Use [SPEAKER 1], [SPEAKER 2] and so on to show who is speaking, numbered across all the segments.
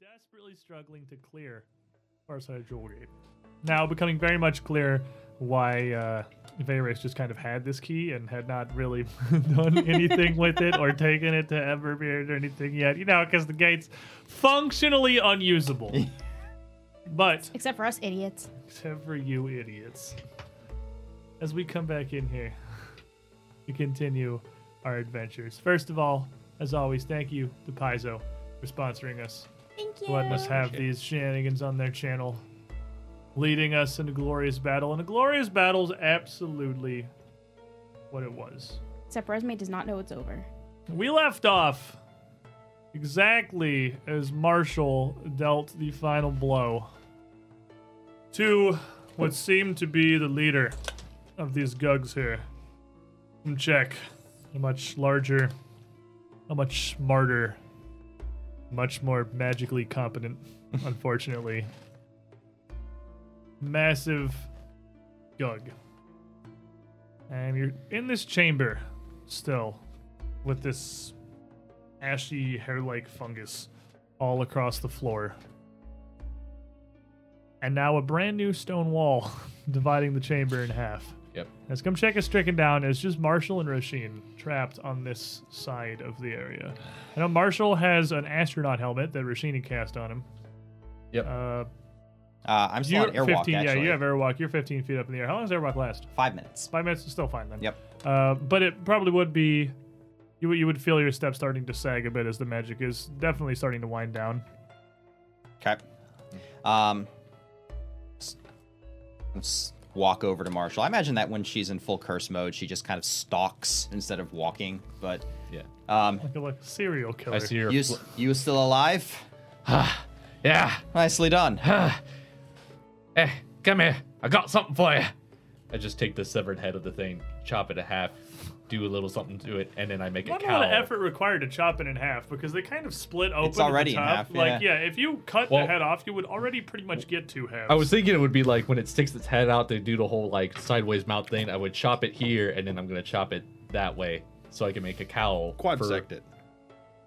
[SPEAKER 1] desperately struggling to clear far side of Jewel Gate. Now becoming very much clear why uh, Varys just kind of had this key and had not really done anything with it or taken it to Everbeard or anything yet. You know, because the gate's functionally unusable. but
[SPEAKER 2] Except for us idiots.
[SPEAKER 1] Except for you idiots. As we come back in here to continue our adventures. First of all, as always, thank you to Paizo for sponsoring us,
[SPEAKER 2] Thank you.
[SPEAKER 1] for letting us have these shenanigans on their channel, leading us into glorious battle. And a glorious battle's absolutely what it was.
[SPEAKER 2] Except Resme does not know it's over.
[SPEAKER 1] We left off exactly as Marshall dealt the final blow to what seemed to be the leader of these gugs here. From Czech, a much larger, a much smarter, much more magically competent, unfortunately. Massive gug. And you're in this chamber still with this ashy hair like fungus all across the floor. And now a brand new stone wall dividing the chamber in half.
[SPEAKER 3] Yep.
[SPEAKER 1] As Gumchek is stricken down, it's just Marshall and Roshin trapped on this side of the area. I know Marshall has an astronaut helmet that Roshin had cast on him.
[SPEAKER 3] Yep.
[SPEAKER 1] Uh,
[SPEAKER 4] Uh, I'm still
[SPEAKER 1] you're
[SPEAKER 4] on airwalk
[SPEAKER 1] 15,
[SPEAKER 4] actually.
[SPEAKER 1] yeah, you have airwalk. You're 15 feet up in the air. How long does airwalk last?
[SPEAKER 4] Five minutes.
[SPEAKER 1] Five minutes is still fine then.
[SPEAKER 4] Yep.
[SPEAKER 1] Uh, but it probably would be you would- you would feel your step starting to sag a bit as the magic is definitely starting to wind down.
[SPEAKER 4] Okay. Um, s- s- walk over to Marshall. I imagine that when she's in full curse mode, she just kind of stalks instead of walking. But
[SPEAKER 3] Yeah.
[SPEAKER 4] um,
[SPEAKER 1] Like a like serial killer.
[SPEAKER 3] I see your.
[SPEAKER 4] you s- you still alive?
[SPEAKER 3] yeah.
[SPEAKER 4] Nicely done.
[SPEAKER 3] Hey, Eh, come here. I got something for you. I just take the severed head of the thing, chop it in half, do a little something to it, and then I make a
[SPEAKER 1] Not a
[SPEAKER 3] cowl.
[SPEAKER 1] lot of effort required to chop it in half because they kind of split open.
[SPEAKER 4] already in
[SPEAKER 1] at the top.
[SPEAKER 4] half,
[SPEAKER 1] Like
[SPEAKER 4] yeah.
[SPEAKER 1] yeah, if you cut
[SPEAKER 3] Well-
[SPEAKER 1] the head off, you would already pretty much get two halves.
[SPEAKER 3] I was thinking it would be like when it sticks its head out, they do the whole like sideways mouth thing. I would chop it here, and then I'm gonna chop it that way, so I can make a cowl. for-
[SPEAKER 5] Quadrisect it.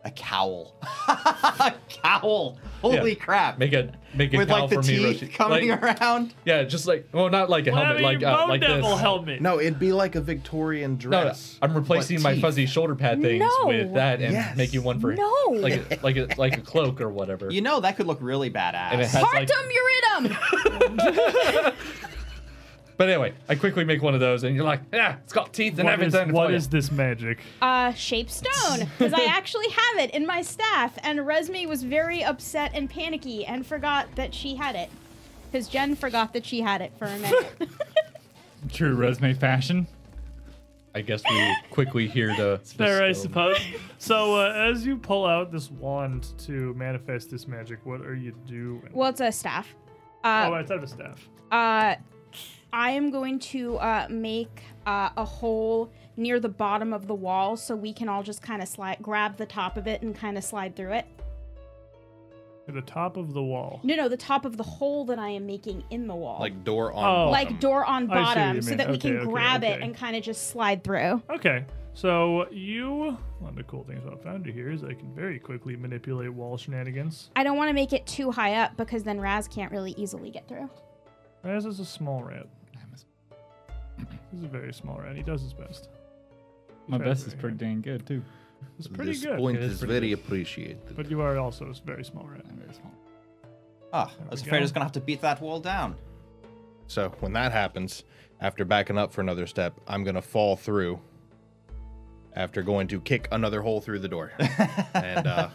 [SPEAKER 4] A cowl. a cowl. Holy crap.
[SPEAKER 3] Make a make a
[SPEAKER 4] With
[SPEAKER 3] cowl
[SPEAKER 4] like the
[SPEAKER 3] for me,
[SPEAKER 4] teeth
[SPEAKER 3] Roshi.
[SPEAKER 4] coming
[SPEAKER 3] Like-
[SPEAKER 4] around.
[SPEAKER 3] Yeah, just like well, not like a
[SPEAKER 1] Well, I
[SPEAKER 3] helmet,
[SPEAKER 1] mean,
[SPEAKER 3] like uh,
[SPEAKER 1] Bone
[SPEAKER 3] like
[SPEAKER 1] Devil
[SPEAKER 3] this.
[SPEAKER 1] helmet.
[SPEAKER 5] No, it'd be like a Victorian
[SPEAKER 3] No, no,
[SPEAKER 5] dress.
[SPEAKER 3] I'm replacing
[SPEAKER 5] but
[SPEAKER 3] my
[SPEAKER 5] teeth.
[SPEAKER 3] fuzzy shoulder pad things
[SPEAKER 2] No.
[SPEAKER 3] with that and
[SPEAKER 5] Yes.
[SPEAKER 3] making one for
[SPEAKER 2] No.
[SPEAKER 3] like a, like a, like a cloak or whatever.
[SPEAKER 4] You know that could look really badass.
[SPEAKER 2] Uh,
[SPEAKER 3] And it has- like-
[SPEAKER 2] Partum uritum!
[SPEAKER 3] But anyway, I quickly make one of those, and you're like, yeah, it's got teeth and
[SPEAKER 1] What is,
[SPEAKER 3] everything.
[SPEAKER 1] what
[SPEAKER 3] for
[SPEAKER 1] is
[SPEAKER 3] you."
[SPEAKER 1] this magic?
[SPEAKER 2] uh, shape stone, because I actually have it in my staff, and Resme was very upset and panicky and forgot that she had it. Because Jen forgot that she had it for a minute.
[SPEAKER 6] True resume fashion.
[SPEAKER 3] I guess we quickly hear the.
[SPEAKER 1] Fair, I
[SPEAKER 3] the-
[SPEAKER 1] suppose. So uh, as you pull out this wand to manifest this magic, what are you doing?
[SPEAKER 2] well, it's a staff.
[SPEAKER 1] oh,
[SPEAKER 2] Uh,
[SPEAKER 1] I type of staff.
[SPEAKER 2] uh, I am going to uh, make uh, a hole near the bottom of the wall so we can all just kind of slide, grab the top of it and kind of slide through it.
[SPEAKER 1] At the top of the wall.
[SPEAKER 2] No, no, the top of the hole that I am making in the wall.
[SPEAKER 5] Like door on.
[SPEAKER 1] Oh.
[SPEAKER 2] Like
[SPEAKER 5] bottom.
[SPEAKER 2] door on
[SPEAKER 1] I see what you
[SPEAKER 2] bottom so
[SPEAKER 1] mean.
[SPEAKER 2] that we can
[SPEAKER 1] Okay, okay,
[SPEAKER 2] grab it
[SPEAKER 1] okay.
[SPEAKER 2] and kind of just slide through.
[SPEAKER 1] Okay, so you. One of the cool things about Foundry here is I can very quickly manipulate wall shenanigans.
[SPEAKER 2] I don't want to make it too high up because then Raz can't really easily get through.
[SPEAKER 1] Raz is a small rat. He's a very small rat. He does his best.
[SPEAKER 6] My
[SPEAKER 1] Fair,
[SPEAKER 6] best is
[SPEAKER 1] fair,
[SPEAKER 6] pretty dang good too.
[SPEAKER 1] It's pretty
[SPEAKER 5] this
[SPEAKER 1] good.
[SPEAKER 5] point
[SPEAKER 1] It is
[SPEAKER 5] is
[SPEAKER 1] pretty
[SPEAKER 5] very
[SPEAKER 1] good.
[SPEAKER 5] appreciated.
[SPEAKER 1] But you are also a very small rat.
[SPEAKER 6] I'm very small.
[SPEAKER 4] Oh, I was
[SPEAKER 1] we
[SPEAKER 4] afraid I
[SPEAKER 1] go.
[SPEAKER 4] was gonna have to beat that wall down.
[SPEAKER 5] So when that happens, after backing up for another step, I'm gonna fall through. After going to kick another hole through the door, and uh,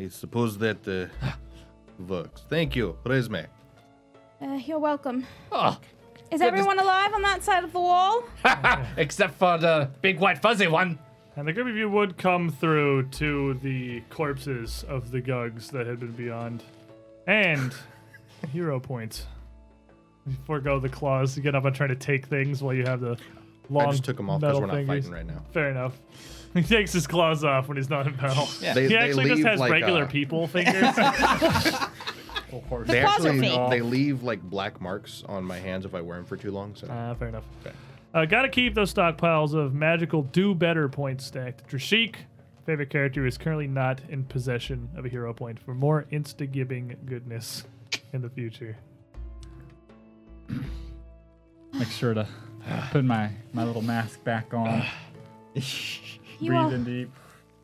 [SPEAKER 5] I suppose that uh, works. Thank you, Resme.
[SPEAKER 2] Uh, you're welcome.
[SPEAKER 5] Ah,
[SPEAKER 3] Oh,
[SPEAKER 2] Is everyone alive on that side of the wall?
[SPEAKER 3] except for the big white fuzzy one.
[SPEAKER 1] And the group of you would come through to the corpses of the gugs that had been beyond. And hero points. You forego the claws. You get up and try to take things while you have the long
[SPEAKER 5] I just took them off because
[SPEAKER 1] metal
[SPEAKER 5] we're not
[SPEAKER 1] fingers.
[SPEAKER 5] fighting right now.
[SPEAKER 1] Fair enough. He takes his claws off when he's not in battle.
[SPEAKER 4] Yeah.
[SPEAKER 5] They-
[SPEAKER 1] He
[SPEAKER 5] they
[SPEAKER 1] actually just
[SPEAKER 5] leave
[SPEAKER 1] has
[SPEAKER 5] like,
[SPEAKER 1] regular
[SPEAKER 5] uh,
[SPEAKER 1] people fingers.
[SPEAKER 5] They
[SPEAKER 2] claws are
[SPEAKER 5] actually
[SPEAKER 2] fake.
[SPEAKER 5] they leave like black marks on my hands if I wear them for too long. So
[SPEAKER 1] Ah, fair enough. Uh, gotta keep those stockpiles of magical do better points stacked. Drashik, favorite character is currently not in possession of a hero point for more insta giving goodness in the future.
[SPEAKER 6] Make sure to put my, my little mask back on.
[SPEAKER 2] You
[SPEAKER 6] breathe
[SPEAKER 2] all,
[SPEAKER 6] in deep.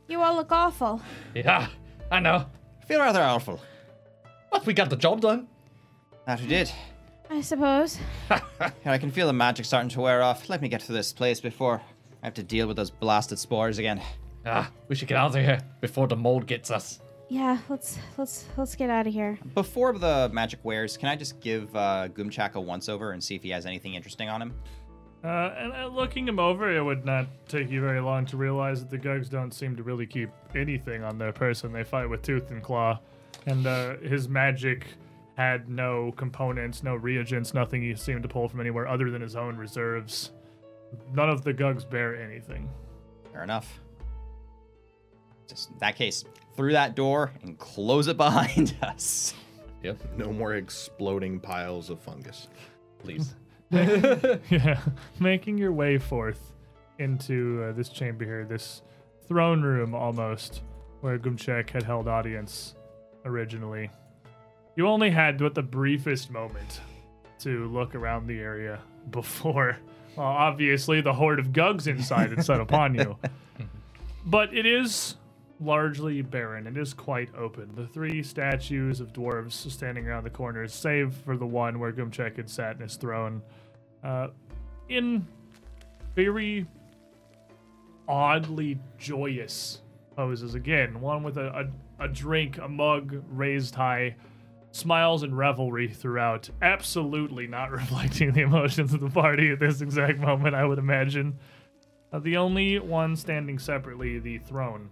[SPEAKER 2] you all look awful.
[SPEAKER 3] Yeah, I know.
[SPEAKER 4] Feel rather awful.
[SPEAKER 3] But we got the job done.
[SPEAKER 4] That we did.
[SPEAKER 2] I suppose.
[SPEAKER 4] Here, I can feel the magic starting to wear off. Let me get to this place before I have to deal with those blasted spores again.
[SPEAKER 3] Ah, we should get out of here before the mold gets us.
[SPEAKER 2] Yeah, let's let's let's get out of here.
[SPEAKER 4] Before the magic wears, can I just give uh, Goomchak a once over and see if he has anything interesting on him?
[SPEAKER 1] Uh, and uh, looking him over, it would not take you very long to realize that the Gugs don't seem to really keep anything on their person. They fight with tooth and claw, and uh, his magic had no components, no reagents, nothing he seemed to pull from anywhere other than his own reserves. None of the Gugs bear anything.
[SPEAKER 4] Fair enough. Just in that case, through that door and close it behind us.
[SPEAKER 3] Yep,
[SPEAKER 5] No more exploding piles of fungus.
[SPEAKER 3] please.
[SPEAKER 1] yeah, making your way forth into uh, this chamber here, this throne room almost, where Gumchek had held audience originally. You only had but the briefest moment to look around the area before, well, obviously the horde of gugs inside had set upon you. But it is largely barren. It is quite open. The three statues of dwarves standing around the corners, save for the one where Gumchek had sat in his throne, uh, in very oddly joyous poses again. One with a, a, a drink, a mug raised high, smiles and revelry throughout, absolutely not reflecting the emotions of the party at this exact moment, I would imagine. Uh, the only one standing separately, the throne,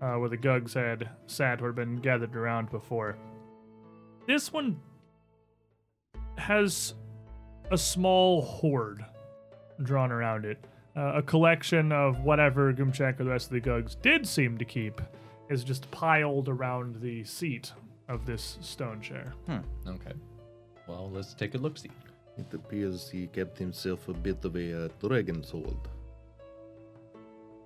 [SPEAKER 1] uh, where the Gugs had sat or been gathered around before. This one has a small horde drawn around it. Uh, a collection of whatever Gumchak or the rest of the Gugs did seem to keep is just piled around the seat of this stone chair.
[SPEAKER 3] Okay. Well, let's take a look see.
[SPEAKER 5] It appears he kept himself a bit of a uh, dragon's hold.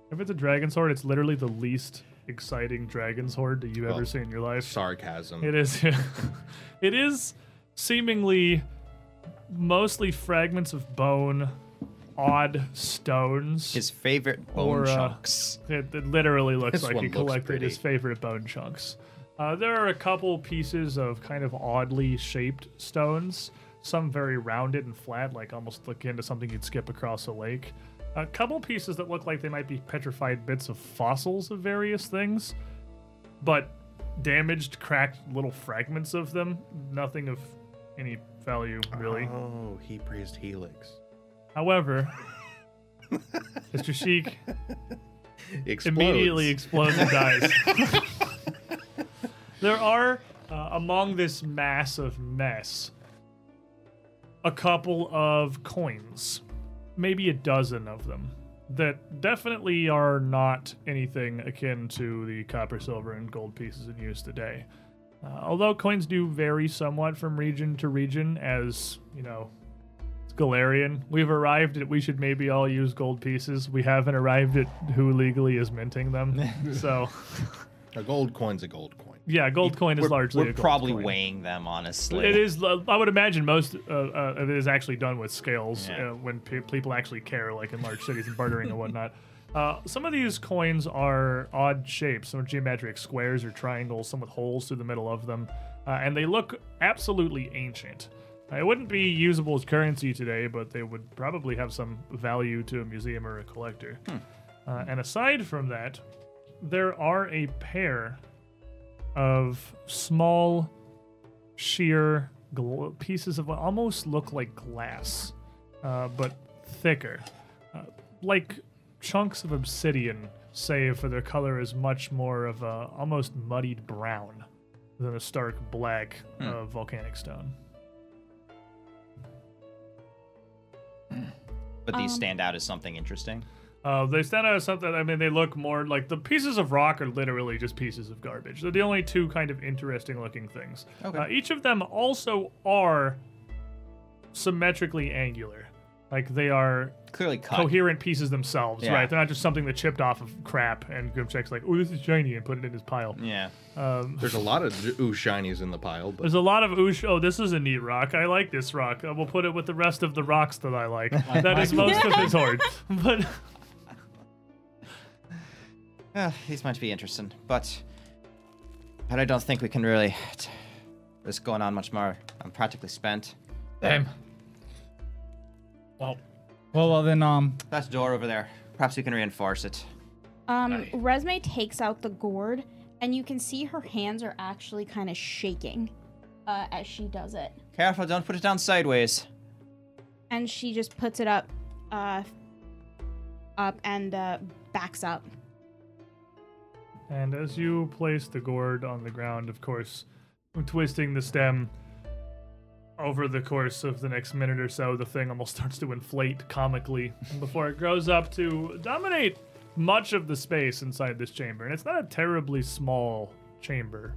[SPEAKER 1] If it's a dragon's horde, it's literally the least exciting dragon's horde that you've
[SPEAKER 5] Oh.
[SPEAKER 1] ever seen in your life.
[SPEAKER 5] Sarcasm.
[SPEAKER 1] It is. it is seemingly mostly fragments of bone, odd stones.
[SPEAKER 4] His favorite bone
[SPEAKER 1] Or, uh,
[SPEAKER 4] chunks.
[SPEAKER 1] It, it literally looks
[SPEAKER 5] This
[SPEAKER 1] like
[SPEAKER 5] one
[SPEAKER 1] he
[SPEAKER 5] looks
[SPEAKER 1] collected his
[SPEAKER 5] pretty.
[SPEAKER 1] favorite bone chunks. Uh, there are a couple pieces of kind of oddly shaped stones, some very rounded and flat, like almost look into something you'd skip across a lake. A couple pieces that look like they might be petrified bits of fossils of various things, but damaged, cracked little fragments of them. Nothing of any value, really.
[SPEAKER 5] Oh, he praised Helix.
[SPEAKER 1] However, Mr. Sheik
[SPEAKER 5] Explodes.
[SPEAKER 1] immediately explodes and dies. there are, uh, among this mass of mess, a couple of coins, maybe a dozen of them, that definitely are not anything akin to the copper, silver, and gold pieces in use today. Uh, although coins do vary somewhat from region to region, as, you know, Galarian. We've arrived at we should maybe all use gold pieces. We haven't arrived at who legally is minting them. so
[SPEAKER 5] a gold coin's a gold coin.
[SPEAKER 1] yeah, gold coin is
[SPEAKER 4] We're,
[SPEAKER 1] largely
[SPEAKER 4] we're
[SPEAKER 1] a gold
[SPEAKER 4] probably
[SPEAKER 1] coin.
[SPEAKER 4] weighing them, honestly.
[SPEAKER 1] It is. lo- I would imagine most uh, uh, of it is actually done with scales
[SPEAKER 4] Yeah.
[SPEAKER 1] uh, when pe- people actually care, like in large cities and bartering and whatnot. Uh, some of these coins are odd shapes, some are geometric squares or triangles, some with holes through the middle of them, uh, and they look absolutely ancient. Uh, it wouldn't be usable as currency today, but they would probably have some value to a museum or a collector.
[SPEAKER 4] Hmm.
[SPEAKER 1] Uh, and aside from that, there are a pair of small sheer gl- pieces of what almost look like glass, uh, but thicker, uh, like chunks of obsidian. Save for their color is much more of a almost muddied brown than a stark black of volcanic stone.
[SPEAKER 4] but these
[SPEAKER 1] Um,
[SPEAKER 4] stand out as something interesting.
[SPEAKER 1] Uh, they stand out as something. I mean, they look more like the pieces of rock are literally just pieces of garbage. They're the only two kind of interesting looking things.
[SPEAKER 4] Okay.
[SPEAKER 1] Uh, each of them also are symmetrically angular. Like they are
[SPEAKER 4] Clearly cut.
[SPEAKER 1] coherent pieces themselves,
[SPEAKER 4] Yeah.
[SPEAKER 1] right? They're not just something that chipped off of crap and Grimcheck's like, oh, this is shiny and put it in his pile.
[SPEAKER 4] Yeah.
[SPEAKER 1] Um,
[SPEAKER 5] There's a lot of j- ooh shinies in the pile, but
[SPEAKER 1] there's a lot of oosh. Oh, this is a neat rock. I like this rock. I will put it with the rest of the rocks that I like. that is most of his hoard. But
[SPEAKER 4] Uh, these might be interesting, but but I don't think we can really. T- there's going on much more. I'm practically spent.
[SPEAKER 3] Damn.
[SPEAKER 6] Well, well, then, um,
[SPEAKER 4] That door over there. Perhaps we can reinforce it.
[SPEAKER 2] Um, Resme takes out the gourd, and you can see her hands are actually kind of shaking uh, as she does it.
[SPEAKER 4] Careful, don't put it down sideways.
[SPEAKER 2] And she just puts it up, uh, up and uh, backs up.
[SPEAKER 1] And as you place the gourd on the ground, of course, twisting the stem over the course of the next minute or so, the thing almost starts to inflate comically before it grows up to dominate much of the space inside this chamber. And it's not a terribly small chamber,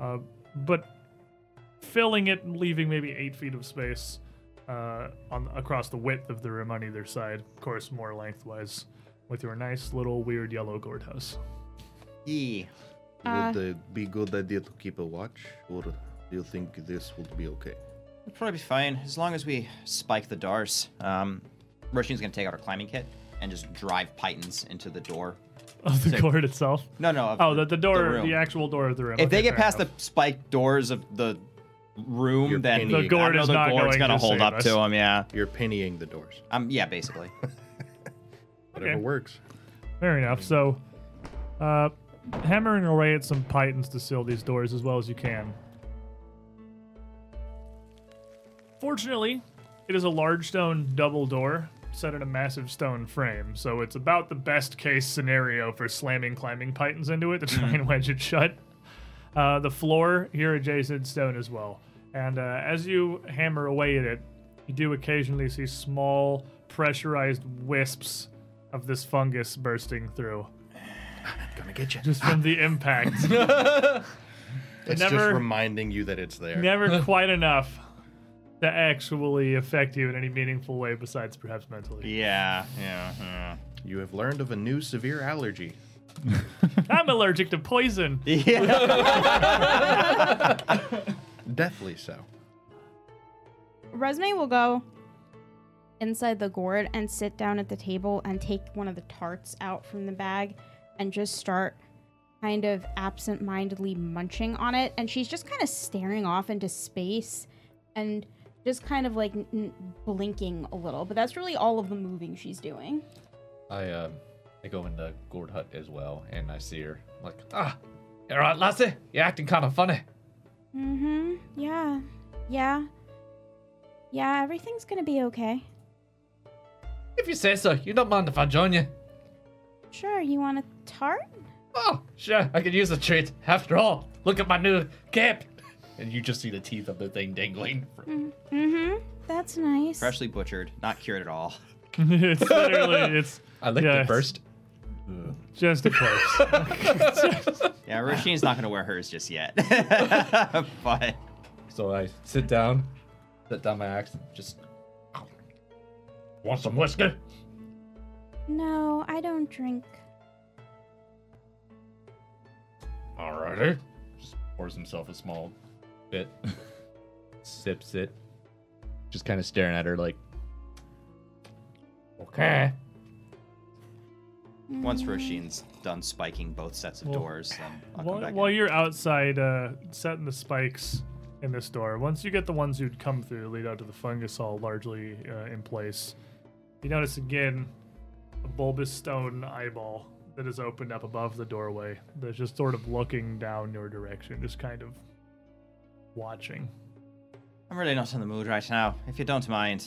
[SPEAKER 1] uh, but filling it and leaving maybe eight feet of space uh, on across the width of the room on either side. Of course, more lengthwise, with your nice little weird yellow gourd house.
[SPEAKER 4] Yee.
[SPEAKER 5] would it be good idea to keep a watch, or do you think this would be okay?
[SPEAKER 4] It'll probably be fine as long as we spike the doors. Um, Roshin's gonna take out her climbing kit and just drive pythons into the door.
[SPEAKER 1] Of the
[SPEAKER 4] Sick.
[SPEAKER 1] gourd itself?
[SPEAKER 4] No, no. of
[SPEAKER 1] Oh, the, the door, the,
[SPEAKER 4] room.
[SPEAKER 1] actual door of the room.
[SPEAKER 4] If
[SPEAKER 1] Okay,
[SPEAKER 4] they get
[SPEAKER 1] fair
[SPEAKER 4] past
[SPEAKER 1] enough.
[SPEAKER 4] the spiked doors of the room,
[SPEAKER 5] You're
[SPEAKER 4] then
[SPEAKER 5] pinning. The
[SPEAKER 4] I
[SPEAKER 1] gourd
[SPEAKER 4] know
[SPEAKER 1] is
[SPEAKER 4] the
[SPEAKER 1] not
[SPEAKER 4] gourd's
[SPEAKER 1] going
[SPEAKER 4] gonna
[SPEAKER 1] to
[SPEAKER 4] hold
[SPEAKER 1] save
[SPEAKER 4] up
[SPEAKER 1] us.
[SPEAKER 4] to them. Yeah.
[SPEAKER 5] You're pinnying the doors.
[SPEAKER 4] Um. Yeah. Basically.
[SPEAKER 5] Whatever
[SPEAKER 1] Okay.
[SPEAKER 5] works.
[SPEAKER 1] Fair enough. So, uh, hammering away at some pythons to seal these doors as well as you can. Fortunately, it is a large stone double door set in a massive stone frame, so it's about the best case scenario for slamming climbing pythons into it to try and wedge it shut. Uh, the floor here adjacent stone as well, and uh, as you hammer away at it, you do occasionally see small pressurized wisps of this fungus bursting through
[SPEAKER 5] Gonna get you.
[SPEAKER 1] just from the impact.
[SPEAKER 5] It's just
[SPEAKER 1] never-
[SPEAKER 5] reminding you that it's there.
[SPEAKER 1] Never quite enough to actually affect you in any meaningful way besides perhaps mentally.
[SPEAKER 4] Yeah. Yeah. Yeah.
[SPEAKER 5] You have learned of a new severe allergy.
[SPEAKER 1] I'm allergic to poison.
[SPEAKER 4] Yeah.
[SPEAKER 5] Deathly so.
[SPEAKER 2] Resme will go inside the gourd and sit down at the table and take one of the tarts out from the bag and just start kind of absent-mindedly munching on it and she's just kind of staring off into space and just kind of like n- n- blinking a little but that's really all of the moving she's doing
[SPEAKER 3] I um, I go in the gourd hut as well, and I see her. I'm like, ah, you all right, Lassie? You're acting kind of funny.
[SPEAKER 2] mm-hmm yeah yeah yeah everything's gonna be okay
[SPEAKER 3] If you say so, you don't mind if I join you.
[SPEAKER 2] sure you want a tart
[SPEAKER 3] Oh, sure, I could use a treat. After all, look at my new cape. And you just see the teeth of the thing dangling.
[SPEAKER 2] mm-hmm that's nice
[SPEAKER 4] Freshly butchered, not cured at all.
[SPEAKER 1] it's literally it's
[SPEAKER 3] I licked
[SPEAKER 1] Yeah.
[SPEAKER 3] it first.
[SPEAKER 1] just a corpse.
[SPEAKER 4] Yeah, Roshin's not gonna wear hers just yet. but
[SPEAKER 3] So I sit down, set down my axe, just. Want some whiskey?
[SPEAKER 2] No, I don't drink.
[SPEAKER 3] Alrighty. Just pours himself a small bit, sips it, just kind of staring at her like, okay.
[SPEAKER 4] once Roshin's done spiking both sets of
[SPEAKER 1] Well-
[SPEAKER 4] doors, then I'll come
[SPEAKER 1] while,
[SPEAKER 4] back.
[SPEAKER 1] while
[SPEAKER 4] in.
[SPEAKER 1] you're outside uh, setting the spikes in this door, once you get the ones who'd come through, lead out to the fungus all largely uh, in place, you notice again a bulbous stone eyeball that is opened up above the doorway that's just sort of looking down your direction, just kind of watching.
[SPEAKER 4] I'm really not in the mood right now. If you don't mind,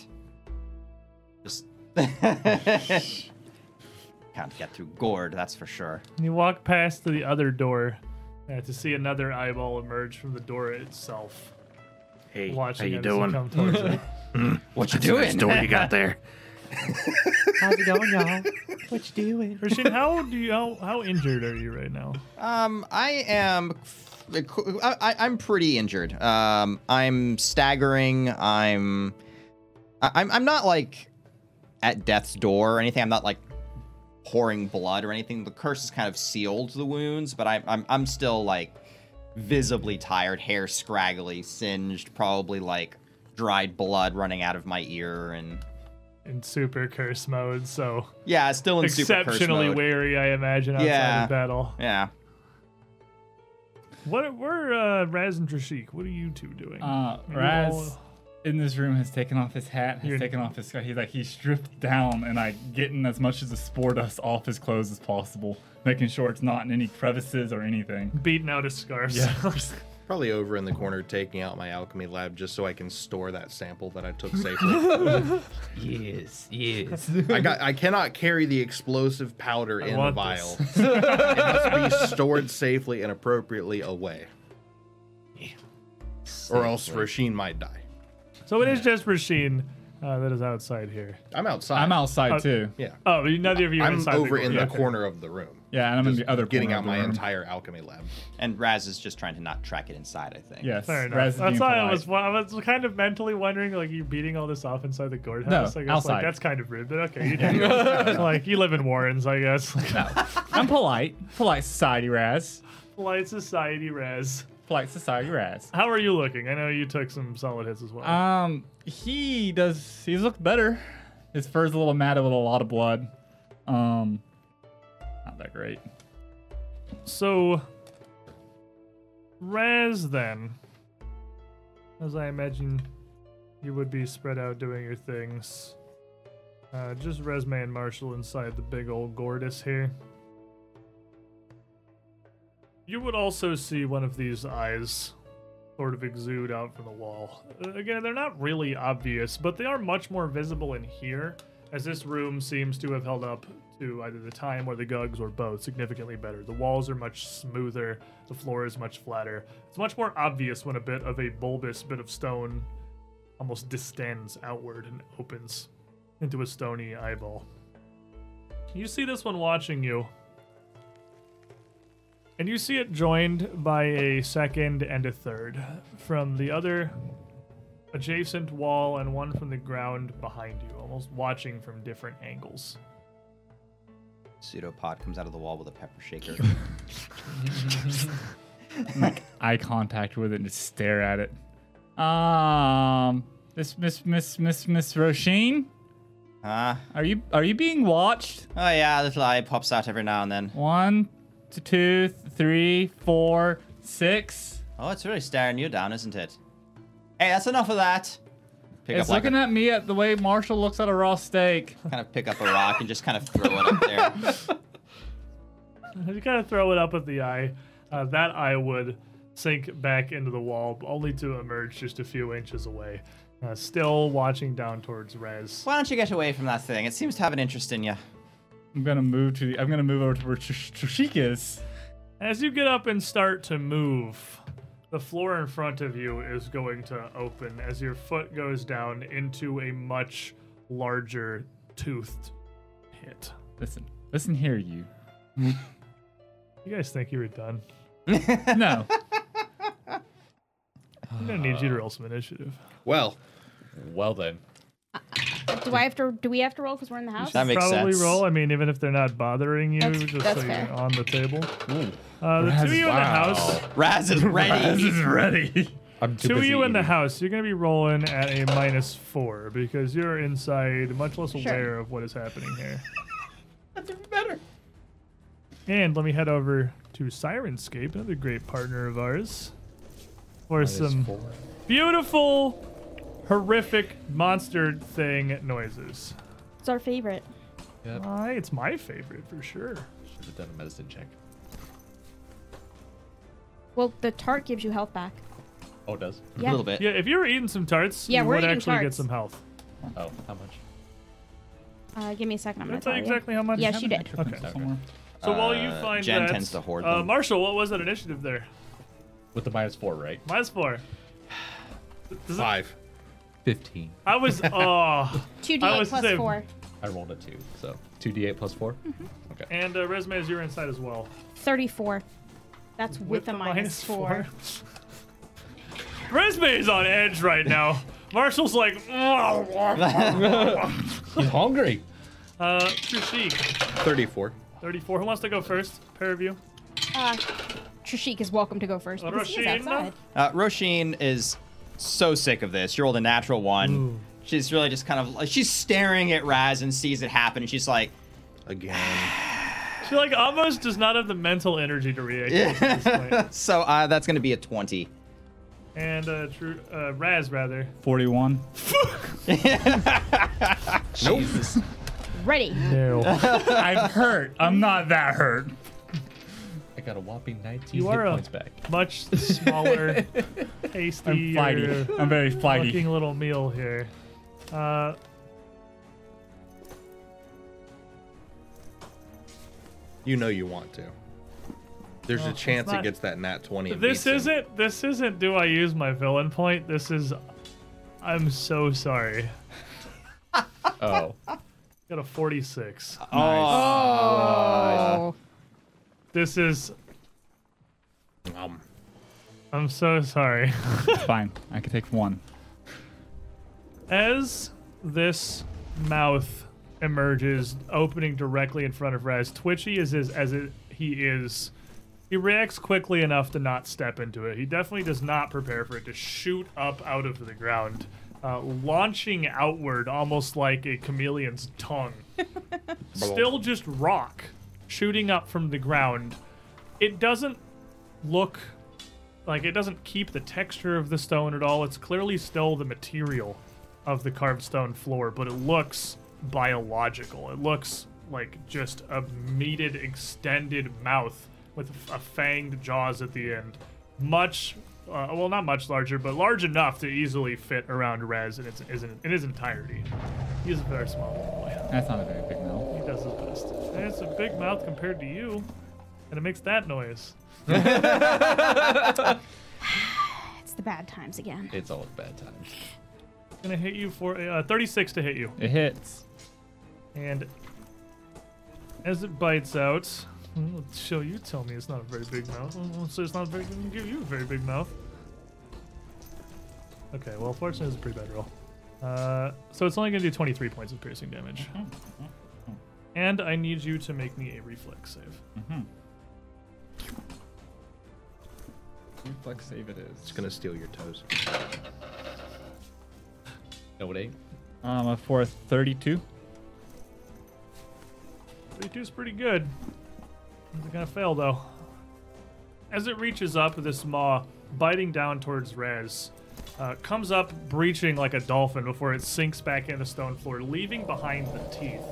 [SPEAKER 4] just can't get through gourd, that's for sure.
[SPEAKER 1] And you walk past to the other door uh, to see another eyeball emerge from the door itself,
[SPEAKER 7] Hey,
[SPEAKER 1] watching
[SPEAKER 7] how you
[SPEAKER 1] it as you
[SPEAKER 7] doing?
[SPEAKER 1] Mm. come towards it.
[SPEAKER 4] What you
[SPEAKER 7] Nice
[SPEAKER 4] doing?
[SPEAKER 7] door you got there.
[SPEAKER 1] Christian, how do you how, how injured are you right now?
[SPEAKER 4] Um, I am. I, I- I'm pretty injured. Um, I'm staggering. I'm. I- I'm. I'm not like at death's door or anything. I'm not like pouring blood or anything. The curse has kind of sealed the wounds, but I, I'm I'm still like visibly tired, hair scraggly, singed, probably like dried blood running out of my ear, and
[SPEAKER 1] in super curse mode, so
[SPEAKER 4] yeah, still in super curse
[SPEAKER 1] exceptionally
[SPEAKER 4] mode.
[SPEAKER 1] weary, I imagine, outside
[SPEAKER 4] Yeah.
[SPEAKER 1] of battle.
[SPEAKER 4] Yeah,
[SPEAKER 1] What were uh, Raz and Trishik? What are you two doing?
[SPEAKER 6] Uh,
[SPEAKER 1] Maybe
[SPEAKER 6] Raz
[SPEAKER 1] we'll-
[SPEAKER 6] in this room has taken off his hat, has
[SPEAKER 1] You're-
[SPEAKER 6] taken off his scarf. He's like he's stripped down and like getting as much of the spore dust off his clothes as possible, making sure it's not in any crevices or anything.
[SPEAKER 1] beating out his scarf.
[SPEAKER 5] Probably over in the corner taking out my alchemy lab just so I can store that sample that I took safely.
[SPEAKER 3] Yes, yes.
[SPEAKER 5] I got I cannot carry the explosive powder in the
[SPEAKER 1] want
[SPEAKER 5] vial.
[SPEAKER 1] this.
[SPEAKER 5] it must be stored safely and appropriately away. Or else Rasheen might die.
[SPEAKER 1] so it is just Rasheen uh, that is outside here.
[SPEAKER 5] I'm outside.
[SPEAKER 6] I'm outside
[SPEAKER 1] Uh,
[SPEAKER 6] too.
[SPEAKER 5] Yeah.
[SPEAKER 1] Oh, neither of you are
[SPEAKER 5] I'm
[SPEAKER 1] inside
[SPEAKER 5] over
[SPEAKER 1] the
[SPEAKER 5] in
[SPEAKER 1] yeah,
[SPEAKER 5] the
[SPEAKER 1] okay.
[SPEAKER 5] corner of the room.
[SPEAKER 6] Yeah, and I'm in the other
[SPEAKER 5] Getting
[SPEAKER 6] corner
[SPEAKER 5] out
[SPEAKER 6] of the
[SPEAKER 5] my
[SPEAKER 6] room.
[SPEAKER 5] entire alchemy lab.
[SPEAKER 4] and Raz is just trying to not track it inside. I think.
[SPEAKER 6] Yes,
[SPEAKER 1] Fair enough.
[SPEAKER 6] Raz is
[SPEAKER 1] that's
[SPEAKER 6] being
[SPEAKER 1] why I
[SPEAKER 6] polite.
[SPEAKER 1] was, I was kind of mentally wondering, like, you beating all this off inside the guardhouse.
[SPEAKER 6] No,
[SPEAKER 1] I guess, like,
[SPEAKER 6] outside.
[SPEAKER 1] that's kind of rude, but okay. You do. like, you live in Warrens, I guess.
[SPEAKER 6] I'm polite, polite society, Raz.
[SPEAKER 1] Polite society, Raz.
[SPEAKER 6] Polite society, Raz.
[SPEAKER 1] How are you looking? I know you took some solid hits as well.
[SPEAKER 6] Um, he does. He's looked better. His fur's a little matted with a lot of blood. Um, not that great.
[SPEAKER 1] So, Raz, then, as I imagine you would be spread out doing your things, uh, just Resme and Marshall inside the big old Gordis here. You would also see one of these eyes sort of exude out from the wall. Uh, Again, they're not really obvious, but they are much more visible in here, as this room seems to have held up to either the time or the gugs or both significantly better. The walls are much smoother, the floor is much flatter. It's much more obvious when a bit of a bulbous bit of stone almost distends outward and opens into a stony eyeball. You see this one watching you. And you see it joined by a second and a third from the other adjacent wall and one from the ground behind you, almost watching from different angles.
[SPEAKER 4] Pseudopod comes out of the wall with a pepper shaker.
[SPEAKER 6] Eye contact with it and just stare at it. Um, Miss Miss Miss Miss Miss Roisin,
[SPEAKER 4] Huh?
[SPEAKER 6] are you are you being watched?
[SPEAKER 4] Uh-huh. Oh yeah, a little eye pops out every now and then.
[SPEAKER 6] One, t- two, th- three, four, six.
[SPEAKER 4] Oh, it's really staring you down, isn't it? Hey, that's enough of that. Pick
[SPEAKER 6] It's
[SPEAKER 4] up like a,
[SPEAKER 6] looking at me at the way Marshall looks at a raw steak.
[SPEAKER 4] kind of pick up a rock and just kind of throw it up there.
[SPEAKER 1] You kind of throw it up at the eye. Uh, that eye would sink back into the wall, only to emerge just a few inches away, uh, still watching down towards Rez.
[SPEAKER 4] Why don't you get away from that thing? It seems to have an interest in you.
[SPEAKER 6] I'm gonna move to the. I'm gonna move over to where Trish- Trishik is.
[SPEAKER 1] As you get up and start to move, the floor in front of you is going to open as your foot goes down into a much larger toothed pit.
[SPEAKER 6] Listen, listen here, you.
[SPEAKER 1] You guys think you were done?
[SPEAKER 6] No,
[SPEAKER 1] I'm gonna need you to roll some initiative.
[SPEAKER 5] Well,
[SPEAKER 3] Well then,
[SPEAKER 2] Do I have to? Do we have to roll because we're in the house?
[SPEAKER 4] That makes
[SPEAKER 1] Probably
[SPEAKER 4] sense.
[SPEAKER 1] roll. I mean, even if they're not bothering you,
[SPEAKER 2] That's-
[SPEAKER 1] just
[SPEAKER 2] that's
[SPEAKER 1] so
[SPEAKER 2] fair.
[SPEAKER 1] you're on the table. Uh, the two
[SPEAKER 6] Raz-
[SPEAKER 1] of you in the house.
[SPEAKER 4] Raz is
[SPEAKER 6] this
[SPEAKER 4] ready.
[SPEAKER 6] is ready.
[SPEAKER 5] I'm too
[SPEAKER 1] Two of
[SPEAKER 5] busy
[SPEAKER 1] you in the
[SPEAKER 5] eating.
[SPEAKER 1] house. You're gonna be rolling at a minus four because you're inside, much less aware of what is happening here.
[SPEAKER 4] That's even better.
[SPEAKER 1] And let me head over to Sirenscape, another great partner of ours, for some beautiful, horrific monster thing noises.
[SPEAKER 2] It's our favorite.
[SPEAKER 1] Uh, it's my favorite for sure.
[SPEAKER 3] should have done a medicine check.
[SPEAKER 2] Well, the tart gives you health back.
[SPEAKER 3] Oh, it does.
[SPEAKER 2] Yeah.
[SPEAKER 4] A little bit.
[SPEAKER 1] Yeah, if you were eating some tarts,
[SPEAKER 2] Yeah,
[SPEAKER 1] you
[SPEAKER 2] we're
[SPEAKER 1] would
[SPEAKER 2] eating
[SPEAKER 1] actually get
[SPEAKER 2] tarts.
[SPEAKER 1] some health.
[SPEAKER 3] Oh, how much?
[SPEAKER 2] Uh, give me a second. I'm gonna
[SPEAKER 1] That's not
[SPEAKER 2] tell you.
[SPEAKER 1] exactly how much.
[SPEAKER 2] Yeah, she did.
[SPEAKER 6] Somewhere.
[SPEAKER 1] So while you
[SPEAKER 4] Uh,
[SPEAKER 1] find
[SPEAKER 4] Jen
[SPEAKER 1] that,
[SPEAKER 4] tends to hoard
[SPEAKER 1] uh,
[SPEAKER 4] them.
[SPEAKER 1] Marshall, what was that initiative there?
[SPEAKER 3] With the minus four, right?
[SPEAKER 1] Minus four. Does it-
[SPEAKER 5] Five.
[SPEAKER 3] Fifteen.
[SPEAKER 1] I was. Oh,
[SPEAKER 2] Two
[SPEAKER 1] I
[SPEAKER 2] D8
[SPEAKER 1] was
[SPEAKER 2] plus
[SPEAKER 1] saying-
[SPEAKER 2] four.
[SPEAKER 3] I rolled a two, so two d8 plus four.
[SPEAKER 1] and uh, resume is your inside as well.
[SPEAKER 2] Thirty-four. That's with, a minus, minus four.
[SPEAKER 1] uh, Resume is on edge right now. Marshall's like, "Mwah, mwah, mwah, mwah."
[SPEAKER 3] He's hungry.
[SPEAKER 1] Uh, Trishik,
[SPEAKER 5] 34.
[SPEAKER 1] 34. Who wants to go first? Pair of you.
[SPEAKER 2] Uh, Trishik is welcome to go first.
[SPEAKER 1] Uh,
[SPEAKER 2] because he is
[SPEAKER 1] Rasheen?
[SPEAKER 2] outside.
[SPEAKER 4] Uh, Roisin is so sick of this. You rolled a natural one. She's really just kind of she's staring at Raz and sees it happen, and she's like,
[SPEAKER 5] Again.
[SPEAKER 1] She like almost does not have the mental energy to react at this point.
[SPEAKER 4] "So uh, that's gonna be a twenty.
[SPEAKER 1] And uh, true, uh, Raz rather.
[SPEAKER 6] 41.
[SPEAKER 3] Jesus.
[SPEAKER 2] Ready.
[SPEAKER 6] I'm hurt. I'm not that hurt.
[SPEAKER 3] I got a whopping 19
[SPEAKER 1] You
[SPEAKER 3] hit
[SPEAKER 1] are a
[SPEAKER 3] points back.
[SPEAKER 1] much smaller, tasty,
[SPEAKER 6] I'm flighty. I'm very flighty.
[SPEAKER 1] looking little meal here. Uh,
[SPEAKER 5] You know you want to. There's a chance
[SPEAKER 1] not-
[SPEAKER 5] it gets that nat 20. and
[SPEAKER 1] this
[SPEAKER 5] beats him.
[SPEAKER 1] isn't. This isn't. Do I use my villain point? This is. I'm so sorry.
[SPEAKER 3] Oh.
[SPEAKER 1] Got a 46.
[SPEAKER 2] Oh.
[SPEAKER 1] This is.
[SPEAKER 5] Um,
[SPEAKER 1] I'm so sorry.
[SPEAKER 6] It's fine. I can take one.
[SPEAKER 1] As this mouth emerges, opening directly in front of Raz, twitchy as is as it, he is, he reacts quickly enough to not step into it. He definitely does not prepare for it to shoot up out of the ground, uh, launching outward almost like a chameleon's tongue. Still just rock shooting up from the ground. It doesn't look like it doesn't keep the texture of the stone at all. It's clearly still the material of the carved stone floor, but it looks biological. It looks like just a meated, extended mouth with a fanged jaws at the end. Much, uh, well, not much larger, but large enough to easily fit around Rez in its, is in, in his entirety. He's a very small little boy.
[SPEAKER 6] That's not a very big mouth.
[SPEAKER 1] He does his best. And it's a big mouth compared to you, and it makes that noise.
[SPEAKER 2] It's the bad times again.
[SPEAKER 3] It's all bad times.
[SPEAKER 1] Gonna hit you for uh, 36 to hit you.
[SPEAKER 6] It hits.
[SPEAKER 1] And as it bites out, well, so you tell me it's not a very big mouth. Well, So it's not a very. I'll Give you a very big mouth. Okay. Well, fortunately, it's a pretty bad roll. Uh, so it's only going to do 23 points of piercing damage. And I need you to make me a reflex save.
[SPEAKER 6] Mm-hmm. Reflex save it is.
[SPEAKER 5] it's going to steal your toes.
[SPEAKER 3] No, it ain't.
[SPEAKER 6] Um, a fourth 32.
[SPEAKER 1] 32 is pretty good. It's gonna fail though. As it reaches up, this maw, biting down towards Rez, uh, comes up breaching like a dolphin before it sinks back in the stone floor, leaving behind the teeth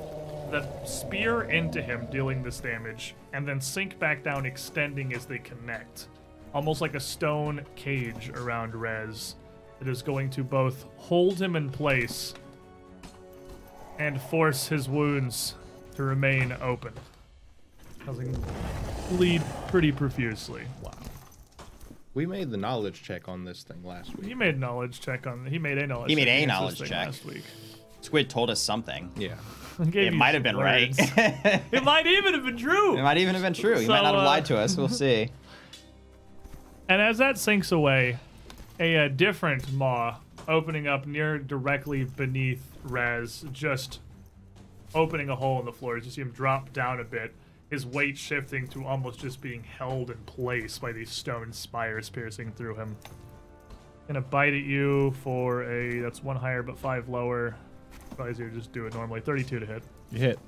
[SPEAKER 1] that spear into him, dealing this damage, and then sink back down, extending as they connect. Almost like a stone cage around Rez that is going to both hold him in place and force his wounds to remain open, causing him to bleed pretty profusely. Wow.
[SPEAKER 5] We made the knowledge check on this thing last
[SPEAKER 1] He
[SPEAKER 5] week.
[SPEAKER 1] made knowledge check on. He made a knowledge.
[SPEAKER 4] He made
[SPEAKER 1] check
[SPEAKER 4] a knowledge
[SPEAKER 1] against this thing
[SPEAKER 4] check.
[SPEAKER 1] last week.
[SPEAKER 4] Squid told us something.
[SPEAKER 5] Yeah.
[SPEAKER 1] And gave
[SPEAKER 4] It
[SPEAKER 1] you
[SPEAKER 4] might have
[SPEAKER 1] some
[SPEAKER 4] been
[SPEAKER 1] words.
[SPEAKER 4] right. it
[SPEAKER 1] it might even have been true.
[SPEAKER 4] might even have been true. He might
[SPEAKER 1] So,
[SPEAKER 4] not have
[SPEAKER 1] uh,
[SPEAKER 4] lied to us. We'll see.
[SPEAKER 1] And as that sinks away, a, uh different maw opening up near directly beneath Rez, just opening a hole in the floor. You see him drop down a bit, his weight shifting to almost just being held in place by these stone spires piercing through him. Gonna bite at you for a that's one higher but five lower. Probably easier to just do it normally. 32 to hit.
[SPEAKER 6] You hit.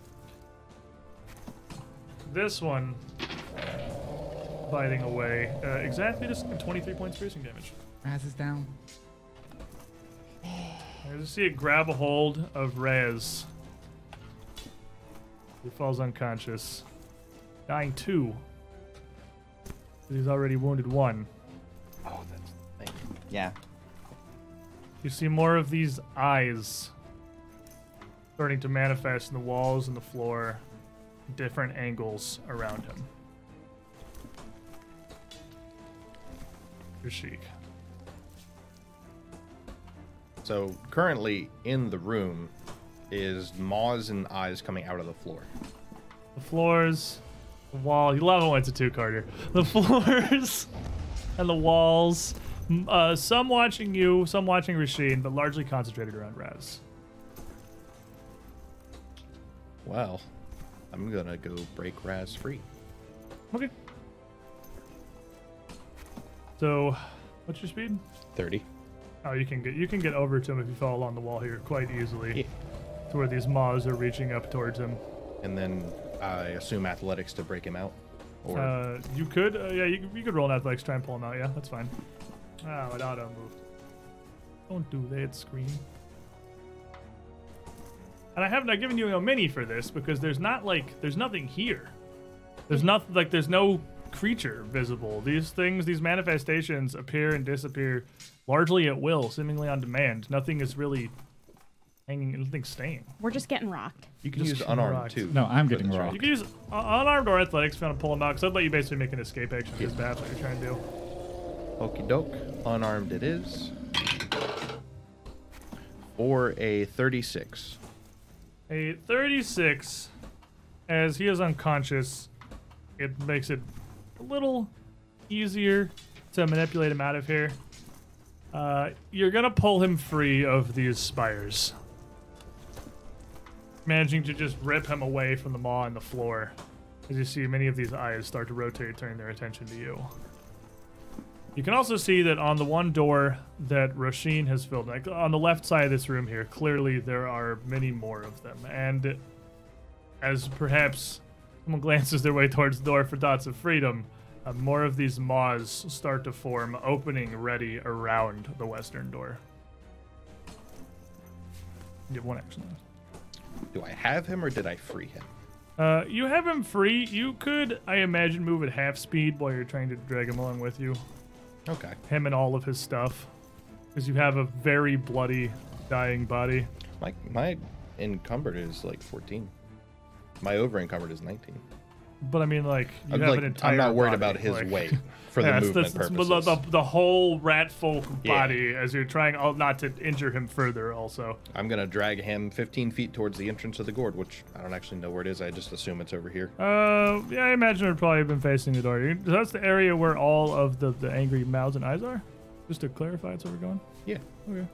[SPEAKER 1] This one biting away uh, exactly just 23 points piercing damage.
[SPEAKER 6] Raz is down.
[SPEAKER 1] I just see it grab a hold of Rez. He falls unconscious. Dying two. He's already wounded one.
[SPEAKER 5] Oh, that's. Thank you.
[SPEAKER 4] e, Yeah.
[SPEAKER 1] You see more of these eyes starting to manifest in the walls and the floor, different angles around him. Rashik.
[SPEAKER 5] So currently in the room is maws and eyes coming out of the floor.
[SPEAKER 1] The floors, the wall. You love it when it's a two Carter. The floors and the walls. M- Uh, some watching you, some watching Rasheen, but largely concentrated around Raz.
[SPEAKER 5] Well, I'm gonna go break Raz free.
[SPEAKER 1] Okay. So, what's your speed?
[SPEAKER 5] 30.
[SPEAKER 1] Oh, you can get you can get over to him if you fall along the wall here quite easily. To where these maws are reaching up towards him.
[SPEAKER 5] And then I assume athletics to break him out. Or
[SPEAKER 1] Uh, you could, uh, yeah, you, you could roll an athletics, try and pull him out. Yeah, that's fine. Ah, it auto moved. Don't do that, screen. And I have not given you a mini for this because there's not like there's nothing here. There's not like there's no creature visible. These things, these manifestations appear and disappear largely at will, seemingly on demand. Nothing is really hanging. Nothing's staying.
[SPEAKER 2] We're just getting rocked.
[SPEAKER 5] you can
[SPEAKER 1] just
[SPEAKER 5] use
[SPEAKER 1] shoot
[SPEAKER 5] unarmed
[SPEAKER 1] rocks.
[SPEAKER 5] too.
[SPEAKER 6] No, I'm
[SPEAKER 5] for
[SPEAKER 6] getting
[SPEAKER 5] this, right?
[SPEAKER 6] rocked.
[SPEAKER 1] You can use uh, unarmed or athletics if you want to pull him out, because I'd let you basically make an escape action because that's what you're trying to do.
[SPEAKER 5] Okie doke. Unarmed it is. Or a 36.
[SPEAKER 1] A 36, as he is unconscious, it makes it a little easier to manipulate him out of here. Uh, you're gonna pull him free of these spires, managing to just rip him away from the maw and the floor. As you see, many of these eyes start to rotate, turning their attention to you. You can also see that on the one door that Rasheen has filled, like on the left side of this room here, clearly there are many more of them. And as perhaps someone glances their way towards the door for dots of freedom, uh, more of these maws start to form, opening ready around the western door. You have one action left.
[SPEAKER 5] Do I have him or did I free him?
[SPEAKER 1] Uh, you have him free. You could, I imagine, move at half speed while you're trying to drag him along with you.
[SPEAKER 5] Okay.
[SPEAKER 1] him and all of his stuff because you have a very bloody dying body
[SPEAKER 5] My my encumbered is like 14. My over encumbered is 19.
[SPEAKER 1] but i mean like you
[SPEAKER 5] I'm,
[SPEAKER 1] have
[SPEAKER 5] like,
[SPEAKER 1] an entire
[SPEAKER 5] I'm not worried
[SPEAKER 1] body,
[SPEAKER 5] about his
[SPEAKER 1] like-
[SPEAKER 5] weight for
[SPEAKER 1] Yeah,
[SPEAKER 5] the
[SPEAKER 1] it's-
[SPEAKER 5] movement
[SPEAKER 1] it's
[SPEAKER 5] purposes.
[SPEAKER 1] the, the, the whole rat folk
[SPEAKER 5] Yeah.
[SPEAKER 1] body as you're trying all not to injure him further also
[SPEAKER 5] I'm gonna drag him 15 feet towards the entrance of the gourd, which I don't actually know where it is. I just assume it's over here.
[SPEAKER 1] uh yeah i imagine it would probably have been facing the door You- that's the area where all of the the angry mouths and eyes are just to clarify that's where we're going
[SPEAKER 5] Yeah.
[SPEAKER 1] okay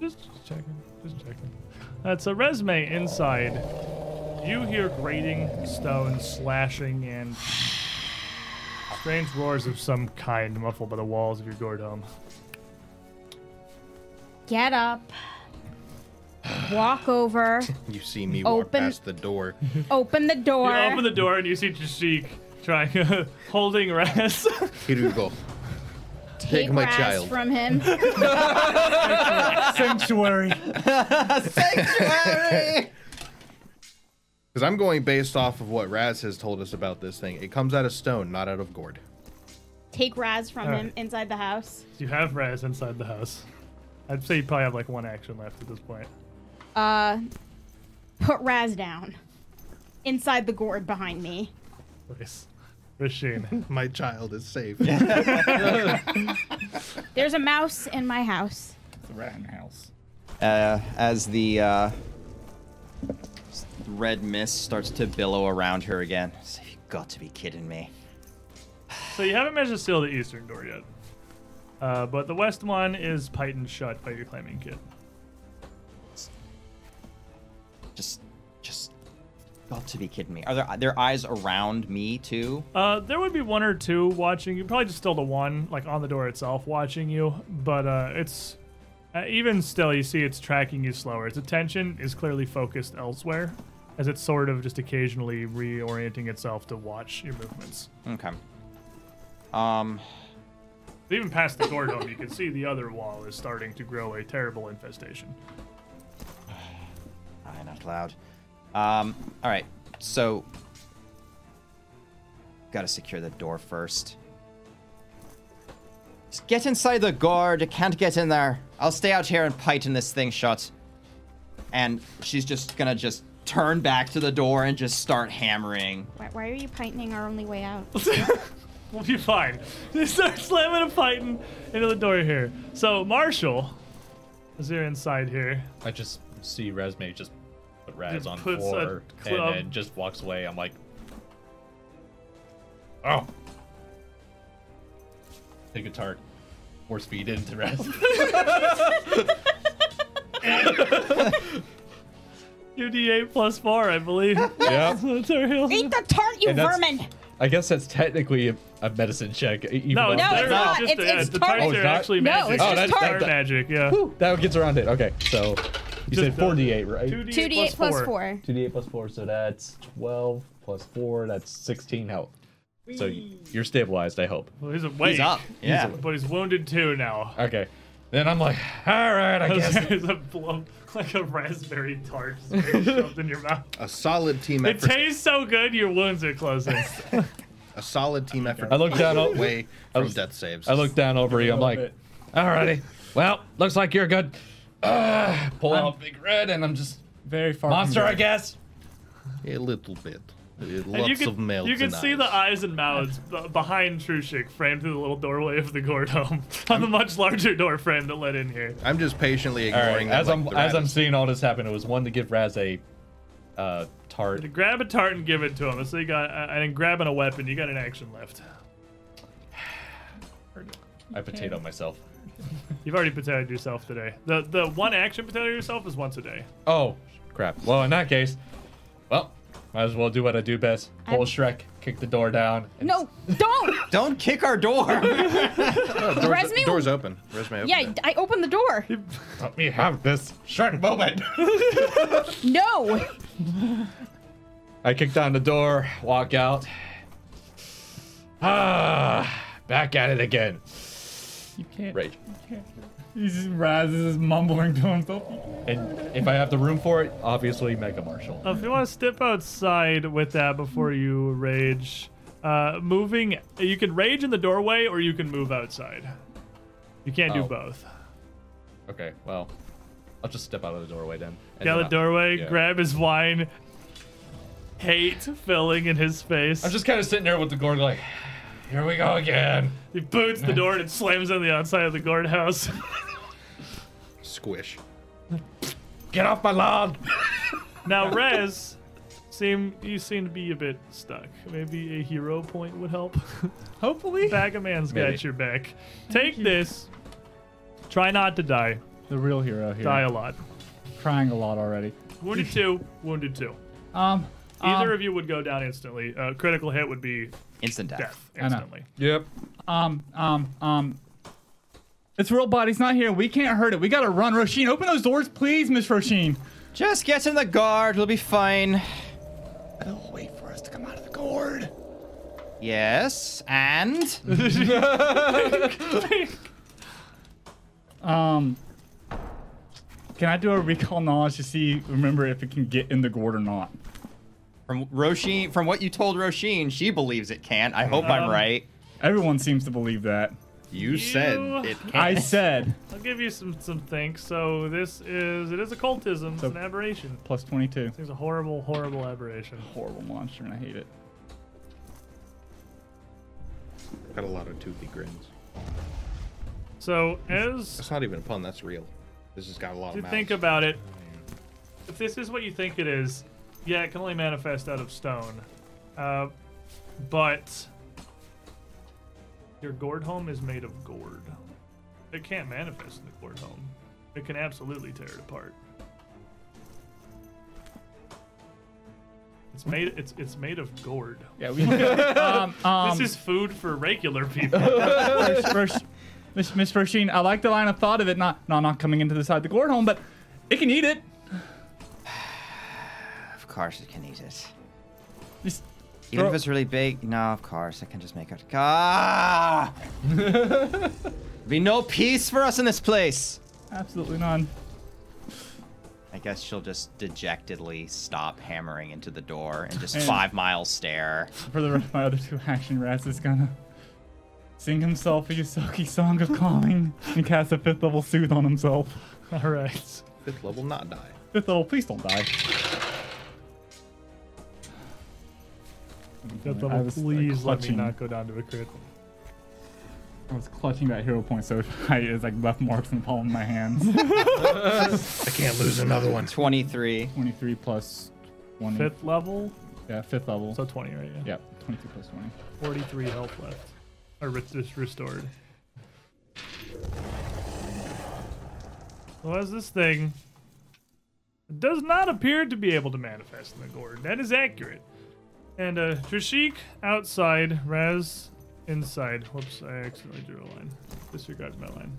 [SPEAKER 1] Just checking. Just checking. That's a resume inside. You hear grating, stones slashing, and strange roars of some kind muffled by the walls of your gourd home.
[SPEAKER 2] Get up. Walk over.
[SPEAKER 5] You see me walk
[SPEAKER 2] Open-
[SPEAKER 5] past the door.
[SPEAKER 2] open the door.
[SPEAKER 1] You open the door and you see Jashik trying, holding Raz.
[SPEAKER 5] Here you go.
[SPEAKER 2] Take
[SPEAKER 5] my
[SPEAKER 2] Raz
[SPEAKER 5] child.
[SPEAKER 2] from him.
[SPEAKER 6] Sanctuary.
[SPEAKER 4] Sanctuary!
[SPEAKER 5] Because I'm going based off of what Raz has told us about this thing. It comes out of stone, not out of gourd.
[SPEAKER 2] Take Raz from
[SPEAKER 1] All
[SPEAKER 2] him
[SPEAKER 1] right.
[SPEAKER 2] inside the house.
[SPEAKER 1] you have Raz inside the house. I'd say you probably have like one action left at this point.
[SPEAKER 2] Uh, put Raz down. Inside the gourd behind me.
[SPEAKER 1] Nice. Rasheen.
[SPEAKER 5] My child is safe.
[SPEAKER 2] There's a mouse in my house.
[SPEAKER 6] It's a rat in the house.
[SPEAKER 4] uh, as the uh, s- red mist starts to billow around her again. It's like, you got to be kidding me.
[SPEAKER 1] so you haven't managed to seal the eastern door yet. Uh, but the west one is python shut by your claiming kit.
[SPEAKER 4] Just, just got to be kidding me. Are there their eyes around me too?
[SPEAKER 1] Uh, there would be one or two watching you. Probably just still the one, like on the door itself, watching you. But uh, it's uh, even still, you see it's tracking you slower. Its attention is clearly focused elsewhere, as it's sort of just occasionally reorienting itself to watch your movements.
[SPEAKER 4] Okay. Um,
[SPEAKER 1] Even past the door dome, you can see the other wall is starting to grow a terrible infestation.
[SPEAKER 4] I not loud. Um, all right. So, gotta secure the door first. Just get inside the guard. I can't get in there. I'll stay out here and python this thing shut. And she's just gonna just turn back to the door and just start hammering.
[SPEAKER 2] Why, why are you pinting our only way out?
[SPEAKER 1] We'll be fine. They start slamming and fighting into the door here. So Marshall, as you're inside here,
[SPEAKER 3] I just see Resme just put Raz
[SPEAKER 1] Just
[SPEAKER 3] on
[SPEAKER 1] puts a
[SPEAKER 3] floor
[SPEAKER 1] club-
[SPEAKER 3] and then just walks away. I'm like, oh, take a tart, more speed into Raz.
[SPEAKER 1] 2d8 plus 4, I believe.
[SPEAKER 3] Yeah.
[SPEAKER 1] That's our heal.
[SPEAKER 2] Eat the tart, you
[SPEAKER 3] And that's-
[SPEAKER 2] vermin!
[SPEAKER 3] I guess that's technically a, a medicine check. e- Even
[SPEAKER 1] No,
[SPEAKER 3] though
[SPEAKER 1] it's
[SPEAKER 2] No,
[SPEAKER 1] not.
[SPEAKER 2] it's not.
[SPEAKER 1] Just,
[SPEAKER 2] It's-
[SPEAKER 1] yeah,
[SPEAKER 2] it's
[SPEAKER 1] the
[SPEAKER 2] tart.
[SPEAKER 1] tarts
[SPEAKER 3] Oh, it's
[SPEAKER 1] are
[SPEAKER 3] not?
[SPEAKER 1] actually
[SPEAKER 2] No,
[SPEAKER 1] magic.
[SPEAKER 2] it's
[SPEAKER 3] Oh,
[SPEAKER 2] just
[SPEAKER 3] that's-
[SPEAKER 2] tart.
[SPEAKER 1] Tart magic, yeah.
[SPEAKER 3] Whew, that gets around it. Okay, so you
[SPEAKER 1] Just
[SPEAKER 3] said
[SPEAKER 1] the-
[SPEAKER 3] 48, right?
[SPEAKER 2] 2d8 plus 4.
[SPEAKER 3] 2d8 plus 4, so that's 12 plus 4, that's 16 health. So y- you're stabilized, I hope.
[SPEAKER 1] Well, he's awake.
[SPEAKER 4] He's up. Yeah.
[SPEAKER 1] But he's wounded too now.
[SPEAKER 3] Okay. Then I'm like, all right, I guess.
[SPEAKER 1] There's a blow, like a raspberry tart just shoved in your mouth.
[SPEAKER 5] A solid team
[SPEAKER 1] It
[SPEAKER 5] effort.
[SPEAKER 1] tastes so good, your wounds are closing.
[SPEAKER 5] a solid team effort.
[SPEAKER 3] Oh I looked down
[SPEAKER 1] Oh,
[SPEAKER 3] o-
[SPEAKER 5] away from
[SPEAKER 3] was-
[SPEAKER 5] death saves.
[SPEAKER 3] I look down over you. I'm like,
[SPEAKER 6] bit.
[SPEAKER 3] all righty. Well, looks like you're good. Uh, pull out Big Red, and I'm just
[SPEAKER 6] Very far. from
[SPEAKER 3] monster, I
[SPEAKER 6] dead.
[SPEAKER 3] guess.
[SPEAKER 5] a little bit. Uh,
[SPEAKER 1] And
[SPEAKER 5] Lots
[SPEAKER 1] you
[SPEAKER 5] of
[SPEAKER 1] can,
[SPEAKER 5] melts.
[SPEAKER 1] you can
[SPEAKER 5] and
[SPEAKER 1] see
[SPEAKER 5] eyes.
[SPEAKER 1] the eyes and mouths b- behind Trushik framed through the little doorway of the gourd home on the much larger door frame that led in here.
[SPEAKER 5] I'm just patiently
[SPEAKER 3] All
[SPEAKER 5] ignoring
[SPEAKER 3] right.
[SPEAKER 5] that,
[SPEAKER 3] As
[SPEAKER 5] like,
[SPEAKER 3] I'm
[SPEAKER 5] the
[SPEAKER 3] as I'm
[SPEAKER 5] rabbits.
[SPEAKER 3] seeing all this happen, it was one to give Raz a uh, tart.
[SPEAKER 1] To grab a tart and give it to him. So you got, uh, and grabbing a weapon, you got an action left.
[SPEAKER 3] I potato myself.
[SPEAKER 1] You've already potatoed yourself today. The the one action potato yourself is once a day.
[SPEAKER 3] Oh crap. Well, in that case, well, might as well do what I do best. Pull
[SPEAKER 2] I'm-
[SPEAKER 3] Shrek, kick the door down. and-
[SPEAKER 2] No, don't!
[SPEAKER 4] Don't kick our door.
[SPEAKER 5] Doors,
[SPEAKER 2] Resmi-
[SPEAKER 5] doors open. Resmi open.
[SPEAKER 2] Yeah, I opened the door.
[SPEAKER 3] Let me have this Shrek moment.
[SPEAKER 2] No!
[SPEAKER 3] I kick down the door, walk out. Ah, back at it again.
[SPEAKER 6] You can't.
[SPEAKER 3] Rage.
[SPEAKER 6] He's just, Raz is just mumbling to himself.
[SPEAKER 3] And if I have the room for it, obviously Mega Marshall.
[SPEAKER 1] Uh, if you want to step outside with that before you rage, uh, moving you can rage in the doorway or you can move outside. You can't
[SPEAKER 3] Oh.
[SPEAKER 1] do both.
[SPEAKER 3] Okay, well, I'll just step out of the doorway then. and
[SPEAKER 1] Down
[SPEAKER 3] then
[SPEAKER 1] the
[SPEAKER 3] I-
[SPEAKER 1] doorway,
[SPEAKER 3] yeah.
[SPEAKER 1] grab his wine. Hate filling in his face.
[SPEAKER 3] I'm just kind of sitting there with the gourd, like, here we go again.
[SPEAKER 1] he boots the door and it slams on the outside of the guardhouse.
[SPEAKER 5] Squish.
[SPEAKER 3] Get off my lawn.
[SPEAKER 1] now, Rez, seem you seem to be a bit stuck. Maybe a hero point would help.
[SPEAKER 6] Hopefully.
[SPEAKER 1] Bag of man's
[SPEAKER 3] Maybe.
[SPEAKER 1] got your back. Take this. Try not to die.
[SPEAKER 6] The real hero here.
[SPEAKER 1] Die a lot.
[SPEAKER 6] Crying a lot already.
[SPEAKER 1] Wounded two. Wounded two.
[SPEAKER 6] Um.
[SPEAKER 1] Either
[SPEAKER 6] um,
[SPEAKER 1] of you would go down instantly. Uh, critical hit would be
[SPEAKER 4] Instant death.
[SPEAKER 1] death
[SPEAKER 6] know.
[SPEAKER 1] instantly.
[SPEAKER 3] Yep.
[SPEAKER 6] Um. Um. Um. It's real body's not here. We can't hurt it. We gotta run. Roshin, open those doors, please, Miss Roshin.
[SPEAKER 4] Just get in the guard. We'll be fine.
[SPEAKER 5] They'll wait for us to come out of the gourd.
[SPEAKER 4] Yes, and
[SPEAKER 6] Um. Can I do a recall knowledge to see, remember if it can get in the gourd or not?
[SPEAKER 4] from Roisin, from what you told Roisin, she believes it can. I hope
[SPEAKER 6] Uh,
[SPEAKER 4] I'm
[SPEAKER 1] Um,
[SPEAKER 4] right.
[SPEAKER 6] Everyone seems to believe that.
[SPEAKER 5] You said
[SPEAKER 1] You-
[SPEAKER 5] it can't.
[SPEAKER 6] I said
[SPEAKER 1] I'll give you some some thinks. So this is it is occultism. It's
[SPEAKER 6] So-
[SPEAKER 1] an aberration.
[SPEAKER 6] plus 22.
[SPEAKER 1] It's a horrible, horrible aberration.
[SPEAKER 6] Horrible monster, and I hate it.
[SPEAKER 5] Got a lot of toothy grins.
[SPEAKER 1] So as
[SPEAKER 5] That's not even a pun. That's real. This has got a lot of
[SPEAKER 1] you
[SPEAKER 5] mouths.
[SPEAKER 1] think about it, if this is what you think it is, yeah, it can only manifest out of stone. Uh, but your gourd home is made of gourd. It can't manifest in the gourd home. It can absolutely tear it apart. It's made it's it's made of gourd.
[SPEAKER 6] Yeah, we. um, um,
[SPEAKER 1] This is food for regular people.
[SPEAKER 6] Miss Rosh- Miss Miss Roisin, I like the line of thought of it. Not, not, not coming into the side of the gourd home, but it can eat it.
[SPEAKER 4] Of course, it can eat it.
[SPEAKER 6] Just
[SPEAKER 4] Even if
[SPEAKER 6] Throw-
[SPEAKER 4] it's really big, no, of course, I can just make it. Ah! be no peace for us in this place.
[SPEAKER 6] absolutely none.
[SPEAKER 4] I guess she'll just dejectedly stop hammering into the door and just
[SPEAKER 6] And-
[SPEAKER 4] five mile stare.
[SPEAKER 6] For the rest of my other two action, Raz is gonna sing himself a Yusoki song of calming and cast a fifth level soothe on himself.
[SPEAKER 1] All right.
[SPEAKER 5] Fifth level, not die.
[SPEAKER 6] Fifth level, please don't die.
[SPEAKER 1] Fifth
[SPEAKER 6] I
[SPEAKER 1] level,
[SPEAKER 6] was, like,
[SPEAKER 1] please let me
[SPEAKER 6] clutching.
[SPEAKER 1] not go down to a crit.
[SPEAKER 6] I was clutching that hero point so tight as like left marks in the palm of my hands.
[SPEAKER 5] I can't lose another one.
[SPEAKER 4] 23.
[SPEAKER 6] 23 plus 20.
[SPEAKER 1] Fifth level,
[SPEAKER 6] Yeah, fifth level.
[SPEAKER 1] so 20, right?
[SPEAKER 6] yeah, 22 plus 20.
[SPEAKER 1] 43 health left. Or re- just restored. So as this thing does not appear to be able to manifest in the gourd. That is accurate. And uh, Trishik outside, Raz inside. Whoops, I accidentally drew a line. Disregard my line.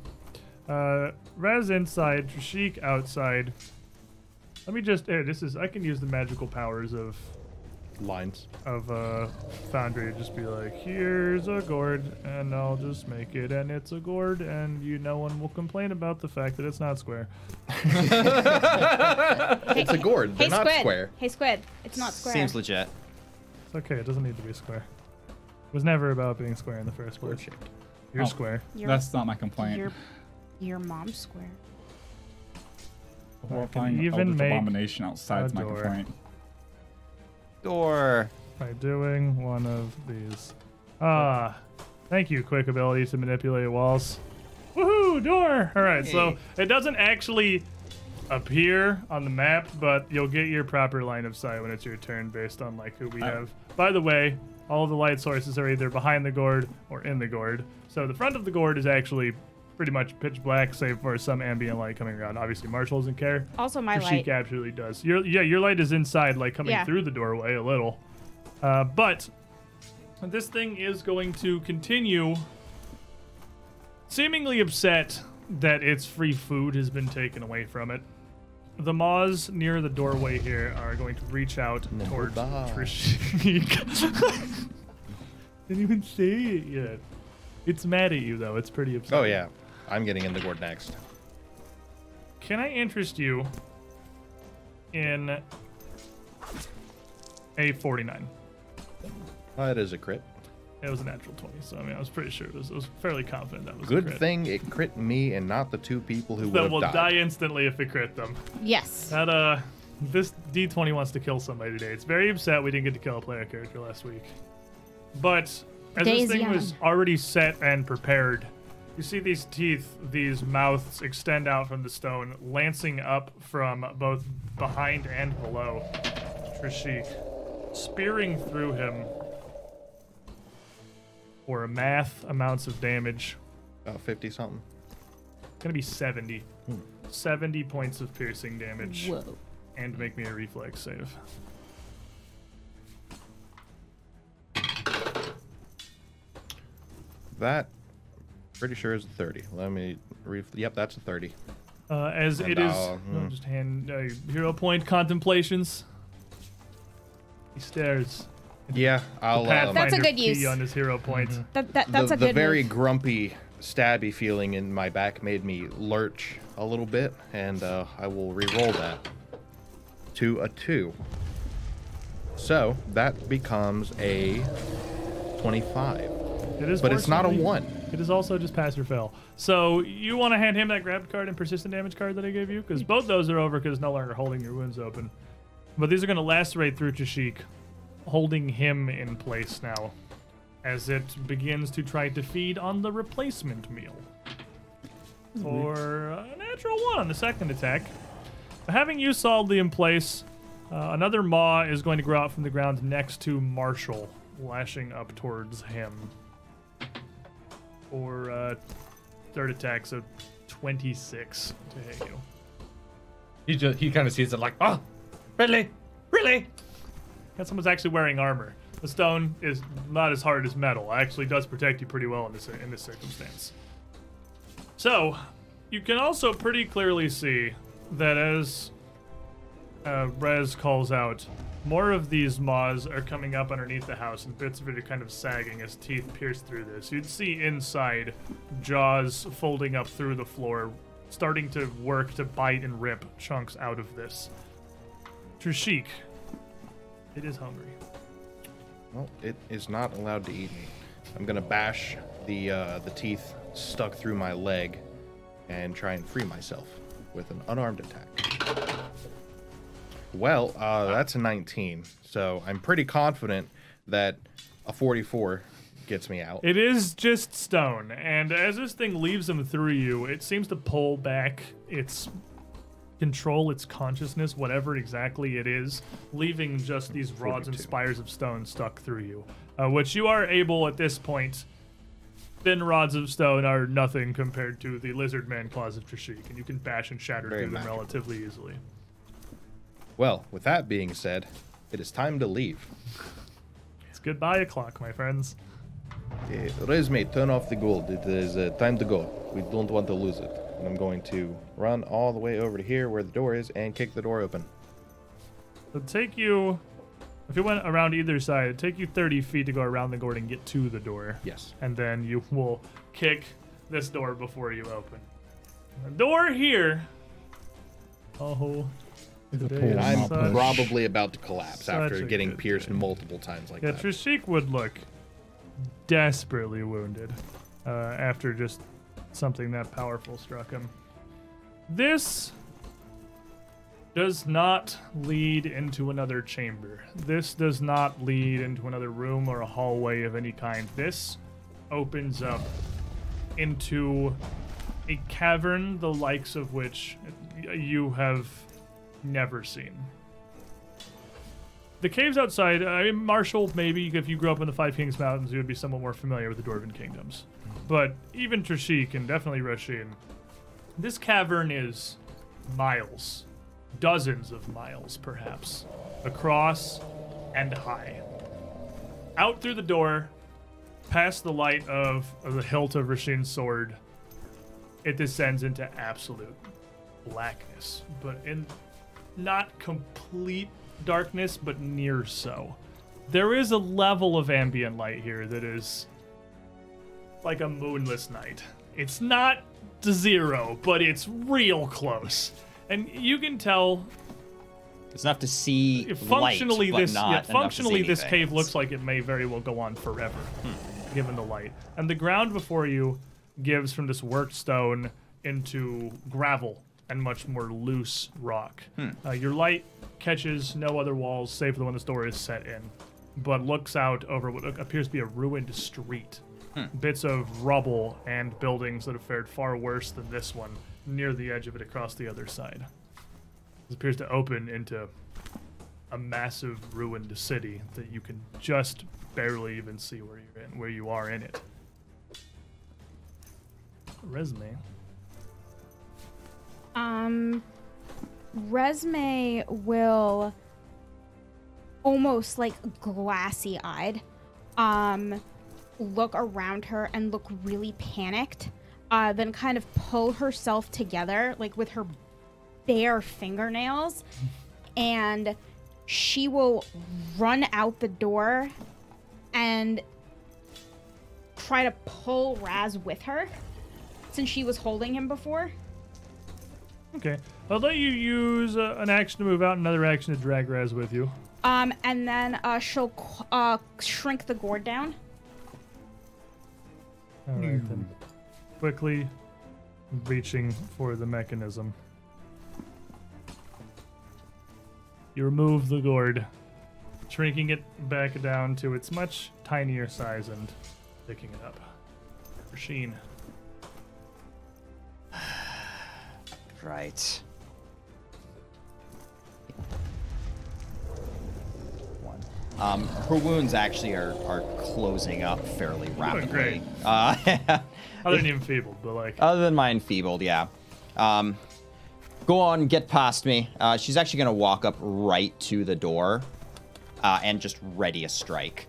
[SPEAKER 1] Uh, Raz inside, Trishik outside. Let me just. Here, this is. I can use the magical powers of
[SPEAKER 5] Lines.
[SPEAKER 1] of uh, Foundry to just be like, here's a gourd, and I'll just make it, and it's a gourd, and you, no one will complain about the fact that it's not square.
[SPEAKER 5] It's a gourd. They're
[SPEAKER 2] Hey,
[SPEAKER 5] not
[SPEAKER 2] squid.
[SPEAKER 5] square.
[SPEAKER 2] Hey, squid. It's not square.
[SPEAKER 4] Seems legit.
[SPEAKER 1] It's okay. It doesn't need to be square. It was never about being square in the first place. You're
[SPEAKER 6] Oh.
[SPEAKER 1] square.
[SPEAKER 2] Your-
[SPEAKER 6] That's not my complaint.
[SPEAKER 2] Your, your mom's square.
[SPEAKER 6] Horrifying
[SPEAKER 1] Even
[SPEAKER 6] even
[SPEAKER 1] make
[SPEAKER 6] abomination outside
[SPEAKER 1] a
[SPEAKER 6] is my
[SPEAKER 1] door.
[SPEAKER 6] complaint.
[SPEAKER 4] Door.
[SPEAKER 1] By doing one of these. Ah, thank you, quick ability to manipulate walls. Woohoo, door! All right, so it doesn't actually appear on the map, but you'll get your proper line of sight when it's your turn based on like who we have. By the way, all the light sources are either behind the gourd or in the gourd. So the front of the gourd is actually pretty much pitch black, save for some ambient light coming around. Obviously, Marshall doesn't care.
[SPEAKER 2] Also, my
[SPEAKER 1] Your chic
[SPEAKER 2] light.
[SPEAKER 1] absolutely does. Your yeah, your light is inside, like coming
[SPEAKER 2] Yeah.
[SPEAKER 1] through the doorway a little. Uh, but this thing is going to continue, seemingly upset that its free food has been taken away from it. The maws near the doorway here are going to reach out towards
[SPEAKER 5] bye.
[SPEAKER 1] Trishik. Didn't even say it yet. It's mad at you though. It's pretty upset.
[SPEAKER 5] Oh yeah, I'm getting in the gourd next.
[SPEAKER 1] Can I interest you in a 49?
[SPEAKER 5] Uh, it is a crit.
[SPEAKER 1] It was a natural 20, so I mean, I was pretty sure. It was, I was fairly confident that was a
[SPEAKER 5] Good
[SPEAKER 1] crit.
[SPEAKER 5] thing it crit me and not the two people who
[SPEAKER 1] That
[SPEAKER 5] would
[SPEAKER 1] will
[SPEAKER 5] have died.
[SPEAKER 1] die instantly if it crit them.
[SPEAKER 2] Yes.
[SPEAKER 1] That, uh, this D20 wants to kill somebody today. It's very upset we didn't get to kill a player character last week. But as
[SPEAKER 2] Day
[SPEAKER 1] this
[SPEAKER 2] is
[SPEAKER 1] thing was
[SPEAKER 2] young.
[SPEAKER 1] already set and prepared, you see these teeth, these mouths extend out from the stone, lancing up from both behind and below Trishik, spearing through him for a math amounts of damage.
[SPEAKER 5] About fifty something.
[SPEAKER 1] Gonna be 70. 70 points of piercing damage
[SPEAKER 2] Whoa.
[SPEAKER 1] and make me a reflex save.
[SPEAKER 5] That pretty sure is a thirty. Let me. Re- yep, that's a thirty.
[SPEAKER 1] Uh, as
[SPEAKER 5] And
[SPEAKER 1] it is,
[SPEAKER 5] I'll-
[SPEAKER 1] no,
[SPEAKER 5] hmm.
[SPEAKER 1] just hand uh, hero point contemplations. He stares.
[SPEAKER 5] Yeah, I'll. Um,
[SPEAKER 2] That's a good
[SPEAKER 1] P
[SPEAKER 2] use.
[SPEAKER 1] on his hero point.
[SPEAKER 2] That, that,
[SPEAKER 5] the-
[SPEAKER 2] that's
[SPEAKER 5] the,
[SPEAKER 2] a good
[SPEAKER 5] very
[SPEAKER 2] move.
[SPEAKER 5] grumpy, stabby feeling in my back made me lurch a little bit, and uh, I will re-roll that to a two. So that becomes a twenty-five,
[SPEAKER 1] It is,
[SPEAKER 5] but it's not a
[SPEAKER 1] fortunately-
[SPEAKER 5] one.
[SPEAKER 1] It is also just pass or fail. So you want to hand him that grab card and persistent damage card that I gave you, because both those are over because no longer holding your wounds open. But these are going to lacerate through Tashik, holding him in place now, as it begins to try to feed on the replacement meal. Or a natural one on the second attack. Having you solidly in place, uh, another maw is going to grow out from the ground next to Marshall, lashing up towards him. Or uh, third attack, so 26 to hit you.
[SPEAKER 3] He just he kind of sees it like, oh, really, really.
[SPEAKER 1] And someone's actually wearing armor. The stone is not as hard as metal. Actually, does protect you pretty well in this in this circumstance. So, you can also pretty clearly see that as uh, Rez calls out, more of these maws are coming up underneath the house, and bits of it are kind of sagging as teeth pierce through this. You'd see inside jaws folding up through the floor, starting to work to bite and rip chunks out of this. Trishik, it is hungry.
[SPEAKER 5] Well, it is not allowed to eat me. I'm gonna bash the uh, the teeth stuck through my leg and try and free myself with an unarmed attack. Well, uh, that's a 19, so I'm pretty confident that a 44 gets me out.
[SPEAKER 1] It is just stone, and as this thing leaves him through you, it seems to pull back its control, its consciousness, whatever exactly it is, leaving just these rods and
[SPEAKER 5] 42.
[SPEAKER 1] spires of stone stuck through you. Uh, which you are able at this point. Thin rods of stone are nothing compared to the lizard man claws of Trishik, and you can bash and shatter
[SPEAKER 5] Very
[SPEAKER 1] through them
[SPEAKER 5] magical.
[SPEAKER 1] relatively easily.
[SPEAKER 5] Well, with that being said, it is time to leave.
[SPEAKER 1] It's goodbye o'clock, my friends.
[SPEAKER 5] Uh, Resme, turn off the gold. It is uh, time to go. We don't want to lose it. And I'm going to run all the way over to here where the door is and kick the door open.
[SPEAKER 1] It'll take you, if you went around either side, it'd take you 30 feet to go around the gourd and get to the door.
[SPEAKER 5] Yes.
[SPEAKER 1] And then you will kick this door before you open. The door here. Oh, today
[SPEAKER 6] pool,
[SPEAKER 1] is
[SPEAKER 5] I'm
[SPEAKER 6] not push.
[SPEAKER 1] such-
[SPEAKER 5] probably about to collapse
[SPEAKER 1] Such
[SPEAKER 5] after
[SPEAKER 1] a
[SPEAKER 5] getting
[SPEAKER 1] good
[SPEAKER 5] pierced multiple times like
[SPEAKER 1] Yeah,
[SPEAKER 5] that.
[SPEAKER 1] Trishik would look desperately wounded uh, after just something that powerful struck him. This does not lead into another chamber. This does not lead into another room or a hallway of any kind. This opens up into a cavern the likes of which you have never seen the caves outside, I mean, Marshall, maybe if you grew up in the Five Kings Mountains, you would be somewhat more familiar with the Dwarven Kingdoms. But even Trishik and definitely Rashin, this cavern is miles, dozens of miles perhaps, across and high. Out through the door, past the light of, of the hilt of Rashin's sword, it descends into absolute blackness. But in not complete darkness, but near so. There is a level of ambient light here that is like a moonless night. It's not to zero, but it's real close. And you can tell
[SPEAKER 4] It's enough to see
[SPEAKER 1] functionally
[SPEAKER 4] light, but
[SPEAKER 1] this
[SPEAKER 4] not
[SPEAKER 1] yeah,
[SPEAKER 4] enough to see
[SPEAKER 1] functionally this
[SPEAKER 4] anything. Hmm.
[SPEAKER 1] cave looks like it may very well go on forever given the light and the ground before you gives from this worked stone into gravel and much more loose rock
[SPEAKER 4] Hmm.
[SPEAKER 1] uh, your light catches no other walls save for the one this door is set in but looks out over what appears to be a ruined street bits of rubble and buildings that have fared far worse than this one near the edge of it across the other side this appears to open into a massive ruined city that you can just barely even see where you're in, where you are in it. Resume.
[SPEAKER 2] Um, Resme will almost like glassy eyed um, look around her and look really panicked, uh, then kind of pull herself together, like with her bare fingernails, and she will run out the door and try to pull Raz with her since she was holding him before.
[SPEAKER 1] Okay, I'll let you use uh, an action to move out, another action to drag Raz with you.
[SPEAKER 2] Um, and then uh, she'll qu- uh, shrink the gourd down.
[SPEAKER 1] All right, then. Hmm. Quickly reaching for the mechanism. You remove the gourd, shrinking it back down to its much tinier size and picking it up. Machine.
[SPEAKER 4] Right. One. Um, her wounds actually are, are closing up fairly
[SPEAKER 6] Oh,
[SPEAKER 4] rapidly.
[SPEAKER 1] great.
[SPEAKER 4] Uh,
[SPEAKER 1] Other than even feebled, but like
[SPEAKER 4] other than my enfeebled, yeah. Um, go on, get past me. Uh, she's actually going to walk up right to the door uh, and just ready a strike.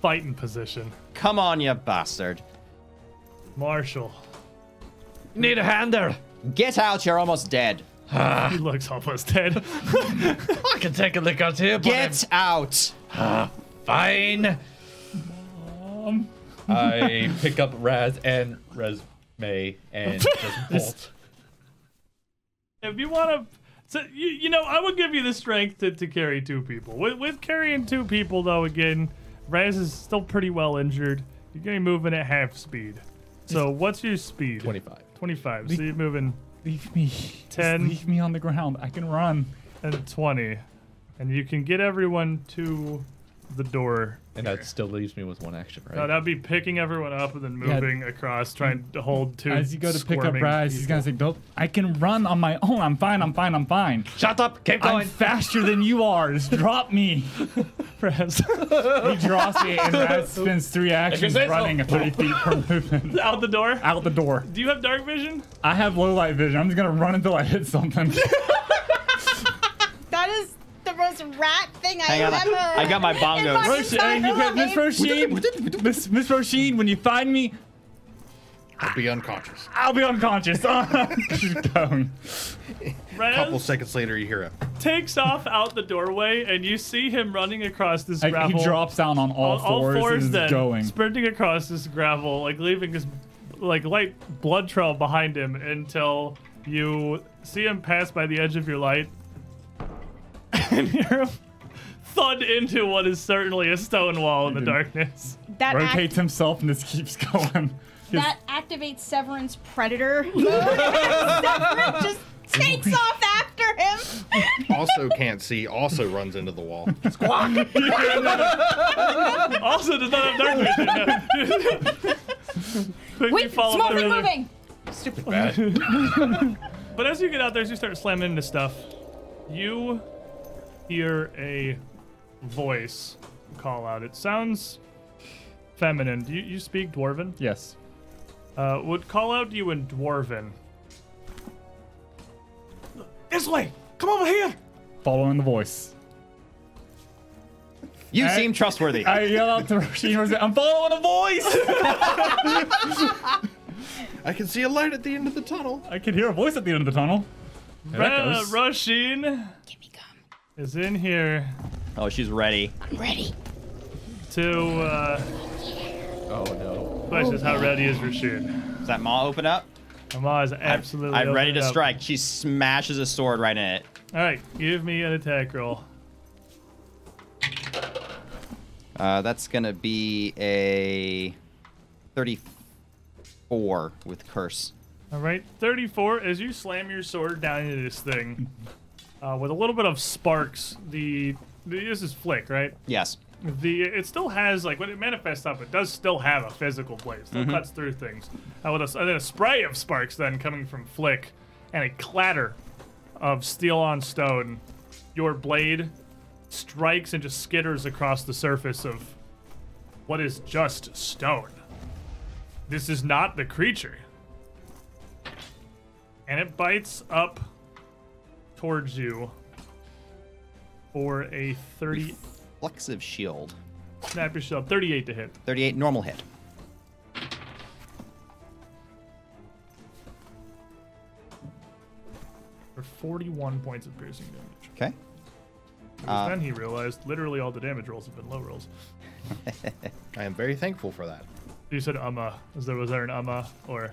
[SPEAKER 1] fighting position.
[SPEAKER 4] Come on, you bastard.
[SPEAKER 1] Marshall.
[SPEAKER 3] Need a Ah. hand there.
[SPEAKER 4] Get out, you're almost dead. Ah.
[SPEAKER 1] He looks almost dead.
[SPEAKER 3] I can take a look out here, but I'm
[SPEAKER 4] Get out!
[SPEAKER 3] fine. I pick up Raz and Resme and just bolt.
[SPEAKER 1] if you want to. So, you, you know, I would give you the strength to, to carry two people. With, with carrying two people, though, again, Raz is still pretty well injured. You're going to be moving at half speed. So, what's your speed?
[SPEAKER 3] 25.
[SPEAKER 1] 25. So, you're moving
[SPEAKER 6] Leave me.
[SPEAKER 1] Ten.
[SPEAKER 6] Just leave me on the ground. I can run.
[SPEAKER 1] and 20. And you can get everyone to the door.
[SPEAKER 3] And that still leaves me with one action, right?
[SPEAKER 1] Now, that'd be picking everyone up and then moving across, trying to hold two.
[SPEAKER 6] As you go to pick up
[SPEAKER 1] squirming
[SPEAKER 6] Raz, he's
[SPEAKER 1] people.
[SPEAKER 6] gonna say, "Nope, I can run on my own. I'm fine. I'm fine. I'm fine.
[SPEAKER 3] Shut up. Keep
[SPEAKER 6] I'm
[SPEAKER 3] going.
[SPEAKER 6] faster than you are. Just drop me."
[SPEAKER 1] Raz.
[SPEAKER 6] He drops me, and Raz spends three actions
[SPEAKER 3] say so.
[SPEAKER 6] running a 30 feet per movement
[SPEAKER 1] out the door.
[SPEAKER 6] out the door.
[SPEAKER 1] Do you have dark vision?
[SPEAKER 6] I have low light vision. I'm just gonna run until I hit something.
[SPEAKER 2] the most rat thing I
[SPEAKER 4] Hang on, I-
[SPEAKER 2] ever.
[SPEAKER 4] I got my
[SPEAKER 2] in
[SPEAKER 4] bongos.
[SPEAKER 2] my
[SPEAKER 4] Roshi-
[SPEAKER 6] uh,
[SPEAKER 2] entire
[SPEAKER 7] Miss
[SPEAKER 2] life.
[SPEAKER 7] Roshin, Miss, Miss Roshin, when you find me,
[SPEAKER 5] I'll be unconscious.
[SPEAKER 6] I'll be unconscious. She's going.
[SPEAKER 1] Rez
[SPEAKER 5] couple seconds later, you hear a
[SPEAKER 1] takes off out the doorway, and you see him running across this
[SPEAKER 6] Like,
[SPEAKER 1] gravel.
[SPEAKER 6] he drops down on all,
[SPEAKER 1] on all
[SPEAKER 6] fours,
[SPEAKER 1] fours
[SPEAKER 6] and
[SPEAKER 1] then,
[SPEAKER 6] is going.
[SPEAKER 1] sprinting across this gravel, like leaving this like light blood trail behind him until you see him pass by the edge of your light and hear him thud into what is certainly a stone wall in the darkness.
[SPEAKER 2] That act-
[SPEAKER 6] Rotates himself and just keeps going.
[SPEAKER 2] That activates Severin's predator. Severin just takes off after him.
[SPEAKER 5] also can't see, also runs into the wall.
[SPEAKER 1] Also, does not have dark vision. Quickly
[SPEAKER 2] Wait,
[SPEAKER 1] follow
[SPEAKER 2] smoke
[SPEAKER 1] the
[SPEAKER 2] and
[SPEAKER 1] other-
[SPEAKER 2] moving.
[SPEAKER 1] But as you get out there, as you start slamming into stuff, you hear a voice call out. It sounds feminine. Do you, you speak Dwarven?
[SPEAKER 6] Yes.
[SPEAKER 1] Uh, would call out to you in Dwarven.
[SPEAKER 7] this way. Come over here.
[SPEAKER 6] Following the voice.
[SPEAKER 4] You
[SPEAKER 6] I-
[SPEAKER 4] seem trustworthy.
[SPEAKER 6] I yell out to Roshi, I'm following a voice!
[SPEAKER 5] I can see a light at the end of the tunnel.
[SPEAKER 6] I can hear a voice at the end of the tunnel. There it
[SPEAKER 1] Ra-
[SPEAKER 6] goes.
[SPEAKER 1] Roshin
[SPEAKER 2] Give me gum.
[SPEAKER 1] is in here
[SPEAKER 4] Oh, she's ready.
[SPEAKER 2] I'm ready.
[SPEAKER 1] to. Uh,
[SPEAKER 3] Oh no.
[SPEAKER 1] question is how ready is Roshin?
[SPEAKER 4] Does that maw open up?
[SPEAKER 1] Amma is absolutely.
[SPEAKER 4] I'm ready
[SPEAKER 1] opening
[SPEAKER 4] to
[SPEAKER 1] up.
[SPEAKER 4] strike. She smashes a sword right in it.
[SPEAKER 1] All right, give me an attack roll.
[SPEAKER 4] Uh, that's gonna be a 34 with curse.
[SPEAKER 1] All right, 34. As you slam your sword down into this thing, uh, with a little bit of sparks, the, the this is flick, right?
[SPEAKER 4] Yes.
[SPEAKER 1] The it still has like when it manifests up, it does still have a physical blade. It Still cuts through things. Uh, with a, s- and then a spray of sparks then coming from flick, and a clatter of steel on stone. Your blade strikes and just skitters across the surface of what is just stone. This is not the creature and it bites up towards you for a 30
[SPEAKER 4] Flexive shield.
[SPEAKER 1] snap your shield 38 to hit
[SPEAKER 4] 38 normal hit.
[SPEAKER 1] for 41 points of piercing damage
[SPEAKER 4] Okay. Uh,
[SPEAKER 1] because
[SPEAKER 5] Uh,
[SPEAKER 1] then he realized literally all the damage rolls have been low rolls
[SPEAKER 5] I am very thankful for that.
[SPEAKER 1] you said umma is there was there an umma or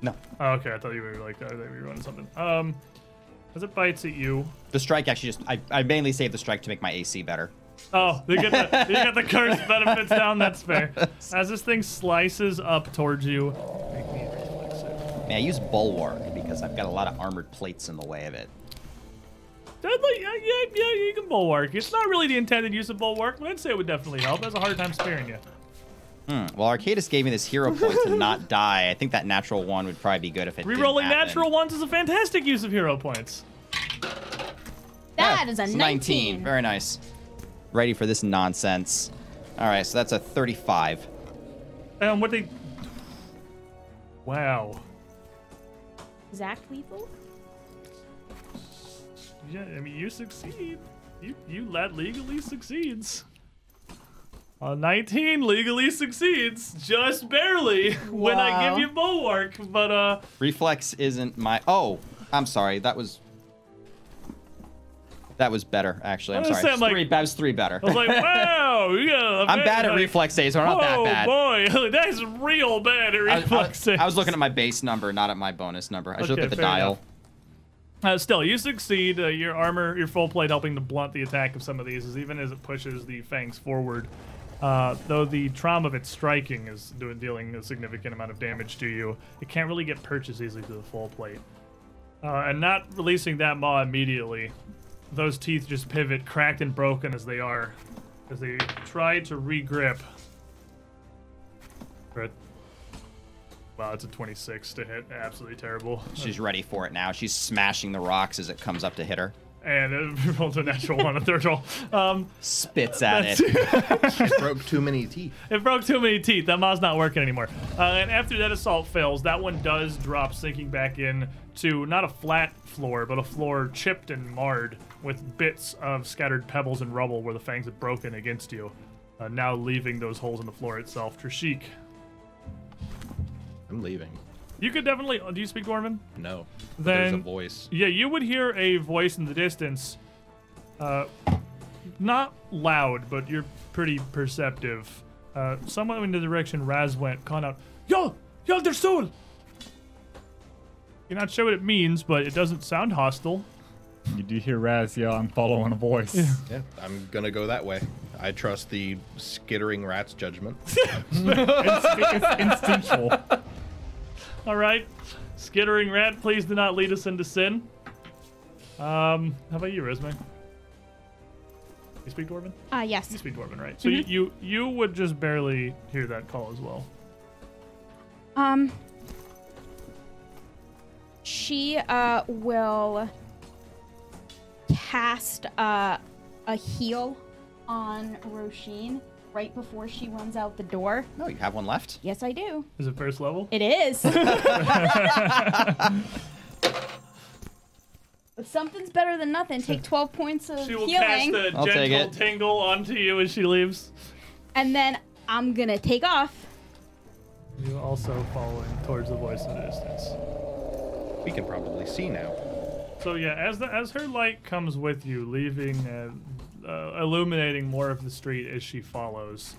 [SPEAKER 4] No.
[SPEAKER 1] oh, okay i thought you were like i thought you were running something um as it bites at you
[SPEAKER 4] The strike actually just. I, I mainly saved the strike to make my AC better.
[SPEAKER 1] Oh, they get the, you got the curse benefits down. That's fair. As this thing slices up towards you, make me a reflex save.
[SPEAKER 4] May I use bulwark because I've got a lot of armored plates in the way of it.
[SPEAKER 1] Deadly, yeah, yeah, yeah, you can bulwark. It's not really the intended use of bulwark, but I'd say it would definitely help. That's a hard time sparing you.
[SPEAKER 4] Hmm, Well, Arcadis gave me this hero point to not die. I think that natural one would probably be good if it. didn't
[SPEAKER 1] Rerolling
[SPEAKER 4] happen.
[SPEAKER 1] natural ones is a fantastic use of hero points.
[SPEAKER 2] That is a
[SPEAKER 4] It's
[SPEAKER 2] 19.
[SPEAKER 4] 19. Very nice. Ready for this nonsense. All right, so that's a 35.
[SPEAKER 1] Um, what they? Wow.
[SPEAKER 2] Zach lethal?
[SPEAKER 1] Yeah, I mean, you succeed. You you lad legally succeeds. A 19 legally succeeds, just barely, when I
[SPEAKER 2] Wow.
[SPEAKER 1] give you bulwark. But uh,
[SPEAKER 4] Reflex isn't my. Oh, I'm sorry. That was. That was better, actually. I'm
[SPEAKER 1] I was
[SPEAKER 4] sorry.
[SPEAKER 1] saying,
[SPEAKER 4] It's
[SPEAKER 1] like-
[SPEAKER 4] three, that was three better.
[SPEAKER 1] I was like, wow, you got.
[SPEAKER 4] I'm bad at reflex saves, so I'm not
[SPEAKER 1] Oh
[SPEAKER 4] that bad.
[SPEAKER 1] boy, that's real bad
[SPEAKER 4] I,
[SPEAKER 1] at
[SPEAKER 4] was- I was-
[SPEAKER 1] reflex.
[SPEAKER 4] I was looking at my base number, not at my bonus number. I should
[SPEAKER 1] Okay,
[SPEAKER 4] look at the
[SPEAKER 1] fair
[SPEAKER 4] dial.
[SPEAKER 1] enough. Uh, still, you succeed. Uh, your armor, your full plate, helping to blunt the attack of some of these, is even as it pushes the fangs forward. Uh, though the trauma of its striking is doing, dealing a significant amount of damage to you, it can't really get purchased easily to the full plate. Uh, and not releasing that maw immediately, those teeth just pivot, cracked and broken as they are, as they try to regrip. But wow, it's a 26 to hit. Absolutely terrible.
[SPEAKER 4] She's ready for it now. She's smashing the rocks as it comes up to hit her.
[SPEAKER 1] and it rolls a natural one, a third roll. Um,
[SPEAKER 4] Spits at
[SPEAKER 1] that's-
[SPEAKER 4] it.
[SPEAKER 5] Broke too many teeth.
[SPEAKER 1] It broke too many teeth. That mod's not working anymore. Uh, and after that assault fails, that one does drop, sinking back in to not a flat floor, but a floor chipped and marred with bits of scattered pebbles and rubble where the fangs have broken against you. Uh, now leaving those holes in the floor itself. Trishik,
[SPEAKER 5] I'm leaving.
[SPEAKER 1] you could definitely. Do you speak Dwarven?
[SPEAKER 5] No. But there's a
[SPEAKER 1] Then-
[SPEAKER 5] voice.
[SPEAKER 1] Yeah, you would hear a voice in the distance. Uh, not loud, but you're pretty perceptive. Uh, somewhat in the direction Raz went, calling out, Yo! Yo, there's soul! You're not sure what it means, but it doesn't sound hostile.
[SPEAKER 6] You do hear Raz yell, I'm following a voice.
[SPEAKER 5] Yeah, I'm gonna go that way. I trust the skittering rat's judgment.
[SPEAKER 6] it's instinctual.
[SPEAKER 1] All right. Skittering rat, please do not lead us into sin. Um, how about you, Resme? You speak Dwarven?
[SPEAKER 2] Uh,
[SPEAKER 1] You
[SPEAKER 2] yes.
[SPEAKER 1] speak Dwarven, right? So you, you you would just barely hear that call as well.
[SPEAKER 2] Um, she uh will cast uh, a heal on Roshin right before she runs out the door.
[SPEAKER 4] No, you have one left.
[SPEAKER 2] Yes, I do.
[SPEAKER 1] Is it first level?
[SPEAKER 2] It is. If something's better than nothing. Take 12 points of
[SPEAKER 1] She will
[SPEAKER 2] healing,
[SPEAKER 1] cast a
[SPEAKER 4] I'll take
[SPEAKER 1] gentle
[SPEAKER 4] it.
[SPEAKER 1] tingle onto you as she leaves.
[SPEAKER 2] and then I'm gonna take off.
[SPEAKER 1] You also following towards the voice in the distance.
[SPEAKER 5] we can probably see now.
[SPEAKER 1] So yeah, as the, as her light comes with you, leaving and uh, illuminating more of the street as she follows,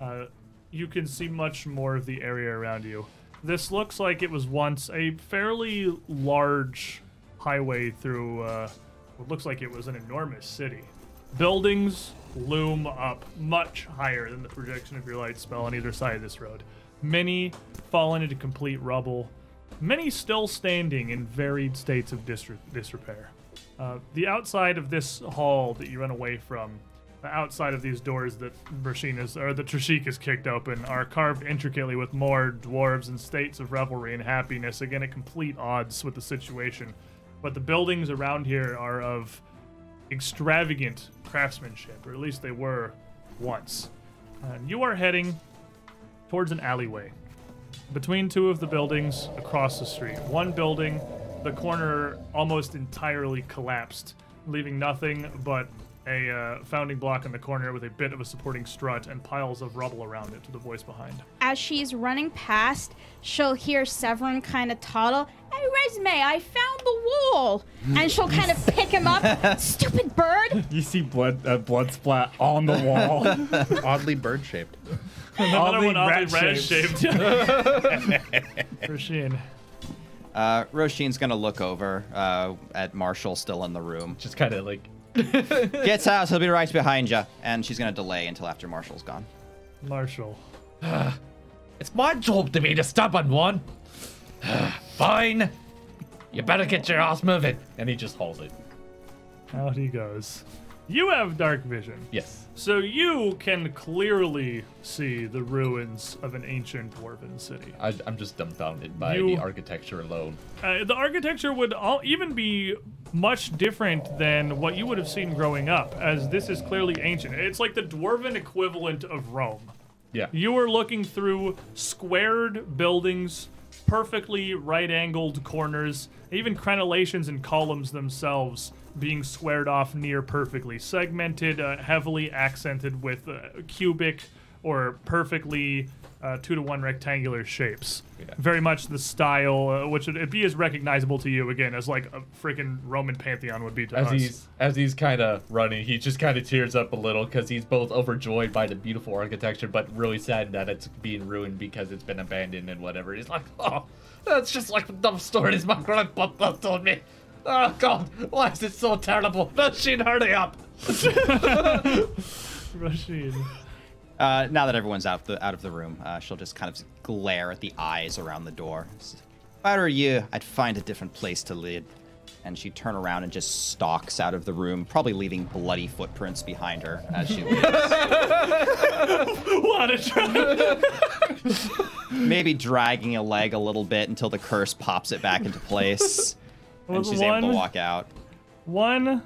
[SPEAKER 1] uh, you can see much more of the area around you. This looks like it was once a fairly large highway through uh, what looks like it was an enormous city. Buildings loom up much higher than the projection of your light spell on either side of this road. Many fallen into complete rubble, many still standing in varied states of dis- disrepair. Uh, the outside of this hall that you run away from, the outside of these doors that Brashina's or the Trishik has kicked open, are carved intricately with more dwarves and states of revelry and happiness, again at complete odds with the situation. But the buildings around here are of extravagant craftsmanship, or at least they were once. And you are heading towards an alleyway between two of the buildings across the street. One building, the corner almost entirely collapsed, leaving nothing but a uh, founding block in the corner with a bit of a supporting strut and piles of rubble around it to the voice behind.
[SPEAKER 2] As she's running past, she'll hear Severin kind of toddle, Hey, Resume, I found the wall! And she'll kind of pick him up, stupid bird!
[SPEAKER 6] You see blood uh, blood splat on the wall.
[SPEAKER 5] Oddly bird shaped.
[SPEAKER 1] Another
[SPEAKER 6] Oddly
[SPEAKER 1] one oddly
[SPEAKER 6] rat
[SPEAKER 1] red
[SPEAKER 6] shaped.
[SPEAKER 1] shaped. Rasheen.
[SPEAKER 4] Uh, Roshin's gonna look over uh, at Marshall still in the room.
[SPEAKER 3] Just kind of like
[SPEAKER 4] Gets out, he'll be right behind you. And she's gonna delay until after Marshall's gone.
[SPEAKER 1] Marshall.
[SPEAKER 3] It's my job to be the stubborn one. Fine. You better get your ass moving. And he just hauls it.
[SPEAKER 1] Out he goes. You have dark vision.
[SPEAKER 3] Yes.
[SPEAKER 1] So you can clearly see the ruins of an ancient dwarven city.
[SPEAKER 3] I, I'm just dumbfounded by the
[SPEAKER 1] You-
[SPEAKER 3] architecture alone.
[SPEAKER 1] Uh, the architecture would all even be much different than what you would have seen growing up, as this is clearly ancient. It's like the dwarven equivalent of Rome.
[SPEAKER 3] Yeah.
[SPEAKER 1] You are looking through squared buildings, perfectly right angled corners, even crenellations and columns themselves being squared off near perfectly, segmented, uh, heavily accented with uh, cubic or perfectly uh, two to one rectangular shapes. Very much the style, uh, which would it'd be as recognizable to you again as like a freaking Roman pantheon would be to
[SPEAKER 3] as
[SPEAKER 1] us.
[SPEAKER 3] he's as he's kind of running, he just kind of tears up a little because he's both overjoyed by the beautiful architecture, but really sad that it's being ruined because it's been abandoned and whatever. He's like, oh, that's just like the dumb stories my grandpa told me. Oh God, why is it so terrible? Machine, hurry up!
[SPEAKER 1] Rashid.
[SPEAKER 4] Uh, now that everyone's out of the out of the room, uh, she'll just kind of glare at the eyes around the door. If I were you, I'd find a different place to live. And she turn around and just stalks out of the room, probably leaving bloody footprints behind her as she leaves.
[SPEAKER 1] what a try!
[SPEAKER 4] Maybe dragging a leg a little bit until the curse pops it back into place, and
[SPEAKER 1] Was
[SPEAKER 4] she's
[SPEAKER 1] one-
[SPEAKER 4] able to walk out.
[SPEAKER 1] One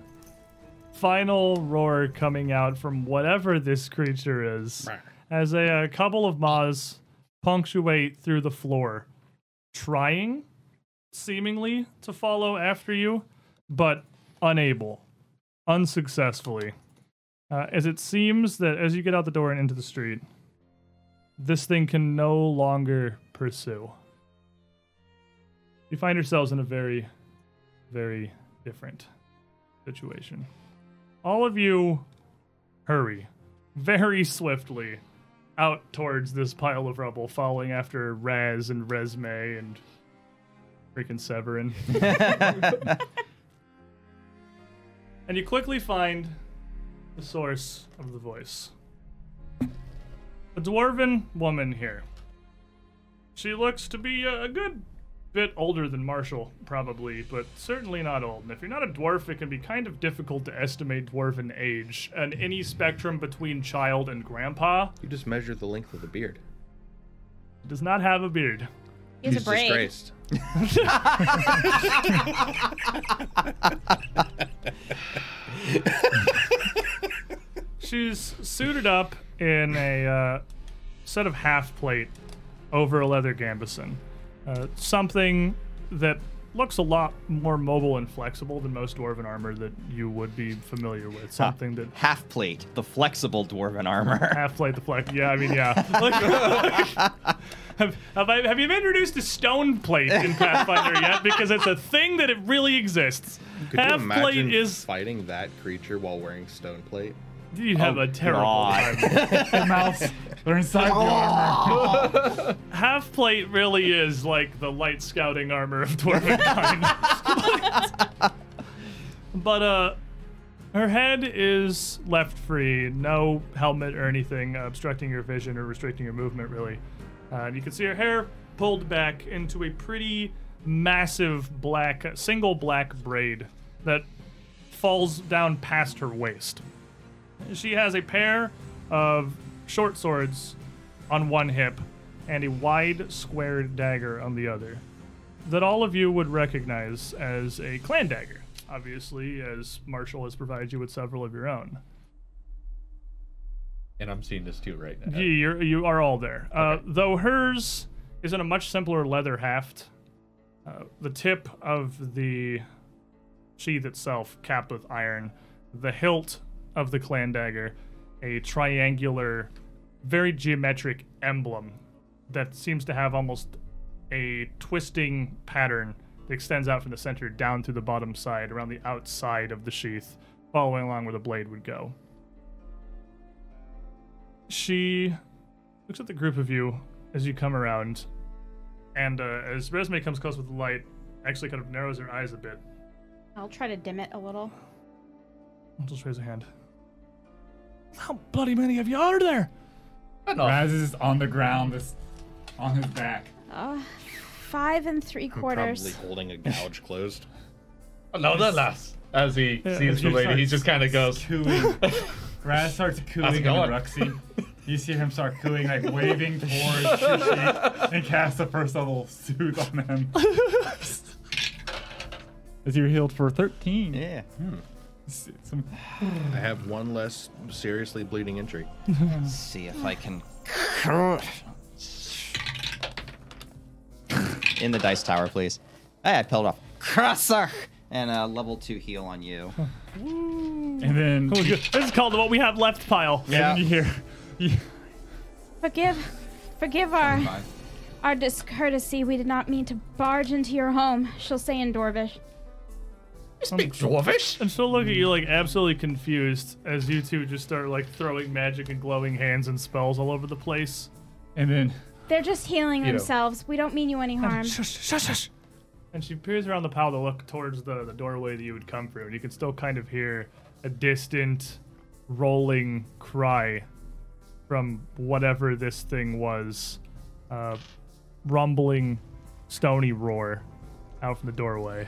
[SPEAKER 1] final roar coming out from whatever this creature is as a, uh couple of maws punctuate through the floor, trying seemingly to follow after you, but unable, unsuccessfully. Uh, as it seems that as you get out the door and into the street, this thing can no longer pursue. You find yourselves in a very, very different situation. All of you hurry very swiftly out towards this pile of rubble, following after Raz and Resme and freaking Severin. and you quickly find the source of the voice. A dwarven woman here. She looks to be a a good bit older than Marshall, probably, but certainly not old. And if you're not a dwarf, it can be kind of difficult to estimate dwarven age and any spectrum between child and grandpa.
[SPEAKER 5] You just measure the length of the beard.
[SPEAKER 1] Does not have a beard.
[SPEAKER 2] He's a
[SPEAKER 5] He's
[SPEAKER 2] braid.
[SPEAKER 5] disgraced.
[SPEAKER 1] She's suited up in a uh, set of half plate over a leather gambeson. Uh, something that looks a lot more mobile and flexible than most dwarven armor that you would be familiar with. Something that
[SPEAKER 4] Half plate, the flexible dwarven armor.
[SPEAKER 1] half plate the flex. Yeah, I mean, yeah. Like- like- have, have, I, have you been introduced to stone plate in Pathfinder yet? Because it's a thing that it really exists.
[SPEAKER 5] Could you
[SPEAKER 1] half
[SPEAKER 5] imagine
[SPEAKER 1] plate is.
[SPEAKER 5] fighting that creature while wearing stone plate?
[SPEAKER 1] You have a terrible
[SPEAKER 4] God.
[SPEAKER 1] time.
[SPEAKER 6] Their mouths, they're inside the armor.
[SPEAKER 1] half plate really is like the light scouting armor of dwarven kind. but uh her head is left free, no helmet or anything obstructing your vision or restricting your movement really. Uh, you can see her hair pulled back into a pretty massive black single black braid that falls down past her waist. She has a pair of short swords on one hip and a wide squared dagger on the other that all of you would recognize as a clan dagger, obviously, as Marshall has provided you with several of your own.
[SPEAKER 3] And I'm seeing this too right now.
[SPEAKER 1] Yeah, you're, you are all there. Uh, though hers is in a much simpler leather haft. Uh, the tip of the sheath itself capped with iron. The hilt of the clan dagger, a triangular, very geometric emblem that seems to have almost a twisting pattern that extends out from the center down to the bottom side, around the outside of the sheath, following along where the blade would go she looks at the group of you as you come around, and uh, as Resume comes close with the light, actually kind of narrows her eyes a bit.
[SPEAKER 2] I'll try to dim it a little.
[SPEAKER 1] Just raise a hand.
[SPEAKER 7] How bloody many of you are there?
[SPEAKER 6] Raz is on the ground, this on his back.
[SPEAKER 2] Uh, five and three
[SPEAKER 5] Probably
[SPEAKER 2] quarters.
[SPEAKER 5] holding a gouge closed.
[SPEAKER 1] Oh,
[SPEAKER 3] Another lass. As he
[SPEAKER 1] Yeah,
[SPEAKER 3] sees the
[SPEAKER 1] you
[SPEAKER 3] lady,
[SPEAKER 1] start
[SPEAKER 3] he just kind of goes,
[SPEAKER 6] Cooing. Raz
[SPEAKER 3] How's
[SPEAKER 6] starts
[SPEAKER 3] it
[SPEAKER 6] cooing in
[SPEAKER 3] going?
[SPEAKER 6] Ruxy. You see him start cooing, like waving towards Shishi and cast the first level soothe on him. As you're healed for 13.
[SPEAKER 4] Yeah.
[SPEAKER 6] Some
[SPEAKER 5] I have one less seriously bleeding injury.
[SPEAKER 4] see if I can. In the dice tower, please. Hey, I peeled off. Crusher! And a level two heal on you.
[SPEAKER 6] And then
[SPEAKER 1] Cool, good. Oh This is called the what we have left pile.
[SPEAKER 6] and you hear you-
[SPEAKER 2] Forgive, forgive our
[SPEAKER 4] Fine.
[SPEAKER 2] our discourtesy. We did not mean to barge into your home. She'll say in Dorvish.
[SPEAKER 3] Speak Dwarvish?
[SPEAKER 1] And she'll look at you like absolutely confused as you two just start like throwing magic and glowing hands and spells all over the place.
[SPEAKER 6] and then
[SPEAKER 2] They're just healing themselves. We don't mean you any harm.
[SPEAKER 7] Um, Shush, shush, shush.
[SPEAKER 1] And she peers around the pile to look towards the, the doorway that you would come through, and you can still kind of hear a distant, rolling cry from whatever this thing was. Uh, rumbling, stony roar out from the doorway.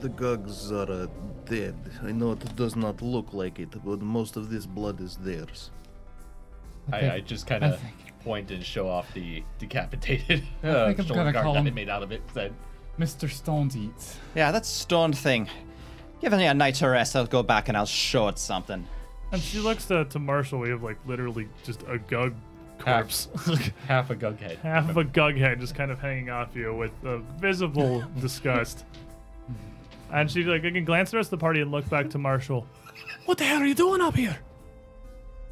[SPEAKER 8] The Gugs are uh, dead. I know it does not look like it, but most of this blood is theirs.
[SPEAKER 3] I, I just kind of point and show off the decapitated uh,
[SPEAKER 6] think I'm
[SPEAKER 3] shoulder
[SPEAKER 6] gonna
[SPEAKER 3] guard
[SPEAKER 6] call
[SPEAKER 3] that I
[SPEAKER 6] him.
[SPEAKER 3] made out of it. Said,
[SPEAKER 6] Mr. Stones eats.
[SPEAKER 4] Yeah, that stone thing. Give me a night to rest. I'll go back and I'll show it something.
[SPEAKER 1] And she looks to, to Marshall. We have like literally just a gug corpse,
[SPEAKER 3] Half a gug head.
[SPEAKER 1] half of a gug head just kind of hanging off you with a visible disgust. And she like again glance at the rest of the party and look back to Marshall.
[SPEAKER 7] What the hell are you doing up here?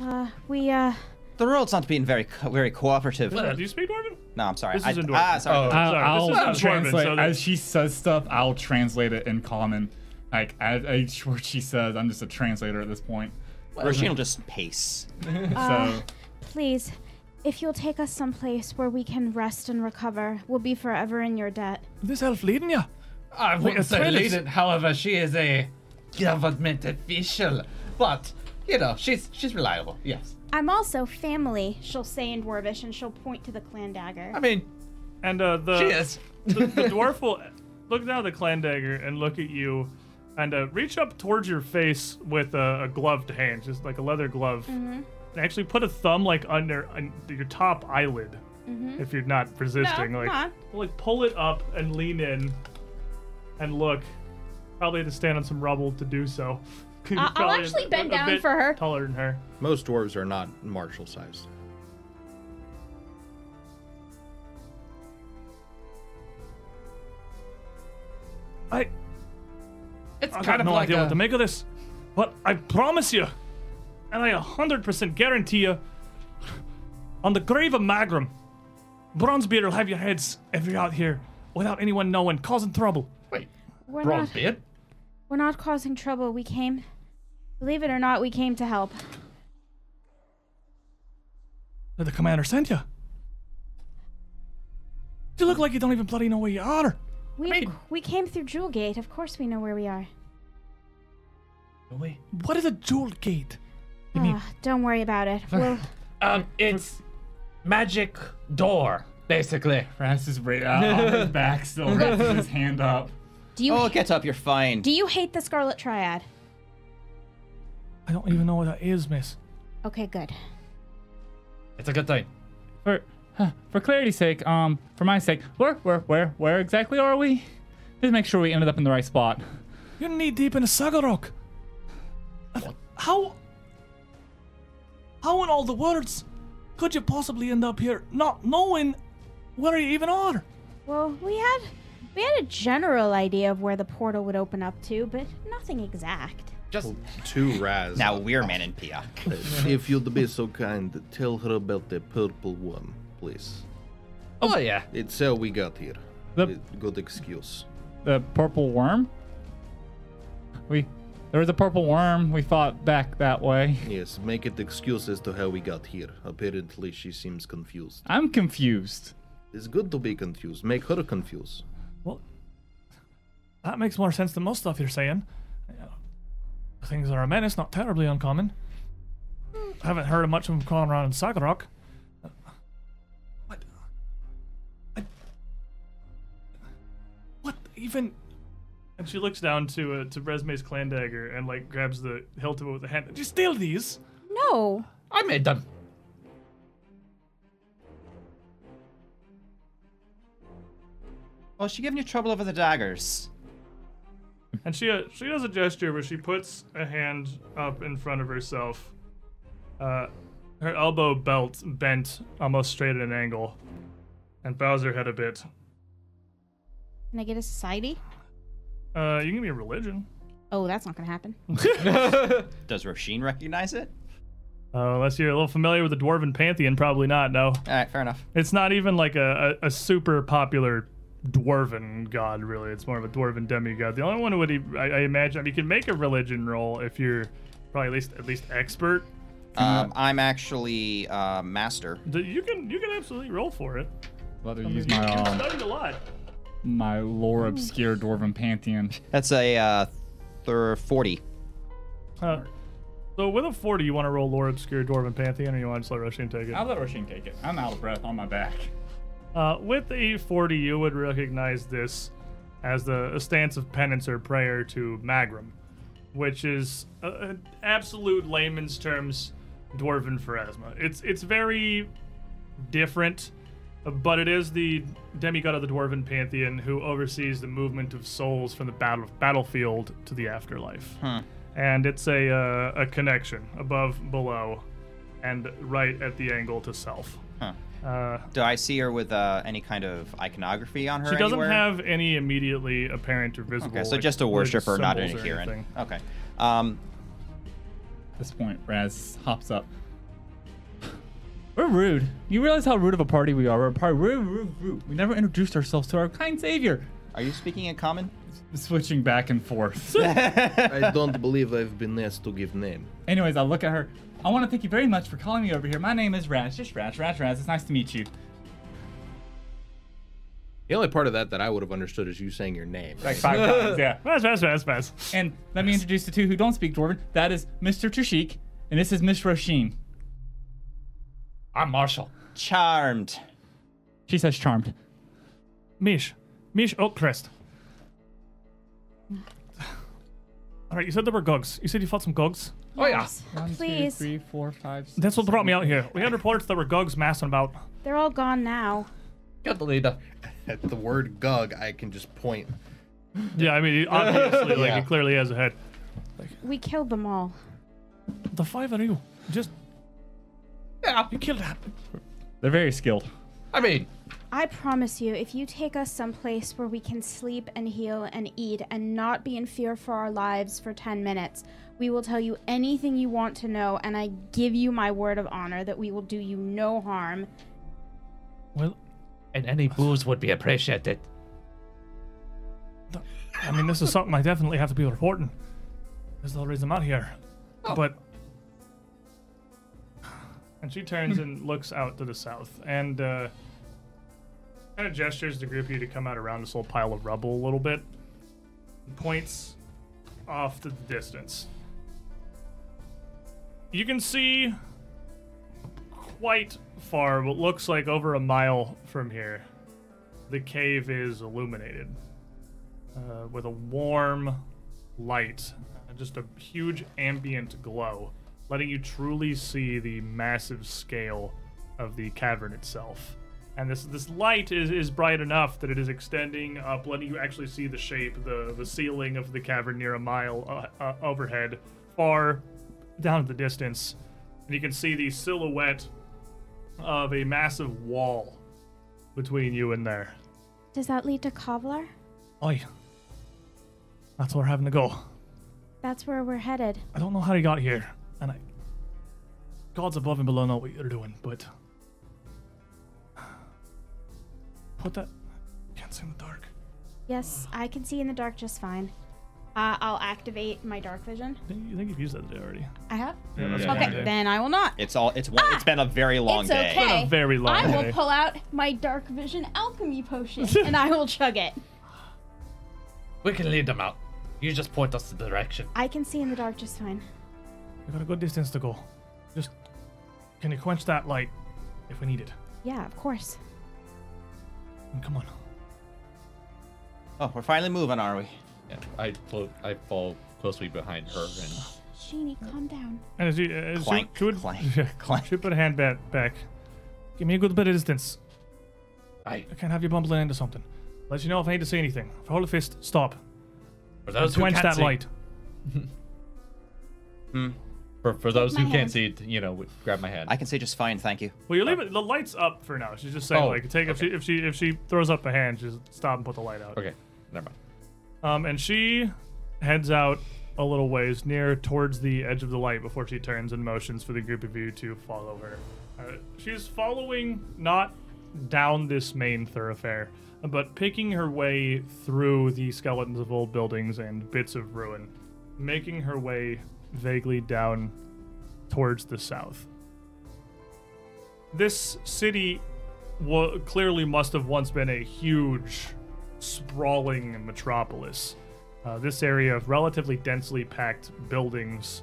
[SPEAKER 2] Uh, we, uh,
[SPEAKER 4] The world's not being very co- very cooperative.
[SPEAKER 1] Uh, Do you speak Dwarven?
[SPEAKER 4] No, I'm sorry.
[SPEAKER 1] This
[SPEAKER 4] I,
[SPEAKER 1] is in Dwarven.
[SPEAKER 4] ah, sorry.
[SPEAKER 5] Oh.
[SPEAKER 6] I'll,
[SPEAKER 1] Sorry,
[SPEAKER 6] I'll
[SPEAKER 1] this is in German, so
[SPEAKER 6] translate
[SPEAKER 1] that-
[SPEAKER 6] as she says stuff. I'll translate it in common, like as each word she says. I'm just a translator at this point.
[SPEAKER 4] Roisin will just pace.
[SPEAKER 2] Ah.
[SPEAKER 6] so
[SPEAKER 2] Uh, please, if you'll take us someplace where we can rest and recover, we'll be forever in your debt.
[SPEAKER 7] This elf leading you?
[SPEAKER 3] I wouldn't
[SPEAKER 7] it's
[SPEAKER 3] say
[SPEAKER 7] Phyllis.
[SPEAKER 3] lead it, however, she is a government official. But, you know, she's she's reliable, yes.
[SPEAKER 2] I'm also family, she'll say in Dwarvish, and she'll point to the clan dagger.
[SPEAKER 3] I mean,
[SPEAKER 1] And uh, the
[SPEAKER 3] she is.
[SPEAKER 1] the, the dwarf will look down at the clan dagger and look at you and uh, reach up towards your face with a, a gloved hand, just like a leather glove.
[SPEAKER 2] Mm-hmm.
[SPEAKER 1] And actually put a thumb like under un- your top eyelid if you're not resisting.
[SPEAKER 2] Mm-hmm. No,
[SPEAKER 1] like,
[SPEAKER 2] not.
[SPEAKER 1] like pull it up and lean in and look. Probably had to stand on some rubble to do so. You're
[SPEAKER 2] I'll
[SPEAKER 1] probably
[SPEAKER 2] actually
[SPEAKER 1] a-
[SPEAKER 2] bend
[SPEAKER 1] a
[SPEAKER 2] down
[SPEAKER 1] bit
[SPEAKER 2] for her.
[SPEAKER 1] Taller than her.
[SPEAKER 5] Most dwarves are not martial sized.
[SPEAKER 1] I
[SPEAKER 3] It's
[SPEAKER 1] I
[SPEAKER 3] kind
[SPEAKER 1] got
[SPEAKER 3] of
[SPEAKER 1] no
[SPEAKER 3] like
[SPEAKER 1] idea
[SPEAKER 3] a,
[SPEAKER 1] what to make of this, but I promise you, and I 100% guarantee you, on the grave of Magram, Bronzebeard will have your heads if you're out here without anyone knowing, causing trouble.
[SPEAKER 3] Wait,
[SPEAKER 2] We're
[SPEAKER 3] bronze
[SPEAKER 2] not,
[SPEAKER 3] beard?
[SPEAKER 2] we're not causing trouble. We came, believe it or not, we came to help.
[SPEAKER 7] Did the commander send you? You look like you don't even bloody know where you are.
[SPEAKER 2] We
[SPEAKER 3] mean-
[SPEAKER 2] we came through Jewel Gate. Of course, we know where we are.
[SPEAKER 3] Wait.
[SPEAKER 7] What is a jewel gate? You mean-
[SPEAKER 2] Ah, don't worry about it. We'll.
[SPEAKER 3] Um, it's magic door, basically.
[SPEAKER 6] Raz is right out on his back, still has his hand up.
[SPEAKER 2] Do you
[SPEAKER 4] Oh, get up. You're fine.
[SPEAKER 2] do you hate the Scarlet Triad?
[SPEAKER 7] I don't even know what that is, miss.
[SPEAKER 2] Okay, good.
[SPEAKER 3] It's a good thing.
[SPEAKER 6] For huh, for clarity's sake, um, for my sake, where where where where exactly are we? Just make sure we ended up in the right spot.
[SPEAKER 7] You're knee deep in a saga rock. How? How in all the worlds could you possibly end up here not knowing where you even are?
[SPEAKER 2] Well, we had we had a general idea of where the portal would open up to, but nothing exact.
[SPEAKER 6] Oh,
[SPEAKER 3] Just
[SPEAKER 5] Two Raz.
[SPEAKER 4] Now we're man and Pia.
[SPEAKER 8] Uh, if you'd be so kind, tell her about the purple one, please.
[SPEAKER 3] oh yeah,
[SPEAKER 8] It's how we got here.
[SPEAKER 6] The-
[SPEAKER 8] A Good excuse.
[SPEAKER 6] The purple worm. We there was a purple worm. We fought back that way.
[SPEAKER 8] Yes, make it excuse as to how we got here. Apparently, she seems confused.
[SPEAKER 6] I'm confused.
[SPEAKER 8] It's good to be confused. Make her confused.
[SPEAKER 7] Well, that makes more sense than most stuff you're saying. Things are a menace, not terribly uncommon. haven't heard of much of them crawling around in Sagarok. What? I- what even?
[SPEAKER 1] And she looks down to uh, to Resme's clan dagger and like grabs the hilt of it with a hand.
[SPEAKER 7] Did you steal these?
[SPEAKER 2] No,
[SPEAKER 3] I made them.
[SPEAKER 4] Oh, is she giving you trouble over the daggers?
[SPEAKER 1] And she uh, she does a gesture where she puts a hand up in front of herself, uh, her elbow belt bent almost straight at an angle, and bows her head a bit.
[SPEAKER 2] can I get a society?
[SPEAKER 1] Uh, you can give me a religion.
[SPEAKER 2] Oh, that's not gonna happen.
[SPEAKER 4] Does Roisin recognize it?
[SPEAKER 1] Uh, unless you're a little familiar with the Dwarven Pantheon, probably not, no.
[SPEAKER 4] All right, fair enough.
[SPEAKER 1] It's not even like a, a, a super popular Dwarven god, really. It's more of a Dwarven demigod. The only one who would, e- I, I imagine, I mean, you can make a religion roll if you're probably at least at least expert.
[SPEAKER 4] Um, I'm actually uh, master.
[SPEAKER 1] Th- You can you can absolutely roll for it.
[SPEAKER 6] Rather use my um,
[SPEAKER 1] Studied a lot.
[SPEAKER 6] my lore obscure dwarven pantheon.
[SPEAKER 4] That's a uh, thir- 40.
[SPEAKER 1] Uh, so with a 40, you want to roll Lore Obscure Dwarven Pantheon, or you want to just let Roshin take it?
[SPEAKER 6] I'll let Roshin take it. I'm out of breath on my back.
[SPEAKER 1] Uh, with a 40, you would recognize this as the a stance of penance or prayer to Magram, which is uh, uh, absolute layman's terms dwarven pharasma. It's it's very different But it is the demigod of the Dwarven Pantheon who oversees the movement of souls from the battle battlefield to the afterlife. And it's a, uh, a connection above, below, and right at the angle to self.
[SPEAKER 4] Huh.
[SPEAKER 1] Uh,
[SPEAKER 4] Do I see her with uh, any kind of iconography on her?
[SPEAKER 1] she doesn't
[SPEAKER 4] anywhere?
[SPEAKER 1] have any immediately apparent or visible.
[SPEAKER 4] Okay, so
[SPEAKER 1] like,
[SPEAKER 4] just a
[SPEAKER 1] religious
[SPEAKER 4] worshiper, not an
[SPEAKER 1] symbols or
[SPEAKER 4] adherent.
[SPEAKER 1] anything.
[SPEAKER 4] Okay. Um,
[SPEAKER 6] At this point, Raz hops up.
[SPEAKER 7] We're rude.
[SPEAKER 6] You realize how rude of a party we are. We're a party. Rude, rude, rude. We never introduced ourselves to our kind savior.
[SPEAKER 4] are you speaking in common?
[SPEAKER 6] Switching back and forth.
[SPEAKER 8] I don't believe I've been asked to give name.
[SPEAKER 6] Anyways, I look at her. I want to thank you very much for calling me over here. My name is Raz. Just Raz, Raz, Raz. It's nice to meet you.
[SPEAKER 5] The only part of that that I would have understood is you saying your name.
[SPEAKER 6] Like five times, yeah.
[SPEAKER 1] Pass, pass, pass, pass.
[SPEAKER 6] And let me introduce the two who don't speak Dwarven. That is Mr. Trishik, and this is Miss Roshin.
[SPEAKER 3] I'm Marshall.
[SPEAKER 4] Charmed.
[SPEAKER 6] She says charmed.
[SPEAKER 1] Mish. Mish Oakcrest. Alright, you said there were gogs. You said you fought some gogs.
[SPEAKER 3] Oh yeah.
[SPEAKER 2] Please.
[SPEAKER 6] Three, four, five, six.
[SPEAKER 1] That's what brought me out here. We had reports there were gogs massing about.
[SPEAKER 2] They're all gone now.
[SPEAKER 3] Got the leader.
[SPEAKER 5] At the word "gug," I can just point.
[SPEAKER 1] Yeah, I mean, obviously, like,
[SPEAKER 5] Yeah.
[SPEAKER 1] he clearly has a head.
[SPEAKER 2] We killed them all.
[SPEAKER 1] The five of you, just
[SPEAKER 3] Yeah.
[SPEAKER 1] you killed that.
[SPEAKER 6] They're very skilled.
[SPEAKER 3] I mean,
[SPEAKER 2] I promise you, if you take us someplace where we can sleep and heal and eat and not be in fear for our lives for 10 minutes, we will tell you anything you want to know, and I give you my word of honor that we will do you no harm.
[SPEAKER 7] Well,
[SPEAKER 3] and any booze would be appreciated.
[SPEAKER 7] I mean, this is something I definitely have to be reporting. That's the whole reason I'm out here.
[SPEAKER 3] Oh.
[SPEAKER 7] But
[SPEAKER 1] And she turns and looks out to the south and uh, kind of gestures the group of you to come out around this little pile of rubble a little bit. And points off to the distance. You can see quite far, what looks like over a mile from here. The cave is illuminated uh, with a warm light, uh, just a huge ambient glow, letting you truly see the massive scale of the cavern itself. And this this light is, is bright enough that it is extending up, letting you actually see the shape, the the ceiling of the cavern near a mile uh, uh, overhead, far down at the distance, and you can see the silhouette of a massive wall between you and there.
[SPEAKER 2] Does that lead to Cobbler?
[SPEAKER 7] oi, that's where we're having to go.
[SPEAKER 2] That's where we're headed.
[SPEAKER 7] I don't know how he got here, and I. God's above and below know what you're doing, but. Put that. Can't see in the dark.
[SPEAKER 2] Yes, I can see in the dark just fine. Uh, I'll activate my dark vision.
[SPEAKER 7] I think, I think you've used that today already.
[SPEAKER 2] I have?
[SPEAKER 1] that's
[SPEAKER 5] Yeah.
[SPEAKER 2] Okay, then I will not.
[SPEAKER 4] Ah, It's all. It's one. it's been a very long
[SPEAKER 2] it's
[SPEAKER 4] day.
[SPEAKER 2] okay.
[SPEAKER 1] very long
[SPEAKER 2] I
[SPEAKER 1] day.
[SPEAKER 2] will pull out my dark vision alchemy potion and I will chug it.
[SPEAKER 3] We can lead them out. You just point us the direction.
[SPEAKER 2] I can see in the dark just fine.
[SPEAKER 7] We've got a good distance to go. Just. Can you quench that light if we need it?
[SPEAKER 2] Yeah, of course.
[SPEAKER 7] And come on.
[SPEAKER 4] Oh, we're finally moving, are we?
[SPEAKER 3] Yeah, I float. I fall closely behind her and
[SPEAKER 2] Sheenie, calm down.
[SPEAKER 1] And as she, as she,
[SPEAKER 4] Clank,
[SPEAKER 1] she would
[SPEAKER 4] clank,
[SPEAKER 1] yeah,
[SPEAKER 4] clank.
[SPEAKER 1] she put a hand back, back.
[SPEAKER 7] Give me a good bit of distance.
[SPEAKER 3] I.
[SPEAKER 7] I can't have you bumbling into something. Let you know if I need to see anything. If I hold a fist, stop.
[SPEAKER 3] For those who
[SPEAKER 7] Quench
[SPEAKER 3] can't
[SPEAKER 7] that
[SPEAKER 3] see,
[SPEAKER 7] light.
[SPEAKER 3] For, for those
[SPEAKER 2] Take
[SPEAKER 3] who
[SPEAKER 2] my
[SPEAKER 3] can't
[SPEAKER 2] hand.
[SPEAKER 3] see, you know, we- grab my hand.
[SPEAKER 4] Hmm. I can say just fine, thank you.
[SPEAKER 1] Well, you leave it. The light's up for now. She's just saying
[SPEAKER 3] Uh, Oh,
[SPEAKER 1] like take if she if she if she throws up a hand, just stop and put the light out.
[SPEAKER 3] Okay, never mind.
[SPEAKER 1] Um, and she heads out a little ways near towards the edge of the light before she turns and motions for the group of you to follow her. Uh, she's following not down this main thoroughfare, but picking her way through the skeletons of old buildings and bits of ruin, making her way vaguely down towards the south. This city wa clearly must have once been a huge sprawling metropolis. Uh, this area of relatively densely packed buildings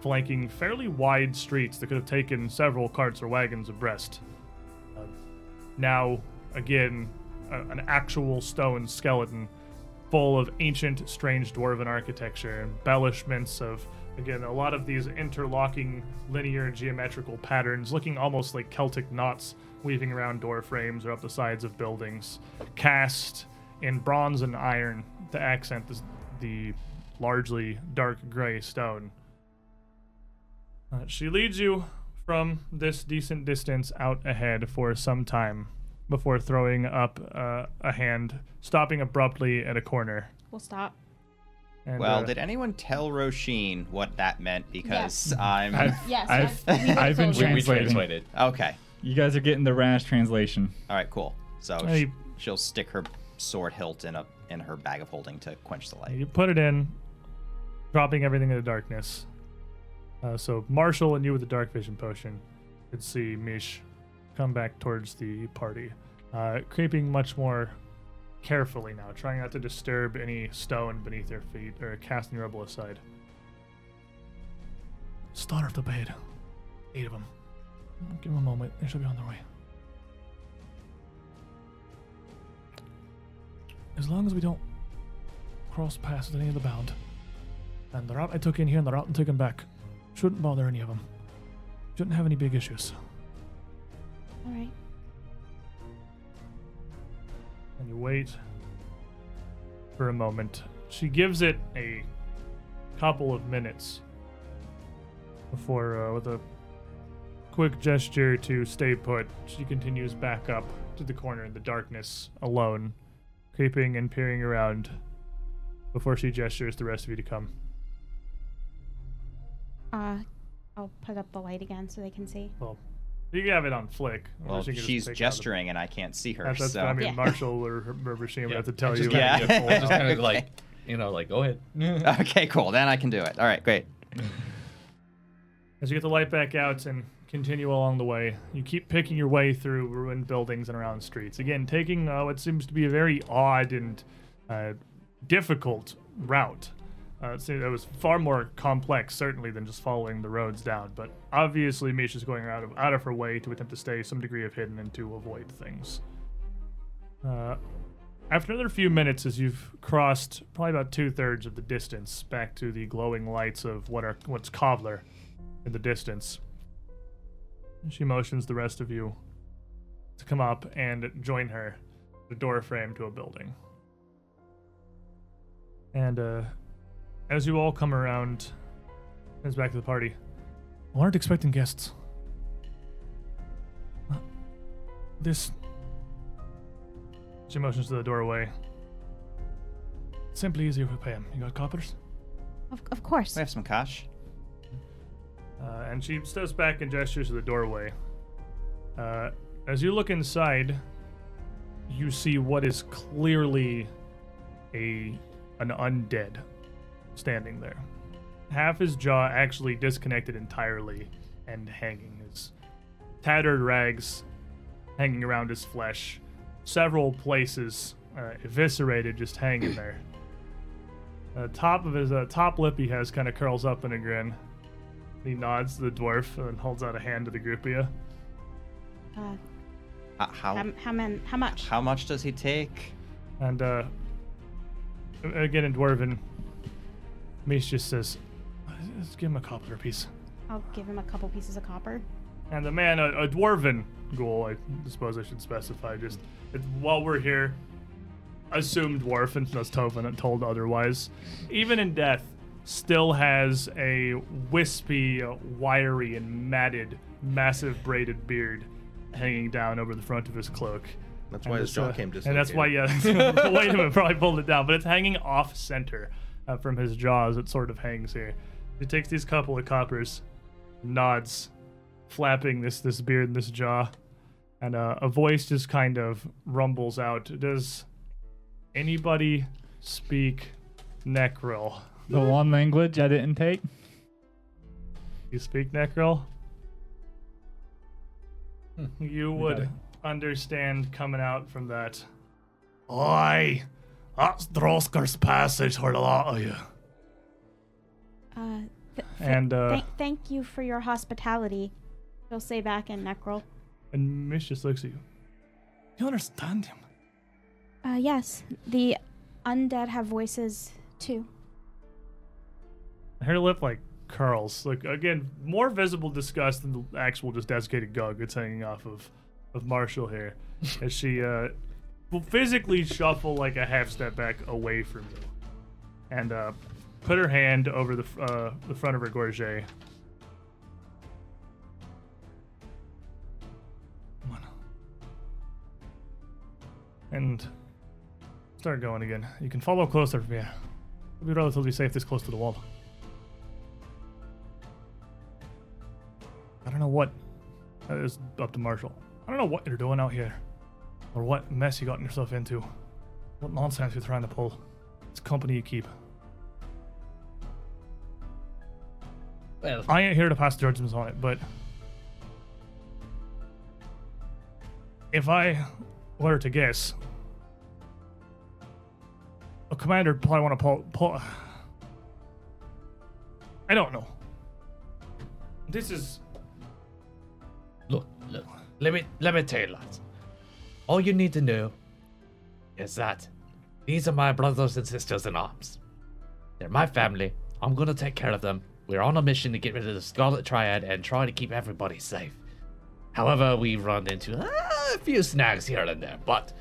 [SPEAKER 1] flanking fairly wide streets that could have taken several carts or wagons abreast. Uh, now, again, a, an actual stone skeleton full of ancient, strange dwarven architecture, embellishments of Again, a lot of these interlocking linear and geometrical patterns, looking almost like Celtic knots weaving around door frames or up the sides of buildings, cast in bronze and iron to accent this, the largely dark gray stone. Uh, she leads you from this decent distance out ahead for some time before throwing up uh, a hand, stopping abruptly at a corner.
[SPEAKER 2] We'll stop.
[SPEAKER 1] And,
[SPEAKER 4] Well,
[SPEAKER 1] uh,
[SPEAKER 4] did anyone tell Roisin what that meant? Because I'm
[SPEAKER 6] I've-
[SPEAKER 2] Yes,
[SPEAKER 6] I've,
[SPEAKER 2] I've- we
[SPEAKER 6] I've,
[SPEAKER 2] have
[SPEAKER 6] been
[SPEAKER 2] told you.
[SPEAKER 3] We, we
[SPEAKER 6] translating.
[SPEAKER 3] translated.
[SPEAKER 4] okay.
[SPEAKER 6] You guys are getting the rash translation.
[SPEAKER 4] All right, cool. So sh-
[SPEAKER 1] Hey.
[SPEAKER 4] she'll stick her sword hilt in a in her bag of holding to quench the light.
[SPEAKER 1] you put it in, dropping everything in the darkness. Uh, so Marshall and you with the dark vision potion could see Mish come back towards the party, uh, creeping much more carefully now, trying not to disturb any stone beneath their feet or cast any rubble aside.
[SPEAKER 7] Start of the bed. Eight of them. Give them a moment. They should be on their way. As long as we don't cross paths with any of the bound, and the route I took in here and the route I'm taking back, shouldn't bother any of them. Shouldn't have any big issues.
[SPEAKER 2] All right.
[SPEAKER 1] and you wait for a moment. She gives it a couple of minutes before, uh, with a quick gesture to stay put, she continues back up to the corner in the darkness, alone, creeping and peering around before she gestures the rest of you to come.
[SPEAKER 2] Uh, I'll put up the light again so they can see.
[SPEAKER 1] Well, you can have it on flick. or
[SPEAKER 4] Well,
[SPEAKER 1] she can just
[SPEAKER 4] she's
[SPEAKER 1] take it out of the-
[SPEAKER 4] gesturing and I can't see her.
[SPEAKER 1] That's, that's
[SPEAKER 4] so
[SPEAKER 1] I mean,
[SPEAKER 2] Yeah.
[SPEAKER 1] Marshall or River Sheen would have to tell
[SPEAKER 3] just
[SPEAKER 1] you.
[SPEAKER 3] kinda
[SPEAKER 4] Yeah.
[SPEAKER 3] give full- just kind of
[SPEAKER 4] Okay.
[SPEAKER 3] like, you know, like go ahead.
[SPEAKER 4] okay, cool. Then I can do it. All right, great.
[SPEAKER 1] As you get the light back out and continue along the way, you keep picking your way through ruined buildings and around streets. Again, taking uh, what seems to be a very odd and uh, difficult route. Uh, it seemed- it was far more complex, certainly, than just following the roads down. But obviously, Misha's going out of out of her way to attempt to stay some degree of hidden and to avoid things. Uh, after another few minutes, as you've crossed probably about two thirds of the distance back to the glowing lights of what are what's Cobbler, in the distance. She motions the rest of you to come up and join her at the door frame to a building. And uh, as you all come around, comes back to the party.
[SPEAKER 7] We aren't expecting guests. Uh, This
[SPEAKER 1] She motions to the doorway.
[SPEAKER 7] simply easier if we pay 'em. You got coppers?
[SPEAKER 2] Of, of course.
[SPEAKER 4] We have some cash.
[SPEAKER 1] Uh, and she steps back and gestures to the doorway. Uh, as you look inside, you see what is clearly a an undead standing there. Half his jaw actually disconnected entirely and hanging. His tattered rags hanging around his flesh, several places uh, eviscerated, just hanging there. Uh, top of his uh, top lip he has kind of curls up in a grin. He nods to the dwarf and holds out a hand to the group of you.
[SPEAKER 2] Uh,
[SPEAKER 4] How how,
[SPEAKER 2] how, how, man, how much?
[SPEAKER 4] how much does he take?
[SPEAKER 1] And uh, again in dwarven, Mish just says,
[SPEAKER 7] Let's give him a copper apiece.
[SPEAKER 2] I'll give him a couple pieces of copper.
[SPEAKER 1] and the man, a, a dwarven ghoul, I suppose I should specify. Just it, while we're here, assume dwarf and that's Tovin told otherwise. Even in death, still has a wispy, uh, wiry, and matted, massive braided beard hanging down over the front of his cloak.
[SPEAKER 5] That's why his
[SPEAKER 1] That's,
[SPEAKER 5] jaw
[SPEAKER 1] uh,
[SPEAKER 5] came dislocated.
[SPEAKER 1] And that's why, yeah, the weight of it probably pulled it down, but it's hanging off center uh, from his jaws. It sort of hangs here. He takes these couple of coppers, nods, flapping this this beard and this jaw, and uh, a voice just kind of rumbles out. Does anybody speak Necril?
[SPEAKER 6] The one language I didn't take.
[SPEAKER 1] You speak Necril? You would understand coming out from that.
[SPEAKER 7] Aye, that's Droskar's passage for Oh, a lot of you.
[SPEAKER 2] Uh, th-
[SPEAKER 1] And uh,
[SPEAKER 2] th- thank you for your hospitality. She'll say back in Necrol.
[SPEAKER 1] And Mish just looks at you.
[SPEAKER 7] You understand him?
[SPEAKER 2] Uh, yes, the undead have voices too.
[SPEAKER 1] Her lip like curls. Like again, more visible disgust than the actual just desiccated gug that's hanging off of of Marshall here, as she uh, will physically shuffle like a half step back away from you, and uh, put her hand over the f- uh, the front of her gorget. Come on. And start going again. You can follow closer from here. It'll be relatively safe this close to the wall. I don't know what. That is up to Marshall. I don't know what you're doing out here, or what mess you gotten yourself into, what nonsense you're trying to pull. It's company you keep.
[SPEAKER 9] Well,
[SPEAKER 1] I ain't here to pass judgments on it, but if I were to guess, a commander would probably want to pull, pull. I don't know. This is
[SPEAKER 9] look, look. Let me let me tell you, lads. All you need to know is that these are my brothers and sisters in arms. They're my family. I'm gonna take care of them. We're on a mission to get rid of the Scarlet Triad and try to keep everybody safe. However, we run into ah, a few snags here and there, but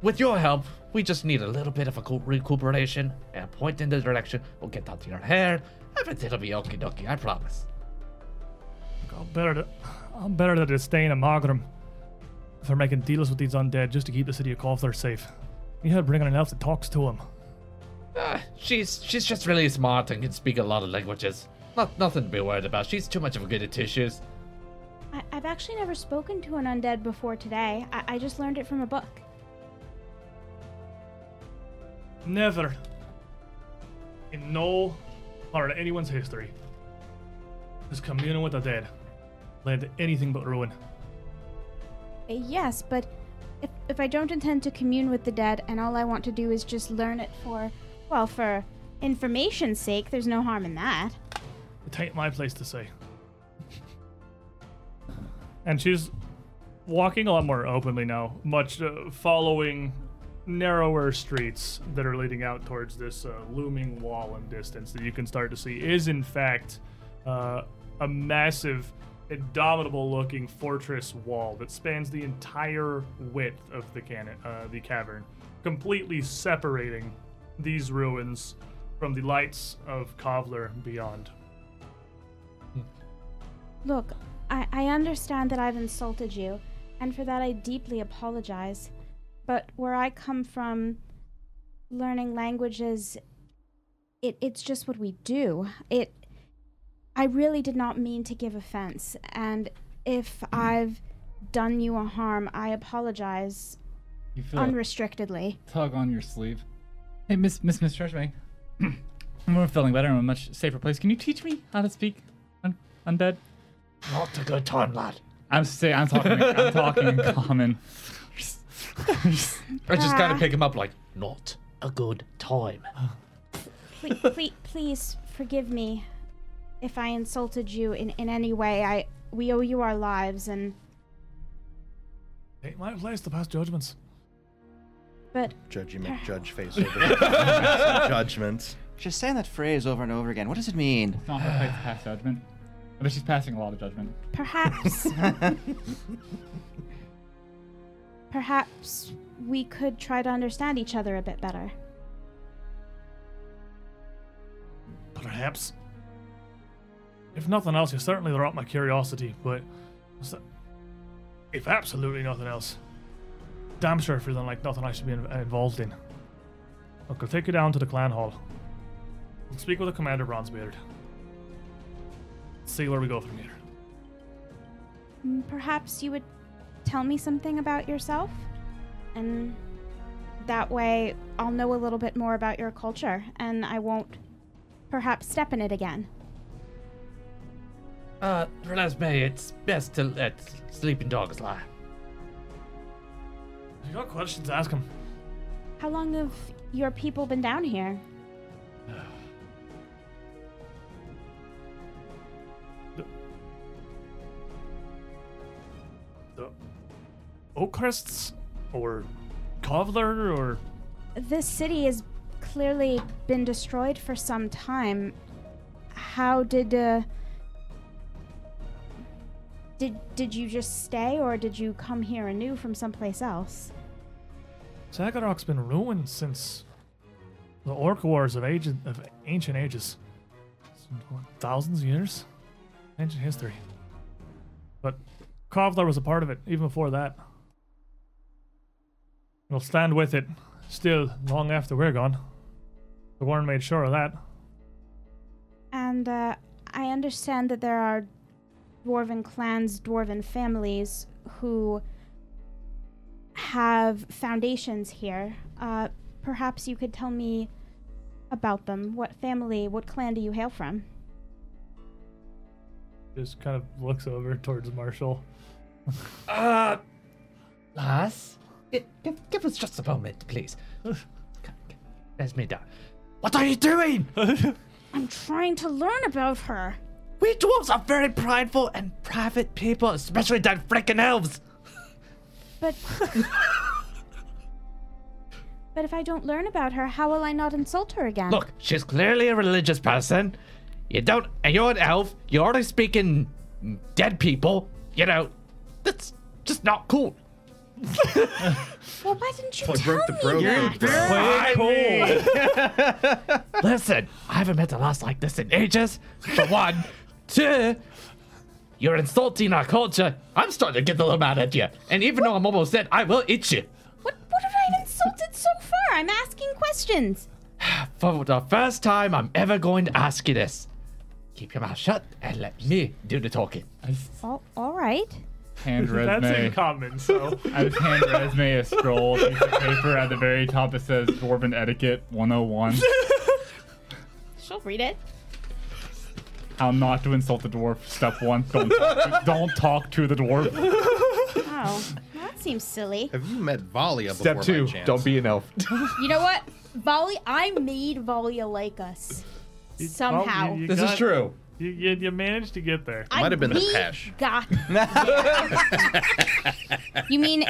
[SPEAKER 9] with your help, we just need a little bit of a co- recuperation and a point in the direction. We'll get out of your hair. Everything'll be okie dokie, I promise.
[SPEAKER 1] I'm better to, I'm better to disdain a Magram if they're making deals with these undead just to keep the city of Kovler safe. You had bringing an elf that talks to them.
[SPEAKER 9] Ah, she's she's just really smart and can speak a lot of languages. Not nothing to be worried about. She's too much of a good at tissues.
[SPEAKER 2] I- I've actually never spoken to an undead before today. I-, I just learned it from a book.
[SPEAKER 1] Never in no part of anyone's history has communing with the dead led to anything but ruin.
[SPEAKER 2] Uh, Yes, but if, if I don't intend to commune with the dead and all I want to do is just learn it for, well, for information's sake, there's no harm in that.
[SPEAKER 1] It ain't my place to say. and she's walking a lot more openly now, much uh, following narrower streets that are leading out towards this uh, looming wall in distance that you can start to see is, in fact, uh, a massive, indomitable looking fortress wall that spans the entire width of the, cannon, uh, the cavern, completely separating these ruins from the lights of Kovler beyond.
[SPEAKER 2] Look, I, I understand that I've insulted you, and for that I deeply apologize. But where I come from, learning languages, it, it's just what we do. It, I really did not mean to give offense, and if I've done you a harm, I apologize
[SPEAKER 6] You feel a
[SPEAKER 2] unrestrictedly.
[SPEAKER 6] tug on your sleeve. Hey, Miss Miss Miss Treshmay. I'm feeling better. I'm in a much safer place. Can you teach me how to speak un- undead?
[SPEAKER 9] Not a good time, lad.
[SPEAKER 6] I'm say I'm talking. I'm talking in common.
[SPEAKER 9] I just kind of pick him up like, not a good time.
[SPEAKER 6] Uh,
[SPEAKER 2] please, please, please forgive me if I insulted you in, in any way. I we owe you our lives, and
[SPEAKER 10] Ain't my place to pass judgments.
[SPEAKER 2] but
[SPEAKER 5] Judgment, judge face over there. Judgments.
[SPEAKER 4] Just saying that phrase over and over again. What does it mean?
[SPEAKER 6] It's not her place to pass judgment. I bet she's passing a lot of judgment.
[SPEAKER 2] perhaps perhaps we could try to understand each other a bit better.
[SPEAKER 10] Perhaps. If nothing else, you certainly wrought my curiosity, but s- if absolutely nothing else, damn sure feeling like nothing I should be in- uh, involved in. Look, I'll take you down to the clan hall. I'll speak with the commander, Bronzebeard. See where we go from here.
[SPEAKER 2] Mm, Perhaps you would tell me something about yourself, and that way I'll know a little bit more about your culture, and I won't perhaps step in it again.
[SPEAKER 9] Uh, realize me, it's best to let sleeping dogs lie.
[SPEAKER 10] If you got questions, ask him.
[SPEAKER 2] How long have your people been down here?
[SPEAKER 10] The Oakrests? Or Kovler? Or.
[SPEAKER 2] This city has clearly been destroyed for some time. how did uh did did you just stay or did you come here anew from someplace else?
[SPEAKER 1] Sagarok's been ruined since the Orc Wars of, age, of ancient ages. It's been, what, thousands of years? Ancient history. But Kovlar was a part of it, even before that. We'll stand with it still long after we're gone. The Warren made sure of that.
[SPEAKER 2] And uh, I understand that there are dwarven clans, dwarven families who have foundations here. Uh, perhaps you could tell me about them. What family, what clan do you hail from?
[SPEAKER 1] Just kind of looks over towards Marshall.
[SPEAKER 6] Uh,
[SPEAKER 9] Lass, gi- give, give us just a moment, please. Let me down. What are you doing?
[SPEAKER 2] I'm trying to learn about her.
[SPEAKER 9] We dwarves are very prideful and private people, especially down freaking elves.
[SPEAKER 2] But But if I don't learn about her, how will I not insult her again?
[SPEAKER 9] Look, she's clearly a religious person. You don't, and you're an elf. You're already speaking dead people. You know, that's just not cool.
[SPEAKER 2] Well, why didn't you
[SPEAKER 8] Like,
[SPEAKER 2] tell
[SPEAKER 8] broke the
[SPEAKER 2] me
[SPEAKER 8] broke
[SPEAKER 2] that?
[SPEAKER 8] code, bro.
[SPEAKER 9] I mean- Listen, I haven't met a loss like this in ages. For one, two, you're insulting our culture. I'm starting to get a little mad at you. And even though I'm almost dead, I will eat you.
[SPEAKER 2] What, what have I insulted so far? I'm asking questions.
[SPEAKER 9] For the first time, I'm ever going to ask you this. Keep your mouth shut and let me do the talking.
[SPEAKER 2] All, all right.
[SPEAKER 6] Hand resume.
[SPEAKER 3] That's in common, so.
[SPEAKER 6] I just hand resume a scroll, a piece of paper at the very top that says Dwarven Etiquette 101.
[SPEAKER 2] She'll read it.
[SPEAKER 6] How not to insult the dwarf. Step one, don't talk to, don't talk to the dwarf.
[SPEAKER 2] Oh, that seems silly.
[SPEAKER 5] Have you met Valia before?
[SPEAKER 9] Step
[SPEAKER 5] by
[SPEAKER 9] two,
[SPEAKER 5] chance?
[SPEAKER 9] don't be an elf.
[SPEAKER 2] You know what? Volley, I made Volley like us. Somehow.
[SPEAKER 3] Well, you- you got-
[SPEAKER 9] true.
[SPEAKER 3] You, you, you managed to get there.
[SPEAKER 2] I-
[SPEAKER 5] Might have been the
[SPEAKER 2] we
[SPEAKER 5] Pesh.
[SPEAKER 2] Got you mean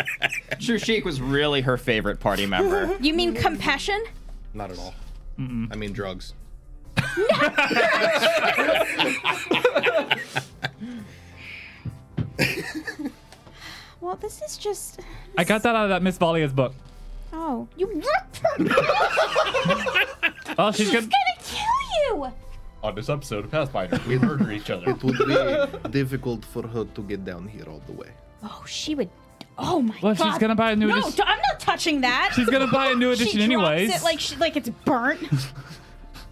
[SPEAKER 4] Trushik was really her favorite party member.
[SPEAKER 2] you mean compassion?
[SPEAKER 5] Not at all. I mean drugs.
[SPEAKER 2] Well, this is just
[SPEAKER 6] I got that out of that Miss Valia's book.
[SPEAKER 2] oh, you work for me. I'm
[SPEAKER 6] Well, Oh, she's good.
[SPEAKER 2] gonna kill you.
[SPEAKER 9] On this episode of Pathfinder, we murder each other.
[SPEAKER 8] It would be difficult for her to get down here all the way.
[SPEAKER 2] Oh, she would. Oh my
[SPEAKER 6] Well,
[SPEAKER 2] god.
[SPEAKER 6] she's gonna buy a new
[SPEAKER 2] No,
[SPEAKER 6] edition-
[SPEAKER 2] t- I'm not touching that.
[SPEAKER 6] She's gonna buy a new
[SPEAKER 2] she
[SPEAKER 6] edition
[SPEAKER 2] drops
[SPEAKER 6] anyways.
[SPEAKER 2] it like she, like it's burnt.
[SPEAKER 8] It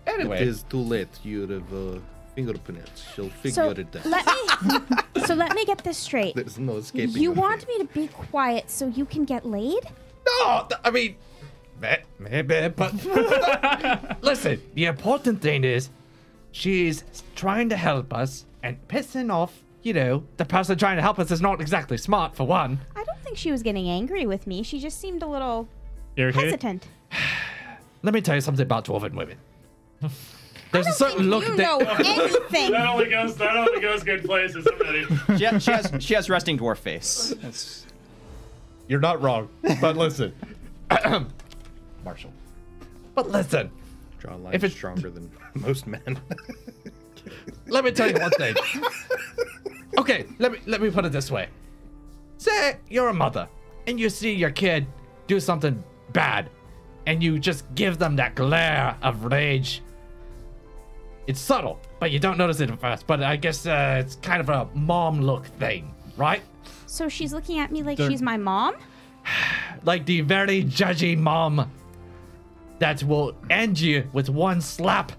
[SPEAKER 9] Anyway,
[SPEAKER 8] is too late. You have uh, fingerprints. She'll
[SPEAKER 2] So
[SPEAKER 8] figure it out.
[SPEAKER 2] let me. so let me get this straight.
[SPEAKER 8] There's no escaping.
[SPEAKER 2] You
[SPEAKER 8] your
[SPEAKER 2] want
[SPEAKER 8] fate.
[SPEAKER 2] me to be quiet so you can get laid?
[SPEAKER 9] No, th- I mean, may- maybe, but listen. The important thing is, she's trying to help us and pissing off. You know, the person trying to help us is not exactly smart for one.
[SPEAKER 2] I don't think she was getting angry with me. She just seemed a little hesitant.
[SPEAKER 9] Let me tell you something about dwarven women. There's a certain look
[SPEAKER 2] you
[SPEAKER 9] that
[SPEAKER 2] know anything.
[SPEAKER 3] That only goes, that only goes good places. Everybody.
[SPEAKER 4] she, ha- she has she has resting dwarf face. That's
[SPEAKER 9] You're not wrong. But listen, Marshall. But listen,
[SPEAKER 5] Draw
[SPEAKER 9] If
[SPEAKER 5] line
[SPEAKER 9] it-
[SPEAKER 5] stronger than most men.
[SPEAKER 9] let me tell you one thing. okay, let me let me put it this way. Say you're a mother and you see your kid do something bad and you just give them that glare of rage. It's subtle, but you don't notice it at first, but I guess uh, it's kind of a mom look thing, right?
[SPEAKER 2] So she's looking at me like she's my mom?
[SPEAKER 9] Like the very judgy mom that will end you with one slap.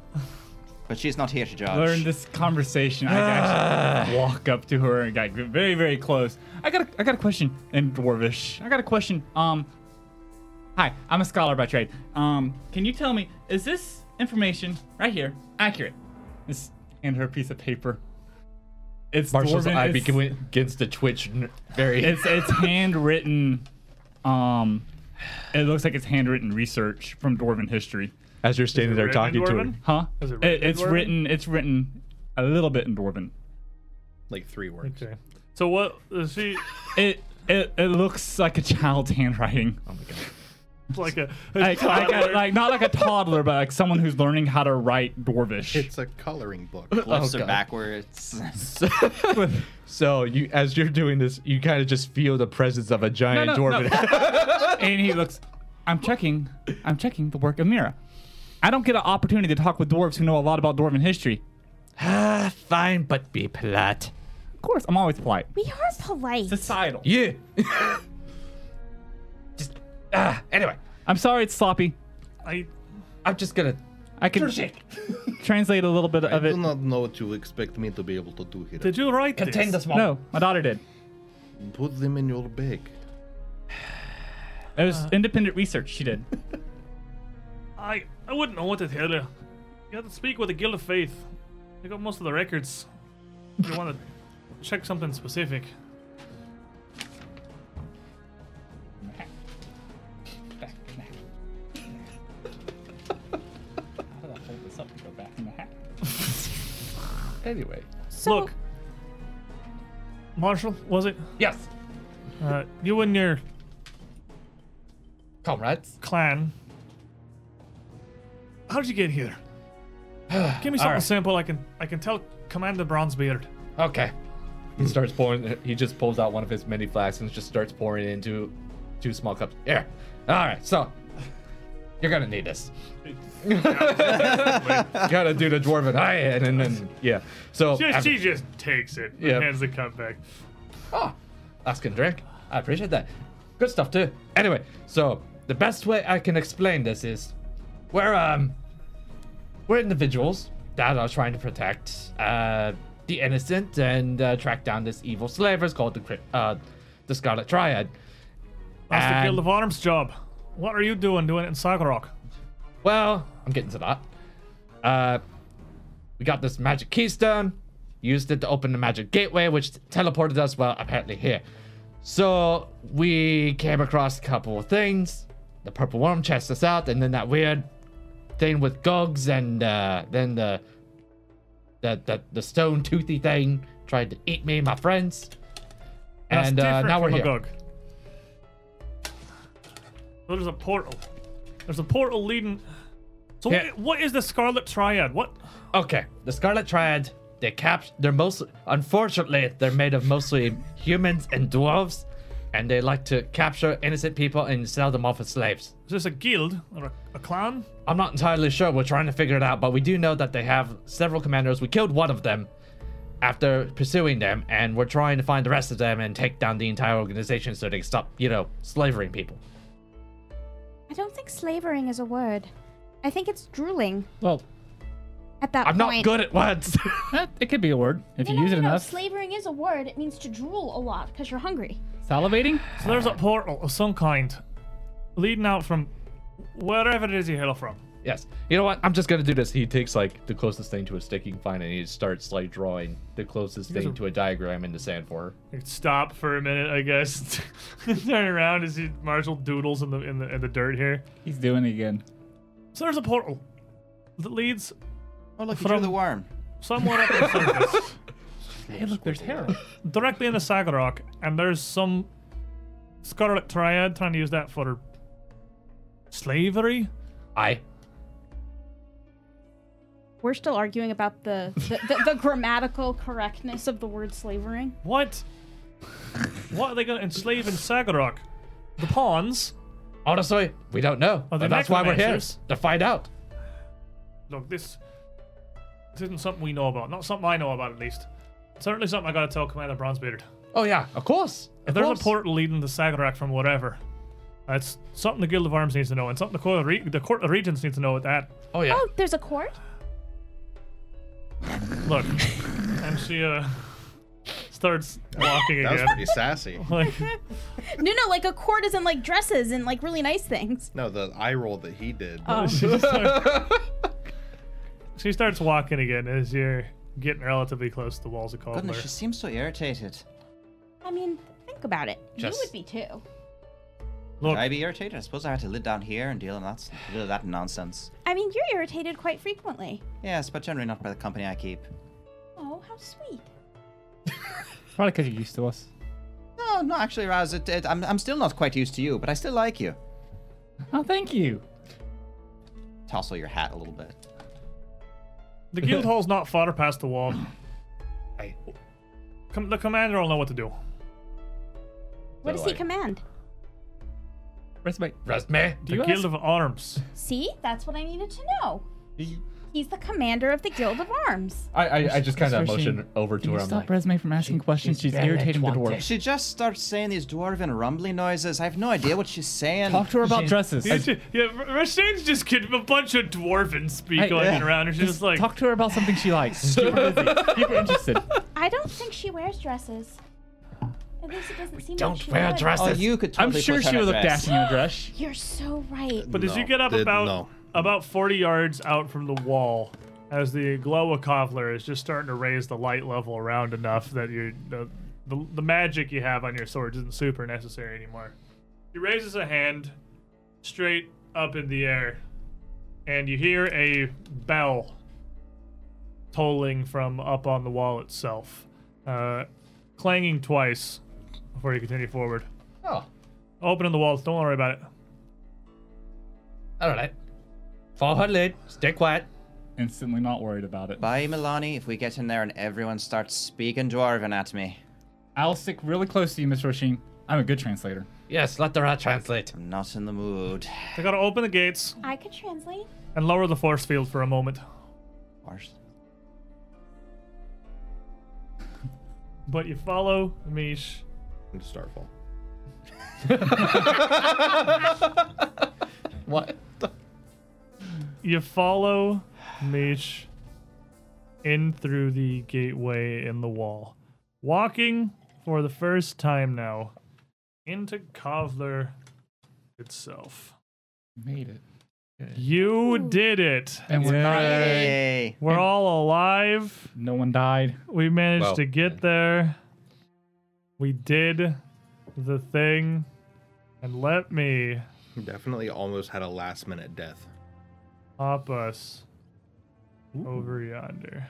[SPEAKER 4] but she's not here to judge.
[SPEAKER 6] Learn this conversation. I
[SPEAKER 9] Ah.
[SPEAKER 6] actually walk up to her and got very, very close. I got, a, I got a question in dwarvish. I got a question. Um, hi, I'm a scholar by trade. Um, can you tell me is this information right here accurate? This and her piece of paper. It's
[SPEAKER 9] Marshall's
[SPEAKER 6] dwarven,
[SPEAKER 9] eye
[SPEAKER 6] it's-
[SPEAKER 9] begins to twitch n- very.
[SPEAKER 6] it's it's handwritten. Um, it looks like it's handwritten research from dwarven history.
[SPEAKER 9] as you're standing there
[SPEAKER 3] Red and
[SPEAKER 9] talking to her.
[SPEAKER 3] Dwarven?
[SPEAKER 6] Huh?
[SPEAKER 3] Is it
[SPEAKER 6] It-
[SPEAKER 3] written in
[SPEAKER 6] it's
[SPEAKER 3] Dwarven?
[SPEAKER 6] written. It's written a little bit in dwarven.
[SPEAKER 5] like three words.
[SPEAKER 3] Okay. So what? Uh, she.
[SPEAKER 6] It it it looks like a child's handwriting.
[SPEAKER 9] Oh my god.
[SPEAKER 1] It's like a, a
[SPEAKER 6] Like, like, a,
[SPEAKER 1] toddler.
[SPEAKER 6] like not like a toddler, but like someone who's learning how to write Dwarvish. Oh,
[SPEAKER 5] It's a coloring book.
[SPEAKER 4] Flips her
[SPEAKER 9] God.
[SPEAKER 4] backwards.
[SPEAKER 9] So, so you, as you're doing this, you kind of just feel the presence of a giant
[SPEAKER 6] No, no,
[SPEAKER 9] dwarf.
[SPEAKER 6] and he looks. I'm checking. I'm checking the work of Mira. I don't get an opportunity to talk with dwarves who know a lot about dwarven history.
[SPEAKER 9] ah, fine, but be polite.
[SPEAKER 6] Of course, I'm always polite.
[SPEAKER 2] We are polite.
[SPEAKER 6] Societal.
[SPEAKER 9] Yeah. just ah. Anyway,
[SPEAKER 6] I'm sorry it's sloppy.
[SPEAKER 1] I,
[SPEAKER 9] I'm just gonna.
[SPEAKER 6] I can translate a little bit
[SPEAKER 8] I
[SPEAKER 6] of
[SPEAKER 8] do
[SPEAKER 6] it.
[SPEAKER 8] not know what you expect me to be able to do here.
[SPEAKER 1] did you write
[SPEAKER 9] Contain the
[SPEAKER 1] this?
[SPEAKER 9] small.
[SPEAKER 6] No, my daughter did.
[SPEAKER 8] Put them in your bag.
[SPEAKER 6] It was independent research she did.
[SPEAKER 1] I, I wouldn't know what to tell you. You have to speak with the Guild of Faith. They got most of the records. If you want to check something specific.
[SPEAKER 9] Anyway.
[SPEAKER 2] So,
[SPEAKER 1] Look, Marshall, was it?
[SPEAKER 9] Yes,
[SPEAKER 1] Uh, you and your
[SPEAKER 9] comrades.
[SPEAKER 1] clan. How'd you get here? Give me something
[SPEAKER 9] Alright.
[SPEAKER 1] simple. I can I can tell Commander Bronzebeard.
[SPEAKER 9] Okay. He starts pouring. He just pulls out one of his mini flasks and just starts pouring it into two small cups. Here. All right. So you're gonna need this. gotta do the dwarven eye and, and then yeah. So
[SPEAKER 3] Just,
[SPEAKER 9] after-
[SPEAKER 3] she just takes it.
[SPEAKER 9] Yeah.
[SPEAKER 3] and Hands the cup back.
[SPEAKER 9] Oh, that's good drink. I appreciate that. Good stuff too. Anyway, so the best way I can explain this is we're um we're individuals that are trying to protect uh the innocent and uh, track down this evil slavers called the Cri- uh the Scarlet Triad.
[SPEAKER 1] That's the
[SPEAKER 9] And-
[SPEAKER 1] Guild of Arms job. What are you doing doing it in Sagarok?
[SPEAKER 9] Well, I'm getting to that. Uh, we got this magic keystone. Used it to open the magic gateway, which teleported us, well, apparently here. So we came across a couple of things. The purple worm chased us out, and then that weird thing with Gogs, and uh, then the the, the the stone toothy thing tried to eat me and my friends.
[SPEAKER 1] That's
[SPEAKER 9] and uh,
[SPEAKER 1] different
[SPEAKER 9] now we're
[SPEAKER 1] from a
[SPEAKER 9] here.
[SPEAKER 1] Gug. There's a portal. There's a portal leading. So
[SPEAKER 9] Yeah.
[SPEAKER 1] what, what is the Scarlet Triad? What?
[SPEAKER 9] Okay, the Scarlet Triad. They cap. They're most. Unfortunately, they're made of mostly humans and dwarves, and they like to capture innocent people and sell them off as slaves.
[SPEAKER 1] Is this a guild or a, a clan?
[SPEAKER 9] I'm not entirely sure. We're trying to figure it out, but we do know that they have several commanders. We killed one of them after pursuing them, and we're trying to find the rest of them and take down the entire organization so they can stop, you know, slavering people.
[SPEAKER 2] I don't think slavering is a word. I think it's drooling
[SPEAKER 6] Well,
[SPEAKER 2] at that
[SPEAKER 9] I'm not
[SPEAKER 2] point.
[SPEAKER 9] good at words.
[SPEAKER 6] eh, it could be a word if you
[SPEAKER 11] no,
[SPEAKER 6] use
[SPEAKER 11] no,
[SPEAKER 6] it
[SPEAKER 11] no.
[SPEAKER 6] enough.
[SPEAKER 11] Slavering is a word. It means to drool a lot because you're hungry.
[SPEAKER 6] Salivating?
[SPEAKER 1] So there's a portal of some kind, leading out from wherever it is you hail from.
[SPEAKER 9] Yes. You know what? I'm just gonna do this. He takes like the closest thing to a stick he can find, and he starts like drawing the closest thing to a diagram in the sand for her.
[SPEAKER 1] Stop for a minute, I guess. Turn around as he Marshall doodles in the in the in the dirt here.
[SPEAKER 6] He's doing it again.
[SPEAKER 1] So there's a portal that leads
[SPEAKER 4] oh, look, you
[SPEAKER 1] From-
[SPEAKER 4] drew the worm.
[SPEAKER 1] somewhat up the surface,
[SPEAKER 6] Hey, look, there's hair.
[SPEAKER 1] directly into Sagarok, and there's some Scarlet Triad trying to use that for slavery.
[SPEAKER 9] I.
[SPEAKER 2] We're still arguing about the the, the, the grammatical correctness of the word slavering.
[SPEAKER 1] What? what are they going to enslave in Sagarok? The pawns.
[SPEAKER 9] Honestly, we don't know.
[SPEAKER 1] Are they
[SPEAKER 9] and that's why we're here
[SPEAKER 1] Oh, necromancers?
[SPEAKER 9] to find out.
[SPEAKER 1] Look, this this isn't something we know about. Not something I know about, at least. Certainly something I got to tell Commander Bronzebeard.
[SPEAKER 9] Oh yeah, of course.
[SPEAKER 1] If
[SPEAKER 9] Of
[SPEAKER 1] there's
[SPEAKER 9] course.
[SPEAKER 1] a portal leading to Sagarak from wherever, that's something the Guild of Arms needs to know, and something the Court of, Re- the Court of Regents needs to know. That
[SPEAKER 9] Oh yeah.
[SPEAKER 11] Oh, there's a cord?
[SPEAKER 1] look, and she uh, starts walking
[SPEAKER 5] That was
[SPEAKER 1] again.
[SPEAKER 5] pretty sassy.
[SPEAKER 1] Like,
[SPEAKER 2] No, no, like a cord isn't like dresses and like really nice things.
[SPEAKER 5] No, the eye roll that he did.
[SPEAKER 4] Oh.
[SPEAKER 1] she, starts, she starts walking again as you're getting relatively close to the walls of Cobbler.
[SPEAKER 4] Goodness, she seems so irritated.
[SPEAKER 2] I mean, think about it.
[SPEAKER 9] Just-
[SPEAKER 2] You would be too.
[SPEAKER 1] Look,
[SPEAKER 4] Would I be irritated? I suppose I had to live down here and deal, in that, deal with that nonsense.
[SPEAKER 2] I mean, you're irritated quite frequently.
[SPEAKER 4] Yes, but generally not by the company I keep.
[SPEAKER 2] Oh, how sweet.
[SPEAKER 6] Probably because you're used to us.
[SPEAKER 4] No, no, actually, Raz, it, it, I'm, I'm still not quite used to you, but I still like you.
[SPEAKER 6] Oh, thank you.
[SPEAKER 4] Tousle your hat a little bit.
[SPEAKER 1] The guild hall's not far past the wall.
[SPEAKER 4] Oh.
[SPEAKER 3] Hey.
[SPEAKER 1] Com- the commander will know what to do.
[SPEAKER 2] What does he
[SPEAKER 3] like-
[SPEAKER 2] command?
[SPEAKER 6] Rest my.
[SPEAKER 3] Rest me.
[SPEAKER 1] The
[SPEAKER 6] you
[SPEAKER 1] guild
[SPEAKER 6] ask-
[SPEAKER 1] of arms.
[SPEAKER 12] See, that's what I needed to know.
[SPEAKER 3] You-
[SPEAKER 12] He's the commander of the Guild of Arms.
[SPEAKER 3] I, I, I just kind of
[SPEAKER 6] Especially-
[SPEAKER 3] motion over to
[SPEAKER 6] Can
[SPEAKER 3] her.
[SPEAKER 6] you
[SPEAKER 3] I'm
[SPEAKER 6] stop
[SPEAKER 3] like,
[SPEAKER 6] Resume from asking questions?
[SPEAKER 3] she's
[SPEAKER 6] She's,
[SPEAKER 3] very
[SPEAKER 6] irritating the
[SPEAKER 3] twanty.
[SPEAKER 6] dwarf.
[SPEAKER 4] She just starts saying these dwarven rumbly noises. I have no idea what she's saying.
[SPEAKER 6] Talk to her about
[SPEAKER 3] She-
[SPEAKER 6] dresses.
[SPEAKER 1] Yeah, she- yeah, R- Rastine's just kid a bunch of dwarven speak
[SPEAKER 6] Hey,
[SPEAKER 1] going
[SPEAKER 6] yeah.
[SPEAKER 1] around, and she's just like,
[SPEAKER 6] Talk to her about something she likes. Keep her busy. Keep her interested.
[SPEAKER 12] I don't think she wears dresses. At least it doesn't seem like
[SPEAKER 3] Don't
[SPEAKER 12] she
[SPEAKER 3] wear
[SPEAKER 12] would.
[SPEAKER 4] Oh,
[SPEAKER 3] dresses.
[SPEAKER 4] you could
[SPEAKER 6] I'm
[SPEAKER 4] totally
[SPEAKER 6] sure
[SPEAKER 4] put her in
[SPEAKER 6] she
[SPEAKER 4] a
[SPEAKER 6] would look
[SPEAKER 4] dress.
[SPEAKER 6] dashing in a dress.
[SPEAKER 12] You're so right.
[SPEAKER 1] But as you
[SPEAKER 8] No,
[SPEAKER 1] get up
[SPEAKER 8] did-
[SPEAKER 1] about
[SPEAKER 8] no.
[SPEAKER 1] about 40 yards out from the wall, as the glow of Kofler is just starting to raise the light level around enough that you the, the the magic you have on your sword isn't super necessary anymore. He raises a hand straight up in the air, and you hear a bell tolling from up on the wall itself, uh, clanging twice before you continue forward.
[SPEAKER 3] Oh,
[SPEAKER 1] Opening the walls, don't worry about it.
[SPEAKER 3] all right. Follow her lead. Stay quiet.
[SPEAKER 6] Instantly not worried about it.
[SPEAKER 4] Bye, Milani. If we get in there and everyone starts speaking dwarven at me,
[SPEAKER 6] I'll stick really close to you, Miss Roisin. I'm a good translator.
[SPEAKER 3] Yes, let the rat translate.
[SPEAKER 4] I'm not in the mood.
[SPEAKER 1] They gotta open the gates.
[SPEAKER 12] I could translate.
[SPEAKER 1] and lower the force field for a moment.
[SPEAKER 4] Worse.
[SPEAKER 1] But you follow Mish.
[SPEAKER 5] Into Starfall.
[SPEAKER 3] What?
[SPEAKER 1] You follow Mish in through the gateway in the wall. Walking for the first time now into Kovler itself.
[SPEAKER 6] Made it.
[SPEAKER 1] You did it.
[SPEAKER 6] And we're not.
[SPEAKER 4] Hey.
[SPEAKER 1] We're all alive.
[SPEAKER 6] No one died.
[SPEAKER 1] We managed
[SPEAKER 5] Well,
[SPEAKER 1] to get there. We did the thing. And let me
[SPEAKER 5] Definitely almost had a last minute death.
[SPEAKER 1] hop us over yonder.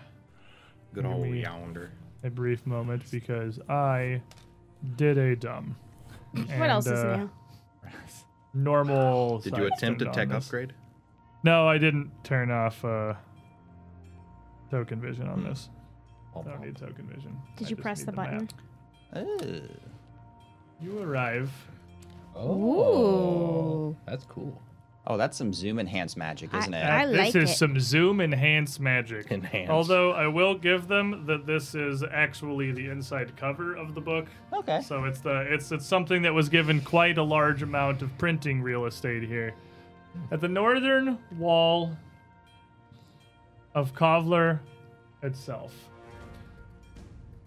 [SPEAKER 5] Good old
[SPEAKER 1] me.
[SPEAKER 5] yonder.
[SPEAKER 1] a brief moment because I did a dumb. uh,
[SPEAKER 2] What else is new?
[SPEAKER 1] Normal.
[SPEAKER 5] Did you
[SPEAKER 1] size
[SPEAKER 5] attempt a
[SPEAKER 1] turned on
[SPEAKER 5] tech
[SPEAKER 1] this.
[SPEAKER 5] upgrade?
[SPEAKER 1] No, I didn't turn off uh, token vision
[SPEAKER 5] Hmm.
[SPEAKER 1] on this. I don't need token vision.
[SPEAKER 2] Did
[SPEAKER 1] I
[SPEAKER 2] you
[SPEAKER 1] just
[SPEAKER 2] press
[SPEAKER 1] need
[SPEAKER 2] the button?
[SPEAKER 1] map.
[SPEAKER 4] Ooh.
[SPEAKER 1] You arrive.
[SPEAKER 2] Ooh.
[SPEAKER 3] Oh, That's cool.
[SPEAKER 4] Oh, that's some zoom enhanced magic, isn't it?
[SPEAKER 2] I
[SPEAKER 1] Uh,
[SPEAKER 2] like
[SPEAKER 1] this is
[SPEAKER 2] it.
[SPEAKER 1] some zoom Oh, enhanced magic.
[SPEAKER 5] Enhanced.
[SPEAKER 1] Although I will give them that this is actually the inside cover of the book.
[SPEAKER 4] okay.
[SPEAKER 1] So it's the it's it's something that was given quite a large amount of printing real estate here. At the northern wall of Kovler itself.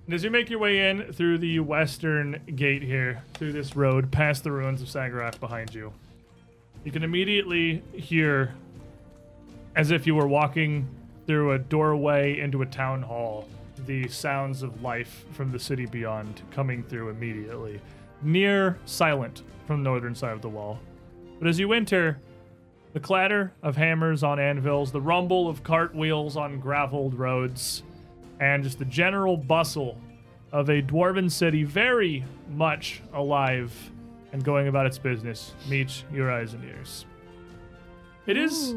[SPEAKER 1] And as you make your way in through the western gate here, through this road, past the ruins of Sagarak behind you, you can immediately hear as if you were walking through a doorway into a town hall, the sounds of life from the city beyond coming through immediately. Near silent from the northern side of the wall. But as you enter, the clatter of hammers on anvils, the rumble of cartwheels on graveled roads, and just the general bustle of a dwarven city very much alive and going about its business meet your eyes and ears. It is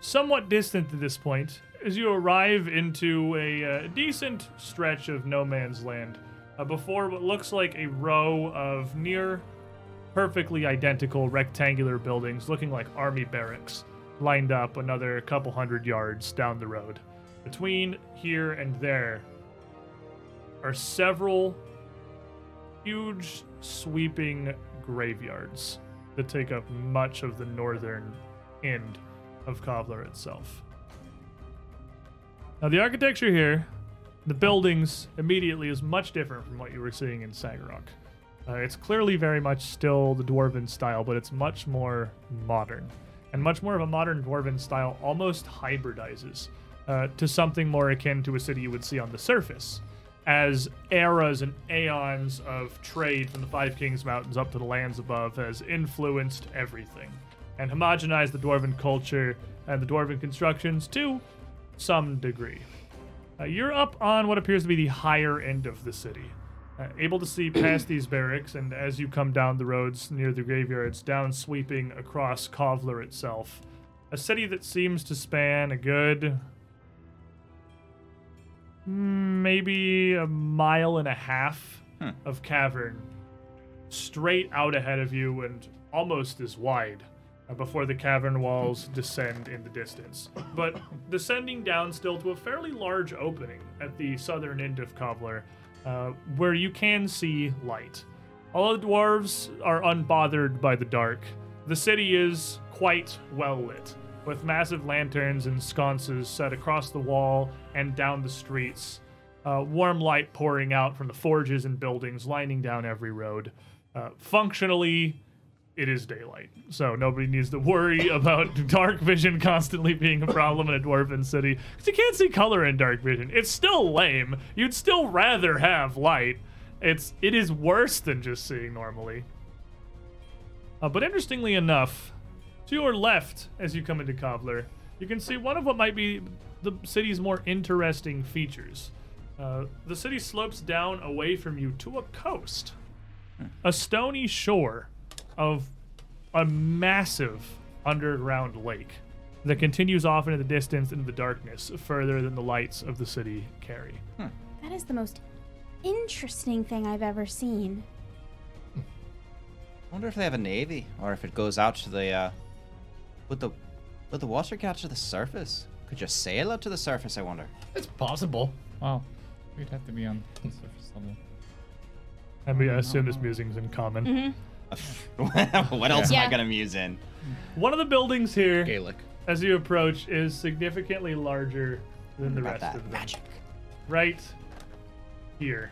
[SPEAKER 1] somewhat distant at this point as you arrive into a uh, decent stretch of no man's land uh, before what looks like a row of near perfectly identical rectangular buildings looking like army barracks lined up another couple hundred yards down the road. Between here and there are several huge sweeping graveyards that take up much of the northern end of Cobbler itself. Now, the architecture here, the buildings immediately is much different from what you were seeing in Sagarok. Uh, it's clearly very much still the dwarven style, but it's much more modern. And much more of a modern dwarven style almost hybridizes uh, to something more akin to a city you would see on the surface, as eras and aeons of trade from the Five Kings Mountains up to the lands above has influenced everything and homogenized the dwarven culture and the dwarven constructions to some degree. Uh, you're up on what appears to be the higher end of the city. uh, able to see past these barracks, and as you come down the roads near the graveyards, down sweeping across Kovler itself, a city that seems to span a good mm, maybe a mile and a half of cavern straight out ahead of you and almost as wide uh, before the cavern walls descend in the distance. But descending down still to a fairly large opening at the southern end of Cobbler, uh, where you can see light. Although the dwarves are unbothered by the dark, the city is quite well lit, with massive lanterns and sconces set across the wall and down the streets uh, warm light pouring out from the forges and buildings lining down every road. Uh, functionally, it is daylight, so nobody needs to worry about dark vision constantly being a problem in a dwarven city. 'Cause you can't see color in dark vision. It's still lame. You'd still rather have light. It's it is worse than just seeing normally. Uh, but interestingly enough, to your left, as you come into Cobbler, you can see one of what might be the city's more interesting features. Uh, the city slopes down away from you to a coast, a stony shore of a massive underground lake that continues off into the distance into the darkness, further than the lights of the city carry. Hmm.
[SPEAKER 12] That is the most interesting thing I've ever seen.
[SPEAKER 4] I wonder if they have a navy or if it goes out to the uh would the would the water get out to the surface? Could you sail up to the surface, I wonder?
[SPEAKER 3] It's possible.
[SPEAKER 6] Wow. We'd have to be on the surface level.
[SPEAKER 1] I mean,
[SPEAKER 6] Mm-hmm.
[SPEAKER 1] I assume this musing's in common.
[SPEAKER 4] what else am
[SPEAKER 2] Yeah.
[SPEAKER 4] I gonna muse in?
[SPEAKER 1] One of the buildings here,
[SPEAKER 5] Gaelic.
[SPEAKER 1] as you approach, is significantly larger than the rest of them. Magic. Right here,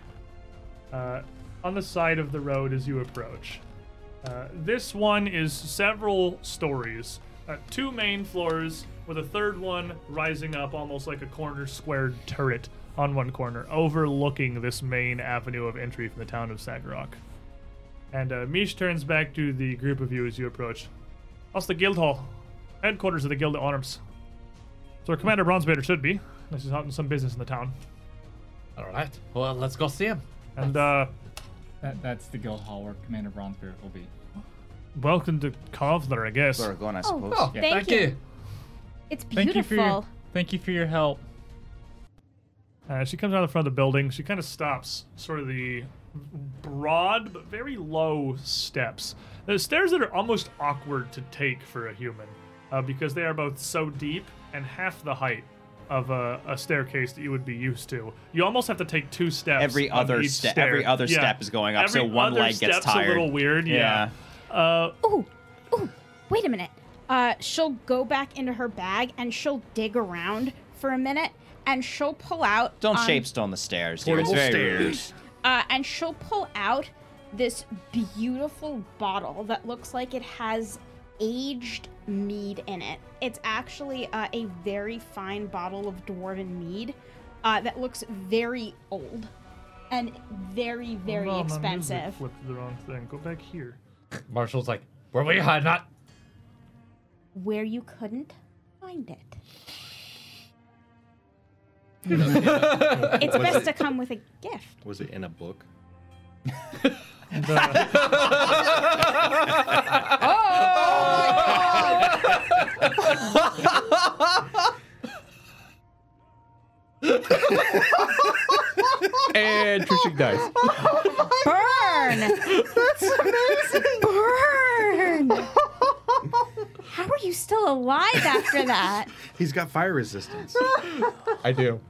[SPEAKER 1] uh, on the side of the road as you approach. Uh, this one is several stories, uh, two main floors, with a third one rising up almost like a corner squared turret on one corner, overlooking this main avenue of entry from the town of Sagarok. And uh, Mish turns back to the group of you as you approach. That's the guild hall, headquarters of the Guild of Arms. So our Commander Bronzebeard should be. This is out in some business in the town.
[SPEAKER 3] All right. Well, let's go see him.
[SPEAKER 1] And uh,
[SPEAKER 6] That, that's the guild hall where Commander Bronzebeard will be.
[SPEAKER 1] welcome to Kovler, I guess.
[SPEAKER 4] Where we're going, I
[SPEAKER 2] Oh,
[SPEAKER 4] suppose.
[SPEAKER 3] Oh,
[SPEAKER 6] Yeah.
[SPEAKER 3] thank,
[SPEAKER 2] Thank you.
[SPEAKER 3] you.
[SPEAKER 2] It's
[SPEAKER 6] Thank
[SPEAKER 2] beautiful.
[SPEAKER 6] you for your thank you for your help.
[SPEAKER 1] Uh, she comes out of the front of the building. She kind of stops, sort of the broad but very low steps. The stairs that are almost awkward to take for a human uh, because they are both so deep and half the height of a, a staircase that you would be used to. You almost have to take two steps.
[SPEAKER 4] Every
[SPEAKER 1] on
[SPEAKER 4] other
[SPEAKER 1] each
[SPEAKER 4] ste-
[SPEAKER 1] stair.
[SPEAKER 4] every other
[SPEAKER 1] Yeah.
[SPEAKER 4] step is going up,
[SPEAKER 1] Every
[SPEAKER 4] so one
[SPEAKER 1] other
[SPEAKER 4] leg gets
[SPEAKER 1] step's a little
[SPEAKER 4] tired.
[SPEAKER 1] weird. Yeah. Uh,
[SPEAKER 2] Ooh, ooh, wait a minute. Uh, she'll go back into her bag and she'll dig around for a minute and she'll pull out.
[SPEAKER 4] Don't
[SPEAKER 2] um,
[SPEAKER 4] shapestone the stairs, dude. It's very weird.
[SPEAKER 2] Uh, and she'll pull out this beautiful bottle that looks like it has aged mead in it. It's actually uh, a very fine bottle of dwarven mead uh, that looks very old and very, very
[SPEAKER 1] Hold on, my music
[SPEAKER 2] expensive.
[SPEAKER 1] Flipped to the wrong thing. Go back here.
[SPEAKER 3] Marshall's like, were we hiding out?
[SPEAKER 2] Where you couldn't find it. it's best to come with a gift.
[SPEAKER 5] Was it in a book?
[SPEAKER 4] Oh!
[SPEAKER 5] and Trishik dies.
[SPEAKER 2] Burn! Burn! How are you still alive after that?
[SPEAKER 5] He's got fire resistance.
[SPEAKER 3] I do.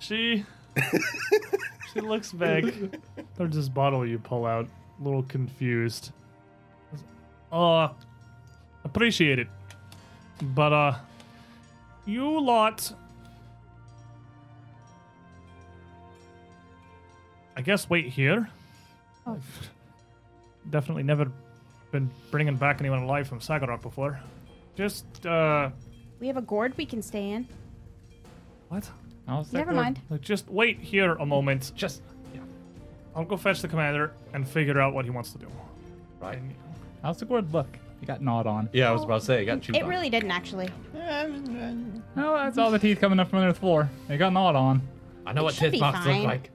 [SPEAKER 1] She she looks back towards this bottle you pull out, a little confused. Uh appreciate it. But uh you lot I guess wait here. I've definitely never been bringing back anyone alive from Sagarok before. Just uh
[SPEAKER 2] We have a gourd we can stay in.
[SPEAKER 1] what?
[SPEAKER 6] How's that
[SPEAKER 2] Never
[SPEAKER 6] word?
[SPEAKER 2] mind.
[SPEAKER 1] Like, Just wait here a moment.
[SPEAKER 3] Just
[SPEAKER 1] I'll go fetch the commander and figure out what he wants to do.
[SPEAKER 3] right.
[SPEAKER 6] How's the gourd look? You got gnawed on.
[SPEAKER 3] Yeah, I was about to say, I got chewed
[SPEAKER 2] It
[SPEAKER 3] on.
[SPEAKER 2] really didn't actually.
[SPEAKER 6] Oh, that's all the teeth coming up from under the floor. They got gnawed on.
[SPEAKER 3] I know what
[SPEAKER 2] should
[SPEAKER 3] tooth
[SPEAKER 2] be
[SPEAKER 3] marks
[SPEAKER 2] fine.
[SPEAKER 3] look like.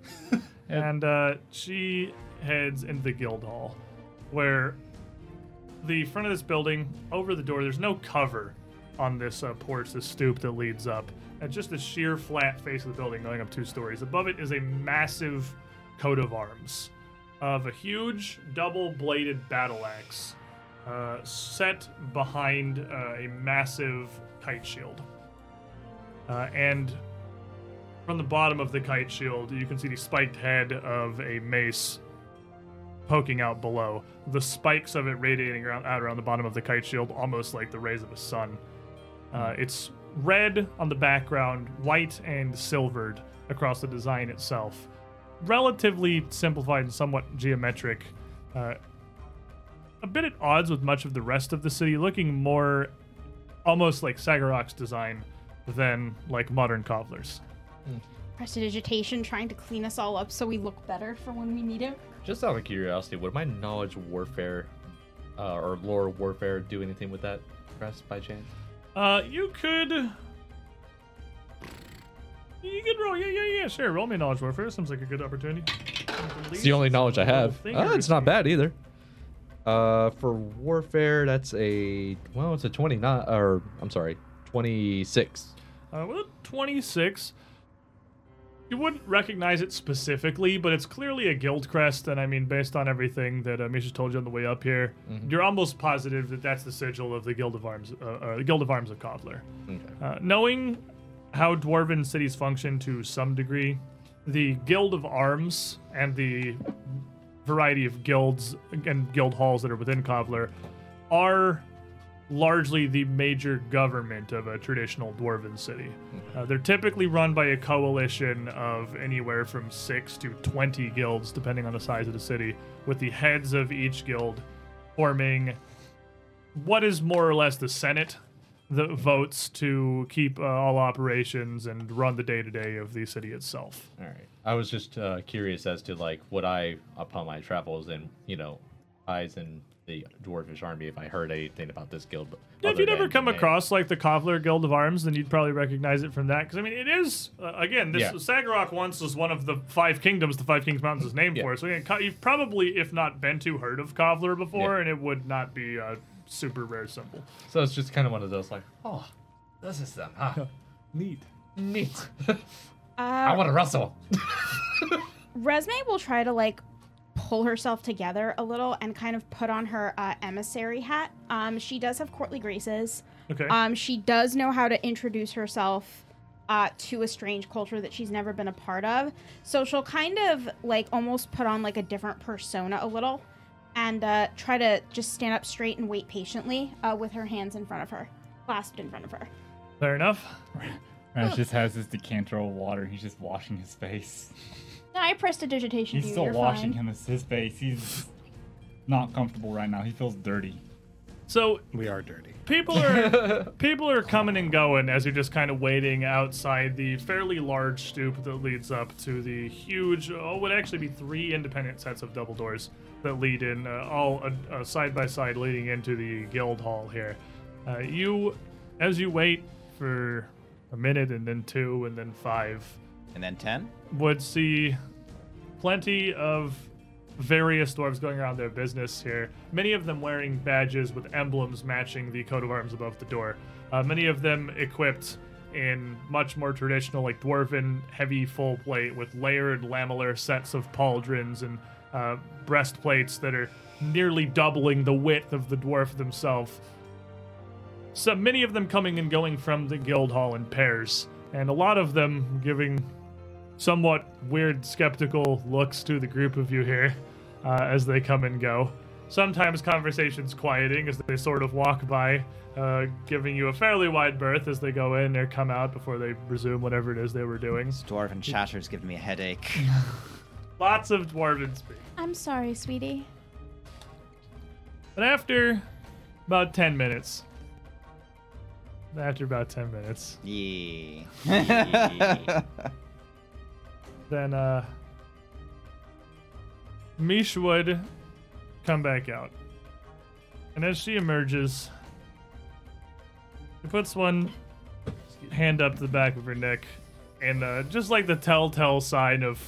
[SPEAKER 1] and uh, she heads into the guild hall, where the front of this building, over the door, there's no cover on this uh, porch, this stoop that leads up. It's just the sheer flat face of the building going up two stories. Above it is a massive coat of arms of a huge double bladed battle axe uh, set behind uh, a massive kite shield. Uh, and from the bottom of the kite shield, you can see the spiked head of a mace poking out below. The spikes of it radiating around, out around the bottom of the kite shield, almost like the rays of a sun. Uh, it's red on the background, white and silvered across the design itself. Relatively simplified and somewhat geometric. Uh, a bit at odds with much of the rest of the city, looking more almost like Sagarok's design than like modern cobblers.
[SPEAKER 2] Prestidigitation trying to clean us all up so we look better for when we need it.
[SPEAKER 3] Just out of curiosity, would my knowledge warfare uh, or lore warfare do anything with that press by chance?
[SPEAKER 1] Uh, you could. You could roll. Yeah, yeah, yeah. Sure. Roll me knowledge warfare. Seems like a good opportunity.
[SPEAKER 3] It's the only knowledge I have.
[SPEAKER 1] thing
[SPEAKER 3] Ah,
[SPEAKER 1] I
[SPEAKER 3] it's not
[SPEAKER 1] received.
[SPEAKER 3] bad either. Uh, for warfare, that's a well, it's a twenty nine or I'm sorry, twenty six.
[SPEAKER 1] Uh, with a 26, you wouldn't recognize it specifically, but it's clearly a guild crest. And I mean, based on everything that uh, Misha told you on the way up here, you're almost positive that that's the sigil of the Guild of Arms, uh, uh, the Guild of Arms of Cobbler. Uh, knowing how dwarven cities function to some degree, the Guild of Arms and the variety of guilds and guild halls that are within Cobbler are largely the major government of a traditional dwarven city. Uh, they're typically run by a coalition of anywhere from six to 20 guilds, depending on the size of the city, with the heads of each guild forming what is more or less the Senate that votes to keep uh, all operations and run the day to day of the city itself.
[SPEAKER 3] All right. I was just uh, curious as to like what I upon my travels and you know, eyes in the dwarfish army if I heard anything about this guild. but
[SPEAKER 1] if
[SPEAKER 3] other
[SPEAKER 1] you'd ever
[SPEAKER 3] than
[SPEAKER 1] come
[SPEAKER 3] the name.
[SPEAKER 1] across like the Cobbler Guild of Arms, then you'd probably recognize it from that. Because I mean, it is uh, again, this
[SPEAKER 3] Yeah.
[SPEAKER 1] Sagarok once was one of the five kingdoms. The Five Kings Mountains is named
[SPEAKER 3] Yeah.
[SPEAKER 1] for. So again, Co- you've probably, if not been to, heard of Cobbler before, and it would not be uh, a super rare symbol.
[SPEAKER 3] so it's just kind of one of those like, oh, this is them, huh?
[SPEAKER 7] Neat.
[SPEAKER 3] Neat. I
[SPEAKER 2] Uh,
[SPEAKER 3] want to wrestle.
[SPEAKER 2] Resme will try to like pull herself together a little and kind of put on her uh, emissary hat. Um, she does have courtly graces.
[SPEAKER 1] Okay.
[SPEAKER 2] Um, she does know how to introduce herself uh, to a strange culture that she's never been a part of. So she'll kind of like almost put on like a different persona a little and uh, try to just stand up straight and wait patiently uh, with her hands in front of her, clasped in front of her.
[SPEAKER 1] Fair enough.
[SPEAKER 6] Rash just has his decanter of water. He's just washing his face.
[SPEAKER 2] No, I pressed a digitation.
[SPEAKER 6] He's
[SPEAKER 2] dude,
[SPEAKER 6] still
[SPEAKER 2] you're
[SPEAKER 6] washing
[SPEAKER 2] fine.
[SPEAKER 6] him. It's his face. He's not comfortable right now. He feels dirty.
[SPEAKER 1] So
[SPEAKER 5] We are dirty.
[SPEAKER 1] people are people are coming and going as you're just kind of waiting outside the fairly large stoop that leads up to the huge oh it would actually be three independent sets of double doors that lead in uh, all uh, uh, side by side leading into the guild hall here uh, you as you wait for a minute and then two and then five
[SPEAKER 4] And then 10?
[SPEAKER 1] would see plenty of various dwarves going around their business here. Many of them wearing badges with emblems matching the coat of arms above the door. Uh, many of them equipped in much more traditional, like dwarven heavy full plate with layered lamellar sets of pauldrons and uh, breastplates that are nearly doubling the width of the dwarf themselves so many of them coming and going from the guild hall in pairs and a lot of them giving somewhat weird skeptical looks to the group of you here uh, as they come and go sometimes conversations quieting as they sort of walk by uh, giving you a fairly wide berth as they go in or come out before they resume whatever it is they were doing
[SPEAKER 4] Dwarven Chatter's giving me a headache.
[SPEAKER 1] lots of dwarven speak
[SPEAKER 12] I'm sorry, sweetie.
[SPEAKER 1] But after about 10 minutes, after about 10 minutes,
[SPEAKER 4] Yeah.
[SPEAKER 1] then uh, Mish would come back out. And as she emerges, she puts one hand up to the back of her neck, and uh, just like the telltale sign of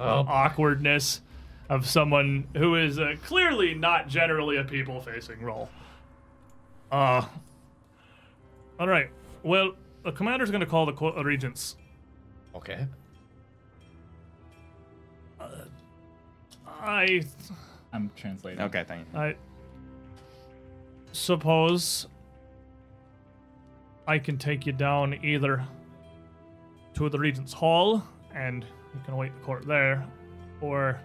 [SPEAKER 3] Oh.
[SPEAKER 1] awkwardness of someone who is uh, clearly not generally a people facing role. Uh, all right. Well, the commander's going to call the co- regents.
[SPEAKER 3] Okay.
[SPEAKER 1] I,
[SPEAKER 6] I'm translating.
[SPEAKER 4] Okay, thank you.
[SPEAKER 1] I suppose I can take you down either to the regent's hall and you can await the court there, or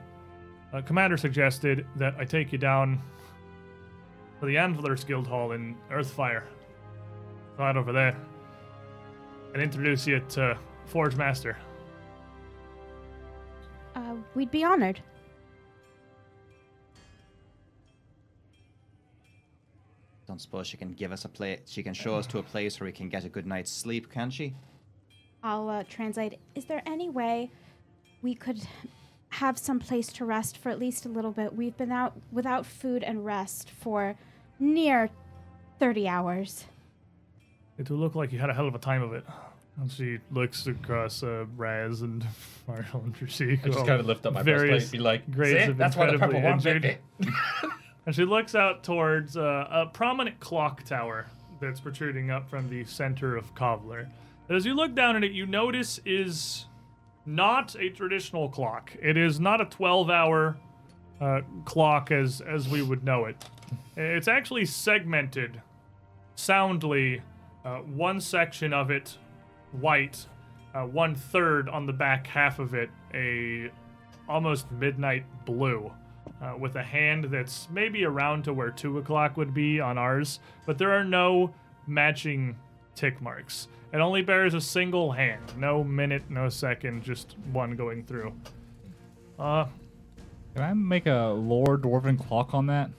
[SPEAKER 1] uh, commander suggested that I take you down to the Anvilers Guild Hall in Earthfire, right over there, and introduce you to Forge Master.
[SPEAKER 2] Uh, we'd be honored.
[SPEAKER 4] Don't suppose she can give us a place. She can show us to a place where we can get a good night's sleep, can she?
[SPEAKER 2] I'll uh, translate.
[SPEAKER 12] Is there any way we could have some place to rest for at least a little bit? We've been out without food and rest for near 30 hours.
[SPEAKER 1] It will look like you had a hell of a time of it. And she looks across uh, Raz and Marshall and Trishik.
[SPEAKER 3] I just kind of lift up my breastplate
[SPEAKER 1] various
[SPEAKER 3] and be like,
[SPEAKER 1] grades
[SPEAKER 3] "See?
[SPEAKER 1] of
[SPEAKER 3] that's why the
[SPEAKER 1] incredibly
[SPEAKER 3] purple one bit
[SPEAKER 1] injured."
[SPEAKER 3] me."
[SPEAKER 1] And she looks out towards uh, a prominent clock tower that's protruding up from the center of Cobbler. And as you look down at it, you notice is not a traditional clock. It is not a 12-hour uh, clock as as we would know it. It's actually segmented soundly. Uh, one section of it white, uh, one third on the back half of it a almost midnight blue, uh, with a hand that's maybe around to where two o'clock would be on ours, but there are no matching tick marks. It only bears a single hand, no minute, no second, just one going through. Uh,
[SPEAKER 6] Can I make a lore dwarven clock on that?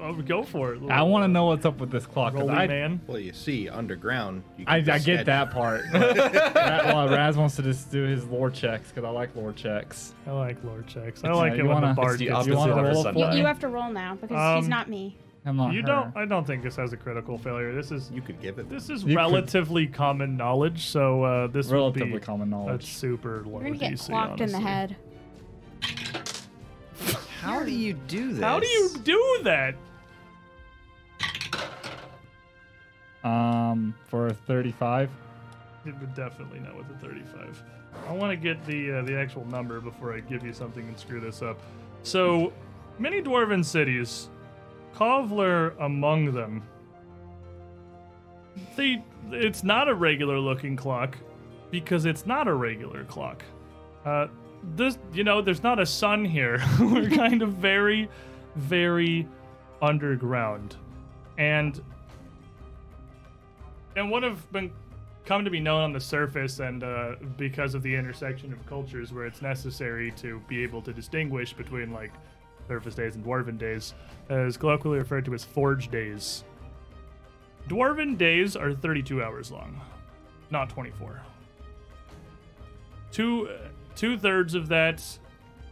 [SPEAKER 1] Oh, go for it.
[SPEAKER 6] I want to know what's up with this clock. 'cause
[SPEAKER 1] Roly
[SPEAKER 6] I,
[SPEAKER 1] man.
[SPEAKER 5] Well, you see, underground. You
[SPEAKER 6] I,
[SPEAKER 5] can
[SPEAKER 6] I
[SPEAKER 5] just
[SPEAKER 6] get
[SPEAKER 5] sketch-
[SPEAKER 6] that part. but Ra- well, Raz wants to just do his lore checks because I like lore checks.
[SPEAKER 1] I like Lord Checks. I
[SPEAKER 6] It's,
[SPEAKER 1] like
[SPEAKER 6] uh,
[SPEAKER 1] it
[SPEAKER 6] you
[SPEAKER 1] when
[SPEAKER 6] wanna-
[SPEAKER 1] the
[SPEAKER 6] It's
[SPEAKER 1] bard
[SPEAKER 3] the
[SPEAKER 1] gets
[SPEAKER 3] opposite
[SPEAKER 1] you
[SPEAKER 6] of
[SPEAKER 1] on
[SPEAKER 6] a
[SPEAKER 1] it.
[SPEAKER 6] roll of
[SPEAKER 2] You,
[SPEAKER 6] Right.
[SPEAKER 2] you have to roll now because he's
[SPEAKER 1] Um,
[SPEAKER 2] not me.
[SPEAKER 6] I'm not
[SPEAKER 1] You
[SPEAKER 6] her.
[SPEAKER 1] don't. I don't think this has a critical failure. This is
[SPEAKER 5] You could give it.
[SPEAKER 1] this is
[SPEAKER 6] You could-
[SPEAKER 1] relatively common knowledge. So uh, this
[SPEAKER 6] Relatively
[SPEAKER 1] would be
[SPEAKER 6] common
[SPEAKER 1] a
[SPEAKER 6] knowledge.
[SPEAKER 1] super low
[SPEAKER 2] You're gonna get
[SPEAKER 1] DC,
[SPEAKER 2] clocked in the
[SPEAKER 1] honestly.
[SPEAKER 2] head.
[SPEAKER 4] How do you do this?
[SPEAKER 1] How do you do that?
[SPEAKER 6] Um, for 35.
[SPEAKER 1] It would definitely not with the 35. I want to get the uh, the actual number before I give you something and screw this up. So many dwarven cities, Kovler among them. They it's not a regular looking clock because it's not a regular clock. Uh, this you know there's not a sun here. We're kind of very, very underground, and and what have been come to be known on the surface and uh, because of the intersection of cultures where it's necessary to be able to distinguish between like surface days and dwarven days uh, is colloquially referred to as forge days dwarven days are 32 hours long not 24 two two thirds of that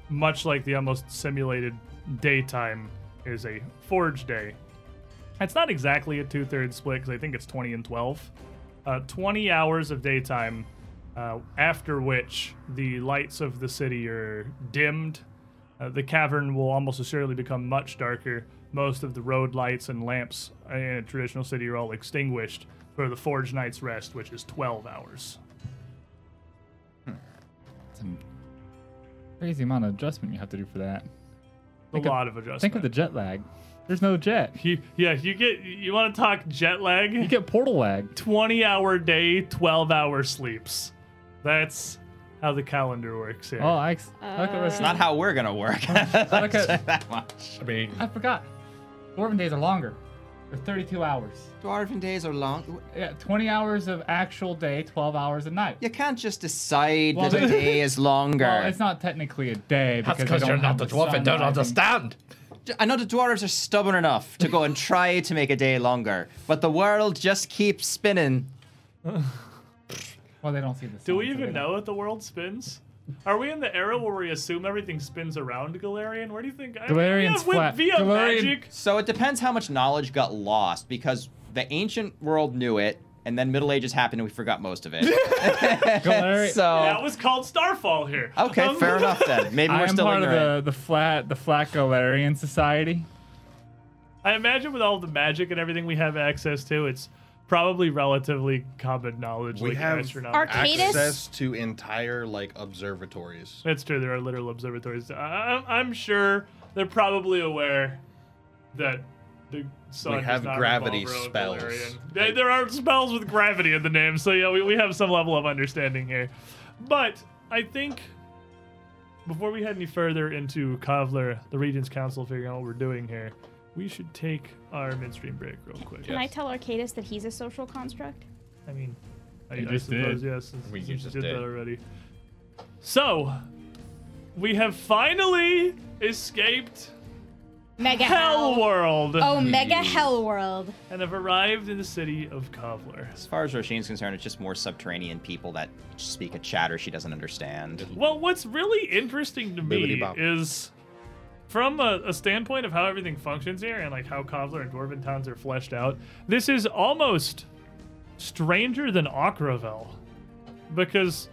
[SPEAKER 1] much like the almost simulated daytime is a forge day it's not exactly a two thirds split because I think it's 20 and 12. Uh, 20 hours of daytime, uh, after which the lights of the city are dimmed. Uh, the cavern will almost assuredly become much darker. Most of the road lights and lamps in a traditional city are all extinguished for the Forge Night's Rest, which is 12 hours.
[SPEAKER 6] Some crazy amount of adjustment you have to do for that.
[SPEAKER 1] A
[SPEAKER 6] Think of-
[SPEAKER 1] lot of adjustment.
[SPEAKER 6] Think of the jet lag. There's no jet.
[SPEAKER 1] You, yeah, you get. You want to talk jet lag?
[SPEAKER 6] You get portal lag.
[SPEAKER 1] 20 hour day, 12 hour sleeps. That's how the calendar works here.
[SPEAKER 6] Oh, I, ex- I look at
[SPEAKER 4] It's not how we're gonna work. I'll
[SPEAKER 6] Okay.
[SPEAKER 4] say that much.
[SPEAKER 3] I mean,
[SPEAKER 6] I forgot. Dwarven days are longer. They're 32 hours.
[SPEAKER 4] Dwarven days are long.
[SPEAKER 6] Yeah, 20 hours of actual day, 12 hours at night.
[SPEAKER 4] You can't just decide
[SPEAKER 6] Well,
[SPEAKER 4] that a
[SPEAKER 6] they-
[SPEAKER 4] day is longer.
[SPEAKER 6] Well, it's not technically a day because
[SPEAKER 3] that's
[SPEAKER 6] they
[SPEAKER 3] because
[SPEAKER 6] don't
[SPEAKER 3] you're
[SPEAKER 6] have
[SPEAKER 3] not a
[SPEAKER 6] the
[SPEAKER 3] dwarf and
[SPEAKER 6] sun
[SPEAKER 3] don't
[SPEAKER 6] rising.
[SPEAKER 3] understand.
[SPEAKER 4] I know the dwarves are stubborn enough to go and try to make a day longer, but the world just keeps spinning.
[SPEAKER 6] Well, they don't see the sun.
[SPEAKER 1] Do we
[SPEAKER 6] so they don't-
[SPEAKER 1] even know that the world spins? Are we in the era where we assume everything spins around Galarian? Where do you think? I-
[SPEAKER 6] Galarian's
[SPEAKER 1] yeah, with-
[SPEAKER 6] flat.
[SPEAKER 1] Via
[SPEAKER 6] Galarian-
[SPEAKER 1] magic.
[SPEAKER 4] So it depends how much knowledge got lost because the ancient world knew it, and then Middle Ages happened and we forgot most of it.
[SPEAKER 6] Galarian-
[SPEAKER 1] That
[SPEAKER 4] so
[SPEAKER 1] was called Starfall here.
[SPEAKER 4] okay,
[SPEAKER 1] Um,
[SPEAKER 4] fair enough then. Maybe
[SPEAKER 6] I
[SPEAKER 4] we're
[SPEAKER 6] am
[SPEAKER 4] still
[SPEAKER 6] part
[SPEAKER 4] ignorant.
[SPEAKER 6] of the, the flat the flat Galarian society.
[SPEAKER 1] I imagine with all the magic and everything we have access to, it's probably relatively common knowledge.
[SPEAKER 5] We
[SPEAKER 1] like
[SPEAKER 5] have
[SPEAKER 1] astronaut.
[SPEAKER 2] Arc- Cadus?
[SPEAKER 5] access to entire like observatories.
[SPEAKER 1] That's true. There are literal observatories. I, I'm sure they're probably aware that the sun
[SPEAKER 5] We
[SPEAKER 1] does
[SPEAKER 5] have
[SPEAKER 1] not
[SPEAKER 5] gravity
[SPEAKER 1] revolve around
[SPEAKER 5] spells.
[SPEAKER 1] Valerian. There- there are spells with gravity in the name, so yeah, we, we have some level of understanding here. But I think before we head any further into Kavler, the Regent's Council, figuring out what we're doing here, we should take our midstream break real quick.
[SPEAKER 2] Can I tell Arcadus that he's a social construct?
[SPEAKER 1] I mean, I,
[SPEAKER 6] You
[SPEAKER 1] I
[SPEAKER 6] just
[SPEAKER 1] suppose
[SPEAKER 6] did.
[SPEAKER 1] yes. Since,
[SPEAKER 3] We
[SPEAKER 1] since
[SPEAKER 3] just
[SPEAKER 1] you did,
[SPEAKER 3] did.
[SPEAKER 1] that already. So, we have finally escaped
[SPEAKER 2] Mega
[SPEAKER 1] Hell World
[SPEAKER 2] Oh, mega hell world.
[SPEAKER 1] and have arrived in the city of Cobbler.
[SPEAKER 4] As far as Roshin's concerned, it's just more subterranean people that speak a chatter she doesn't understand.
[SPEAKER 1] Well, what's really interesting to me
[SPEAKER 5] Bibbidi-bobbidi.
[SPEAKER 1] is from a, a standpoint of how everything functions here and like how Cobbler and Dwarven towns are fleshed out, this is almost stranger than Akravel. Because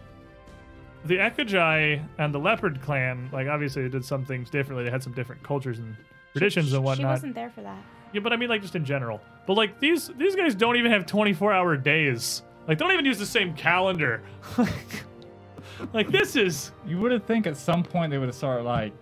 [SPEAKER 1] the Ekajai and the Leopard clan, like obviously they did some things differently. They had some different cultures and traditions and
[SPEAKER 2] She
[SPEAKER 1] whatnot.
[SPEAKER 2] wasn't there for that.
[SPEAKER 1] Yeah, but I mean like just in general. But like these these guys don't even have 24 hour days. Like they don't even use the same calendar. like this is
[SPEAKER 6] You would have think at some point they would have started like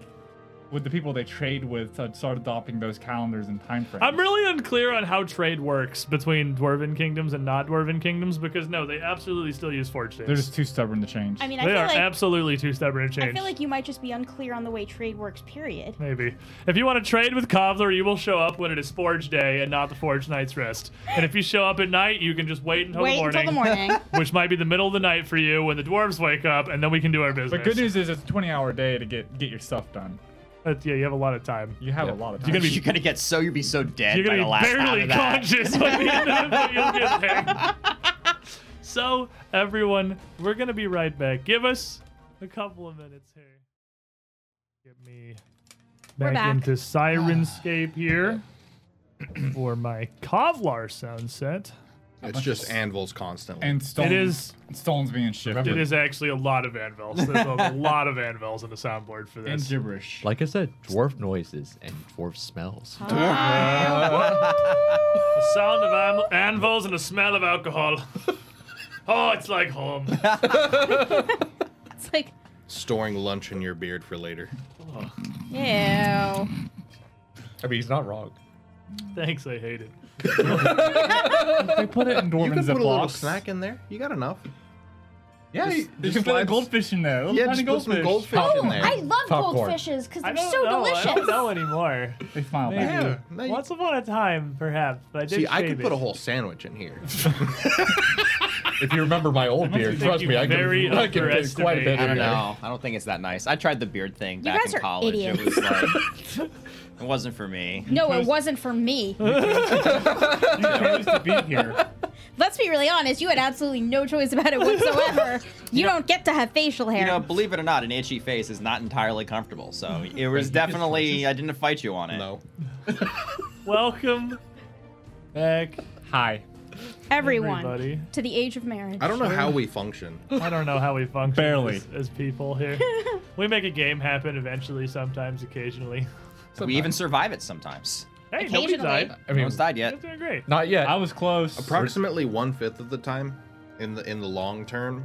[SPEAKER 6] with the people they trade with started start adopting those calendars and time frames.
[SPEAKER 1] I'm really unclear on how trade works between dwarven kingdoms and not dwarven kingdoms because no, they absolutely still use forge days.
[SPEAKER 6] They're just too stubborn to change.
[SPEAKER 2] I mean, I
[SPEAKER 1] they
[SPEAKER 2] feel
[SPEAKER 1] are
[SPEAKER 2] like
[SPEAKER 1] absolutely too stubborn to change.
[SPEAKER 2] I feel like you might just be unclear on the way trade works. Period.
[SPEAKER 1] Maybe. If you want to trade with Cobbler, you will show up when it is Forge Day and not the Forge Night's Rest. And if you show up at night, you can just wait until
[SPEAKER 2] Wait
[SPEAKER 1] the morning,
[SPEAKER 2] until the morning.
[SPEAKER 1] which might be the middle of the night for you when the dwarves wake up, and then we can do our business.
[SPEAKER 6] but good news is it's a 20 hour day to get get your stuff done.
[SPEAKER 1] But Uh, yeah, you have a lot of time.
[SPEAKER 6] You have a lot of time.
[SPEAKER 1] You're gonna be-
[SPEAKER 4] You're gonna get so you'd be so dead
[SPEAKER 1] You're
[SPEAKER 4] by
[SPEAKER 1] gonna
[SPEAKER 4] the last
[SPEAKER 1] be
[SPEAKER 4] half
[SPEAKER 1] barely
[SPEAKER 4] of that.
[SPEAKER 1] conscious by the end of it, but you'll get there. So, everyone, we're gonna be right back. Give us a couple of minutes here. Get me back,
[SPEAKER 2] back.
[SPEAKER 1] into Sirenscape here for my Kevlar sound set.
[SPEAKER 5] It's just anvils constantly.
[SPEAKER 6] and stones,
[SPEAKER 1] It is-
[SPEAKER 6] stones being shipped
[SPEAKER 1] It is actually a lot of anvils. There's a lot of anvils on the soundboard for
[SPEAKER 6] and
[SPEAKER 1] this.
[SPEAKER 6] gibberish.
[SPEAKER 9] Like I said, dwarf noises and dwarf smells.
[SPEAKER 2] Ah,
[SPEAKER 1] The sound of an- anvils and the smell of alcohol. Oh, it's like home.
[SPEAKER 2] It's like,
[SPEAKER 5] Storing lunch in your beard for later.
[SPEAKER 2] ew.
[SPEAKER 3] I mean, he's not wrong.
[SPEAKER 1] Thanks, I hate it.
[SPEAKER 6] they put it in
[SPEAKER 5] You
[SPEAKER 6] dwarven
[SPEAKER 5] can put a little
[SPEAKER 6] ziplocs.
[SPEAKER 5] snack in there. You got enough.
[SPEAKER 6] Yeah,
[SPEAKER 5] Just-
[SPEAKER 6] you, you
[SPEAKER 5] just
[SPEAKER 6] can put a
[SPEAKER 5] slides-
[SPEAKER 6] goldfish in there. Little
[SPEAKER 5] Yeah,
[SPEAKER 6] tiny
[SPEAKER 5] just put some goldfish
[SPEAKER 2] Oh,
[SPEAKER 5] in there.
[SPEAKER 12] I love
[SPEAKER 9] Popcorn.
[SPEAKER 12] goldfishes because
[SPEAKER 1] I
[SPEAKER 12] they're
[SPEAKER 1] don't
[SPEAKER 12] so
[SPEAKER 1] know.
[SPEAKER 12] delicious.
[SPEAKER 1] I don't know anymore.
[SPEAKER 6] They smile back.
[SPEAKER 1] Maybe.
[SPEAKER 5] Yeah, no, you-
[SPEAKER 1] Once upon a time, perhaps, but I did
[SPEAKER 5] See, I
[SPEAKER 1] shave
[SPEAKER 5] could put
[SPEAKER 1] it.
[SPEAKER 5] a whole sandwich in here.
[SPEAKER 3] If you remember my old beard,
[SPEAKER 1] think
[SPEAKER 3] trust
[SPEAKER 1] you
[SPEAKER 3] me, I
[SPEAKER 1] very
[SPEAKER 3] can, I can fit quite a bit
[SPEAKER 1] underestimate-
[SPEAKER 4] I don't
[SPEAKER 3] in there.
[SPEAKER 4] know. I don't think it's that nice. I tried the beard thing back
[SPEAKER 12] guys
[SPEAKER 4] in
[SPEAKER 12] are
[SPEAKER 4] college.
[SPEAKER 12] idiots.
[SPEAKER 4] It was like it wasn't for me.
[SPEAKER 2] No, it wasn't for me.
[SPEAKER 6] chose to be here.
[SPEAKER 2] Let's be really honest. You had absolutely no choice about it whatsoever. You don't get to have facial hair.
[SPEAKER 4] You know, believe it or not, an itchy face is not entirely comfortable. So it was definitely I didn't fight you on it.
[SPEAKER 5] No.
[SPEAKER 1] Welcome back,
[SPEAKER 6] Hi.
[SPEAKER 2] Everyone
[SPEAKER 1] everybody.
[SPEAKER 2] to the age of marriage.
[SPEAKER 5] I don't know how we function.
[SPEAKER 1] I don't know how we function
[SPEAKER 6] Barely.
[SPEAKER 1] as, as people here. we make a game happen eventually, sometimes, occasionally.
[SPEAKER 4] We even survive it sometimes.
[SPEAKER 1] Hey, nobody died.
[SPEAKER 3] I
[SPEAKER 4] No
[SPEAKER 3] mean,
[SPEAKER 4] one's died yet.
[SPEAKER 1] You're doing great.
[SPEAKER 3] not yet.
[SPEAKER 6] I was close.
[SPEAKER 5] Approximately one fifth of the time, in the in the long term,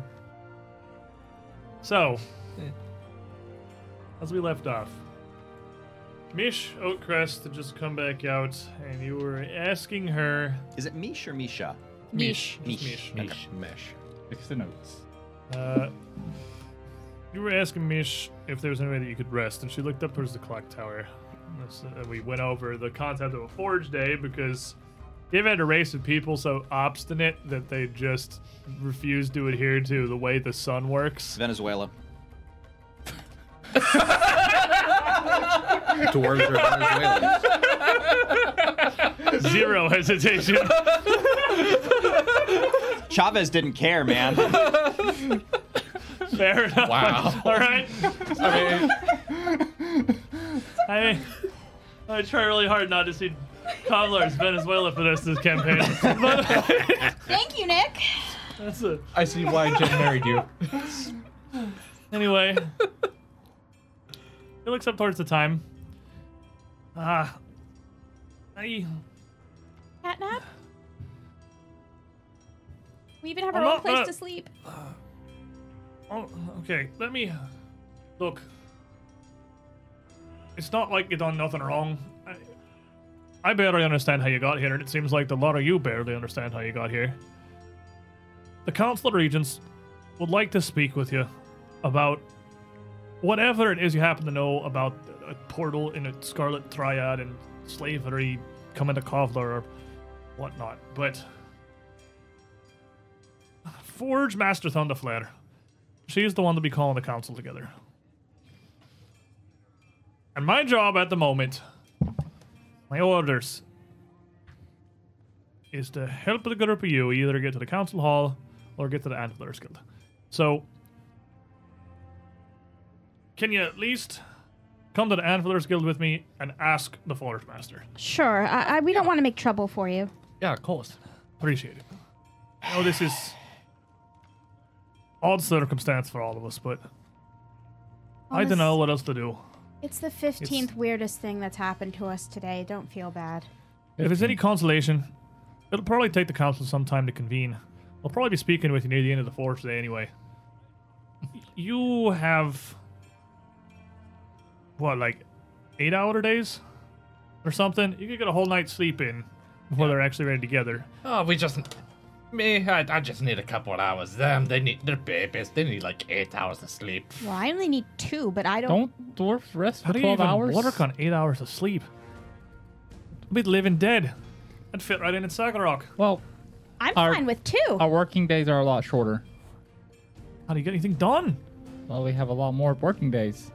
[SPEAKER 1] So, as we left off, Mish Oakcrest had just come back out, and you were asking her.
[SPEAKER 4] Is it Mish or Misha?
[SPEAKER 2] Mish.
[SPEAKER 4] Mish.
[SPEAKER 5] mesh. mesh.
[SPEAKER 6] Fix the notes.
[SPEAKER 1] Uh, you were asking Mish if there was any way that you could rest, and she looked up towards the clock tower. That's- And we went over the concept of a Forge Day because they've had a race of people so obstinate that they just refuse to adhere to the way the sun works.
[SPEAKER 4] Venezuela.
[SPEAKER 5] Dwarves are Venezuelans.
[SPEAKER 1] Zero hesitation.
[SPEAKER 4] Chavez didn't care, man.
[SPEAKER 1] Fair enough.
[SPEAKER 3] Wow.
[SPEAKER 1] All right.
[SPEAKER 3] I mean,
[SPEAKER 1] I, I try really hard not to see Cobbler's Venezuela for the rest of this campaign. But
[SPEAKER 2] Thank you, Nick.
[SPEAKER 1] that's it.
[SPEAKER 3] I see why Jen married you.
[SPEAKER 1] Anyway, he looks up towards the time. Ah, I
[SPEAKER 12] Catnap? We even have
[SPEAKER 1] I'm
[SPEAKER 12] our own
[SPEAKER 1] not
[SPEAKER 12] place
[SPEAKER 1] gonna-
[SPEAKER 12] to sleep.
[SPEAKER 1] Oh, okay. Let me uh, look. It's not like you done nothing wrong. I, I barely understand how you got here, and it seems like the lot of you barely understand how you got here. The Council of Regents would like to speak with you about whatever it is you happen to know about a portal in a Scarlet Triad and slavery coming to Kovlar or whatnot. But Forge Master Thunderflare. She's the one to be calling the council together. And my job at the moment, my orders, is to help the group of you either get to the council hall or get to the Antlers Guild. So, can you at least come to the Antlers Guild with me and ask the Forge Master?
[SPEAKER 2] Sure. I, I, we don't want to make trouble for you.
[SPEAKER 1] Yeah, of course. Appreciate it. I know this is odd circumstance for all of us, but I don't know what else to do.
[SPEAKER 2] It's the 15th weirdest thing that's happened to us today. Don't feel bad.
[SPEAKER 1] If it's any consolation, it'll probably take the council some time to convene. I'll probably be speaking with you near the end of the fourth day anyway. You have what, like eight hour days? Or something? You could get a whole night's sleep in before they're actually ready together.
[SPEAKER 3] Oh, we just. Me, I, I just need a couple of hours. Them, they need. They're babies. They need like eight hours of sleep.
[SPEAKER 2] Well, I only need two, but I don't.
[SPEAKER 6] Don't dwarfs rest
[SPEAKER 1] How
[SPEAKER 6] for
[SPEAKER 1] do you
[SPEAKER 6] 12
[SPEAKER 1] even
[SPEAKER 6] hours?
[SPEAKER 1] work on eight hours of sleep? I'd be living dead. I'd fit right in in Sagarok.
[SPEAKER 6] Well,
[SPEAKER 2] I'm
[SPEAKER 6] Our-
[SPEAKER 2] fine with two.
[SPEAKER 6] our working days are a lot shorter.
[SPEAKER 1] How do you get anything done?
[SPEAKER 6] Well, we have a lot more working days.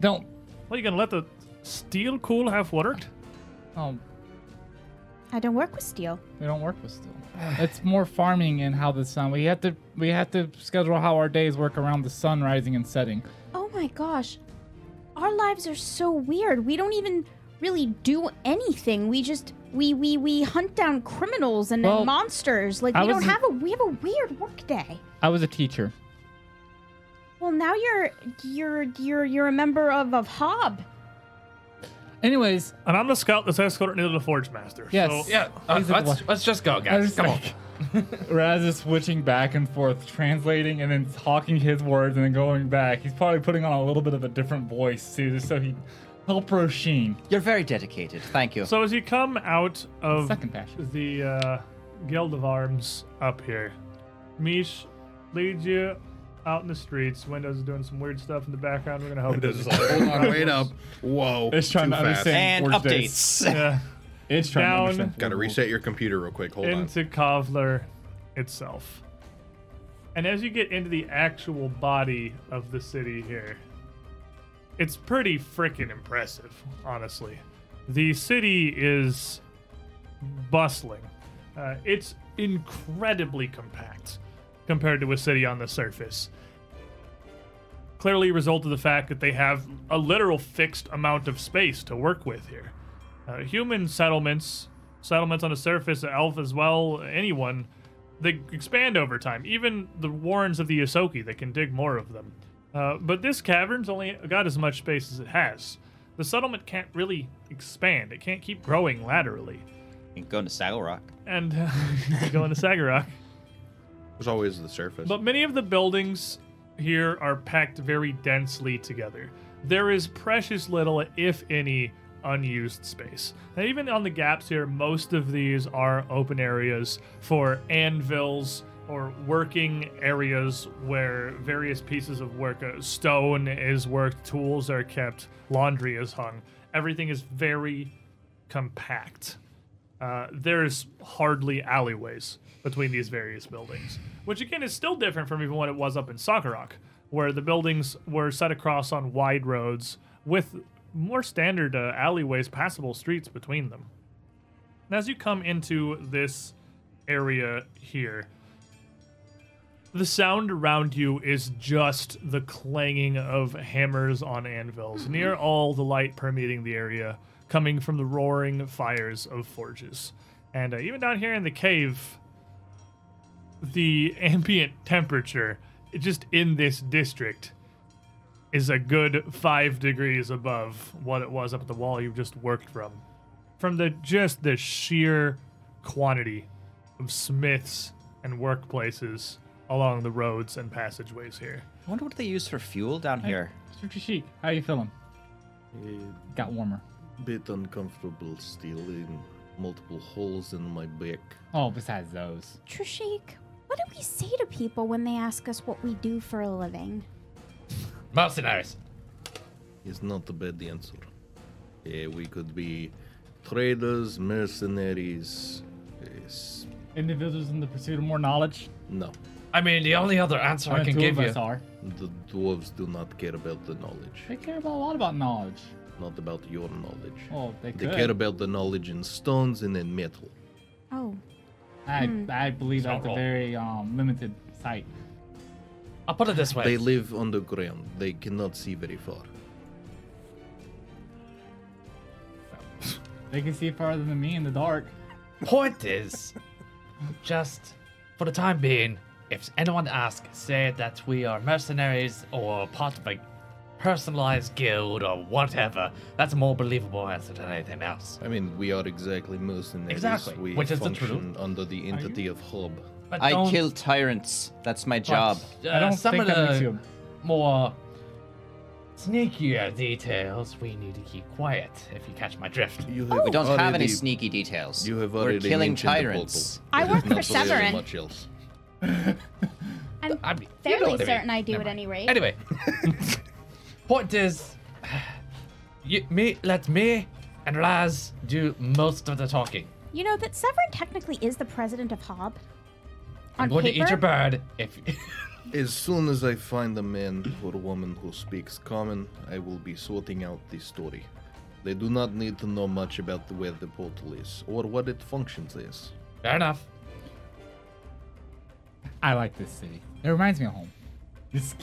[SPEAKER 6] Don't.
[SPEAKER 1] What, you gonna let the steel cool half worked?
[SPEAKER 6] Oh,
[SPEAKER 2] I don't work with steel.
[SPEAKER 6] we don't work with steel. it's more farming and how the sun. We have to. We have to schedule how our days work around the sun rising and setting.
[SPEAKER 2] Oh my gosh. Our lives are so weird. We don't even really do anything. We just we we we hunt down criminals and
[SPEAKER 6] Well,
[SPEAKER 2] monsters. Like
[SPEAKER 6] I
[SPEAKER 2] we don't
[SPEAKER 6] was-
[SPEAKER 2] have a we have a weird work day.
[SPEAKER 6] I was a teacher.
[SPEAKER 2] Well, now you're you're you're you're a member of of Hob.
[SPEAKER 6] Anyways,
[SPEAKER 1] And I'm the scout that's escorting you to the Forge Master.
[SPEAKER 6] Yes.
[SPEAKER 1] So,
[SPEAKER 3] Yeah, uh,
[SPEAKER 6] He's a
[SPEAKER 3] let's
[SPEAKER 6] bluff.
[SPEAKER 3] let's just go,
[SPEAKER 6] I
[SPEAKER 3] guys.
[SPEAKER 6] was
[SPEAKER 3] Come on.
[SPEAKER 6] like, Raz is switching back and forth, translating and then talking his words and then going back. He's probably putting on a little bit of a different voice too, just so he help Roshin.
[SPEAKER 4] You're very dedicated. Thank you.
[SPEAKER 1] so as you come out of
[SPEAKER 6] Second passion.
[SPEAKER 1] the uh, Guild of Arms up here, Mish leads you out in the streets. Windows is doing some weird stuff in the background. We're gonna help.
[SPEAKER 5] Windows is like, hold on, wait up. Whoa.
[SPEAKER 6] It's trying
[SPEAKER 5] too
[SPEAKER 6] to
[SPEAKER 5] fast.
[SPEAKER 6] understand.
[SPEAKER 4] and
[SPEAKER 6] Forge days.
[SPEAKER 4] updates.
[SPEAKER 1] Yeah,
[SPEAKER 6] It's trying
[SPEAKER 1] Down.
[SPEAKER 6] to understand.
[SPEAKER 5] Gotta reset your computer real quick. Hold on.
[SPEAKER 1] into Kovler itself. And as you get into the actual body of the city here, it's pretty freaking impressive, honestly. The city is bustling. Uh, it's incredibly compact compared to a city on the surface. Clearly, a result of the fact that they have a literal fixed amount of space to work with here. Uh, human settlements, settlements on the surface, elf as well, anyone, they expand over time. Even the warrens of the Yosoki, they can dig more of them. Uh, but this cavern's only got as much space as it has. The settlement can't really expand. It can't keep growing laterally.
[SPEAKER 4] You can go to Saddle Rock.
[SPEAKER 1] And uh, going to Sagarok.
[SPEAKER 5] There's always the surface.
[SPEAKER 1] But many of the buildings here are packed very densely together. There is precious little, if any, unused space. Now, even on the gaps here, most of these are open areas for anvils or working areas where various pieces of work, uh, stone is worked, tools are kept, laundry is hung. Everything is very compact. Uh, there's hardly alleyways between these various buildings, which again is still different from even what it was up in Sakurok, where the buildings were set across on wide roads with more standard uh, alleyways, passable streets between them. And as you come into this area here, The sound around you is just the clanging of hammers on anvils, near all the light permeating the area, coming from the roaring fires of forges. And uh, even down here in the cave, the ambient temperature just in this district is a good five degrees above what it was up at the wall you just worked from. From the just the sheer quantity of smiths and workplaces along the roads and passageways here.
[SPEAKER 4] I wonder what they use for fuel down here.
[SPEAKER 6] Mr. Kashyyyk, how you feeling? Got warmer.
[SPEAKER 8] Bit uncomfortable still in multiple holes in my back.
[SPEAKER 6] Oh, besides those.
[SPEAKER 12] Trishik, what do we say to people when they ask us what we do for a living?
[SPEAKER 3] Mercenaries.
[SPEAKER 8] is not a bad answer. Eh, we could be traders, mercenaries. Yes.
[SPEAKER 6] Individuals in the pursuit of more knowledge.
[SPEAKER 8] No,
[SPEAKER 3] I mean, the only other answer I
[SPEAKER 6] Only
[SPEAKER 3] can
[SPEAKER 6] two
[SPEAKER 3] give
[SPEAKER 6] of
[SPEAKER 3] you.
[SPEAKER 6] us are.
[SPEAKER 8] the dwarves do not care about the knowledge,
[SPEAKER 6] They care about a lot about knowledge.
[SPEAKER 8] not about your knowledge.
[SPEAKER 6] Oh, they
[SPEAKER 8] they
[SPEAKER 6] could.
[SPEAKER 8] care about the knowledge in stones and in metal.
[SPEAKER 12] Oh,
[SPEAKER 6] I, I believe that's a
[SPEAKER 3] wrong.
[SPEAKER 6] very um, limited sight.
[SPEAKER 3] I'll put it this way.
[SPEAKER 8] They live underground. They cannot see very far.
[SPEAKER 6] They can see farther than me in the dark.
[SPEAKER 3] point is, just for the time being, if anyone asks, say that we are mercenaries or part of a personalized guild or whatever. That's a more believable answer than anything else.
[SPEAKER 8] I mean, we are exactly mercenaries.
[SPEAKER 3] Exactly,
[SPEAKER 8] We
[SPEAKER 3] which is the truth.
[SPEAKER 8] function under the entity of Hob.
[SPEAKER 3] But
[SPEAKER 4] I
[SPEAKER 3] don't-
[SPEAKER 4] kill tyrants. That's my job.
[SPEAKER 3] But, uh,
[SPEAKER 6] I don't
[SPEAKER 3] some
[SPEAKER 6] think
[SPEAKER 3] of
[SPEAKER 6] that makes
[SPEAKER 3] the
[SPEAKER 6] you-
[SPEAKER 3] more sneakier details we need to keep quiet. If you catch my drift.
[SPEAKER 8] You
[SPEAKER 12] Oh.
[SPEAKER 8] have
[SPEAKER 4] We don't have any
[SPEAKER 8] already-
[SPEAKER 4] sneaky details.
[SPEAKER 8] You have
[SPEAKER 4] We're
[SPEAKER 8] already
[SPEAKER 4] killing
[SPEAKER 8] mentioned the
[SPEAKER 4] tyrants.
[SPEAKER 8] portal.
[SPEAKER 2] I work for
[SPEAKER 8] Not really
[SPEAKER 2] Severin.
[SPEAKER 8] Much else.
[SPEAKER 12] I'm
[SPEAKER 3] I mean, you know
[SPEAKER 12] fairly
[SPEAKER 3] what I mean.
[SPEAKER 12] certain I do
[SPEAKER 3] Never
[SPEAKER 12] at
[SPEAKER 3] mind.
[SPEAKER 12] any rate.
[SPEAKER 3] Anyway, point is, you, me let me and Raz do most of the talking.
[SPEAKER 12] You know that Severin technically is the president of Hob.
[SPEAKER 3] I'm
[SPEAKER 12] On
[SPEAKER 3] going to eat your
[SPEAKER 12] paper?
[SPEAKER 3] bird if
[SPEAKER 8] As soon as I find a man or woman who speaks common, I will be sorting out the story. They do not need to know much about where the portal is or what it functions as.
[SPEAKER 3] fair enough.
[SPEAKER 6] I like this city. It reminds me of home. This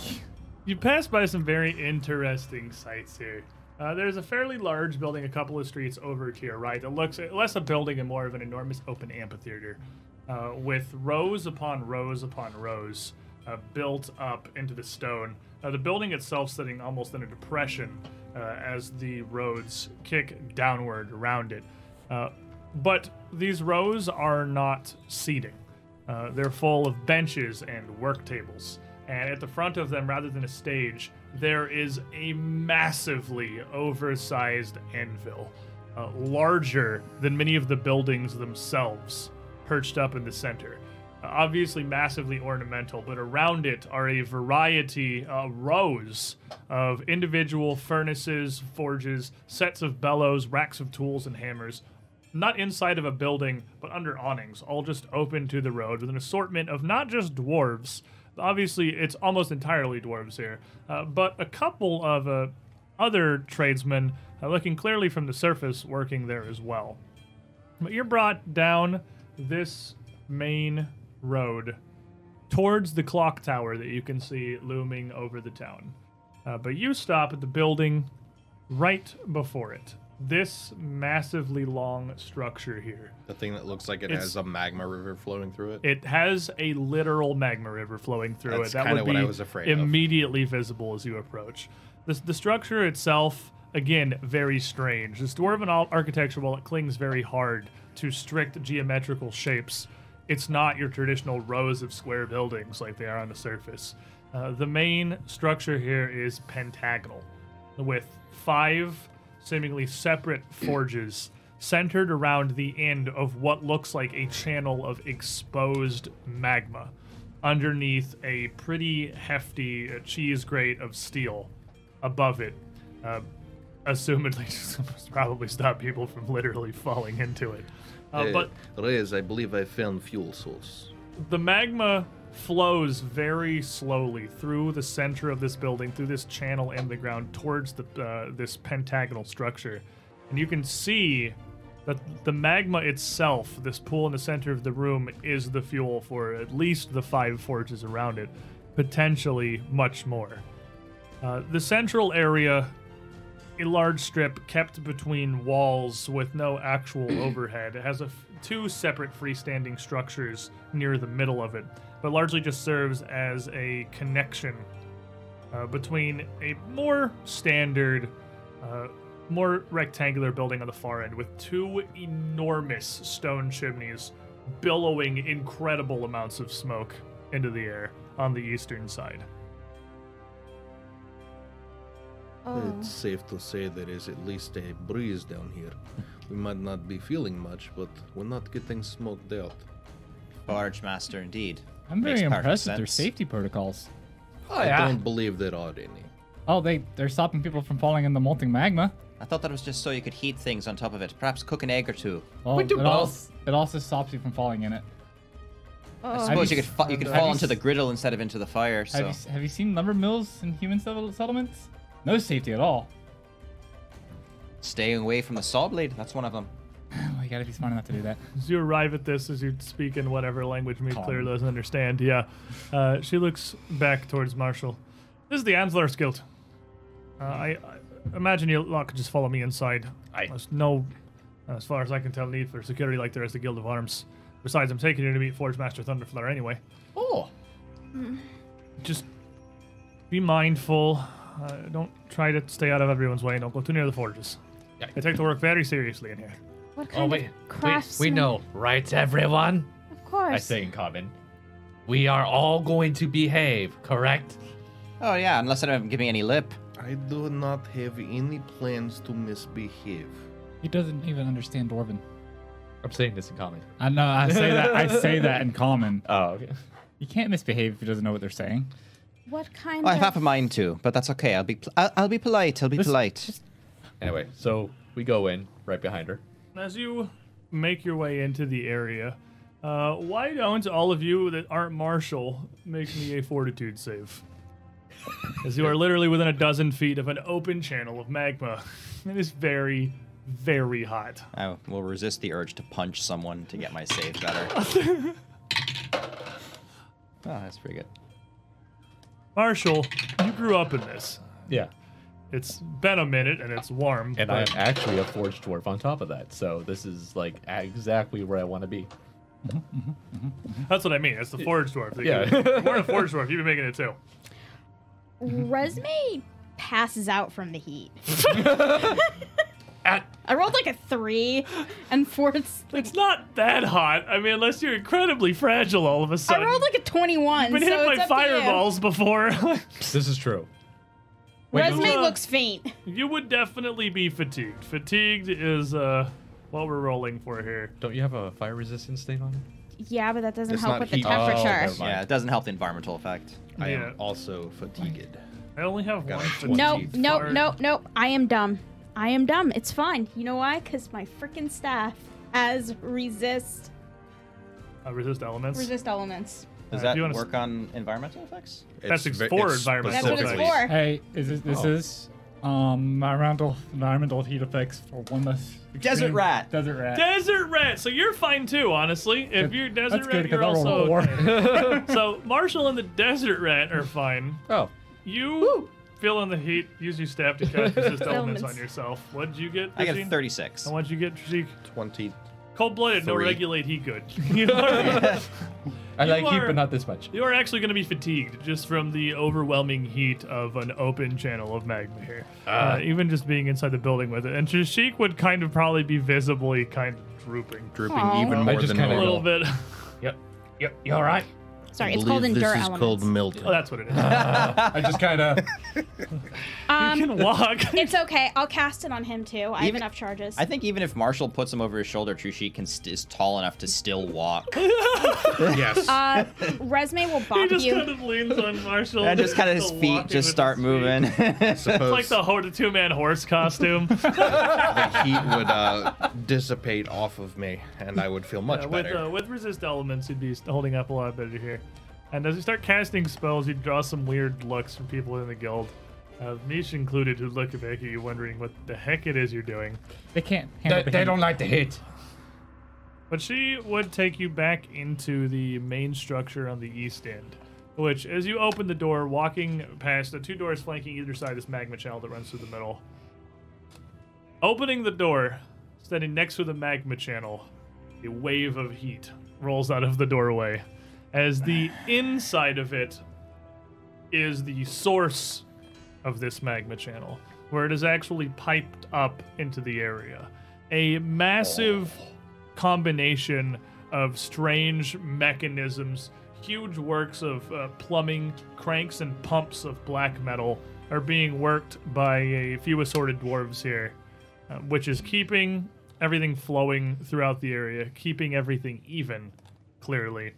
[SPEAKER 1] You pass by some very interesting sights here. Uh, there's a fairly large building a couple of streets over to your right that looks less a building and more of an enormous open amphitheater uh, with rows upon rows upon rows uh, built up into the stone. Uh, the building itself sitting almost in a depression uh, as the roads kick downward around it. Uh, but these rows are not seating. Uh, they're full of benches and work tables. And at the front of them, rather than a stage, there is a massively oversized anvil, uh, larger than many of the buildings themselves, perched up in the center. Uh, obviously, massively ornamental, but around it are a variety, uh, rows of individual furnaces, forges, sets of bellows, racks of tools, and hammers, not inside of a building, but under awnings, all just open to the road with an assortment of not just dwarves. Obviously, it's almost entirely dwarves here, uh, but a couple of uh, other tradesmen uh, looking clearly from the surface working there as well. But you're brought down this main road towards the clock tower that you can see looming over the town. Uh, but you stop at the building right before it. This massively long structure here.
[SPEAKER 5] The thing that looks like it
[SPEAKER 1] It's-
[SPEAKER 5] has a magma river flowing through it.
[SPEAKER 1] It has a literal magma river flowing through
[SPEAKER 5] That's
[SPEAKER 1] it. That
[SPEAKER 5] kinda
[SPEAKER 1] would be
[SPEAKER 5] what I was afraid of.
[SPEAKER 1] immediately visible as you approach. The, the structure itself, again, very strange. This dwarven al- architecture, while it clings very hard to strict geometrical shapes, it's not your traditional rows of square buildings like they are on the surface. Uh, the main structure here is pentagonal, with five seemingly separate forges centered around the end of what looks like a channel of exposed magma underneath a pretty hefty uh, cheese grate of steel above it. Uh, assumedly, just probably stop people from literally falling into it. Uh,
[SPEAKER 8] Eh,
[SPEAKER 1] But
[SPEAKER 8] Reyes, I believe I found fuel source.
[SPEAKER 1] the magma flows very slowly through the center of this building, through this channel in the ground, towards the uh, this pentagonal structure, and you can see that the magma itself, this pool in the center of the room, is the fuel for at least the five forges around it, potentially much more. Uh, the central area, a large strip kept between walls with no actual overhead, it has a f- two separate freestanding structures near the middle of it, but largely just serves as a connection uh, between a more standard, uh, more rectangular building on the far end with two enormous stone chimneys billowing incredible amounts of smoke into the air on the eastern side.
[SPEAKER 2] Oh,
[SPEAKER 8] It's safe to say there is at least a breeze down here. We might not be feeling much, but we're not getting smoked out.
[SPEAKER 4] Barge master, indeed.
[SPEAKER 6] I'm very
[SPEAKER 4] Makes perfect
[SPEAKER 6] impressed with their
[SPEAKER 4] sense.
[SPEAKER 6] safety protocols.
[SPEAKER 3] Oh,
[SPEAKER 8] I
[SPEAKER 3] yeah.
[SPEAKER 8] don't believe there are any.
[SPEAKER 6] Oh, they they're stopping people from falling in the molting magma.
[SPEAKER 4] I thought that was just so you could heat things on top of it. Perhaps cook an egg or two.
[SPEAKER 6] Well,
[SPEAKER 3] We do
[SPEAKER 6] Oh, it al-
[SPEAKER 3] both.
[SPEAKER 6] it also stops you from falling in it.
[SPEAKER 4] I
[SPEAKER 2] oh.
[SPEAKER 4] suppose
[SPEAKER 6] you
[SPEAKER 4] you could fa- you could
[SPEAKER 6] s- have
[SPEAKER 4] fall
[SPEAKER 6] you
[SPEAKER 4] into
[SPEAKER 6] s-
[SPEAKER 4] the griddle instead of into the fire. So
[SPEAKER 6] Have, you, have you seen lumber mills and human settle- settlements? No safety at all.
[SPEAKER 4] stay away from the saw blade. That's one of them.
[SPEAKER 6] Well, you gotta be smart enough to do that.
[SPEAKER 1] As you arrive at this, as you speak in whatever language me
[SPEAKER 6] Calm.
[SPEAKER 1] clearly doesn't understand, yeah, uh, she looks back towards Marshall. This is the Anslar's Guild. Uh, I, I imagine you lot could just follow me inside.
[SPEAKER 3] Aye.
[SPEAKER 1] There's no, uh, as far as I can tell, need for security like there is the Guild of Arms. Besides, I'm taking you to meet Forge Master Thunderflutter anyway.
[SPEAKER 3] Oh,
[SPEAKER 12] Mm.
[SPEAKER 1] Just be mindful. Uh, don't try to stay out of everyone's way. Don't go too near the forges.
[SPEAKER 3] Yeah.
[SPEAKER 1] They take the work very seriously in here.
[SPEAKER 2] What
[SPEAKER 3] oh
[SPEAKER 2] kind
[SPEAKER 3] we,
[SPEAKER 2] of
[SPEAKER 3] we, we
[SPEAKER 2] craftsman-
[SPEAKER 3] know, right, everyone?
[SPEAKER 2] Of course.
[SPEAKER 3] I say in common. We are all going to behave, correct?
[SPEAKER 4] Oh yeah, unless I don't give me any lip.
[SPEAKER 8] I do not have any plans to misbehave.
[SPEAKER 6] He doesn't even understand Dwarven.
[SPEAKER 3] I'm saying this in common.
[SPEAKER 6] I know. I say that. I say that in common.
[SPEAKER 3] Oh, okay.
[SPEAKER 6] You can't misbehave if he doesn't know what they're saying.
[SPEAKER 2] What kind
[SPEAKER 4] Well, Oh, I
[SPEAKER 2] of.
[SPEAKER 4] have a mind to, but that's okay. I'll be pl- I'll, I'll be polite. I'll be polite.
[SPEAKER 3] Anyway, so we go in right behind her.
[SPEAKER 1] As you make your way into the area, uh, why don't all of you that aren't Marshall make me a fortitude save? As you are literally within a dozen feet of an open channel of magma. It is very, very hot.
[SPEAKER 4] I will resist the urge to punch someone to get my save better. oh, that's pretty good.
[SPEAKER 1] Marshall, you grew up in this.
[SPEAKER 3] Yeah.
[SPEAKER 1] It's been a minute and it's warm.
[SPEAKER 3] And I'm
[SPEAKER 1] but
[SPEAKER 3] actually a forged dwarf on top of that, so this is like exactly where I want to be.
[SPEAKER 1] that's what I mean. It's the Forge Dwarf.
[SPEAKER 3] Yeah.
[SPEAKER 1] We're a Forge Dwarf. You've been making it too.
[SPEAKER 2] Resume passes out from the heat.
[SPEAKER 3] At-
[SPEAKER 2] I rolled like a three and four. It's,
[SPEAKER 1] It's not that hot. I mean, unless you're incredibly fragile all of a
[SPEAKER 2] I
[SPEAKER 1] sudden.
[SPEAKER 2] rolled like a 21.
[SPEAKER 1] You've been
[SPEAKER 2] so
[SPEAKER 1] hit
[SPEAKER 2] it's
[SPEAKER 1] by
[SPEAKER 2] up to you.
[SPEAKER 1] fireballs before.
[SPEAKER 3] This is true.
[SPEAKER 2] Resume
[SPEAKER 1] uh,
[SPEAKER 2] looks faint.
[SPEAKER 1] You would definitely be fatigued. Fatigued is uh what we're rolling for here.
[SPEAKER 3] Don't you have a fire resistance thing on?
[SPEAKER 2] Yeah, but that doesn't
[SPEAKER 8] It's
[SPEAKER 2] help
[SPEAKER 8] not
[SPEAKER 2] with
[SPEAKER 8] heat.
[SPEAKER 2] the
[SPEAKER 8] Oh,
[SPEAKER 2] temperature.
[SPEAKER 3] Fine.
[SPEAKER 4] Yeah, it doesn't help the environmental effect.
[SPEAKER 8] I
[SPEAKER 1] Yeah.
[SPEAKER 8] am also fatigued.
[SPEAKER 1] I only have
[SPEAKER 8] Got
[SPEAKER 1] one.
[SPEAKER 8] a 20.
[SPEAKER 1] fatigue
[SPEAKER 2] No,
[SPEAKER 8] Teeth
[SPEAKER 2] no,
[SPEAKER 1] card.
[SPEAKER 2] no, no. I am dumb. I am dumb. It's fine. You know why? Because my freaking staff has resist
[SPEAKER 1] Uh, resist elements.
[SPEAKER 2] resist elements.
[SPEAKER 4] Does
[SPEAKER 1] Uh, if
[SPEAKER 4] that
[SPEAKER 1] you wanna s-
[SPEAKER 4] work on environmental effects?
[SPEAKER 1] That's
[SPEAKER 8] It's ve-
[SPEAKER 1] for
[SPEAKER 8] it's
[SPEAKER 1] environmental
[SPEAKER 2] That's what it's
[SPEAKER 1] Specifically.
[SPEAKER 2] for.
[SPEAKER 6] Hey, is this,
[SPEAKER 4] Oh.
[SPEAKER 6] this is um environmental environmental heat effects for one less
[SPEAKER 4] Desert rat.
[SPEAKER 6] Desert rat.
[SPEAKER 1] Desert rat. So you're fine too, honestly. If you're desert
[SPEAKER 6] That's
[SPEAKER 1] rat,
[SPEAKER 6] good
[SPEAKER 1] you're
[SPEAKER 6] because I
[SPEAKER 1] also
[SPEAKER 6] rolled a
[SPEAKER 1] okay. so Marshall and the desert rat are fine.
[SPEAKER 3] Oh,
[SPEAKER 1] You feel in the heat. Use your staff to cast resist elements on
[SPEAKER 2] Elements.
[SPEAKER 1] yourself. What'd you get?
[SPEAKER 4] I got a
[SPEAKER 1] Christine?
[SPEAKER 4] 36.
[SPEAKER 1] And what'd you get, Trishik?
[SPEAKER 8] 20.
[SPEAKER 1] Cold blooded, no
[SPEAKER 8] Three.
[SPEAKER 1] regulate heat good. You are-
[SPEAKER 3] I
[SPEAKER 1] You
[SPEAKER 3] like heat,
[SPEAKER 1] are-
[SPEAKER 3] but not this much.
[SPEAKER 1] You are actually going to be fatigued just from the overwhelming heat of an open channel of magma here. Uh,
[SPEAKER 3] Ah.
[SPEAKER 1] even just being inside the building with it. And Trishik would kind of probably be visibly kind of drooping.
[SPEAKER 8] Dripping
[SPEAKER 2] Aw.
[SPEAKER 8] even
[SPEAKER 3] I
[SPEAKER 8] more
[SPEAKER 3] just
[SPEAKER 8] than
[SPEAKER 3] kinda
[SPEAKER 1] A
[SPEAKER 8] normal.
[SPEAKER 1] little bit.
[SPEAKER 3] Yep. Yep. You all right?
[SPEAKER 2] Sorry,
[SPEAKER 8] I
[SPEAKER 2] it's called
[SPEAKER 8] believe
[SPEAKER 2] endure
[SPEAKER 8] This is
[SPEAKER 2] elements.
[SPEAKER 8] called melting.
[SPEAKER 1] Oh, that's what it is. you
[SPEAKER 6] I just kind of.
[SPEAKER 2] um,
[SPEAKER 1] can walk.
[SPEAKER 2] it's okay. I'll cast it on him too. I have
[SPEAKER 4] Even-
[SPEAKER 2] enough charges.
[SPEAKER 4] I think even if Marshall puts him over his shoulder, Trushi can st- is tall enough to still walk.
[SPEAKER 8] yes.
[SPEAKER 2] uh, Resume will
[SPEAKER 1] he
[SPEAKER 2] bop
[SPEAKER 1] just
[SPEAKER 2] you.
[SPEAKER 1] kind of leans on Marshall.
[SPEAKER 4] and just kind of his
[SPEAKER 1] to walk
[SPEAKER 4] feet
[SPEAKER 1] in
[SPEAKER 4] just
[SPEAKER 1] with
[SPEAKER 4] start
[SPEAKER 1] his
[SPEAKER 4] moving.
[SPEAKER 1] feet.
[SPEAKER 8] Suppose
[SPEAKER 1] It's like the, ho- the two man horse costume.
[SPEAKER 8] the heat would uh, dissipate off of me, and I would feel much
[SPEAKER 1] Uh, with,
[SPEAKER 8] better.
[SPEAKER 1] uh, with resist elements, you'd be st- holding up a lot better here. And as you start casting spells, you draw some weird looks from people in the guild. Have Mish included who look back at you wondering what the heck it is you're doing.
[SPEAKER 6] They can't handle
[SPEAKER 3] They, they don't like to hit.
[SPEAKER 1] But she would take you back into the main structure on the east end, which, as you open the door, walking past the two doors flanking either side, this magma channel that runs through the middle. Opening the door, standing next to the magma channel, a wave of heat rolls out of the doorway, as the inside of it is the source of this magma channel, where it is actually piped up into the area. A massive combination of strange mechanisms, huge works of uh, plumbing, cranks, and pumps of black metal are being worked by a few assorted dwarves here, uh, which is keeping everything flowing throughout the area, keeping everything even, clearly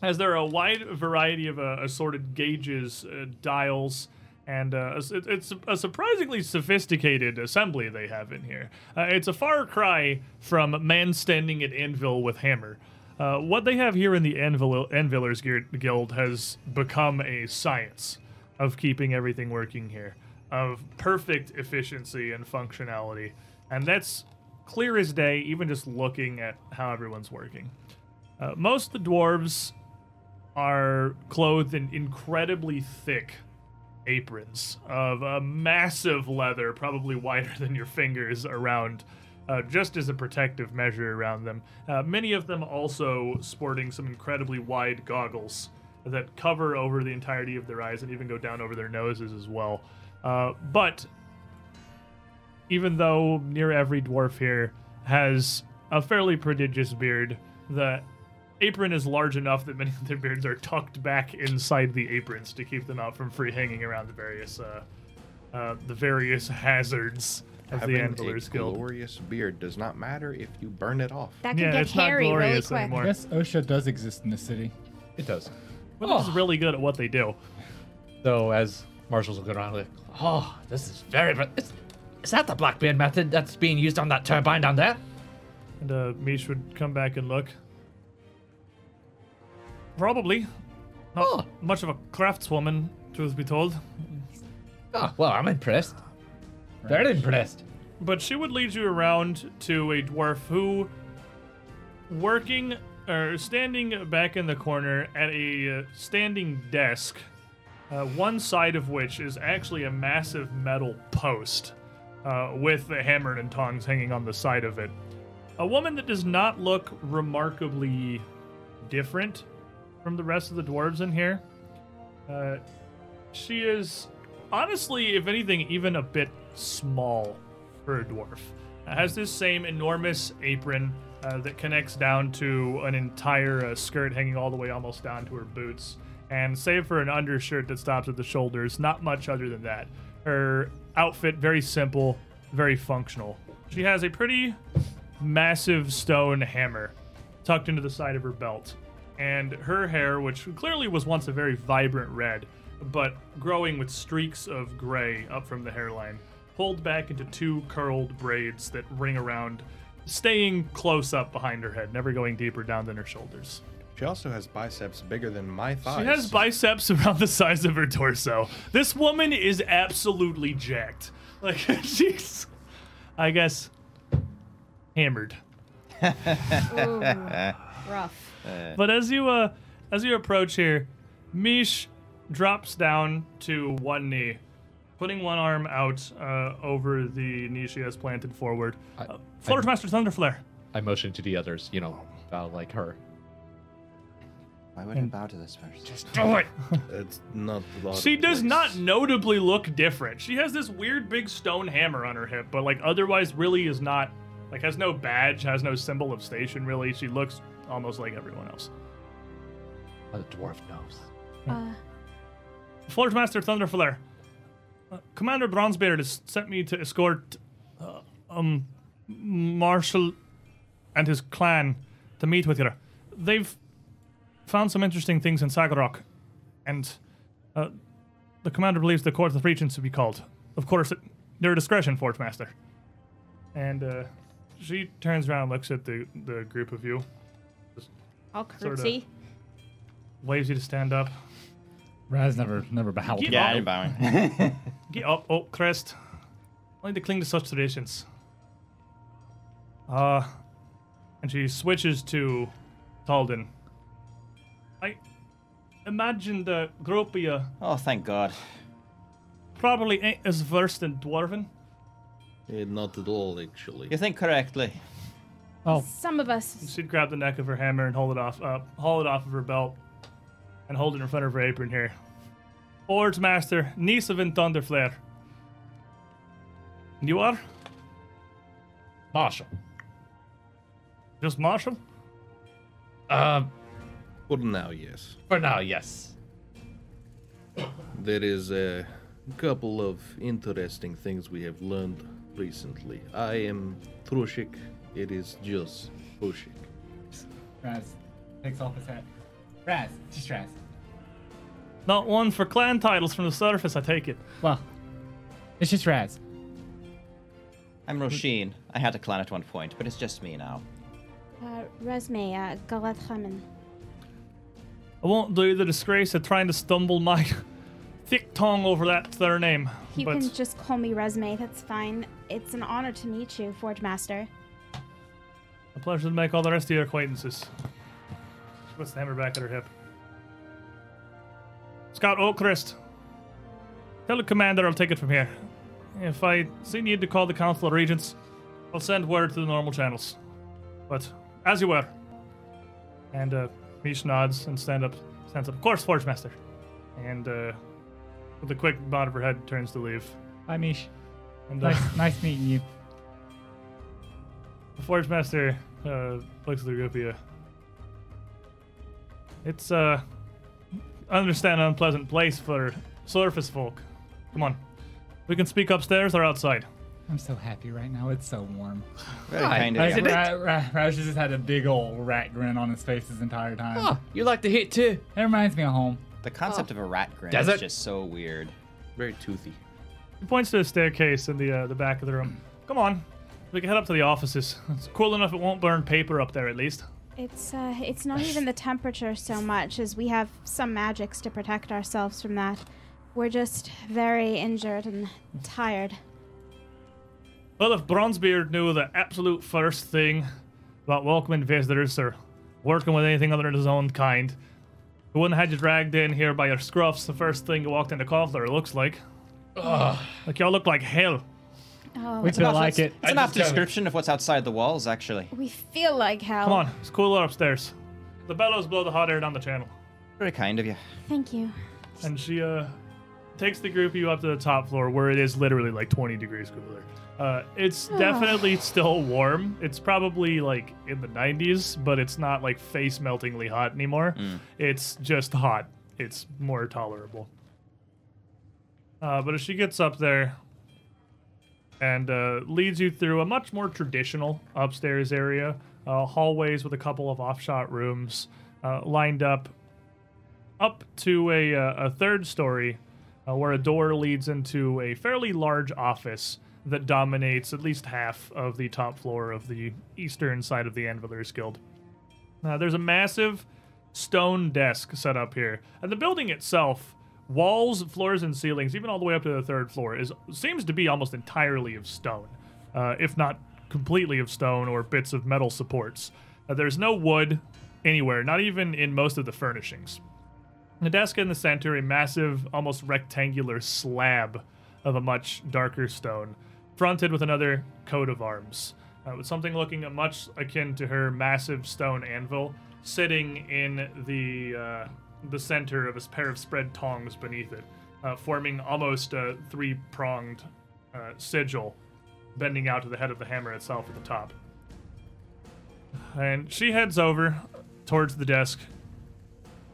[SPEAKER 1] as there are a wide variety of uh, assorted gauges, uh, dials, and uh, it's- it- it's a surprisingly sophisticated assembly they have in here. Uh, it's a far cry from man standing at anvil with hammer. Uh, what they have here in the anvil- Anvilers Guir- Guild has become a science of keeping everything working here, of perfect efficiency and functionality. And that's clear as day, even just looking at how everyone's working. Uh, most of the dwarves are clothed in incredibly thick aprons of a massive leather, probably wider than your fingers, around uh, just as a protective measure around them. Uh, many of them also sporting some incredibly wide goggles that cover over the entirety of their eyes and even go down over their noses as well. Uh, but even though near every dwarf here has a fairly prodigious beard, the apron is large enough that many of their beards are tucked back inside the aprons to keep them out from free hanging around the various uh, uh, the various hazards of
[SPEAKER 8] Having
[SPEAKER 1] the
[SPEAKER 8] a
[SPEAKER 1] Anvilers Guild.
[SPEAKER 8] glorious beard does not matter if you burn it off.
[SPEAKER 12] That can
[SPEAKER 1] Yeah,
[SPEAKER 12] get
[SPEAKER 1] it's not
[SPEAKER 12] hairy really
[SPEAKER 1] glorious
[SPEAKER 12] quick.
[SPEAKER 1] anymore.
[SPEAKER 13] I guess OSHA does exist in the city.
[SPEAKER 3] It does.
[SPEAKER 1] But this
[SPEAKER 2] Oh.
[SPEAKER 1] is really good at what they do.
[SPEAKER 3] So as marshals will go around, like, oh, this is very. ver- Is, is that the Blackbeard method that's being used on that turbine down there?
[SPEAKER 1] And uh, Mish would come back and look. Probably. Not
[SPEAKER 3] Oh.
[SPEAKER 1] much of a craftswoman, truth be told.
[SPEAKER 3] Oh, well, I'm impressed. Very impressed.
[SPEAKER 1] but she would lead you around to a dwarf who working or standing back in the corner at a uh, standing desk uh, one side of which is actually a massive metal post uh, with a hammer and tongs hanging on the side of it a woman that does not look remarkably different from the rest of the dwarves in here uh, she is honestly, if anything, even a bit small for a dwarf. Uh, has this same enormous apron uh, that connects down to an entire uh, skirt hanging all the way almost down to her boots. And save for an undershirt that stops at the shoulders, not much other than that. Her outfit, very simple, very functional. She has a pretty massive stone hammer tucked into the side of her belt. And her hair, which clearly was once a very vibrant red, but growing with streaks of gray up from the hairline, pulled back into two curled braids that ring around, staying close up behind her head, never going deeper down than her shoulders.
[SPEAKER 8] She also has biceps bigger than my thighs.
[SPEAKER 1] She has biceps around the size of her torso. This woman is absolutely jacked. Like, she's, I guess, hammered.
[SPEAKER 2] Rough.
[SPEAKER 1] But as you uh, as you approach here, Mish drops down to one knee, putting one arm out uh, over the knee she has planted forward. Uh, Flourish Master Thunderflare.
[SPEAKER 3] I motion to the others, you know, bow like her.
[SPEAKER 4] Why would I bow to this person?
[SPEAKER 3] Hmm. Do it.
[SPEAKER 8] It's not a lot
[SPEAKER 1] She
[SPEAKER 8] of
[SPEAKER 1] does
[SPEAKER 8] place.
[SPEAKER 1] not notably look different. She has this weird big stone hammer on her hip, but like otherwise really is not like has no badge, has no symbol of station really. She looks almost like everyone else.
[SPEAKER 3] The dwarf knows.
[SPEAKER 1] Hmm.
[SPEAKER 12] Uh,
[SPEAKER 1] Forge Master Thunderflare, uh, Commander Bronzebeard has sent me to escort uh, um, Marshal and his clan to meet with you. They've found some interesting things in Sagarok, and uh, the commander believes the Court of Regents to be called. Of course, at their discretion, Forge Master. And uh, she turns around, and looks at the, the group of you,
[SPEAKER 2] I'll
[SPEAKER 1] of.
[SPEAKER 2] curtsy.
[SPEAKER 1] waves you to stand up.
[SPEAKER 6] Raz never never bowed.
[SPEAKER 1] Get
[SPEAKER 4] Yeah,
[SPEAKER 1] up.
[SPEAKER 4] I'm bowing.
[SPEAKER 1] Get up, oh, Crest. I need to cling to such traditions. Uh, and she switches to Talden. I imagine the Gropia
[SPEAKER 4] Oh, thank God.
[SPEAKER 1] probably ain't as versed in Dwarven.
[SPEAKER 8] Eh, not at all, actually.
[SPEAKER 4] You think correctly.
[SPEAKER 7] Oh,
[SPEAKER 12] Some of us.
[SPEAKER 1] She'd grab the neck of her hammer and hold it off, uh, haul it off of her belt, and hold it in front of her apron here. Lord's Master, niece of Thunderflare. You are
[SPEAKER 3] Marshall.
[SPEAKER 1] just Marshal?
[SPEAKER 3] Um,
[SPEAKER 8] For now, yes.
[SPEAKER 3] for now, yes.
[SPEAKER 8] There is a couple of interesting things we have learned recently. I am Trushik. It is just Trushik.
[SPEAKER 6] Raz takes off his hat. Raz, just Raz.
[SPEAKER 1] Not one for clan titles from the surface, I take it.
[SPEAKER 6] Well, it's just Raz.
[SPEAKER 4] I'm Roshin. I had a clan at one point, but it's just me now.
[SPEAKER 12] Uh, Resme, uh, Galat Khamen.
[SPEAKER 1] I won't do the disgrace of trying to stumble my thick tongue over that surname.
[SPEAKER 12] You
[SPEAKER 1] but
[SPEAKER 12] can just call me Resme, that's fine. It's an honor to meet you, Forge Master.
[SPEAKER 1] a pleasure to make all the rest of your acquaintances. She puts the hammer back at her hip. Scott Oakrest, tell the commander I'll take it from here. If I see need to call the Council of Regents, I'll send word to the normal channels. But as you were. And uh, Mish nods and stand up, stands up. Of course, Forge Master. And uh, with a quick nod of her head, turns to leave.
[SPEAKER 6] Hi, Mish.
[SPEAKER 1] And uh,
[SPEAKER 6] Nice, nice meeting you.
[SPEAKER 1] The Forge Master uh, looks at the Rupia. It's uh, I understand an unpleasant place for surface folk. Come on, we can speak upstairs or outside.
[SPEAKER 6] I'm so happy right now. It's so warm.
[SPEAKER 4] Very kind of
[SPEAKER 6] Raz,
[SPEAKER 4] you.
[SPEAKER 6] Ra- Ra- Raz just had a big old rat grin on his face this entire time.
[SPEAKER 9] Oh, you like to hit too.
[SPEAKER 6] It reminds me of home.
[SPEAKER 4] The concept of a rat grin
[SPEAKER 9] Does
[SPEAKER 4] is
[SPEAKER 9] it?
[SPEAKER 4] just so weird.
[SPEAKER 8] Very toothy.
[SPEAKER 1] He points to the staircase in the uh, the back of the room. Come on, we can head up to the offices. It's cool enough; it won't burn paper up there, at least.
[SPEAKER 12] It's uh, it's not even the temperature so much as we have some magics to protect ourselves from that. We're just very injured and tired.
[SPEAKER 1] Well, if Bronzebeard knew the absolute first thing about welcoming visitors or working with anything other than his own kind, he wouldn't have had you dragged in here by your scruffs the first thing you walked into Kovler, it looks like. Like, y'all look like hell.
[SPEAKER 12] Oh,
[SPEAKER 6] We feel like it.
[SPEAKER 4] It's an apt description of what's outside the walls, actually.
[SPEAKER 12] we feel like hell.
[SPEAKER 1] Come on, it's cooler upstairs. The bellows blow the hot air down the channel.
[SPEAKER 4] Very kind of you.
[SPEAKER 12] Thank you.
[SPEAKER 1] And she uh, takes the group you up to the top floor where it is literally like 20 degrees cooler. Uh, it's definitely still warm. It's probably like in the 90s, but it's not like face meltingly hot anymore. It's just hot. It's more tolerable. Uh, but as she gets up there and uh, leads you through a much more traditional upstairs area, uh, hallways with a couple of offshot rooms uh, lined up up to a, uh, a third story uh, where a door leads into a fairly large office that dominates at least half of the top floor of the eastern side of the Anvilers Guild. Uh, there's a massive stone desk set up here, and the building itself, walls, floors, and ceilings, even all the way up to the third floor, is seems to be almost entirely of stone, uh, if not completely of stone or bits of metal supports. Uh, there's no wood anywhere, not even in most of the furnishings. The desk in the center, a massive, almost rectangular slab of a much darker stone, fronted with another coat of arms, uh, with something looking much akin to her massive stone anvil, sitting in the uh, the center of a pair of spread tongs beneath it, uh, forming almost a three pronged uh, sigil, bending out to the head of the hammer itself at the top. And she heads over towards the desk,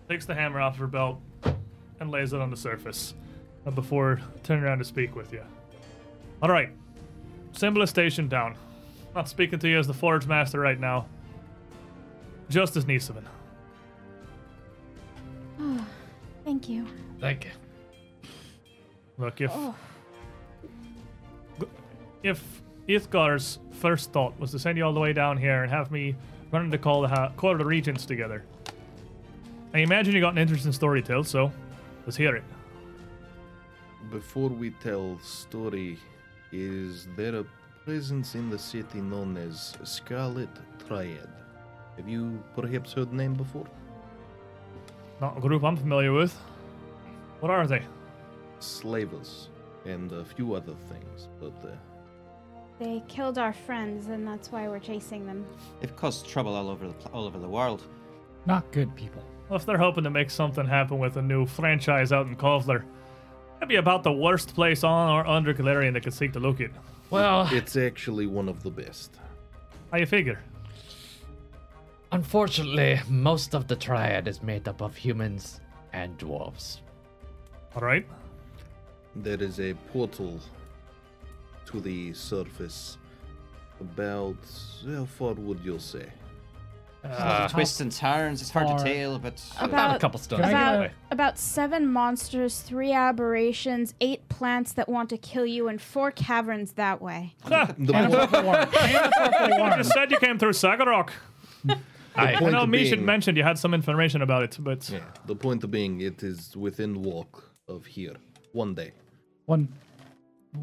[SPEAKER 1] takes the hammer off of her belt and lays it on the surface uh, before turning around to speak with you. All right, Symbol is stationed down. Not speaking to you as the Forge Master right now. Just as Nisavin.
[SPEAKER 12] Thank you. Oh.
[SPEAKER 3] Thank you.
[SPEAKER 1] Look, if
[SPEAKER 2] Oh.
[SPEAKER 1] if Ithgar's first thought was to send you all the way down here and have me run to call the ha- call the regents together, I imagine you got an interesting story to tell. So let's hear it.
[SPEAKER 8] before we tell story, is there a presence in the city known as Scarlet Triad? Have you perhaps heard name before?
[SPEAKER 1] Not a group I'm familiar with. What are they?
[SPEAKER 8] Slavers and a few other things, but uh,
[SPEAKER 12] They killed our friends, and that's why we're chasing them.
[SPEAKER 4] They've caused trouble all over the pl- all over the world.
[SPEAKER 13] Not good people.
[SPEAKER 1] Well, if they're hoping to make something happen with a new franchise out in Kovler, that'd be about the worst place on or under Galarian that could seek to look at.
[SPEAKER 9] Well,
[SPEAKER 8] it's actually one of the best.
[SPEAKER 1] How you figure?
[SPEAKER 9] unfortunately, most of the triad is made up of humans and dwarves.
[SPEAKER 1] All right.
[SPEAKER 8] There is a portal to the surface. About how far would you say?
[SPEAKER 1] Uh,
[SPEAKER 4] Uh, Twists and turns. It's hard to
[SPEAKER 13] far-
[SPEAKER 4] tell, but
[SPEAKER 9] About a couple stones.
[SPEAKER 13] Can I
[SPEAKER 9] away.
[SPEAKER 13] get
[SPEAKER 12] About seven monsters, three aberrations, eight plants that want to kill you, and four caverns that way.
[SPEAKER 8] The
[SPEAKER 13] And a
[SPEAKER 8] po-
[SPEAKER 13] purple worm. And a purple
[SPEAKER 1] You
[SPEAKER 13] worm.
[SPEAKER 1] just said you came through Sagarok.
[SPEAKER 9] I-
[SPEAKER 1] I
[SPEAKER 8] point
[SPEAKER 1] know
[SPEAKER 8] of
[SPEAKER 1] Misha
[SPEAKER 8] being-
[SPEAKER 1] mentioned you had some information about it, but
[SPEAKER 8] Yeah, the point being, it is within walk of here. One day.
[SPEAKER 13] One,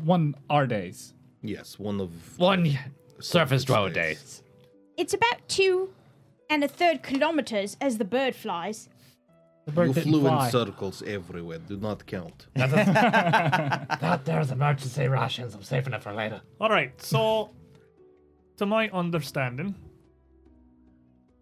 [SPEAKER 13] one our days.
[SPEAKER 8] Yes, one of.
[SPEAKER 9] One surface road day.
[SPEAKER 8] days.
[SPEAKER 12] It's about two and a third kilometers as the bird flies.
[SPEAKER 13] The
[SPEAKER 8] You
[SPEAKER 13] bird didn't
[SPEAKER 8] flew
[SPEAKER 13] fly.
[SPEAKER 8] in circles everywhere. Do not count.
[SPEAKER 9] Not there's emergency rations. I'm saving it for later.
[SPEAKER 1] all right. So, to my understanding,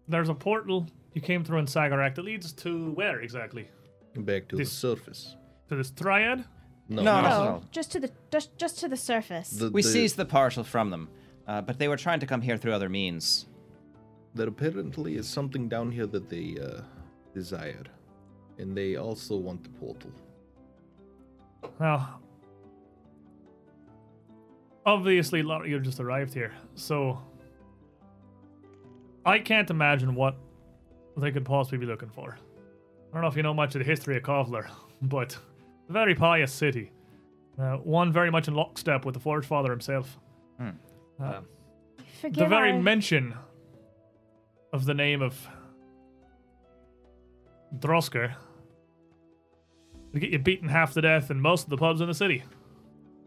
[SPEAKER 1] there's a portal you came through in Sagarak that leads to where exactly?
[SPEAKER 8] Back to
[SPEAKER 1] This-
[SPEAKER 8] the surface.
[SPEAKER 1] To this triad.
[SPEAKER 8] No,
[SPEAKER 4] No, no.
[SPEAKER 12] Oh, just to the just just to the surface.
[SPEAKER 8] The-
[SPEAKER 4] we
[SPEAKER 8] the-
[SPEAKER 4] seized the partial from them. Uh, but they were trying to come here through other means.
[SPEAKER 8] There apparently is something down here that they uh, desire, and they also want the portal.
[SPEAKER 1] Well, obviously, Lara, you just arrived here, so I can't imagine what they could possibly be looking for. I don't know if you know much of the history of Kovler, but a very pious city. Uh, one very much in lockstep with the Forge Father himself. Uh,
[SPEAKER 12] Forgive
[SPEAKER 1] the very
[SPEAKER 12] our-
[SPEAKER 1] mention of the name of Drosker will get you beaten half to death in most of the pubs in the city.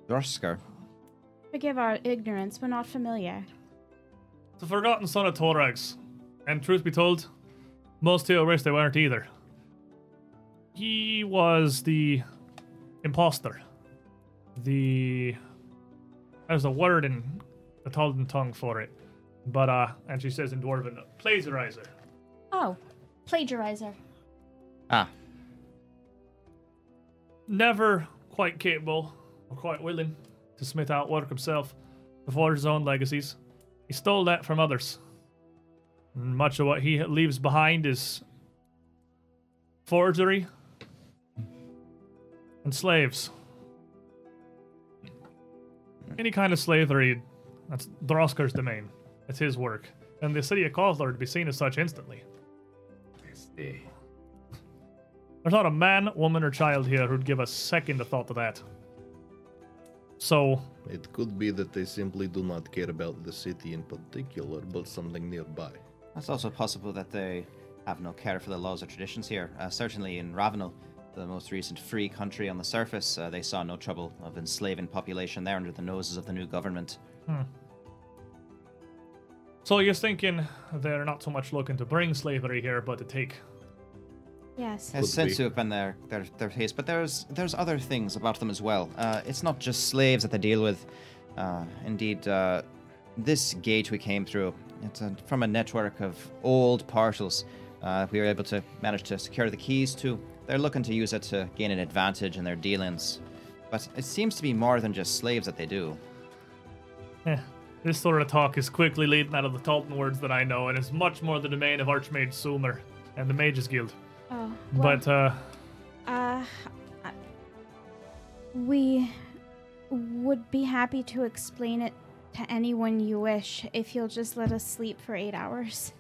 [SPEAKER 4] Droskar.
[SPEAKER 12] forgive our ignorance. We're not familiar.
[SPEAKER 1] It's a forgotten son of Torax, and truth be told, most here wish they weren't either. He was the imposter. The there's a word in the Talden tongue for it, but uh, and she says in Dwarven, plagiarizer.
[SPEAKER 12] Oh, plagiarizer.
[SPEAKER 4] Ah,
[SPEAKER 1] never quite capable or quite willing to smith out work himself to forge his own legacies. He stole that from others. And much of what he leaves behind is forgery and slaves. Any kind of slavery, that's Droskar's domain. That's his work. And the city of Kovlar to be seen as such instantly. There's not a man, woman, or child here who'd give a second thought to that. So,
[SPEAKER 8] It could be that they simply do not care about the city in particular, but something nearby.
[SPEAKER 4] It's also possible that they have no care for the laws or traditions here. Uh, certainly in Ravenel, the most recent free country on the surface, uh, they saw no trouble of enslaving population there under the noses of the new government.
[SPEAKER 1] so you're thinking they're not so much looking to bring slavery here, but to take.
[SPEAKER 12] Yes.
[SPEAKER 4] It seems to have been their, their their taste, but there's there's other things about them as well. Uh, it's not just slaves that they deal with. Uh, indeed, uh, this gate we came through, it's uh from a network of old parcels. Uh, we were able to manage to secure the keys to. They're looking to use it to gain an advantage in their dealings. But it seems to be more than just slaves that they do.
[SPEAKER 1] Eh, this sort of talk is quickly leading out of the Talton words that I know, and is much more the domain of Archmage Sumer and the Mages Guild.
[SPEAKER 12] Oh, well,
[SPEAKER 1] But uh,
[SPEAKER 12] uh, I- we would be happy to explain it to anyone you wish if you'll just let us sleep for eight hours.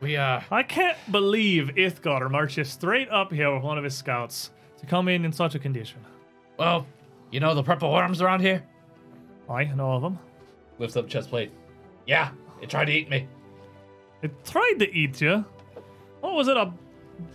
[SPEAKER 9] We uh,
[SPEAKER 1] I can't believe Ithgar marches straight up here with one of his scouts to come in in such a condition.
[SPEAKER 9] well, you know the purple worms around here.
[SPEAKER 1] I know of him.
[SPEAKER 3] Lifts up chest plate.
[SPEAKER 9] Yeah, they tried to eat me.
[SPEAKER 1] It tried to eat you. What was it, a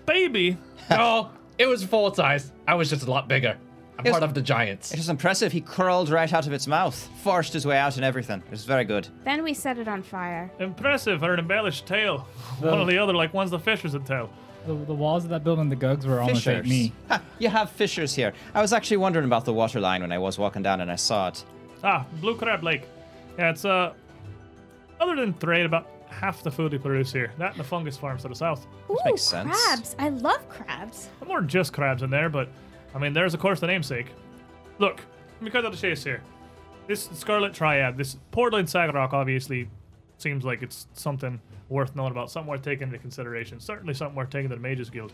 [SPEAKER 1] baby?
[SPEAKER 9] No, Oh, It was full size. I was just a lot bigger. I'm
[SPEAKER 4] Yes.
[SPEAKER 9] part of the giants.
[SPEAKER 4] It was impressive. He crawled right out of its mouth, forced his way out and everything. It was very good.
[SPEAKER 12] Then we set it on fire.
[SPEAKER 1] Impressive, her embellished tail. One or the other, like one's the fisher's tail.
[SPEAKER 13] The, the walls of that building, the gugs were almost at me.
[SPEAKER 4] Ha, you have fissures here. I was actually wondering about the water line when I was walking down and I saw it.
[SPEAKER 1] Ah, blue crab lake. Yeah, it's uh, other than trade, about half the food we produce here. That and the fungus farms to the south.
[SPEAKER 12] Ooh,
[SPEAKER 4] makes sense.
[SPEAKER 12] crabs! I love crabs.
[SPEAKER 1] There weren't just crabs in there, but I mean, there's of course the namesake. Look, let me cut out the chase here. This Scarlet Triad, this Portland Sagarok obviously seems like it's something worth knowing about, something worth taking into consideration, certainly something worth taking to the Mages Guild.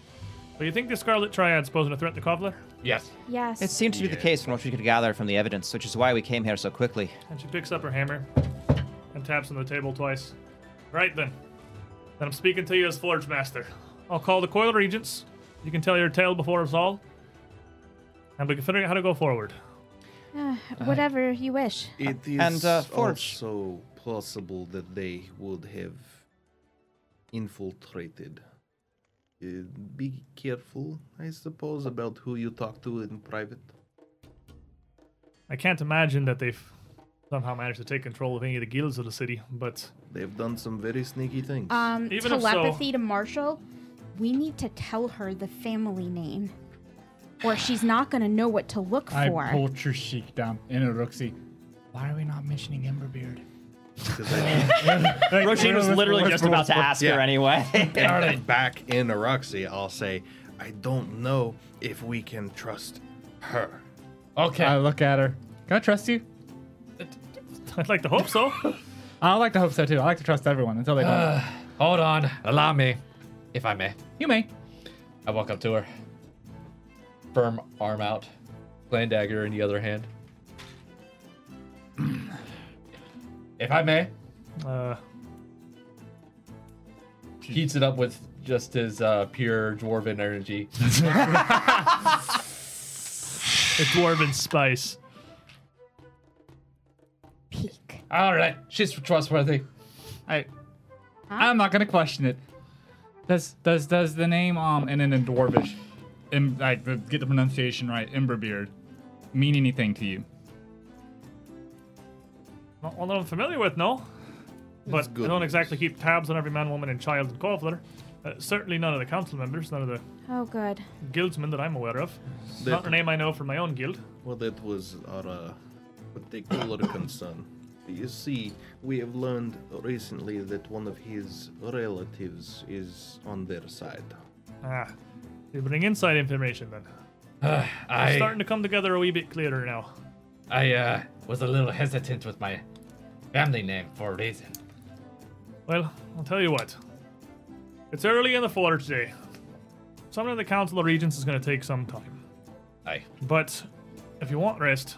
[SPEAKER 1] But you think this Scarlet Triad's posing a threat to Kovler?
[SPEAKER 3] Yes.
[SPEAKER 12] Yes.
[SPEAKER 4] It seemed to be the case from what we could gather from the evidence, which is why we came here so quickly.
[SPEAKER 1] And she picks up her hammer and taps on the table twice. Right then. Then I'm speaking to you as Forge Master. I'll call the Coil Regents. You can tell your tale before us all. And we can figure out how to go forward.
[SPEAKER 12] Uh,
[SPEAKER 1] Uh,
[SPEAKER 12] Whatever you wish.
[SPEAKER 8] It is
[SPEAKER 4] and, uh, Forge.
[SPEAKER 8] also possible that they would have infiltrated. Uh, be careful, I suppose, about who you talk to in private.
[SPEAKER 1] I can't imagine that they've somehow managed to take control of any of the guilds of the city, but
[SPEAKER 8] They've done some very sneaky
[SPEAKER 12] Uh,
[SPEAKER 8] things.
[SPEAKER 2] Um,
[SPEAKER 1] Even if so-
[SPEAKER 2] telepathy to Marshall. We need to tell her the family name, or she's not gonna know what to look
[SPEAKER 13] I
[SPEAKER 2] for.
[SPEAKER 13] pulled Trishik down in a Rooksy. Why are we not mentioning Emberbeard?
[SPEAKER 8] 'Cause I-
[SPEAKER 4] Roshin was literally just about to ask
[SPEAKER 5] yeah.
[SPEAKER 4] her anyway.
[SPEAKER 5] back in Aroxy,
[SPEAKER 8] I'll say, I don't know if we can trust her.
[SPEAKER 3] Okay.
[SPEAKER 13] I look at her. Can I trust you?
[SPEAKER 1] I'd like to hope so.
[SPEAKER 13] I like to hope so too. I like to trust everyone until they don't.
[SPEAKER 9] Hold on. Allow me, if I may.
[SPEAKER 13] you may.
[SPEAKER 3] I walk up to her. Firm arm out. Plain dagger in the other hand. if I may,
[SPEAKER 1] Uh,
[SPEAKER 3] heats it up with just his uh, pure dwarven energy.
[SPEAKER 1] the dwarven spice.
[SPEAKER 2] Peek.
[SPEAKER 3] All right, she's trustworthy.
[SPEAKER 13] I, I'm not gonna question it. Does does does the name um and then in Dwarvish, Im, I get the pronunciation right, Emberbeard, mean anything to you?
[SPEAKER 1] Not one that I'm familiar with, no. But I
[SPEAKER 8] good
[SPEAKER 1] don't
[SPEAKER 8] news.
[SPEAKER 1] exactly keep tabs on every man, woman, and child in Kovler. Uh, certainly none of the council members, none of the
[SPEAKER 12] Oh, good.
[SPEAKER 1] guildsmen that I'm aware of.
[SPEAKER 8] They-
[SPEAKER 1] Not a name I know from my own guild.
[SPEAKER 8] Well, that was our uh, particular concern. You see, we have learned recently that one of his relatives is on their side.
[SPEAKER 1] Ah, they bring inside information then.
[SPEAKER 3] Uh,
[SPEAKER 9] I
[SPEAKER 1] Starting to come together a wee bit clearer now.
[SPEAKER 9] I uh, was a little hesitant with my family name for a reason.
[SPEAKER 1] Well, I'll tell you what. It's early in the forge day. Summoning the Council of Regents is going to take some time.
[SPEAKER 9] Aye.
[SPEAKER 1] But if you want rest,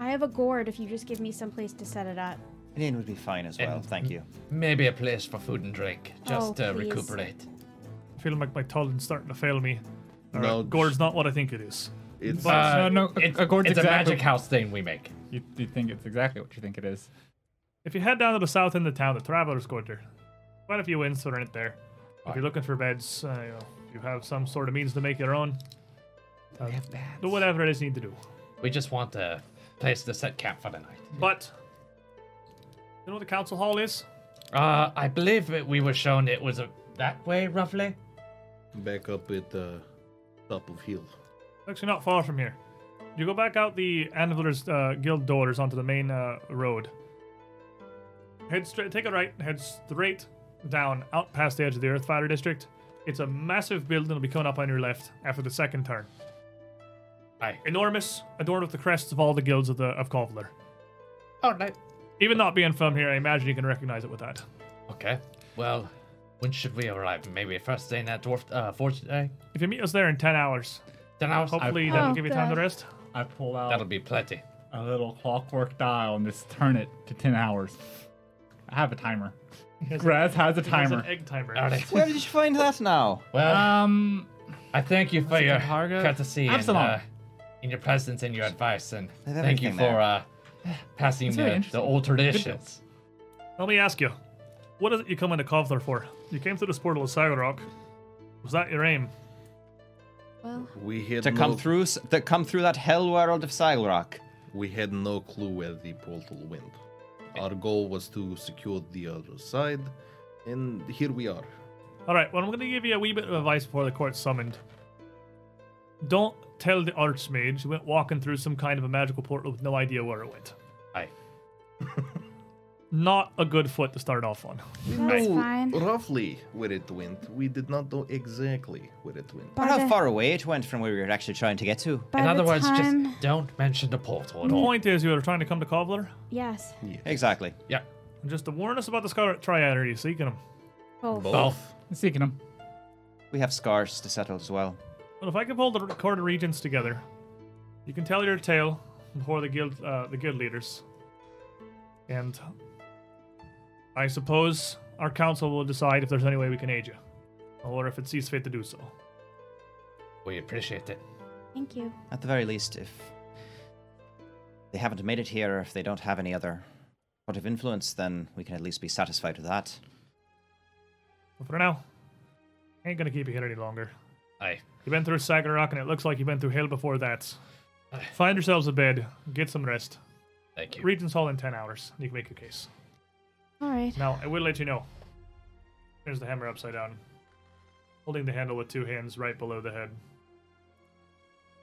[SPEAKER 12] I have a gourd. If you just give me some place to set it up.
[SPEAKER 4] An inn would be fine as well, thank you.
[SPEAKER 9] Maybe a place for food and drink, just
[SPEAKER 12] Oh,
[SPEAKER 9] to
[SPEAKER 12] please.
[SPEAKER 9] recuperate.
[SPEAKER 1] I feel like my tolerance starting to fail me. All right,
[SPEAKER 8] No,
[SPEAKER 1] Gourd's not what I think it is.
[SPEAKER 8] It's
[SPEAKER 13] Uh, no, a-
[SPEAKER 9] it's,
[SPEAKER 13] a gourd's
[SPEAKER 9] it's a
[SPEAKER 13] exactly-
[SPEAKER 9] magic house thing we make.
[SPEAKER 13] You, you think it's exactly what you think it is?
[SPEAKER 1] If you head down to the south end of town, the Traveler's Quarter, quite a few inns to rent there. If
[SPEAKER 9] Aye.
[SPEAKER 1] you're looking for beds, uh, you know, if you have some sort of means to make your own, uh,
[SPEAKER 9] We have bats.
[SPEAKER 1] do whatever it is you need to do.
[SPEAKER 9] We just want a place to set camp for the night.
[SPEAKER 1] But, you know what the Council Hall is?
[SPEAKER 9] Uh, I believe that we were shown it was a, that way, roughly.
[SPEAKER 8] back up at the top of hill.
[SPEAKER 1] Actually, not far from here. You go back out the Anvilers uh, Guild doors onto the main uh, road. Head straight, take a right, head straight down, out past the edge of the Earth Fighter District. It's a massive building that'll be coming up on your left after the second turn.
[SPEAKER 9] Aye.
[SPEAKER 1] Enormous, adorned with the crests of all the guilds of the of Kovler.
[SPEAKER 12] Oh,
[SPEAKER 9] All right.
[SPEAKER 1] Even not being from here, I imagine you can recognize it with that.
[SPEAKER 9] Okay. Well, when should we arrive? Maybe first day in that dwarf uh, forge day.
[SPEAKER 1] If you meet us there in 10 hours,
[SPEAKER 9] Then I was,
[SPEAKER 1] hopefully that'll
[SPEAKER 12] Oh,
[SPEAKER 1] give you time to
[SPEAKER 12] God.
[SPEAKER 1] rest.
[SPEAKER 13] I pull out
[SPEAKER 9] that'll be plenty.
[SPEAKER 13] a little clockwork dial and just turn it to ten hours. I have a timer. Graz has a
[SPEAKER 1] There's
[SPEAKER 13] timer.
[SPEAKER 1] an egg timer.
[SPEAKER 9] All right.
[SPEAKER 4] Where did you find that now?
[SPEAKER 9] Well,
[SPEAKER 13] Um,
[SPEAKER 9] I thank you for
[SPEAKER 13] it
[SPEAKER 9] your
[SPEAKER 13] Katarga?
[SPEAKER 9] courtesy and,
[SPEAKER 13] Absalom.
[SPEAKER 9] uh, in your presence and your advice, and
[SPEAKER 4] have
[SPEAKER 9] thank you
[SPEAKER 4] everything
[SPEAKER 9] for
[SPEAKER 4] there.
[SPEAKER 9] uh, passing
[SPEAKER 13] That's very
[SPEAKER 9] the, the
[SPEAKER 13] interesting.
[SPEAKER 9] old traditions.
[SPEAKER 1] Let me ask you, what is it you come into Kovler for? You came through this portal of Sagarok. Was that your aim?
[SPEAKER 2] Well,
[SPEAKER 8] We had
[SPEAKER 4] to
[SPEAKER 8] no,
[SPEAKER 4] come through s- to come through that hell world of Silerock.
[SPEAKER 8] We had no clue where the portal went. Our goal was to secure the other side, and here we are.
[SPEAKER 1] All right. Well, I'm going to give you a wee bit of advice before the court's summoned. Don't tell the archmage you went walking through some kind of a magical portal with no idea where it went.
[SPEAKER 3] Aye.
[SPEAKER 1] Not a good foot to start off on.
[SPEAKER 8] We
[SPEAKER 2] That's
[SPEAKER 8] know
[SPEAKER 2] fine.
[SPEAKER 8] roughly where it went. We did not know exactly where it went.
[SPEAKER 4] But
[SPEAKER 2] by
[SPEAKER 4] how
[SPEAKER 2] the-
[SPEAKER 4] far away it went from where we were actually trying to get to.
[SPEAKER 2] Uh. by
[SPEAKER 9] In
[SPEAKER 2] the
[SPEAKER 9] other words,
[SPEAKER 2] time,
[SPEAKER 9] just don't mention the portal at
[SPEAKER 1] The
[SPEAKER 9] all.
[SPEAKER 1] point is, you were trying to come to Cobbler.
[SPEAKER 2] yes,
[SPEAKER 4] Exactly.
[SPEAKER 9] Yeah.
[SPEAKER 1] And just to warn us about the Scarlet Triad, are you seeking him?
[SPEAKER 2] both.
[SPEAKER 4] Oh.
[SPEAKER 9] Both.
[SPEAKER 13] Seeking him.
[SPEAKER 4] We have scars to settle as well.
[SPEAKER 1] Well, if I can pull the court of regents together, you can tell your tale before the guild, uh, the guild leaders, and I suppose our council will decide if there's any way we can aid you, or if it sees fit to do so.
[SPEAKER 9] We appreciate it.
[SPEAKER 2] Thank you.
[SPEAKER 4] At the very least, if they haven't made it here, or if they don't have any other sort of influence, then we can at least be satisfied with that.
[SPEAKER 1] But for now, I ain't gonna keep you here any longer.
[SPEAKER 9] Aye.
[SPEAKER 1] You've been through Sagarok, and it looks like you've been through hell before that. Find yourselves a bed, get some rest.
[SPEAKER 9] Thank you.
[SPEAKER 1] Regents Hall in ten hours. and You can make your case.
[SPEAKER 2] All right.
[SPEAKER 1] Now, I will let you know. Here's the hammer upside down, holding the handle with two hands right below the head.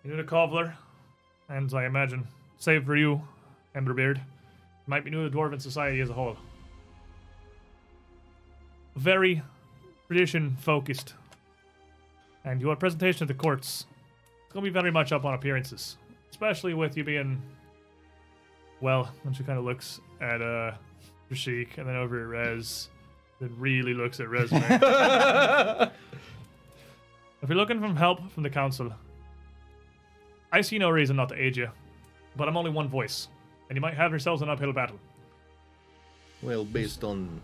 [SPEAKER 1] You need a cobbler, and I imagine, save for you, Emberbeard, you might be new to Dwarven society as a whole. Very tradition focused. And your presentation at the courts is going to be very much up on appearances, especially with you being. Well, when she kind of looks at uh, Rashik and then over at Rez, then really looks at Resume. if you're looking for help from the council, I see no reason not to aid you, but I'm only one voice, and you might have yourselves an uphill battle.
[SPEAKER 8] Well, based on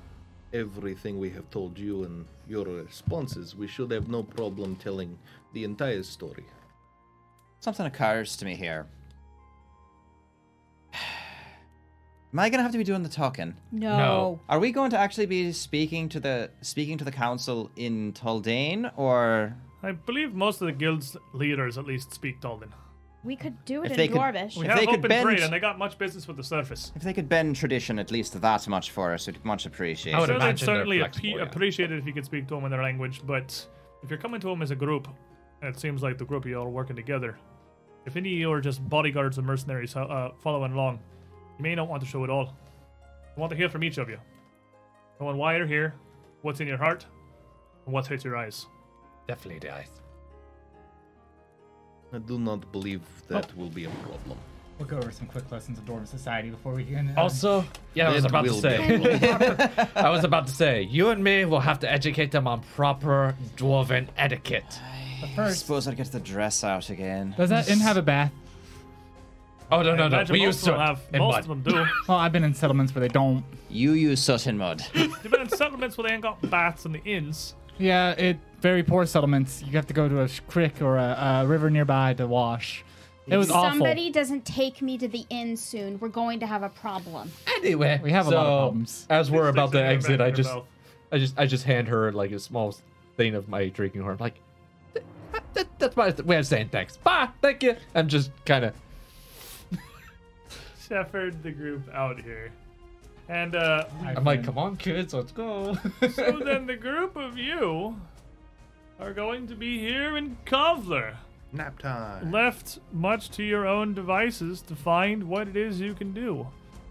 [SPEAKER 8] everything we have told you and your responses, we should have no problem telling the entire story.
[SPEAKER 4] Something occurs to me here. Am I gonna have to be doing the talking?
[SPEAKER 2] No.
[SPEAKER 4] Are we going to actually be speaking to the speaking to the council in Tuldane, or
[SPEAKER 1] I believe most of the guild's leaders at least speak Dalden.
[SPEAKER 2] We could do
[SPEAKER 4] If
[SPEAKER 2] it
[SPEAKER 4] they
[SPEAKER 2] in
[SPEAKER 4] could-
[SPEAKER 2] Dwarvish.
[SPEAKER 1] We
[SPEAKER 4] If
[SPEAKER 1] have
[SPEAKER 4] they could
[SPEAKER 1] open
[SPEAKER 4] bend-
[SPEAKER 1] trade, and they got much business with the surface.
[SPEAKER 4] if they could bend tradition at least that much for us, it'd be much appreciated.
[SPEAKER 9] I would
[SPEAKER 1] Sure, they'd
[SPEAKER 9] imagine they're
[SPEAKER 1] certainly appe-
[SPEAKER 9] flexible, yeah.
[SPEAKER 1] appreciate it if you could speak to them in their language, but if you're coming to them as a group, and it seems like the group of y'all are working together, if any of you are just bodyguards or mercenaries uh, uh, following along, you may not want to show it all. I want to hear from each of you. Knowing why you're here, what's in your heart, and what's hit your eyes.
[SPEAKER 9] Definitely the eyes.
[SPEAKER 8] I do not believe that
[SPEAKER 1] Oh.
[SPEAKER 8] will be a problem.
[SPEAKER 6] We'll go over some quick lessons of Dwarven society before we can. uh,
[SPEAKER 9] Also, yeah, I was
[SPEAKER 8] That
[SPEAKER 9] about to
[SPEAKER 8] will be a
[SPEAKER 9] say. I was about to say, you and me will have to educate them on proper dwarven etiquette.
[SPEAKER 6] but
[SPEAKER 4] I
[SPEAKER 6] first,
[SPEAKER 4] suppose I'd get the dress out again.
[SPEAKER 6] does that inn have a bath?
[SPEAKER 9] Oh no
[SPEAKER 1] I
[SPEAKER 9] no no!
[SPEAKER 1] imagine
[SPEAKER 9] We
[SPEAKER 1] most
[SPEAKER 9] used
[SPEAKER 1] of
[SPEAKER 9] to
[SPEAKER 1] them have
[SPEAKER 9] in
[SPEAKER 1] most
[SPEAKER 9] mud.
[SPEAKER 1] of them do.
[SPEAKER 6] Well, I've been in settlements where they don't.
[SPEAKER 4] You use soot and mud.
[SPEAKER 1] They've been in settlements where they ain't got baths in the inns.
[SPEAKER 6] Yeah, it very poor settlements. You have to go to a sh- creek or a, a river nearby to wash. It was
[SPEAKER 2] Somebody
[SPEAKER 6] awful.
[SPEAKER 2] doesn't take me to the inn soon. We're going to have a problem.
[SPEAKER 9] Anyway,
[SPEAKER 6] We have a lot of problems.
[SPEAKER 3] As we're
[SPEAKER 1] Sticks
[SPEAKER 3] about to
[SPEAKER 1] in your
[SPEAKER 3] exit,
[SPEAKER 1] back
[SPEAKER 3] I
[SPEAKER 1] of your
[SPEAKER 3] just,
[SPEAKER 1] mouth.
[SPEAKER 3] I just, I just hand her like a small thing of my drinking horn. Like, "Th- that, that- that's my way of saying thanks. Bye, thank you. I'm just kind of
[SPEAKER 1] shepherd the group out here. And uh,
[SPEAKER 3] I'm like, come on, kids, let's go.
[SPEAKER 1] So then the group of you are going to be here in Kovler,
[SPEAKER 8] Nap time.
[SPEAKER 1] left much to your own devices to find what it is you can do. uh,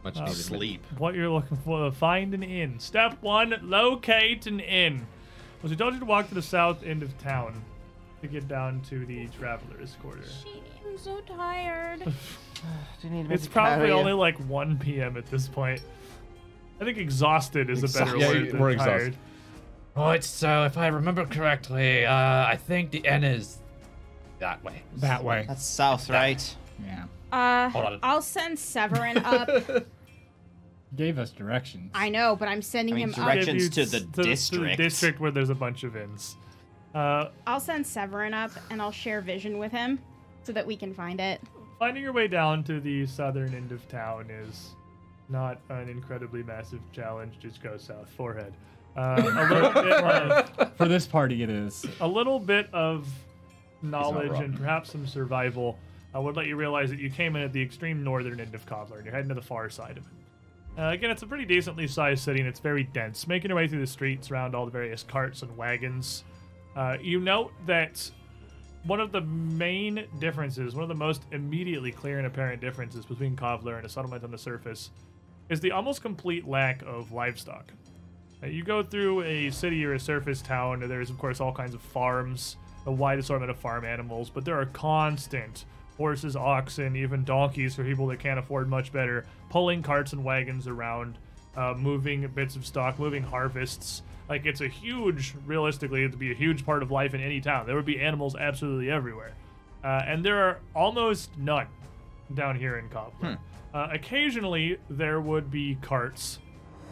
[SPEAKER 3] Much needed
[SPEAKER 8] Sleep.
[SPEAKER 1] What you're looking for, uh, find an inn. Step one, locate an inn. Was you told you to walk to the south end of town to get down to the traveler's quarter.
[SPEAKER 2] I'm so tired.
[SPEAKER 1] It's probably only like 1 p.m. at this point. I think exhausted is a better
[SPEAKER 3] Yeah,
[SPEAKER 1] word than
[SPEAKER 3] we're
[SPEAKER 1] tired.
[SPEAKER 3] exhausted.
[SPEAKER 9] Right, so if I remember correctly, uh, I think the N is that way.
[SPEAKER 6] that way.
[SPEAKER 4] That's south, right?
[SPEAKER 6] Yeah.
[SPEAKER 2] Uh,
[SPEAKER 9] on.
[SPEAKER 2] I'll send Severin up.
[SPEAKER 6] Gave us directions.
[SPEAKER 2] I know, but I'm sending
[SPEAKER 4] I mean,
[SPEAKER 2] him up.
[SPEAKER 4] direct-
[SPEAKER 1] Give you
[SPEAKER 4] Directions to the
[SPEAKER 1] s-
[SPEAKER 4] district.
[SPEAKER 1] district where there's a bunch of inns. Uh,
[SPEAKER 2] I'll send Severin up, and I'll share vision with him so that we can find it.
[SPEAKER 1] finding your way down to the southern end of town is not an incredibly massive challenge. Just go south, forehead. Uh, a little bit of
[SPEAKER 6] For this party, it is.
[SPEAKER 1] a little bit of knowledge
[SPEAKER 4] wrong.
[SPEAKER 1] and perhaps some survival uh, would let you realize that you came in at the extreme northern end of Cobbler and you're heading to the far side of it. Uh, again, it's a pretty decently sized city and it's very dense. Making your way through the streets around all the various carts and wagons, uh, you note that one of the main differences, one of the most immediately clear and apparent differences between Kovler and a settlement on the surface is the almost complete lack of livestock. Uh, You go through a city or a surface town, and there's, of course, all kinds of farms, a wide assortment of farm animals, but there are constant horses, oxen, even donkeys for people that can't afford much better, pulling carts and wagons around, uh, moving bits of stock, moving harvests. Like, it's a huge, realistically, it would be a huge part of life in any town. There would be animals absolutely everywhere. Uh, and there are almost none down here in Cobler. Uh, occasionally, there would be carts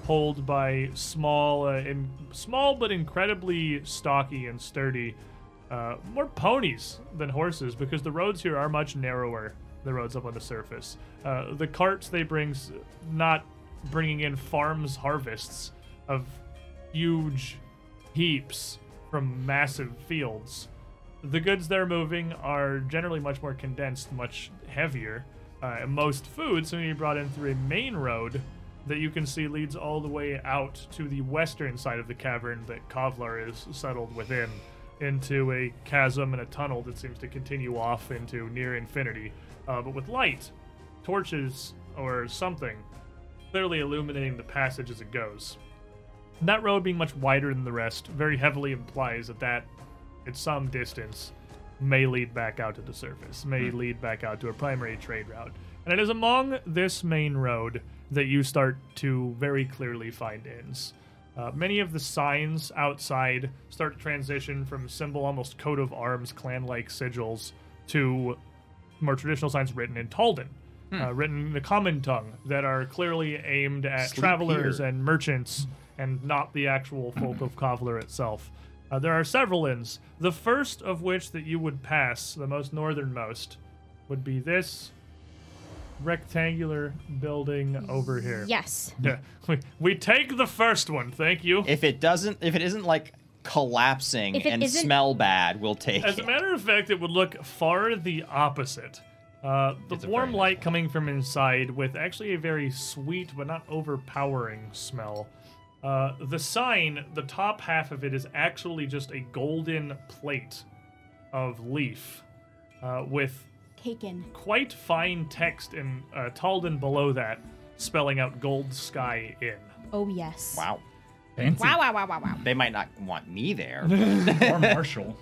[SPEAKER 1] pulled by small uh, and small but incredibly stocky and sturdy uh, more ponies than horses because the roads here are much narrower than the roads up on the surface uh, the carts they bring s- not bringing in farms harvests of huge heaps from massive fields the goods they're moving are generally much more condensed, much heavier. Uh, and most food seems to be brought in through a main road that you can see leads all the way out to the western side of the cavern that Kovlar is settled within, into a chasm and a tunnel that seems to continue off into near infinity. Uh, but with light, torches, or something, clearly illuminating the passage as it goes. And that road being much wider than the rest very heavily implies that that, at some distance, may lead back out to the surface, may lead back out to a primary trade route. And it is among this main road that you start to very clearly find inns. Uh, many of the signs outside start to transition from symbol, almost coat of arms, clan like sigils, to more traditional signs written in Talden, uh, written in the common tongue, that are clearly aimed at travelers and merchants and not the actual folk of Kovler itself. Uh, there are several inns, the first of which that you would pass, the most northernmost, would be this rectangular building over here.
[SPEAKER 2] Yes.
[SPEAKER 1] Yeah, we, we take the first one, thank you.
[SPEAKER 4] If it doesn't, if it isn't like collapsing
[SPEAKER 2] If it
[SPEAKER 4] and
[SPEAKER 2] isn't-
[SPEAKER 4] smell bad, we'll take
[SPEAKER 1] As a
[SPEAKER 4] it.
[SPEAKER 1] matter of fact, it would look far the opposite. Uh, the
[SPEAKER 3] It's a
[SPEAKER 1] warm
[SPEAKER 3] very nice
[SPEAKER 1] light coming from inside with actually a very sweet but not overpowering smell. Uh, the sign, the top half of it is actually just a golden plate of leaf uh, with
[SPEAKER 12] Taken.
[SPEAKER 1] quite fine text in uh, Talden below that spelling out Gold Sky Inn.
[SPEAKER 2] Oh yes.
[SPEAKER 4] Wow.
[SPEAKER 13] Fancy.
[SPEAKER 2] Wow! Wow! Wow! Wow! Wow!
[SPEAKER 4] They might not want me there.
[SPEAKER 13] Or Marshall.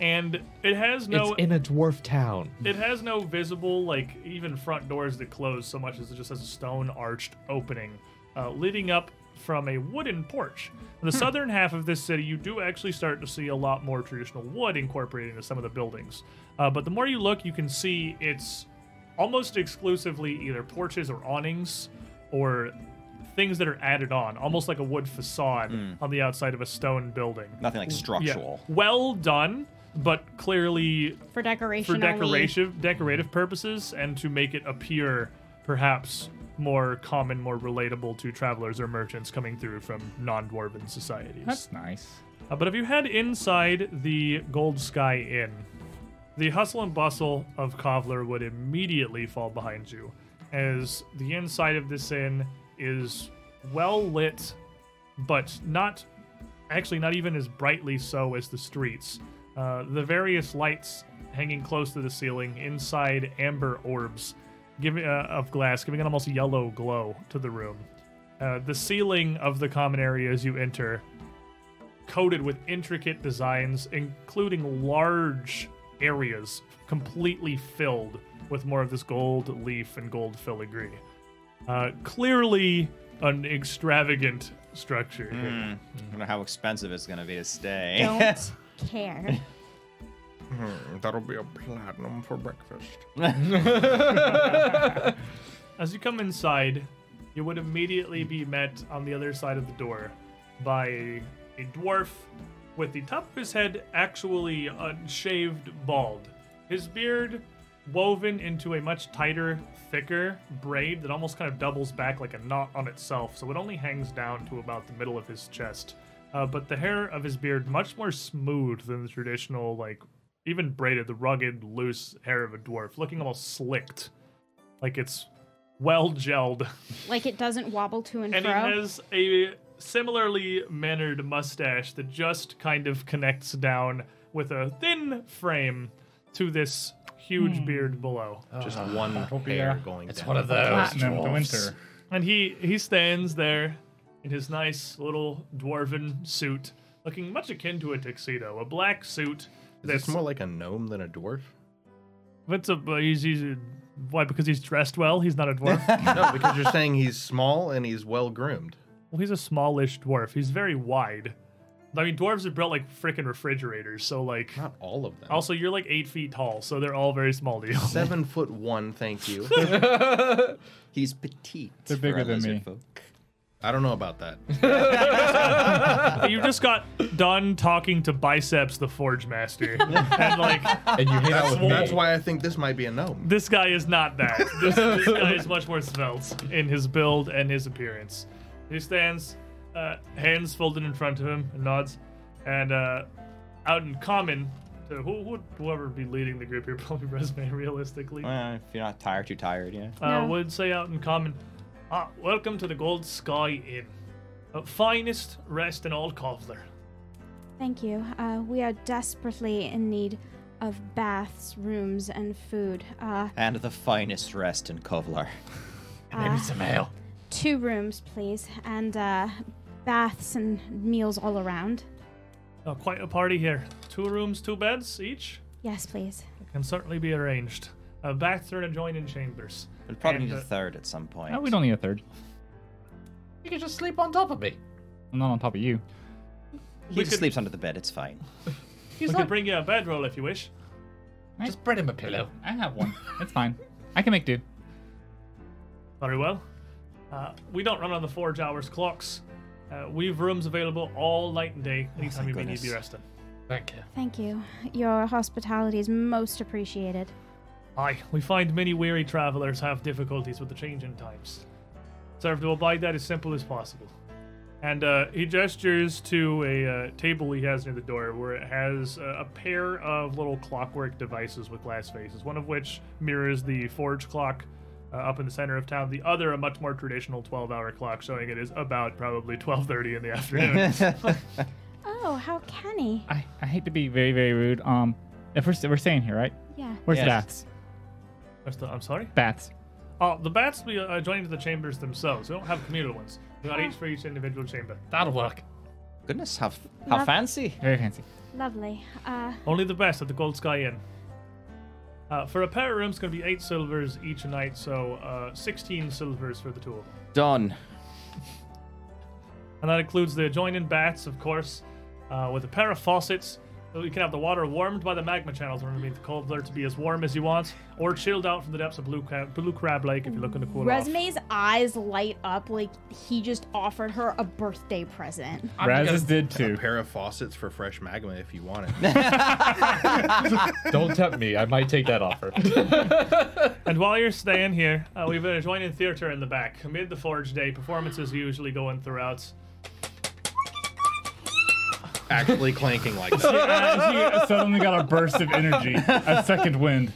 [SPEAKER 1] And it has no
[SPEAKER 9] It's in a dwarf town.
[SPEAKER 1] It has no visible, like, even front doors that close so much as it just has a stone arched opening, uh, leading up from a wooden porch. In
[SPEAKER 4] Hmm.
[SPEAKER 1] the southern half of this city, you do actually start to see a lot more traditional wood incorporated into some of the buildings. Uh, but the more you look, you can see it's almost exclusively either porches or awnings or things that are added on, almost like a wood facade on the outside of a stone building.
[SPEAKER 4] Hmm. Nothing like
[SPEAKER 1] Yeah.
[SPEAKER 4] structural.
[SPEAKER 1] Well done, but clearly
[SPEAKER 2] For decoration.
[SPEAKER 1] for
[SPEAKER 2] only.
[SPEAKER 1] decorative decorative purposes and to make it appear perhaps more common, more relatable to travelers or merchants coming through from non-dwarven societies.
[SPEAKER 13] That's nice.
[SPEAKER 1] Uh, but if you head inside the Gold Sky Inn, the hustle and bustle of Kovler would immediately fall behind you, as the inside of this inn is well lit, but not actually not even as brightly so as the streets. Uh, the various lights hanging close to the ceiling inside amber orbs giving, uh, of glass, giving an almost yellow glow to the room. Uh, the ceiling of the common area as you enter coated with intricate designs, including large areas completely filled with more of this gold leaf and gold filigree. Uh, clearly, an extravagant structure. here.
[SPEAKER 4] Hmm. I don't know how expensive it's gonna be to stay.
[SPEAKER 2] Don't care.
[SPEAKER 5] Hmm, That'll be a platinum for breakfast.
[SPEAKER 1] As you come inside, you would immediately be met on the other side of the door by a dwarf with the top of his head actually unshaved bald. His beard woven into a much tighter, thicker braid that almost kind of doubles back like a knot on itself, so it only hangs down to about the middle of his chest. Uh, but the hair of his beard much more smooth than the traditional like even braided the rugged, loose hair of a dwarf, looking almost slicked, like it's well gelled.
[SPEAKER 2] Like it doesn't wobble to and,
[SPEAKER 1] And
[SPEAKER 2] fro.
[SPEAKER 1] he has a similarly mannered mustache that just kind of connects down with a thin frame to this huge beard below.
[SPEAKER 5] Just one
[SPEAKER 13] yeah.
[SPEAKER 5] hair going
[SPEAKER 9] It's
[SPEAKER 5] down.
[SPEAKER 9] one of those.
[SPEAKER 13] Platinum to
[SPEAKER 9] dwarves.
[SPEAKER 13] winter.
[SPEAKER 1] And he he stands there in his nice little dwarven suit, looking much akin to a tuxedo, a black suit.
[SPEAKER 5] Is
[SPEAKER 1] That's
[SPEAKER 5] this more like a gnome than a dwarf?
[SPEAKER 1] That's a uh, but he's, he's a, why because he's dressed well. He's not a dwarf.
[SPEAKER 5] no, because you're saying he's small and he's well groomed.
[SPEAKER 1] well, he's a smallish dwarf. He's very wide. I mean, dwarves are built like freaking refrigerators. So like,
[SPEAKER 5] Not all of them.
[SPEAKER 1] also you're like eight feet tall, so they're all very small to you.
[SPEAKER 5] Seven foot one, thank you.
[SPEAKER 4] He's petite.
[SPEAKER 13] They're
[SPEAKER 4] for
[SPEAKER 13] bigger
[SPEAKER 4] our
[SPEAKER 13] than
[SPEAKER 4] lizard
[SPEAKER 13] me.
[SPEAKER 4] folk.
[SPEAKER 5] I don't know about that.
[SPEAKER 1] you just got done talking to Biceps, the Forge Master, and like
[SPEAKER 3] And you hate
[SPEAKER 5] That's,
[SPEAKER 3] with me.
[SPEAKER 5] that's why I think this might be a gnome.
[SPEAKER 1] this guy is not that. This, this guy is much more svelte in his build and his appearance. He stands, uh, hands folded in front of him, and nods. And uh, out in common, to who would whoever be leading the group here, probably resume realistically, uh,
[SPEAKER 4] Uh, if you're not tired, too tired, yeah.
[SPEAKER 2] No.
[SPEAKER 1] would say out in common, ah, welcome to the Gold Sky Inn, uh, finest rest in all Kovler.
[SPEAKER 12] Thank you. Uh, we are desperately in need of baths, rooms, and food. Uh,
[SPEAKER 4] And the finest rest in Kovlar.
[SPEAKER 2] Ah.
[SPEAKER 12] uh,
[SPEAKER 9] Some ale.
[SPEAKER 12] two rooms, please, and uh, baths and meals all around.
[SPEAKER 1] Uh, quite a party here. Two rooms, two beds each.
[SPEAKER 12] Yes, please.
[SPEAKER 1] It can certainly be arranged. Uh, baths are in adjoining chambers.
[SPEAKER 4] We'll probably
[SPEAKER 1] And,
[SPEAKER 4] need
[SPEAKER 1] uh,
[SPEAKER 4] a third at some point.
[SPEAKER 13] No, we don't need a third.
[SPEAKER 9] You can just sleep on top of me.
[SPEAKER 13] I'm not on top of you.
[SPEAKER 4] He
[SPEAKER 1] we
[SPEAKER 4] just
[SPEAKER 1] could-
[SPEAKER 4] sleeps under the bed. It's fine.
[SPEAKER 1] we could bring you a bedroll if you wish.
[SPEAKER 9] Just spread him a pillow.
[SPEAKER 13] I have one. It's fine. I can make do.
[SPEAKER 1] Very well. Uh, we don't run on the forge hours clocks. Uh, we've rooms available all night and day, anytime you may need to be
[SPEAKER 4] goodness.
[SPEAKER 1] resting.
[SPEAKER 9] Oh, Thank you.
[SPEAKER 12] Thank you. Your hospitality is most appreciated.
[SPEAKER 1] Aye, we find many weary travelers have difficulties with the change in times. Serve to abide that as simple as possible. And uh, he gestures to a uh, table he has near the door where it has uh, a pair of little clockwork devices with glass faces, one of which mirrors the forge clock uh, up in the center of town, the other a much more traditional 12-hour clock showing it is about probably 12.30 in the afternoon.
[SPEAKER 12] Oh, how canny.
[SPEAKER 1] Uh,
[SPEAKER 13] I, I hate to be very, very rude. Um, if we're, we're staying here, right?
[SPEAKER 12] Yeah.
[SPEAKER 13] Where's
[SPEAKER 4] Yes.
[SPEAKER 13] bats?
[SPEAKER 1] What's the- I'm sorry?
[SPEAKER 13] Bats.
[SPEAKER 1] Oh, the bats will be uh, joined to the chambers themselves. We don't have communal ones. We got each for each individual chamber.
[SPEAKER 9] That'll work.
[SPEAKER 4] Goodness, how how
[SPEAKER 12] Love-
[SPEAKER 4] fancy.
[SPEAKER 13] Very fancy.
[SPEAKER 12] Lovely. Uh,
[SPEAKER 1] Only the best at the Gold Sky Inn. Uh, for a pair of rooms, going to be eight silvers each night, so uh, 16 silvers for the two of them.
[SPEAKER 4] Done.
[SPEAKER 1] And that includes the adjoining baths, of course, uh, with a pair of faucets. So you can have the water warmed by the magma channels underneath the cobbler to be as warm as you want, or chilled out from the depths of Blue, Ca- Blue Crab Lake if you're looking to cool off.
[SPEAKER 2] Resume's eyes light up like he just offered her a birthday present.
[SPEAKER 13] Raz's did
[SPEAKER 5] A
[SPEAKER 13] too.
[SPEAKER 5] pair of faucets for fresh magma if you want it.
[SPEAKER 3] Don't tempt me. I might take that offer.
[SPEAKER 1] And while you're staying here, uh, we've an adjoining theater in the back. Amid the Forge Day, performances are usually going throughout.
[SPEAKER 5] Actually clanking like that.
[SPEAKER 13] She suddenly got a burst of energy, a second wind.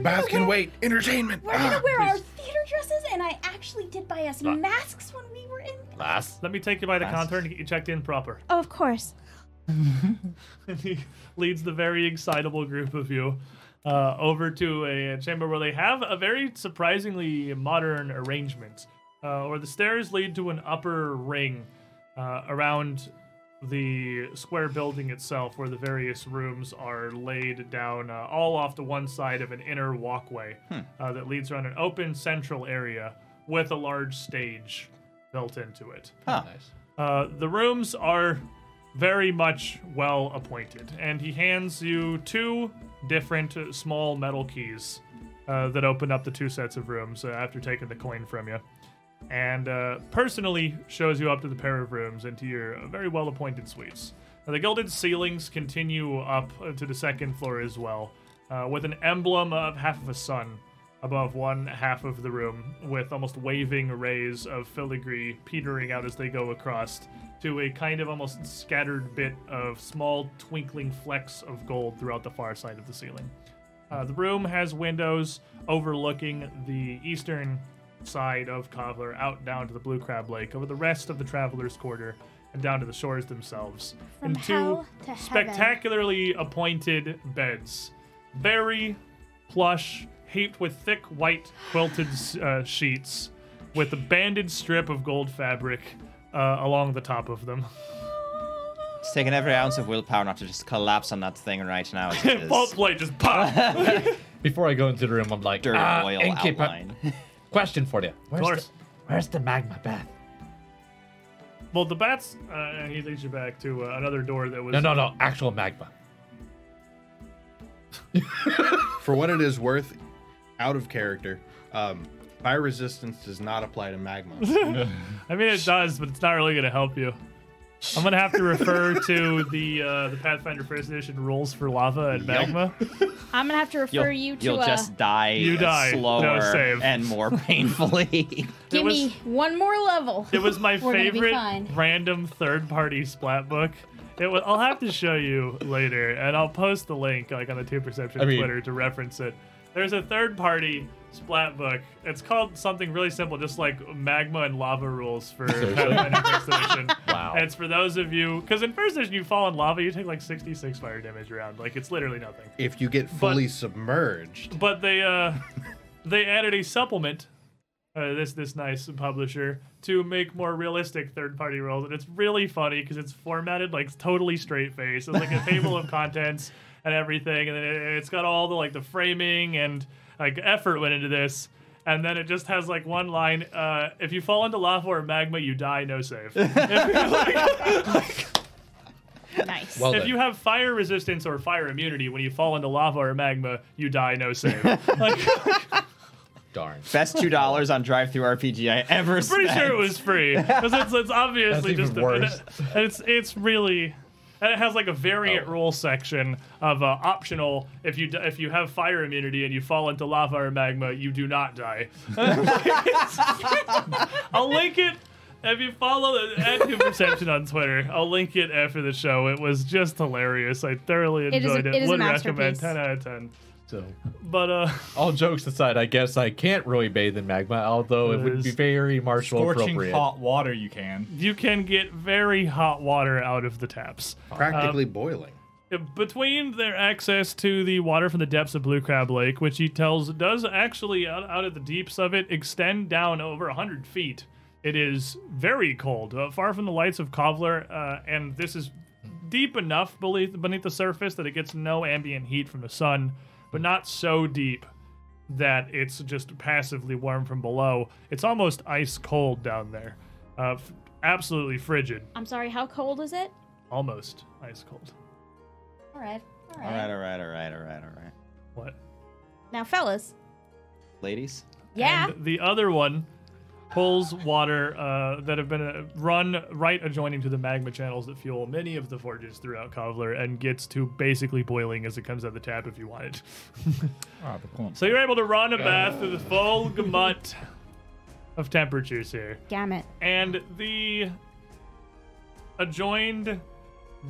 [SPEAKER 5] Bath can wait. Entertainment. Ah.
[SPEAKER 2] We're
[SPEAKER 1] Ah,
[SPEAKER 2] gonna wear our theater dresses, and I actually did buy us masks when we were in.
[SPEAKER 9] Last.
[SPEAKER 1] Let me take you by the counter and get you checked in proper.
[SPEAKER 12] oh, of course.
[SPEAKER 1] and he leads the very excitable group of you uh, over to a, chamber where they have a very surprisingly modern arrangement. Uh, where the stairs lead to an upper ring uh, around the square building itself, where the various rooms are laid down, uh, all off to one side of an inner walkway uh, that leads around an open central area with a large stage built into it.
[SPEAKER 9] Nice.
[SPEAKER 1] Uh, the rooms are very much well appointed, and he hands you two different uh, small metal keys uh, that open up the two sets of rooms uh, after taking the coin from you. And uh, personally shows you up to the pair of rooms and to your uh, very well appointed suites. Now, the gilded ceilings continue up uh, to the second floor as well, uh, with an emblem of half of a sun above one half of the room with almost waving rays of filigree petering out as they go across to a kind of almost scattered bit of small twinkling flecks of gold throughout the far side of the ceiling. Uh, the room has windows overlooking the eastern side of Cobbler out down to the Blue Crab Lake, over the rest of the Traveler's Quarter, and down to the shores themselves.
[SPEAKER 12] From
[SPEAKER 1] and two
[SPEAKER 12] hell to heaven.
[SPEAKER 1] spectacularly appointed beds. Very plush, heaped with thick white quilted uh, sheets, with a banded strip of gold fabric uh, along the top of them.
[SPEAKER 4] It's taken every ounce of willpower not to just collapse on that thing right now. As it is.
[SPEAKER 1] Vault plate just pop.
[SPEAKER 3] Before I go into the room, I'm like,
[SPEAKER 4] Dirt
[SPEAKER 3] "Ah,
[SPEAKER 4] oil
[SPEAKER 3] innkeeper,
[SPEAKER 4] outline.
[SPEAKER 3] question for you. Where's
[SPEAKER 1] course.
[SPEAKER 3] The, where's the magma bath?
[SPEAKER 1] well, the bats. Uh, he leads you back to uh, another door that was.
[SPEAKER 3] No, no, no, actual magma.
[SPEAKER 5] For what it is worth, out of character, um, fire resistance does not apply to magma.
[SPEAKER 1] I mean, it does, but it's not really going to help you. I'm going to have to refer to the uh, the Pathfinder First Edition rules for lava and magma.
[SPEAKER 2] I'm gonna have to
[SPEAKER 4] You'll,
[SPEAKER 2] refer you to uh,
[SPEAKER 4] you'll
[SPEAKER 2] a.
[SPEAKER 4] just die,
[SPEAKER 1] You die. No
[SPEAKER 4] slower
[SPEAKER 1] save.
[SPEAKER 4] and more painfully.
[SPEAKER 2] give
[SPEAKER 1] was-
[SPEAKER 2] me one more level.
[SPEAKER 1] It was my
[SPEAKER 2] We're gonna be
[SPEAKER 1] favorite
[SPEAKER 2] fine.
[SPEAKER 1] random third party splat book. It was, I'll have to show you later, and I'll post the link like on the Two Perception
[SPEAKER 3] I mean-
[SPEAKER 1] Twitter to reference it. There's a third party splat book. It's called something really simple, just like magma and lava rules for Pathfinder First Edition.
[SPEAKER 3] Wow.
[SPEAKER 1] And it's for those of you, because in First Edition you fall in lava, you take like 66 fire damage around. Like it's literally nothing.
[SPEAKER 5] if you get fully submerged,
[SPEAKER 1] But they uh, they added a supplement. Uh, this this nice publisher to make more realistic third party roles, and it's really funny because it's formatted like totally straight face. It's like a table of contents and everything, and then it, it's got all the like the framing and like effort went into this. And then it just has like one line: uh, "If you fall into lava or magma, you die. No save."
[SPEAKER 2] nice.
[SPEAKER 3] Well
[SPEAKER 1] if
[SPEAKER 3] done.
[SPEAKER 1] you have fire resistance or fire immunity, when you fall into lava or magma, you die. No save. like,
[SPEAKER 3] Darn.
[SPEAKER 4] Best two dollars on drive through RPG I ever spent.
[SPEAKER 1] pretty sure it was free because it's, it's obviously
[SPEAKER 3] That's
[SPEAKER 1] just
[SPEAKER 3] even
[SPEAKER 1] a- and
[SPEAKER 3] worse.
[SPEAKER 1] it- and it's it's really and it has like a variant
[SPEAKER 3] Oh.
[SPEAKER 1] rule section of uh, optional if you d- if you have fire immunity and you fall into lava or magma you do not die i'll link it if you follow the at Two perception on twitter i'll link it after the show it was just hilarious i thoroughly
[SPEAKER 2] is a-
[SPEAKER 1] enjoyed it,
[SPEAKER 2] it is a
[SPEAKER 1] would recommend
[SPEAKER 2] masterpiece.
[SPEAKER 1] 10 out of 10
[SPEAKER 3] So,
[SPEAKER 1] but uh
[SPEAKER 3] all jokes aside, I guess I can't really bathe in magma, although it would be
[SPEAKER 1] There's
[SPEAKER 3] very martial
[SPEAKER 6] Scorching
[SPEAKER 3] appropriate.
[SPEAKER 6] hot water, you can.
[SPEAKER 1] you can get very hot water out of the taps
[SPEAKER 5] practically
[SPEAKER 1] uh,
[SPEAKER 5] boiling.
[SPEAKER 1] between their access to the water from the depths of Blue Crab Lake, which he tells does actually uh, out, out of the deeps of it extend down over 100 feet. It is very cold, uh, far from the lights of Kovler, uh, and this is deep enough beneath, beneath the surface that it gets no ambient heat from the sun, but not so deep that it's just passively warm from below. It's almost ice cold down there. Uh, f- absolutely frigid,
[SPEAKER 2] I'm sorry. How cold is it?
[SPEAKER 1] almost ice cold.
[SPEAKER 2] All right. All right.
[SPEAKER 4] All right, all right, all right, all right, all right.
[SPEAKER 1] What?
[SPEAKER 2] Now, fellas.
[SPEAKER 4] Ladies,
[SPEAKER 2] Yeah.
[SPEAKER 1] And the other one pulls water uh, that have been uh, run right adjoining to the magma channels that fuel many of the forges throughout Kovler and gets to basically boiling as it comes out of the tap if you want it.
[SPEAKER 3] Ah,
[SPEAKER 6] Oh, the clump.
[SPEAKER 1] So you're able to run a bath through the full gamut of temperatures here.
[SPEAKER 2] Gamut.
[SPEAKER 1] And the adjoined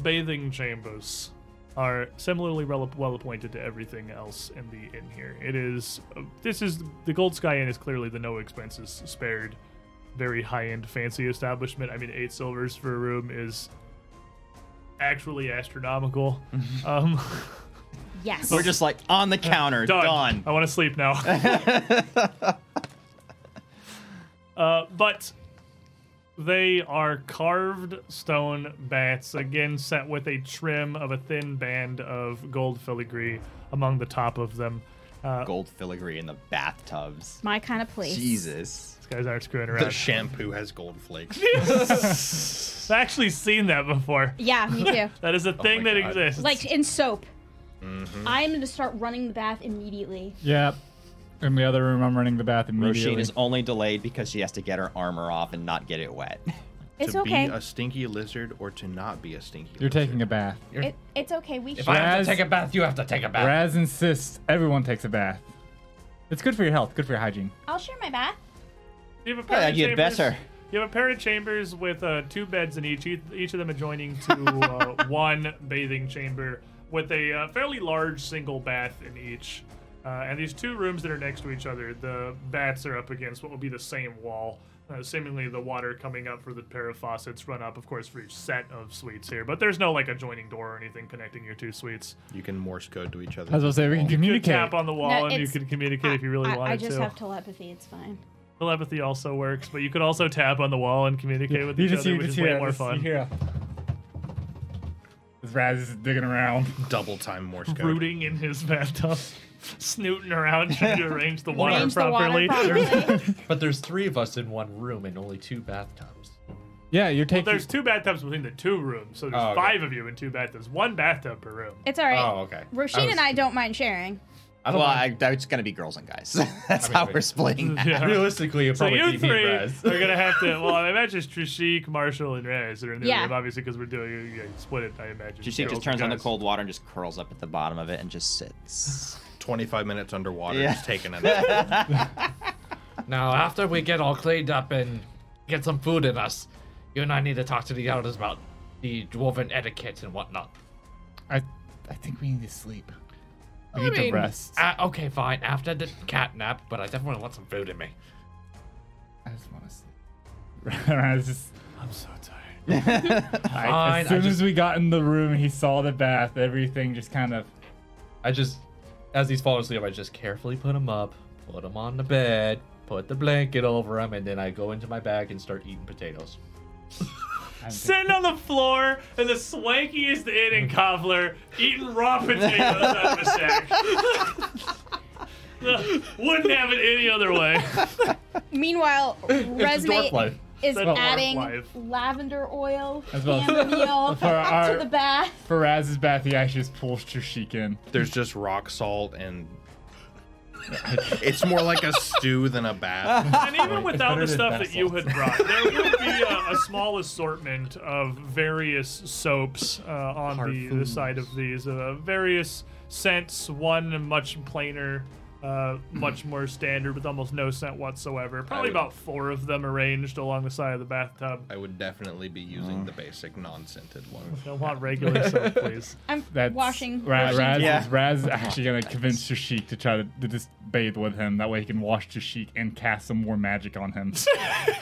[SPEAKER 1] bathing chambers are similarly rel- well appointed to everything else in the inn here. It is uh, this is the Gold Sky Inn is clearly the no expenses spared, very high end fancy establishment. I mean, eight silvers for a room is actually astronomical. um,
[SPEAKER 2] Yes.
[SPEAKER 4] we're just like on the counter,
[SPEAKER 1] done.
[SPEAKER 4] done.
[SPEAKER 1] I want to sleep now. uh, but they are carved stone bats, again set with a trim of a thin band of gold filigree among the top of them. Uh,
[SPEAKER 4] Gold filigree in the bathtubs.
[SPEAKER 2] my kind of place.
[SPEAKER 4] Jesus.
[SPEAKER 1] these guys aren't screwing
[SPEAKER 5] The
[SPEAKER 1] around.
[SPEAKER 5] shampoo has gold flakes.
[SPEAKER 1] I've actually seen that before.
[SPEAKER 2] Yeah, me too.
[SPEAKER 1] That is a
[SPEAKER 5] Oh
[SPEAKER 1] thing that
[SPEAKER 3] God.
[SPEAKER 1] exists.
[SPEAKER 2] like in soap.
[SPEAKER 3] Mm-hmm.
[SPEAKER 2] I'm gonna start running the bath immediately.
[SPEAKER 6] Yep. In the other room, I'm running the bath immediately.
[SPEAKER 4] Roisin is only delayed because she has to get her armor off and not get it wet.
[SPEAKER 2] It's
[SPEAKER 5] to
[SPEAKER 2] okay.
[SPEAKER 5] be a stinky lizard or to not be a stinky
[SPEAKER 6] You're
[SPEAKER 5] lizard.
[SPEAKER 6] taking a bath.
[SPEAKER 2] It, it's okay. We
[SPEAKER 9] If
[SPEAKER 2] should.
[SPEAKER 9] I have
[SPEAKER 6] Raz-
[SPEAKER 9] to take a bath, you have to take a bath.
[SPEAKER 6] Raz insists everyone takes a bath. It's good for your health. Good for your hygiene.
[SPEAKER 12] I'll share my bath.
[SPEAKER 1] You have a pair
[SPEAKER 4] Yeah,
[SPEAKER 1] of
[SPEAKER 4] you'd
[SPEAKER 1] chambers-
[SPEAKER 4] better.
[SPEAKER 1] You have a pair of chambers with uh, two beds in each, each each of them adjoining to uh, one bathing chamber with a uh, fairly large single bath in each. Uh, and these two rooms that are next to each other, the bats are up against what will be the same wall. Uh, seemingly, the water coming up for the pair of faucets run up, of course, for each set of suites here. But there's no like adjoining door or anything connecting your two suites.
[SPEAKER 5] You can Morse code to each other.
[SPEAKER 13] I was gonna say we can
[SPEAKER 1] You
[SPEAKER 13] communicate.
[SPEAKER 1] tap on the wall
[SPEAKER 12] No,
[SPEAKER 1] and you
[SPEAKER 12] it's-
[SPEAKER 1] can communicate if you really
[SPEAKER 12] I,
[SPEAKER 1] wanted
[SPEAKER 12] I just
[SPEAKER 1] to.
[SPEAKER 12] have telepathy. It's fine.
[SPEAKER 1] Telepathy also works, but you could also tap on the wall and communicate with each other,
[SPEAKER 6] you
[SPEAKER 1] which is
[SPEAKER 6] hear
[SPEAKER 1] way
[SPEAKER 6] a-
[SPEAKER 1] more
[SPEAKER 6] just- You
[SPEAKER 1] fun.
[SPEAKER 6] hear a- This Raz is digging around.
[SPEAKER 5] Double time Morse code.
[SPEAKER 1] Rooting in his bathtub, snooting around trying to arrange the water
[SPEAKER 2] Arrange the water
[SPEAKER 1] properly.
[SPEAKER 2] properly.
[SPEAKER 3] But there's three of us in one room and only two bathtubs.
[SPEAKER 13] Yeah, you're taking.
[SPEAKER 1] There's two bathtubs within the two rooms, so there's
[SPEAKER 3] Oh, okay.
[SPEAKER 1] five of you in two bathtubs, one bathtub per room.
[SPEAKER 2] it's all right.
[SPEAKER 3] Oh, okay.
[SPEAKER 2] Roshin
[SPEAKER 3] was-
[SPEAKER 2] and I don't mind sharing.
[SPEAKER 3] I don't
[SPEAKER 4] Well,
[SPEAKER 3] mind.
[SPEAKER 4] I, it's gonna be girls and guys. That's how
[SPEAKER 3] wait.
[SPEAKER 4] we're splitting. that.
[SPEAKER 1] Yeah.
[SPEAKER 3] Realistically, it'd
[SPEAKER 1] So
[SPEAKER 3] probably
[SPEAKER 1] you
[SPEAKER 3] be
[SPEAKER 1] three
[SPEAKER 3] me,
[SPEAKER 1] are
[SPEAKER 3] Raz.
[SPEAKER 1] gonna have to. Well, I imagine it's Trishik, Marshall, and Rez that are in the
[SPEAKER 2] Yeah.
[SPEAKER 1] room, obviously, because we're doing yeah, split it. I imagine.
[SPEAKER 4] She
[SPEAKER 1] Girls
[SPEAKER 4] just
[SPEAKER 1] and
[SPEAKER 4] turns on the
[SPEAKER 1] guys.
[SPEAKER 4] cold water and just curls up at the bottom of it and just sits.
[SPEAKER 5] 25 minutes underwater,
[SPEAKER 4] Yeah.
[SPEAKER 5] just taking a nap.
[SPEAKER 9] Now, after we get all cleaned up and get some food in us, you and I need to talk to the elders about the dwarven etiquette and whatnot.
[SPEAKER 6] I, I think we need to sleep. We
[SPEAKER 9] I
[SPEAKER 6] need
[SPEAKER 9] mean,
[SPEAKER 6] to rest.
[SPEAKER 9] uh, okay, fine. After the cat nap, but I definitely want some food in me.
[SPEAKER 6] I just want to sleep. Raz is.
[SPEAKER 1] I'm so tired.
[SPEAKER 6] I-
[SPEAKER 9] Fine,
[SPEAKER 6] as
[SPEAKER 9] I
[SPEAKER 6] soon
[SPEAKER 9] just-
[SPEAKER 6] as we got in the room, he saw the bath. Everything just kind of.
[SPEAKER 3] I just, as he's falling asleep, I just carefully put him up, put him on the bed, put the blanket over him, and then I go into my bag and start eating potatoes.
[SPEAKER 1] sitting on the floor in the swankiest inn in Cobbler, eating raw potatoes out of a sack. Wouldn't have it any other way.
[SPEAKER 2] Meanwhile,
[SPEAKER 3] dork
[SPEAKER 2] Resme
[SPEAKER 3] life.
[SPEAKER 2] is
[SPEAKER 1] That's dork
[SPEAKER 2] adding
[SPEAKER 1] life.
[SPEAKER 2] lavender oil,
[SPEAKER 6] As well.
[SPEAKER 2] chamomile
[SPEAKER 6] For our-
[SPEAKER 2] to the bath.
[SPEAKER 6] For Raz's bath, he actually just pulls Trishik in.
[SPEAKER 5] There's just rock salt and. It's more like a stew than a bath.
[SPEAKER 1] And even without
[SPEAKER 6] better than
[SPEAKER 1] the stuff that you
[SPEAKER 6] Vaseline.
[SPEAKER 1] had brought, there would be a, a small assortment of various soaps uh, on the, the side of these. Uh, various scents, one much plainer, uh, much
[SPEAKER 6] Hmm.
[SPEAKER 1] more standard with almost no scent whatsoever. Probably
[SPEAKER 5] would-
[SPEAKER 1] about four of them arranged along the side of the bathtub.
[SPEAKER 5] I would definitely be using the basic non-scented one.
[SPEAKER 1] I want regular soap, please.
[SPEAKER 2] I'm
[SPEAKER 6] That's
[SPEAKER 2] washing.
[SPEAKER 6] Ra-
[SPEAKER 2] washing
[SPEAKER 6] Raz,
[SPEAKER 4] Yeah.
[SPEAKER 6] is, Raz is actually gonna convince Trishik to try to, to just bathe with him. That way he can wash Trishik and cast some more magic on him.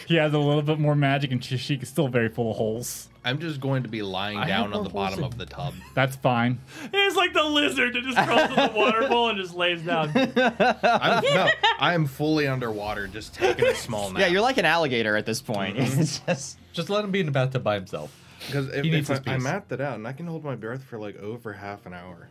[SPEAKER 6] he has a little bit more magic, and Trishik is still very full of holes.
[SPEAKER 5] I'm just going to be lying down on the bottom of the tub.
[SPEAKER 6] That's fine.
[SPEAKER 1] It's like the lizard that just crawls in the water bowl and just lays down.
[SPEAKER 5] I'm, no, I'm fully underwater, just taking a small nap.
[SPEAKER 4] yeah, you're like an alligator at this point. It's just
[SPEAKER 3] Mm-hmm. Just let him be in the bathtub by himself.
[SPEAKER 5] because if,
[SPEAKER 3] He needs
[SPEAKER 5] if
[SPEAKER 3] his
[SPEAKER 5] I, I
[SPEAKER 3] peace.
[SPEAKER 5] mapped it out, and I can hold my breath for like over half an hour.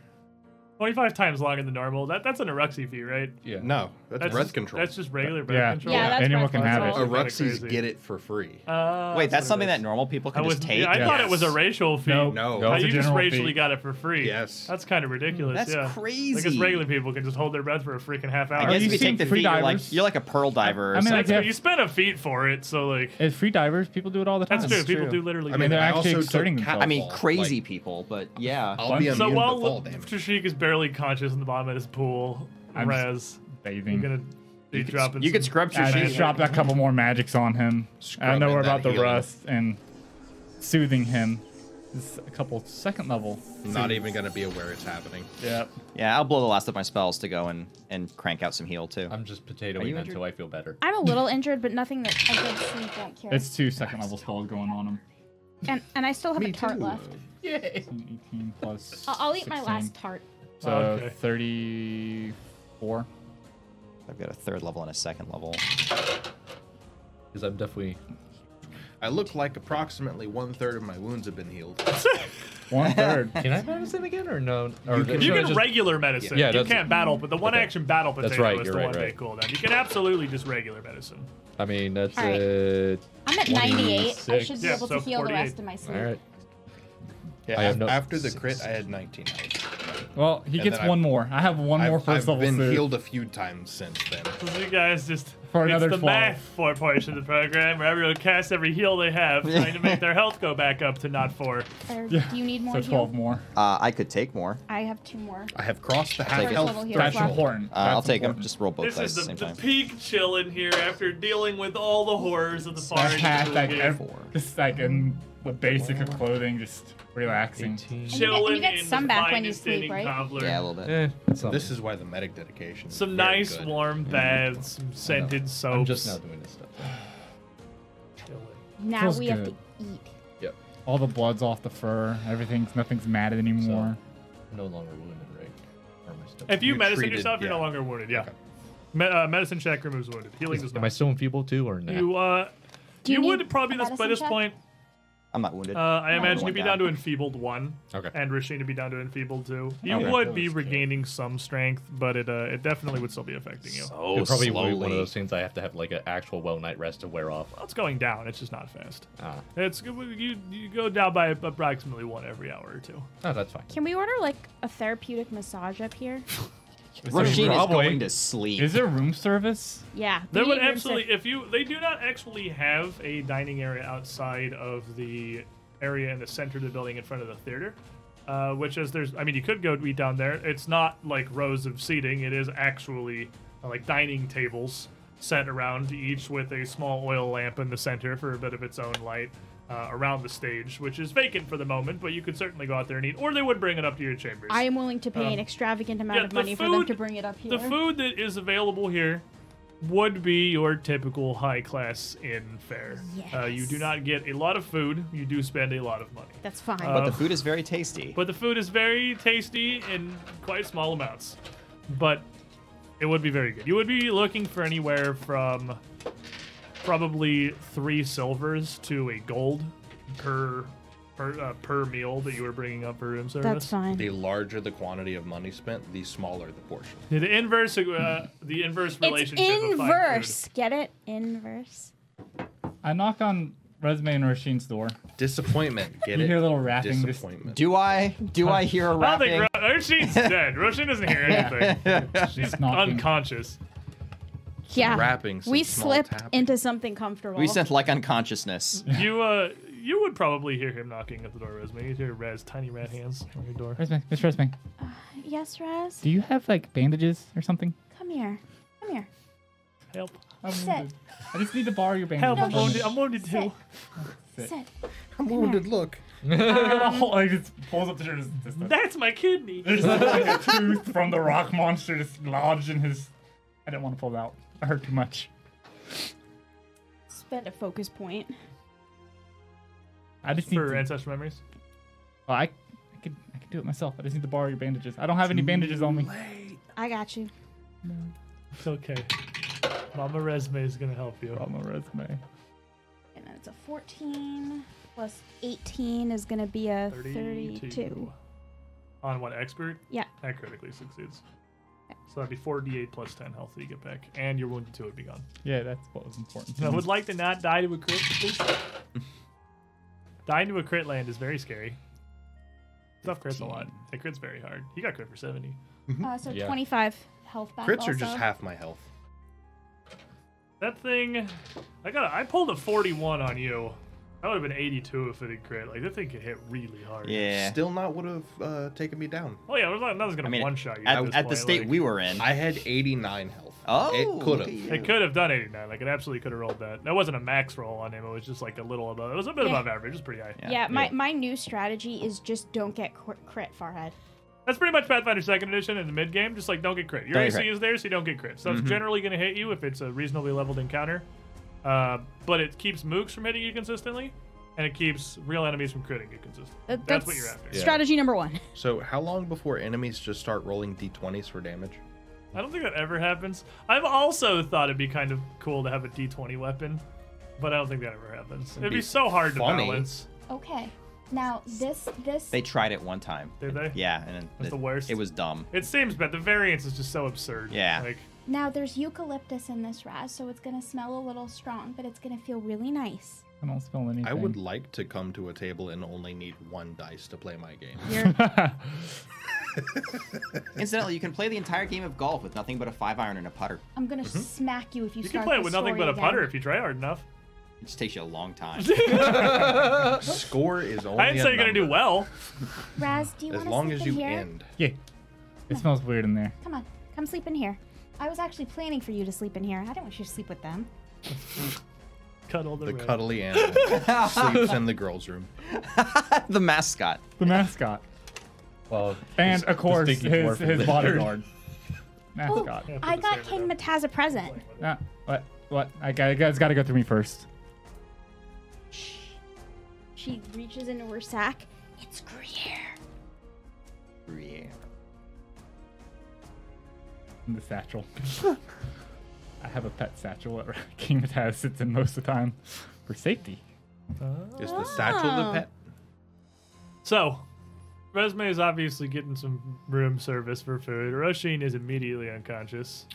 [SPEAKER 1] 25 times longer than normal. That That's an Eruxy fee, right?
[SPEAKER 3] Yeah.
[SPEAKER 5] No, that's,
[SPEAKER 1] That's
[SPEAKER 5] breath
[SPEAKER 1] just,
[SPEAKER 5] control.
[SPEAKER 1] That's just regular breath
[SPEAKER 6] Yeah,
[SPEAKER 1] control.
[SPEAKER 2] Yeah, that's
[SPEAKER 6] anyone
[SPEAKER 2] breath
[SPEAKER 6] can have
[SPEAKER 1] control.
[SPEAKER 6] it.
[SPEAKER 5] Eruxies
[SPEAKER 1] crazy.
[SPEAKER 5] get it for free.
[SPEAKER 1] Uh,
[SPEAKER 4] wait. That's something
[SPEAKER 1] what it
[SPEAKER 4] that
[SPEAKER 1] is.
[SPEAKER 4] normal people
[SPEAKER 1] I
[SPEAKER 4] can
[SPEAKER 1] was.
[SPEAKER 4] just take.
[SPEAKER 1] yeah, I
[SPEAKER 6] Yeah.
[SPEAKER 1] thought it was a racial fee.
[SPEAKER 6] No.
[SPEAKER 5] No,
[SPEAKER 1] How
[SPEAKER 6] It's a
[SPEAKER 1] you just
[SPEAKER 6] general fee.
[SPEAKER 1] racially got it for free.
[SPEAKER 5] Yes.
[SPEAKER 1] That's kind of ridiculous.
[SPEAKER 4] That's
[SPEAKER 1] yeah. Like
[SPEAKER 4] crazy.
[SPEAKER 1] it's regular people can just hold their breath for a freaking half hour.
[SPEAKER 4] I guess
[SPEAKER 6] you
[SPEAKER 4] if you
[SPEAKER 6] seen
[SPEAKER 4] take the
[SPEAKER 6] free
[SPEAKER 4] feet, you're like
[SPEAKER 6] divers?
[SPEAKER 4] you're like a pearl diver. Or
[SPEAKER 6] I mean,
[SPEAKER 4] something.
[SPEAKER 6] like,
[SPEAKER 1] That's
[SPEAKER 6] yeah.
[SPEAKER 1] what- you spent a feet for it, so like
[SPEAKER 6] As free divers, people do it all the time.
[SPEAKER 1] that's true. People do literally.
[SPEAKER 5] I
[SPEAKER 1] do
[SPEAKER 5] mean,
[SPEAKER 1] that.
[SPEAKER 6] they're
[SPEAKER 5] I
[SPEAKER 6] actually
[SPEAKER 5] also
[SPEAKER 6] exerting
[SPEAKER 5] took cat-
[SPEAKER 6] themselves.
[SPEAKER 4] I mean,
[SPEAKER 5] Like-
[SPEAKER 4] crazy people, but yeah.
[SPEAKER 5] I'll be
[SPEAKER 6] So
[SPEAKER 1] so
[SPEAKER 5] immune
[SPEAKER 1] while
[SPEAKER 5] to fall
[SPEAKER 1] look,
[SPEAKER 5] damage.
[SPEAKER 1] Trishik is barely conscious in the bottom of this pool,
[SPEAKER 6] I'm just
[SPEAKER 1] Rez,
[SPEAKER 6] bathing.
[SPEAKER 1] you're gonna be dropping.
[SPEAKER 4] you could
[SPEAKER 1] some-
[SPEAKER 4] scrub your
[SPEAKER 6] I
[SPEAKER 4] shit.
[SPEAKER 6] just dropped a couple more magics on him. I know
[SPEAKER 5] Scrubbing
[SPEAKER 6] we're
[SPEAKER 5] that
[SPEAKER 6] about the
[SPEAKER 5] healing.
[SPEAKER 6] rust and soothing him. Just a couple second level.
[SPEAKER 5] Not even gonna be aware it's happening.
[SPEAKER 6] Yep.
[SPEAKER 4] Yeah, I'll blow the last of my spells to go and and crank out some heal too.
[SPEAKER 3] I'm just potatoing
[SPEAKER 4] you
[SPEAKER 3] until
[SPEAKER 4] injured?
[SPEAKER 3] I feel better.
[SPEAKER 12] I'm a little injured, but nothing that I did sleep won't cure.
[SPEAKER 6] It's two second level spells going on him.
[SPEAKER 12] and, and I still have a tart left.
[SPEAKER 6] 18 plus.
[SPEAKER 12] I'll, I'll eat my
[SPEAKER 6] 16.
[SPEAKER 12] last tart.
[SPEAKER 6] So
[SPEAKER 1] Oh, Okay.
[SPEAKER 6] 34.
[SPEAKER 4] I've got a third level and a second level.
[SPEAKER 3] Because I'm definitely.
[SPEAKER 5] I look like approximately one third of my wounds have been healed.
[SPEAKER 6] One third.
[SPEAKER 3] Can I medicine again or no? Or should
[SPEAKER 1] You
[SPEAKER 3] I
[SPEAKER 1] can
[SPEAKER 3] just-
[SPEAKER 1] regular medicine.
[SPEAKER 3] Yeah,
[SPEAKER 1] you
[SPEAKER 3] that's-
[SPEAKER 1] can't battle, but the one
[SPEAKER 3] okay.
[SPEAKER 1] action battle potato
[SPEAKER 3] That's right,
[SPEAKER 1] is
[SPEAKER 3] you're
[SPEAKER 1] the
[SPEAKER 3] right,
[SPEAKER 1] one day
[SPEAKER 3] right.
[SPEAKER 1] cooldown. You can absolutely just regular medicine.
[SPEAKER 3] I mean, that's
[SPEAKER 12] All right.
[SPEAKER 3] it.
[SPEAKER 12] I'm at 98. I should be
[SPEAKER 1] Yeah,
[SPEAKER 12] able
[SPEAKER 1] so
[SPEAKER 12] to heal the
[SPEAKER 1] 48.
[SPEAKER 12] rest of my sleep.
[SPEAKER 3] All right.
[SPEAKER 5] Yeah,
[SPEAKER 3] I have no-
[SPEAKER 5] after the crit, I had 19 health.
[SPEAKER 13] Well, he
[SPEAKER 5] And
[SPEAKER 13] gets
[SPEAKER 5] then
[SPEAKER 13] one
[SPEAKER 5] I've-
[SPEAKER 13] more. I have one
[SPEAKER 5] I've,
[SPEAKER 13] more 1st
[SPEAKER 5] I've
[SPEAKER 13] level
[SPEAKER 5] been
[SPEAKER 13] suit.
[SPEAKER 5] healed a few times since then.
[SPEAKER 1] So you guys just
[SPEAKER 13] For another
[SPEAKER 1] it's the
[SPEAKER 13] 12.
[SPEAKER 1] math for portion of the program where everyone casts every heal they have, trying to make their health go back up to not four.
[SPEAKER 2] Or Do you need more
[SPEAKER 13] So
[SPEAKER 2] heal?
[SPEAKER 13] 12 more.
[SPEAKER 4] Uh, I could take more.
[SPEAKER 2] I have two more.
[SPEAKER 5] I have crossed the half
[SPEAKER 4] Take it.
[SPEAKER 5] health
[SPEAKER 2] Level heal.
[SPEAKER 13] That's
[SPEAKER 2] Wow.
[SPEAKER 13] important.
[SPEAKER 4] Uh, I'll
[SPEAKER 13] That's
[SPEAKER 4] take them.
[SPEAKER 13] important.
[SPEAKER 4] Just roll both
[SPEAKER 1] This
[SPEAKER 4] dice
[SPEAKER 1] is
[SPEAKER 4] at the
[SPEAKER 1] the,
[SPEAKER 4] same
[SPEAKER 1] the
[SPEAKER 4] time.
[SPEAKER 1] peak chill in here after dealing with all the horrors of the far
[SPEAKER 13] That hat,
[SPEAKER 1] end.
[SPEAKER 13] like, ev-
[SPEAKER 4] Four.
[SPEAKER 13] just like in the basic of clothing, just relaxing.
[SPEAKER 2] And you get- and you
[SPEAKER 1] Chilling
[SPEAKER 2] get
[SPEAKER 1] in the
[SPEAKER 2] some back when you
[SPEAKER 1] finest
[SPEAKER 2] sleep,
[SPEAKER 1] eating
[SPEAKER 2] right?
[SPEAKER 1] cobbler.
[SPEAKER 4] Yeah, a little bit.
[SPEAKER 3] Eh,
[SPEAKER 5] This is why the medic dedication. is
[SPEAKER 1] Some
[SPEAKER 5] very
[SPEAKER 1] nice
[SPEAKER 5] good.
[SPEAKER 1] warm baths, some scented soaps.
[SPEAKER 3] I'm just now doing this stuff.
[SPEAKER 2] Now
[SPEAKER 13] Feels
[SPEAKER 2] we have to
[SPEAKER 13] good.
[SPEAKER 2] eat.
[SPEAKER 3] Yep.
[SPEAKER 13] All the blood's off the fur. Everything's nothing's matted anymore.
[SPEAKER 3] No longer wounded, right? Or am I still?
[SPEAKER 1] If you
[SPEAKER 5] You're
[SPEAKER 1] medicine
[SPEAKER 5] treated,
[SPEAKER 1] yourself, you're no
[SPEAKER 5] yeah.
[SPEAKER 1] longer wounded. Yeah. Me- uh, medicine check removes wounded. Healing does
[SPEAKER 3] Am I
[SPEAKER 1] not.
[SPEAKER 3] still enfeebled too, or no?
[SPEAKER 1] You uh,
[SPEAKER 2] Do you
[SPEAKER 1] you, would
[SPEAKER 2] need
[SPEAKER 1] probably
[SPEAKER 2] a
[SPEAKER 1] this by
[SPEAKER 2] medicine
[SPEAKER 1] this
[SPEAKER 2] check?
[SPEAKER 1] point.
[SPEAKER 4] I'm not wounded.
[SPEAKER 1] Uh, I imagine
[SPEAKER 4] one
[SPEAKER 1] you'd be
[SPEAKER 4] down.
[SPEAKER 1] down to enfeebled one,
[SPEAKER 5] Okay.
[SPEAKER 1] and Rasheen would be down to enfeebled two. You
[SPEAKER 4] Okay.
[SPEAKER 1] would be regaining some strength, but it uh, it definitely would still be affecting you.
[SPEAKER 5] Oh,
[SPEAKER 3] It probably will be one of those things I have to have like an actual well night rest to wear off.
[SPEAKER 1] Well, it's going down. It's just not fast.
[SPEAKER 3] Ah,
[SPEAKER 1] It's you you go down by approximately one every hour or two.
[SPEAKER 3] oh, that's fine.
[SPEAKER 2] Can we order like a therapeutic massage up here?
[SPEAKER 4] Rasheen is
[SPEAKER 13] Probably.
[SPEAKER 4] going to sleep.
[SPEAKER 13] Is there room service?
[SPEAKER 2] Yeah.
[SPEAKER 1] They
[SPEAKER 2] we
[SPEAKER 1] would
[SPEAKER 2] need room ser-
[SPEAKER 1] absolutely if you they do not actually have a dining area outside of the area in the center of the building in front of the theater. Uh, which is there's I mean you could go eat down there. It's not like rows of seating. It is actually uh, like dining tables set around each with a small oil lamp in the center for a bit of its own light. Uh, around the stage, which is vacant for the moment, but you could certainly go out there and eat, or they would bring it up to your chambers. Um,
[SPEAKER 2] I am willing to pay
[SPEAKER 13] Um,
[SPEAKER 2] an extravagant amount
[SPEAKER 1] yeah,
[SPEAKER 2] of
[SPEAKER 1] the
[SPEAKER 2] money for them
[SPEAKER 1] food-
[SPEAKER 2] to bring it up here.
[SPEAKER 1] the food that is available here would be your typical high class inn fare. Uh, you do
[SPEAKER 2] Yes.
[SPEAKER 1] not get a lot of food. You do spend a lot of money.
[SPEAKER 2] That's fine.
[SPEAKER 1] Uh,
[SPEAKER 4] the food is very tasty.
[SPEAKER 1] But the food is very tasty in quite small amounts. But it would be very good. You would be looking for anywhere from probably three silvers to a gold per per, uh, per meal that you were bringing up for room service.
[SPEAKER 2] That's fine.
[SPEAKER 5] The larger the quantity of money spent, the smaller the portion.
[SPEAKER 1] Yeah, The inverse uh, the inverse
[SPEAKER 2] It's
[SPEAKER 1] relationship of fine food.
[SPEAKER 2] inverse. Get it? Inverse.
[SPEAKER 13] I knock on resume and Rasheen's door.
[SPEAKER 5] Disappointment. Get
[SPEAKER 13] You
[SPEAKER 5] it?
[SPEAKER 13] hear a little rapping, just-
[SPEAKER 5] Disappointment.
[SPEAKER 4] do I? Do I hear a
[SPEAKER 1] I
[SPEAKER 4] rapping?
[SPEAKER 1] don't think Ro- Roshin's dead. Roshin doesn't hear anything. She's
[SPEAKER 13] knocking.
[SPEAKER 1] unconscious.
[SPEAKER 2] Yeah.
[SPEAKER 5] Rapping. some
[SPEAKER 2] We
[SPEAKER 5] small
[SPEAKER 2] slipped
[SPEAKER 5] tapping.
[SPEAKER 2] into something comfortable.
[SPEAKER 4] we sent like unconsciousness.
[SPEAKER 1] You uh, you would probably hear him knocking at the door, Resme. You'd hear Rez tiny rat hands on your door.
[SPEAKER 13] Resume, Miss Resume,
[SPEAKER 2] yes, Raz.
[SPEAKER 13] do you have like bandages or something?
[SPEAKER 2] Come here. Come here.
[SPEAKER 1] Help!
[SPEAKER 13] I'm
[SPEAKER 2] Sit.
[SPEAKER 13] wounded. I just need to borrow your
[SPEAKER 1] Help!
[SPEAKER 13] bandages.
[SPEAKER 1] I'm wounded. I'm wounded too.
[SPEAKER 2] Sit. Sit.
[SPEAKER 5] I'm wounded. Look.
[SPEAKER 2] Um,
[SPEAKER 13] like just pulls up to her. Just, just,
[SPEAKER 1] That's my kidney.
[SPEAKER 13] there's like a tooth from the rock monster just lodged in his. I didn't want to pull it out. I hurt too much.
[SPEAKER 2] Spend a focus point.
[SPEAKER 13] I just need.
[SPEAKER 1] For
[SPEAKER 13] To,
[SPEAKER 1] ancestral memories.
[SPEAKER 13] well, I, I could I could do it myself. I just need to borrow your bandages. I don't have any bandages on me.
[SPEAKER 2] I got you.
[SPEAKER 1] It's okay. Mama Resme is gonna help you.
[SPEAKER 13] On my resume.
[SPEAKER 2] And then it's a 14 plus 18 is going to be a 32.
[SPEAKER 1] On what expert?
[SPEAKER 2] Yeah.
[SPEAKER 1] That critically succeeds. So that'd be 4d8 plus 10 health that you get back, and your wounded two would be gone.
[SPEAKER 13] Yeah, that's what was important.
[SPEAKER 4] Mhm.
[SPEAKER 1] I would like to not die to a crit. please. Dying to a crit land is very scary. Stuff crits a lot. It crits very hard. He got crit for 70.
[SPEAKER 4] Mm-hmm.
[SPEAKER 2] Uh, so
[SPEAKER 3] Yeah.
[SPEAKER 2] 25 health back.
[SPEAKER 5] Crits are
[SPEAKER 2] also.
[SPEAKER 5] just half my health.
[SPEAKER 1] That thing, I got. I pulled a 41 on you. That would have been 82 if it had crit. Like that thing could hit really hard.
[SPEAKER 4] Yeah.
[SPEAKER 5] Still not would have uh, taken me down.
[SPEAKER 1] Oh yeah, there's not- nothing's gonna
[SPEAKER 4] I mean,
[SPEAKER 1] one shot you.
[SPEAKER 4] at,
[SPEAKER 1] at, this
[SPEAKER 4] at the
[SPEAKER 1] point,
[SPEAKER 4] state
[SPEAKER 1] like,
[SPEAKER 4] we were in.
[SPEAKER 5] I had 89 health.
[SPEAKER 4] oh,
[SPEAKER 5] it could
[SPEAKER 4] look at
[SPEAKER 5] have.
[SPEAKER 4] you.
[SPEAKER 1] It could have done 89. Like it absolutely could have rolled that. That wasn't a max roll on him. It was just like a little above. It was a bit
[SPEAKER 2] Yeah.
[SPEAKER 1] above average. It was pretty high.
[SPEAKER 4] Yeah.
[SPEAKER 2] Yeah, my, my new strategy is just don't get cr- crit, Farhead.
[SPEAKER 1] That's pretty much Pathfinder Second Edition in the mid game. Just like don't get crit. Your
[SPEAKER 4] Don't get
[SPEAKER 1] AC
[SPEAKER 4] crit.
[SPEAKER 1] is there, so you don't get crit. So it's generally going to hit you if it's a reasonably leveled encounter. Uh, but it keeps mooks from hitting you consistently, and it keeps real enemies from critting you consistently.
[SPEAKER 2] That-
[SPEAKER 1] that's, what you're after.
[SPEAKER 2] Strategy number one.
[SPEAKER 5] So how long before enemies just start rolling d20s for damage?
[SPEAKER 1] I don't think that ever happens. I've also thought it'd be kind of cool to have a D20 weapon, but I don't think that ever happens. It'd, be,
[SPEAKER 5] be
[SPEAKER 1] so hard
[SPEAKER 5] funny.
[SPEAKER 1] to balance.
[SPEAKER 12] Okay. Now this this
[SPEAKER 4] They tried it one time.
[SPEAKER 1] Did they?
[SPEAKER 4] Yeah, and
[SPEAKER 1] That's
[SPEAKER 4] it,
[SPEAKER 1] the worst.
[SPEAKER 4] It was dumb.
[SPEAKER 1] It seems bad. The variance is just so absurd.
[SPEAKER 4] Yeah.
[SPEAKER 1] Like
[SPEAKER 12] now there's eucalyptus in this Raz, so it's gonna smell a little strong, but it's gonna feel really nice.
[SPEAKER 13] I don't smell anything.
[SPEAKER 5] I would like to come to a table and only need one dice to play my game.
[SPEAKER 2] You're,
[SPEAKER 4] Incidentally, you can play the entire game of golf with nothing but a five iron and a putter.
[SPEAKER 2] I'm gonna smack you if
[SPEAKER 1] Mm-hmm. You
[SPEAKER 2] you,
[SPEAKER 1] can
[SPEAKER 2] start
[SPEAKER 1] play it
[SPEAKER 2] this
[SPEAKER 1] with nothing
[SPEAKER 2] story
[SPEAKER 1] but a
[SPEAKER 2] again.
[SPEAKER 1] putter if you try hard enough.
[SPEAKER 4] It just takes you a long time.
[SPEAKER 5] Score is only.
[SPEAKER 1] I didn't
[SPEAKER 5] a
[SPEAKER 1] say you're gonna do
[SPEAKER 5] number.
[SPEAKER 1] well.
[SPEAKER 12] Raz, do you
[SPEAKER 5] As
[SPEAKER 12] want to
[SPEAKER 5] long
[SPEAKER 12] sleep in
[SPEAKER 5] as you
[SPEAKER 12] here?
[SPEAKER 5] end.
[SPEAKER 13] Yeah. It smells weird in there.
[SPEAKER 12] Come on, come sleep in here. I was actually planning for you to sleep in here. I don't want you to sleep with them.
[SPEAKER 1] Cuddle the,
[SPEAKER 5] The
[SPEAKER 1] red.
[SPEAKER 5] cuddly animal sleeps in the girls' room.
[SPEAKER 4] the mascot.
[SPEAKER 13] The mascot.
[SPEAKER 3] Well,
[SPEAKER 13] And of course
[SPEAKER 3] stinky
[SPEAKER 13] his
[SPEAKER 3] dwarf
[SPEAKER 13] his
[SPEAKER 3] lizard.
[SPEAKER 13] bodyguard.
[SPEAKER 12] Oh,
[SPEAKER 13] Mascot.
[SPEAKER 12] I got King Mataz a present.
[SPEAKER 13] Ah, what what I got it's gotta go through me first.
[SPEAKER 2] She reaches into her sack. It's Gruyere.
[SPEAKER 4] Yeah.
[SPEAKER 13] In the satchel. I have a pet satchel that King Mataz sits in most of the time for safety.
[SPEAKER 5] Is the satchel
[SPEAKER 12] Oh.
[SPEAKER 5] the pet?
[SPEAKER 1] So, Resume is obviously getting some room service for food. Roisin is immediately unconscious.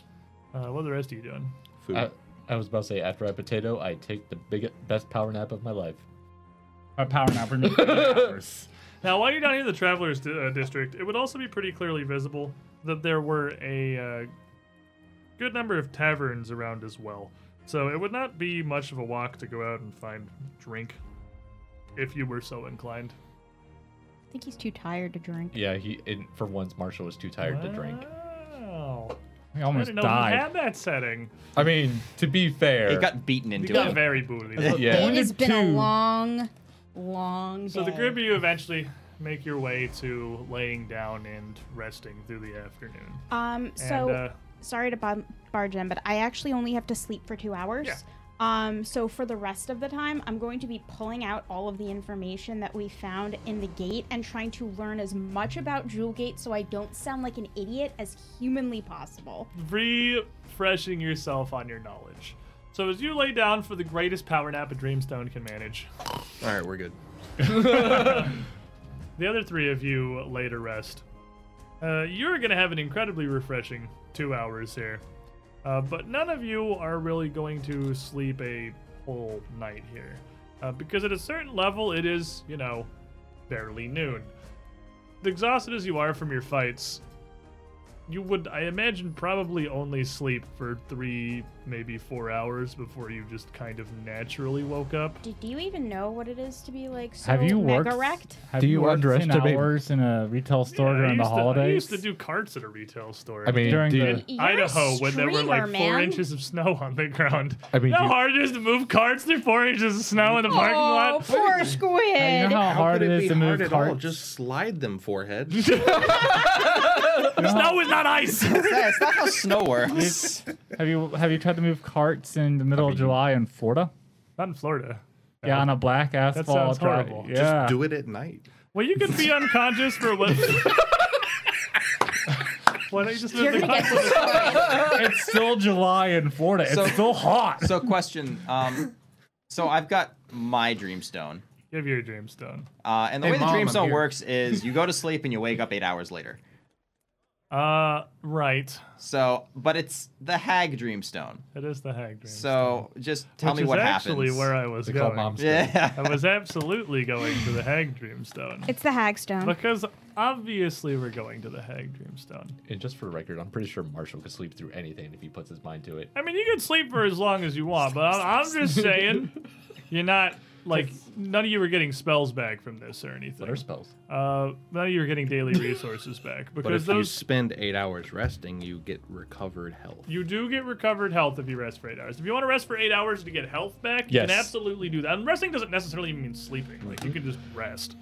[SPEAKER 1] Uh, what are the rest of you doing?
[SPEAKER 5] Food.
[SPEAKER 3] I, I was about to say, after I potato, I take the biggest, best power nap of my life.
[SPEAKER 13] A power nap for me. for eight hours.
[SPEAKER 1] Now, while you're down here in the Travelers di- uh, District, it would also be pretty clearly visible that there were a uh, good number of taverns around as well. So it would not be much of a walk to go out and find drink if you were so inclined.
[SPEAKER 2] I think he's too tired to drink.
[SPEAKER 3] Yeah, he. And for once, Marshall was too tired to drink.
[SPEAKER 1] Wow.
[SPEAKER 13] I
[SPEAKER 1] Oh. I
[SPEAKER 13] almost
[SPEAKER 1] didn't know
[SPEAKER 13] died.
[SPEAKER 1] we had that setting.
[SPEAKER 3] I mean, to be fair,
[SPEAKER 4] It got beaten into
[SPEAKER 1] You got
[SPEAKER 4] it.
[SPEAKER 1] very booty.
[SPEAKER 3] yeah.
[SPEAKER 2] It has been a
[SPEAKER 13] two.
[SPEAKER 2] long, long
[SPEAKER 1] So the
[SPEAKER 2] day.
[SPEAKER 1] group of you eventually make your way to laying down and resting through the afternoon.
[SPEAKER 2] Um, so
[SPEAKER 1] and uh,
[SPEAKER 2] sorry to barge in, but I actually only have to sleep for two hours.
[SPEAKER 1] Yeah.
[SPEAKER 2] Um, so for the rest of the time, I'm going to be pulling out all of the information that we found in the gate and trying to learn as much about Jewel Gate so I don't sound like an idiot as humanly possible.
[SPEAKER 1] refreshing yourself on your knowledge. So as you lay down for the greatest power nap a Dreamstone can manage,
[SPEAKER 5] All right, we're good.
[SPEAKER 1] the other three of you lay to rest. Uh, you're going to have an incredibly refreshing two hours here, uh, but none of you are really going to sleep a whole night here. Uh, because at a certain level, it is, you know, barely noon. Exhausted as you are from your fights, you would, I imagine, probably only sleep for three, maybe four hours before you just kind of naturally woke up.
[SPEAKER 2] Did you even know what it is to be like so
[SPEAKER 13] Have you worked?
[SPEAKER 2] mega wrecked?
[SPEAKER 13] Have
[SPEAKER 9] Do you
[SPEAKER 13] worked 10
[SPEAKER 9] underestimate-
[SPEAKER 13] hours in a retail store
[SPEAKER 1] Yeah, I
[SPEAKER 13] during the
[SPEAKER 1] used to- I
[SPEAKER 13] holidays?
[SPEAKER 1] used to do carts at a retail store.
[SPEAKER 3] I mean,
[SPEAKER 13] during
[SPEAKER 3] do you-
[SPEAKER 13] the
[SPEAKER 2] You're a
[SPEAKER 1] Idaho when there were like
[SPEAKER 2] streamer,
[SPEAKER 1] four
[SPEAKER 2] man.
[SPEAKER 1] inches of snow on the ground.
[SPEAKER 3] I mean,
[SPEAKER 1] how
[SPEAKER 3] you-
[SPEAKER 1] hard it is to move carts through four inches of snow in the parking
[SPEAKER 2] Oh,
[SPEAKER 1] lot.
[SPEAKER 2] poor squid.
[SPEAKER 13] you know how,
[SPEAKER 5] How
[SPEAKER 13] hard
[SPEAKER 5] could
[SPEAKER 13] it is
[SPEAKER 5] be
[SPEAKER 13] to
[SPEAKER 5] hard
[SPEAKER 13] move
[SPEAKER 5] at all?
[SPEAKER 13] carts.
[SPEAKER 5] Just slide them forehead.
[SPEAKER 1] Snow is not ice.
[SPEAKER 4] That's not how snow works.
[SPEAKER 13] Have you have you tried to move carts in the middle of July in Florida?
[SPEAKER 1] not in Florida.
[SPEAKER 13] Yeah, on a black asphalt.
[SPEAKER 1] sounds
[SPEAKER 13] drive-
[SPEAKER 1] horrible. Just
[SPEAKER 13] Yeah.
[SPEAKER 5] Just do it at night.
[SPEAKER 1] Well, you could be unconscious for what? Why don't you just move the carts?
[SPEAKER 13] it's still July in Florida. It's
[SPEAKER 4] So-
[SPEAKER 13] still hot.
[SPEAKER 4] so, question. Um, so I've got my dreamstone,
[SPEAKER 1] Give your dreamstone.
[SPEAKER 4] uh, and the
[SPEAKER 5] Hey,
[SPEAKER 4] way the
[SPEAKER 5] Mom, I'm
[SPEAKER 4] dreamstone
[SPEAKER 5] here.
[SPEAKER 4] works is you go to sleep and you wake up eight hours later.
[SPEAKER 1] Uh, right.
[SPEAKER 4] So, but it's the hag dreamstone.
[SPEAKER 1] It is the hag dreamstone.
[SPEAKER 4] So just tell
[SPEAKER 1] Which
[SPEAKER 4] me
[SPEAKER 1] is
[SPEAKER 4] what
[SPEAKER 1] actually
[SPEAKER 4] happens.
[SPEAKER 1] where I was
[SPEAKER 3] They call
[SPEAKER 1] going.
[SPEAKER 3] mom's
[SPEAKER 4] yeah.
[SPEAKER 1] I was absolutely going to the hag dreamstone.
[SPEAKER 12] It's the Hagstone.
[SPEAKER 1] Because obviously we're going to the Hag Dreamstone.
[SPEAKER 3] And just for the record, I'm pretty sure Marshall could sleep through anything if he puts his mind to it.
[SPEAKER 1] I mean, you can sleep for as long as you want, but I'm, I'm just saying, you're not like none of you are getting spells back from this or
[SPEAKER 3] What are
[SPEAKER 1] anything.
[SPEAKER 3] spells?
[SPEAKER 1] Uh, none of you are getting daily resources back
[SPEAKER 5] But
[SPEAKER 1] because
[SPEAKER 5] if you
[SPEAKER 1] those
[SPEAKER 5] spend eight hours resting, you get recovered health.
[SPEAKER 1] you do get recovered health if you rest for eight hours. If you want to rest for eight hours to get health back, you can
[SPEAKER 3] Yes.
[SPEAKER 1] absolutely do that. And resting doesn't necessarily mean sleeping; like you can just rest.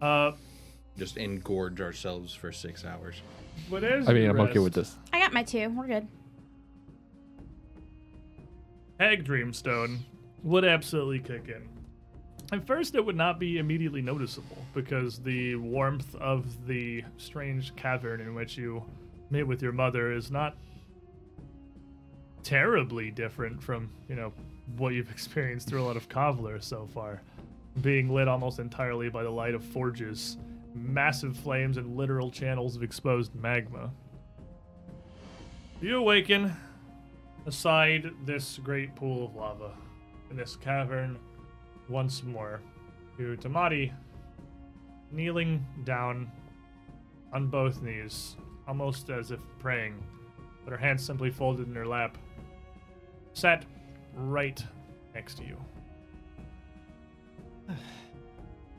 [SPEAKER 1] Uh,
[SPEAKER 5] Just engorge ourselves for six hours.
[SPEAKER 1] but as
[SPEAKER 3] I mean,
[SPEAKER 1] you
[SPEAKER 3] I'm okay
[SPEAKER 1] rest-
[SPEAKER 3] with this.
[SPEAKER 12] I got my two. We're good.
[SPEAKER 1] Hag Dreamstone would absolutely kick in. At first, it would not be immediately noticeable because the warmth of the strange cavern in which you meet with your mother is not terribly different from, you know, what you've experienced through a lot of Kavlar so far. Being lit almost entirely by the light of forges, massive flames, and literal channels of exposed magma. You awaken aside this great pool of lava in this cavern once more to Tamati kneeling down on both knees, almost as if praying, but her hands simply folded in her lap, sat right next to you.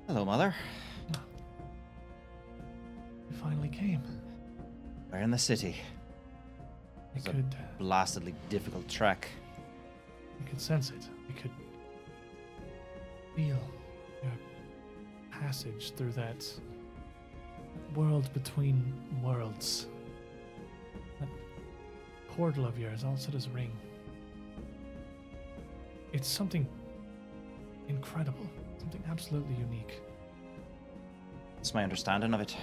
[SPEAKER 4] Hello, mother.
[SPEAKER 1] You finally came.
[SPEAKER 4] We're in the city.
[SPEAKER 1] I
[SPEAKER 4] So-
[SPEAKER 1] could, uh,
[SPEAKER 4] Blastedly difficult trek.
[SPEAKER 1] I could sense it. I could feel your passage through that world between worlds. That portal of yours, also this ring. It's something incredible, something absolutely unique.
[SPEAKER 4] It's my understanding of it.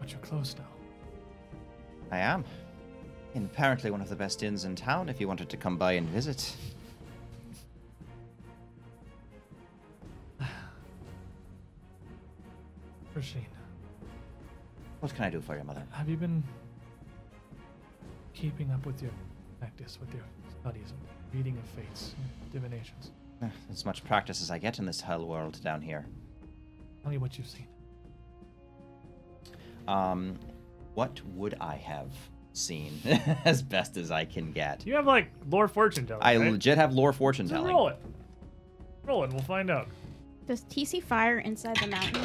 [SPEAKER 1] But you're close now.
[SPEAKER 4] I am. In apparently one of the best inns in town if you wanted to come by and visit.
[SPEAKER 1] Rasheen,
[SPEAKER 4] What can I do for you, mother?
[SPEAKER 1] have you been keeping up with your practice, with your studies, reading of fates, divinations?
[SPEAKER 4] Eh, As much practice as I get in this hell world down here.
[SPEAKER 1] Tell me what you've seen.
[SPEAKER 4] Um, what would I have seen as best as I can get?
[SPEAKER 1] You have like Lord Fortune telling.
[SPEAKER 4] I
[SPEAKER 1] right?
[SPEAKER 4] legit have lore fortune
[SPEAKER 1] Just
[SPEAKER 4] telling.
[SPEAKER 1] roll it. Roll it. and We'll find out.
[SPEAKER 2] Does TC fire inside the mountain?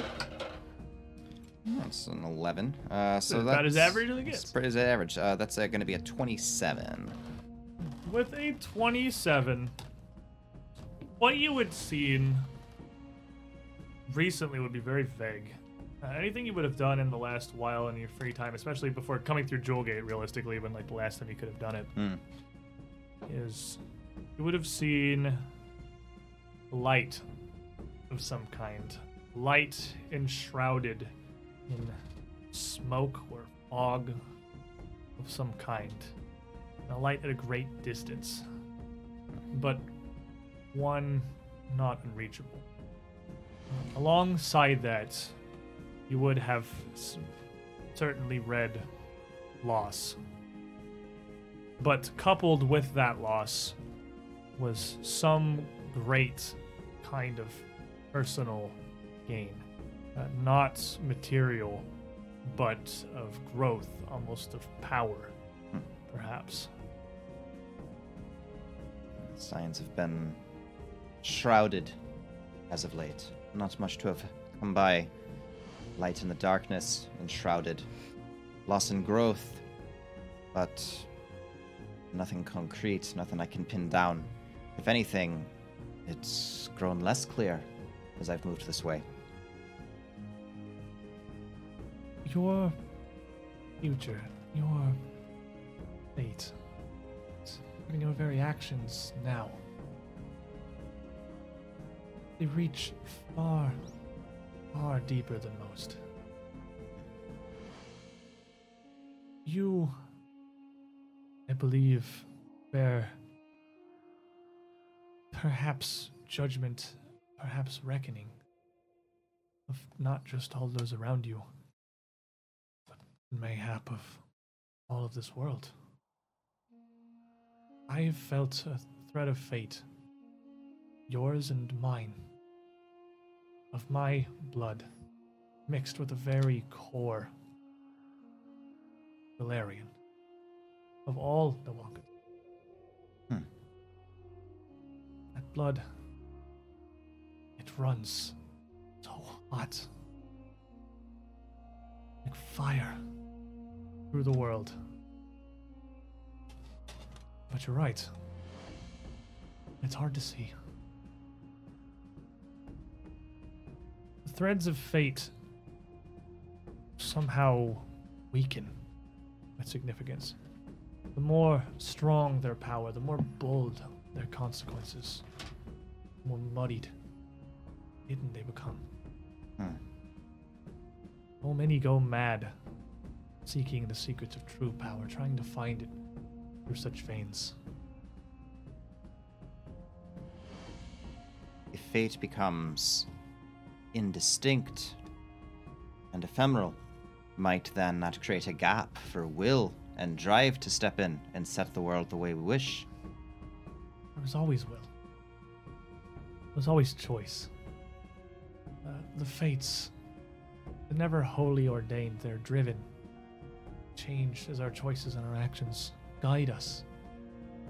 [SPEAKER 4] That's an 11. Uh, so
[SPEAKER 1] About
[SPEAKER 4] that's
[SPEAKER 1] as average as it
[SPEAKER 4] that's
[SPEAKER 1] gets.
[SPEAKER 4] pretty as average. Uh, that's uh, going to be a 27.
[SPEAKER 1] With a 27, what you had seen recently would be very vague. Uh, anything you would have done in the last while in your free time, especially before coming through Jewel Gate, realistically, when like the last time you could have done it,
[SPEAKER 4] Hmm.
[SPEAKER 1] is you would have seen light of some kind. Light enshrouded in smoke or fog of some kind. A light at a great distance, but one not unreachable. Alongside that, you would have s- certainly read loss. But coupled with that loss was some great kind of personal gain. Uh, not material, but of growth, almost of power, perhaps.
[SPEAKER 4] Signs have been shrouded as of late. Not much to have come by. Light in the darkness, enshrouded. Loss and growth, but nothing concrete, nothing I can pin down. If anything, it's grown less clear as I've moved this way.
[SPEAKER 1] Your future, your fate, and your very actions now, they reach far, far deeper than most. You, I believe, bear perhaps judgment, perhaps reckoning of not just all those around you mayhap of all of this world. I have felt a thread of fate, yours and mine, of my blood, mixed with the very core Valerian of all the Wakan.
[SPEAKER 4] Hmm.
[SPEAKER 1] That blood, it runs so hot like fire through the world. But you're right. It's hard to see. The threads of fate somehow weaken with significance. The more strong their power, the more bold their consequences, the more muddied, hidden they become.
[SPEAKER 4] Hmm.
[SPEAKER 1] So many go mad, seeking the secrets of true power, trying to find it through such veins.
[SPEAKER 4] if fate becomes indistinct and ephemeral, might then that create a gap for will and drive to step in and set the world the way we wish?
[SPEAKER 1] There's always will. There's always choice. Uh, the fates,
[SPEAKER 7] They're never wholly ordained, they're driven. Change is our choices and our actions. Guide us.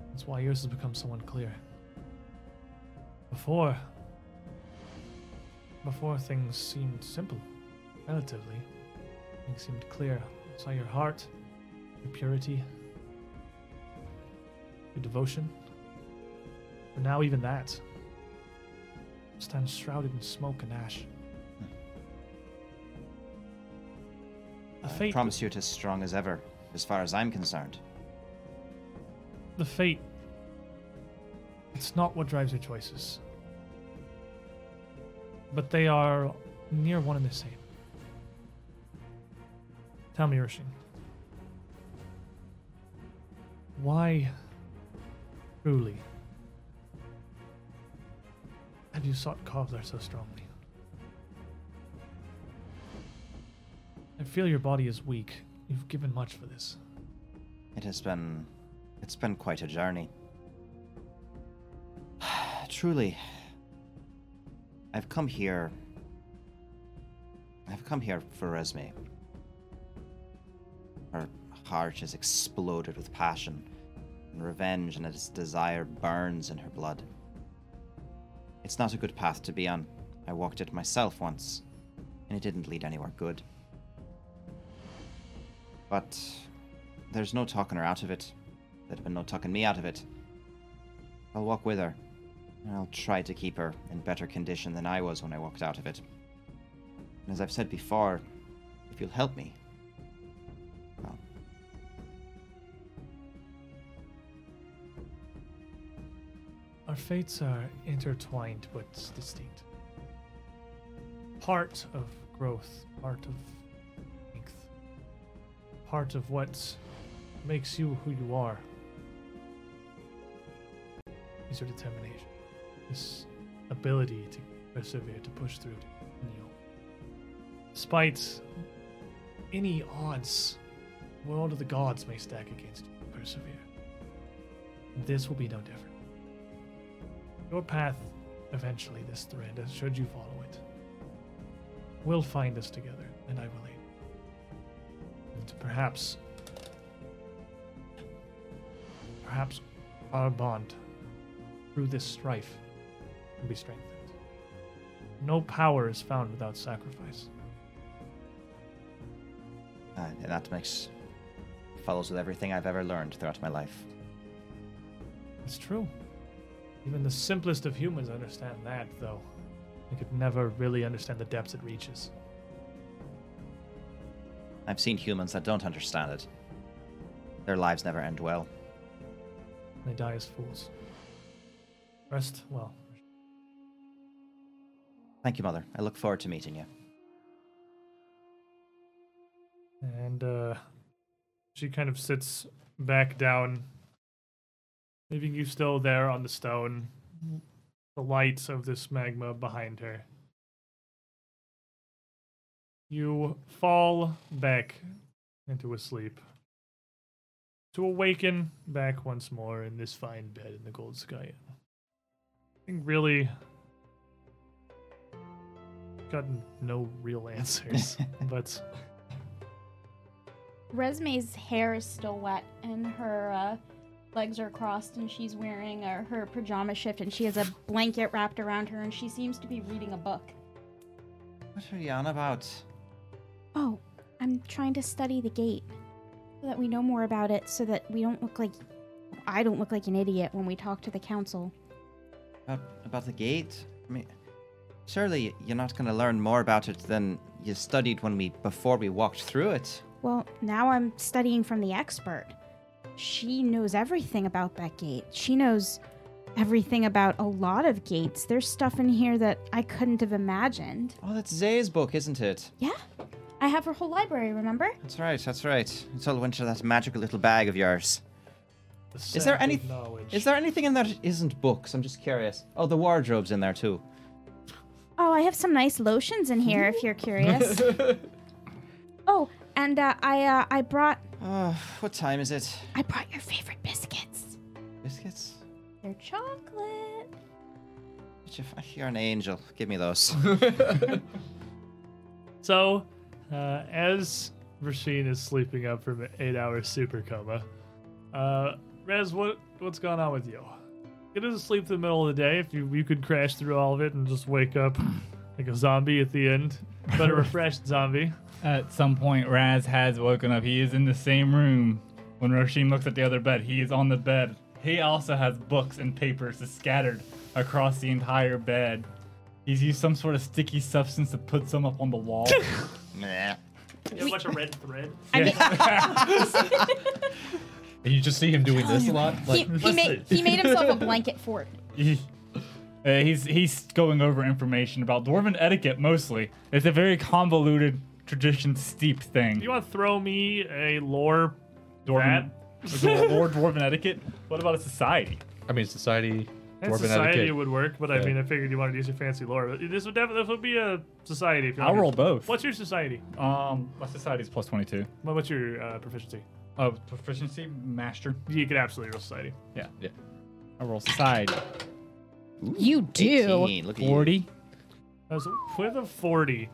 [SPEAKER 7] That's why yours has become so unclear. Before, before things seemed simple, relatively. Things seemed clear. I saw your heart, your purity, your devotion. But now, even that stands shrouded in smoke and ash. The
[SPEAKER 4] I
[SPEAKER 7] fate,
[SPEAKER 4] promise you it is strong as ever, as far as I'm concerned.
[SPEAKER 7] the fate. It's not what drives your choices, but they are near one and the same. Tell me, Rishin, why truly have you sought Kovler so strongly? I feel your body is weak. You've given much for this.
[SPEAKER 4] It has been it's been quite a journey. Truly I've come here I've come here for Resme. Her heart has exploded with passion and revenge and its desire burns in her blood. It's not a good path to be on. I walked it myself once, and it didn't lead anywhere good. But there's no talking her out of it. There'd have been no talking me out of it. I'll walk with her, and I'll try to keep her in better condition than I was when I walked out of it. And as I've said before, if you'll help me, well,
[SPEAKER 7] Our fates are intertwined but distinct. Part of growth, part of strength, part of what makes you who you are is your determination, this ability to persevere, to push through, to continue. Despite any odds, the world of the gods may stack against you, persevere. This will be no different. Your path, eventually, this thread, as should you follow it, will find us together, and I will aid. you. And perhaps, perhaps our bond through this strife can be strengthened. No power is found without sacrifice.
[SPEAKER 4] uh, and that makes follows with everything I've ever learned throughout my life.
[SPEAKER 7] It's true. Even the simplest of humans understand that, though. They could never really understand the depths it reaches.
[SPEAKER 4] I've seen humans that don't understand it. Their lives never end well.
[SPEAKER 7] They die as fools. Rest well.
[SPEAKER 4] Thank you, Mother. I look forward to meeting you.
[SPEAKER 7] And uh, she kind of sits back down, leaving you still there on the stone, the lights of this magma behind her. You fall back into a sleep to awaken back once more in this fine bed in the Gold Sky. Inn. Nothing really gotten no real answers, but.
[SPEAKER 2] Resme's hair is still wet and her uh, legs are crossed and she's wearing uh, her pajama shift and she has a blanket wrapped around her and she seems to be reading a book.
[SPEAKER 4] What are you on about?
[SPEAKER 12] Oh, I'm trying to study the gate so that we know more about it so that we don't look like I don't look like an idiot when we talk to the council.
[SPEAKER 4] About, about the gate? I mean, surely you're not going to learn more about it than you studied when we before we walked through it.
[SPEAKER 12] Well, now I'm studying from the expert. She knows everything about that gate. She knows everything about a lot of gates. There's stuff in here that I couldn't have imagined.
[SPEAKER 4] Oh, that's Zay's book, isn't it?
[SPEAKER 12] Yeah. I have her whole library, remember?
[SPEAKER 4] That's right. That's right. It's all went to that magical little bag of yours.
[SPEAKER 7] the
[SPEAKER 4] Is there
[SPEAKER 7] sack of
[SPEAKER 4] any?
[SPEAKER 7] knowledge.
[SPEAKER 4] Is there anything in there that isn't books? I'm just curious. Oh, the wardrobe's in there too.
[SPEAKER 12] Oh, I have some nice lotions in here if you're curious. oh, and uh, I uh, I brought
[SPEAKER 4] Uh, what time is it?
[SPEAKER 12] I brought your favorite biscuits.
[SPEAKER 4] Biscuits.
[SPEAKER 2] They're chocolate.
[SPEAKER 4] Did you- You're an angel. Give me those.
[SPEAKER 7] So,
[SPEAKER 1] Uh, as Rasheen is sleeping up from an eight-hour super coma, uh, Rez, what what's going on with you? Get into sleep in the middle of the day. If you you could crash through all of it and just wake up like a zombie at the end, but a refreshed zombie.
[SPEAKER 13] At some point, Raz has woken up. He is in the same room. When Roshin looks at the other bed, he is on the bed. He also has books and papers scattered across the entire bed. He's used some sort of sticky substance to put some up on the wall.
[SPEAKER 4] Nah.
[SPEAKER 1] You have a bunch of red thread.
[SPEAKER 3] You just see him doing this a lot.
[SPEAKER 2] He, he, made, he made himself a blanket fort.
[SPEAKER 13] He- uh, he's he's going over information about dwarven etiquette mostly. It's a very convoluted, tradition-steeped thing.
[SPEAKER 1] You want to throw me a lore
[SPEAKER 13] dwarven,
[SPEAKER 1] that?
[SPEAKER 13] or dwarven etiquette. What about a society?
[SPEAKER 3] I mean, society.
[SPEAKER 1] And
[SPEAKER 3] Dwarven
[SPEAKER 1] society
[SPEAKER 3] etiquette.
[SPEAKER 1] would work, but I mean, I figured you wanted to use your fancy lore. But this would definitely this would be a society. If you
[SPEAKER 13] I'll
[SPEAKER 1] wanted-
[SPEAKER 13] roll both.
[SPEAKER 1] What's your society?
[SPEAKER 13] Um, my society's plus twenty-two.
[SPEAKER 1] Well, What's your uh, proficiency?
[SPEAKER 13] Oh, proficiency master.
[SPEAKER 1] You could absolutely roll society.
[SPEAKER 13] Yeah, yeah. I roll society.
[SPEAKER 2] You do.
[SPEAKER 4] 18, look at you.
[SPEAKER 13] Forty.
[SPEAKER 1] I was with a 40.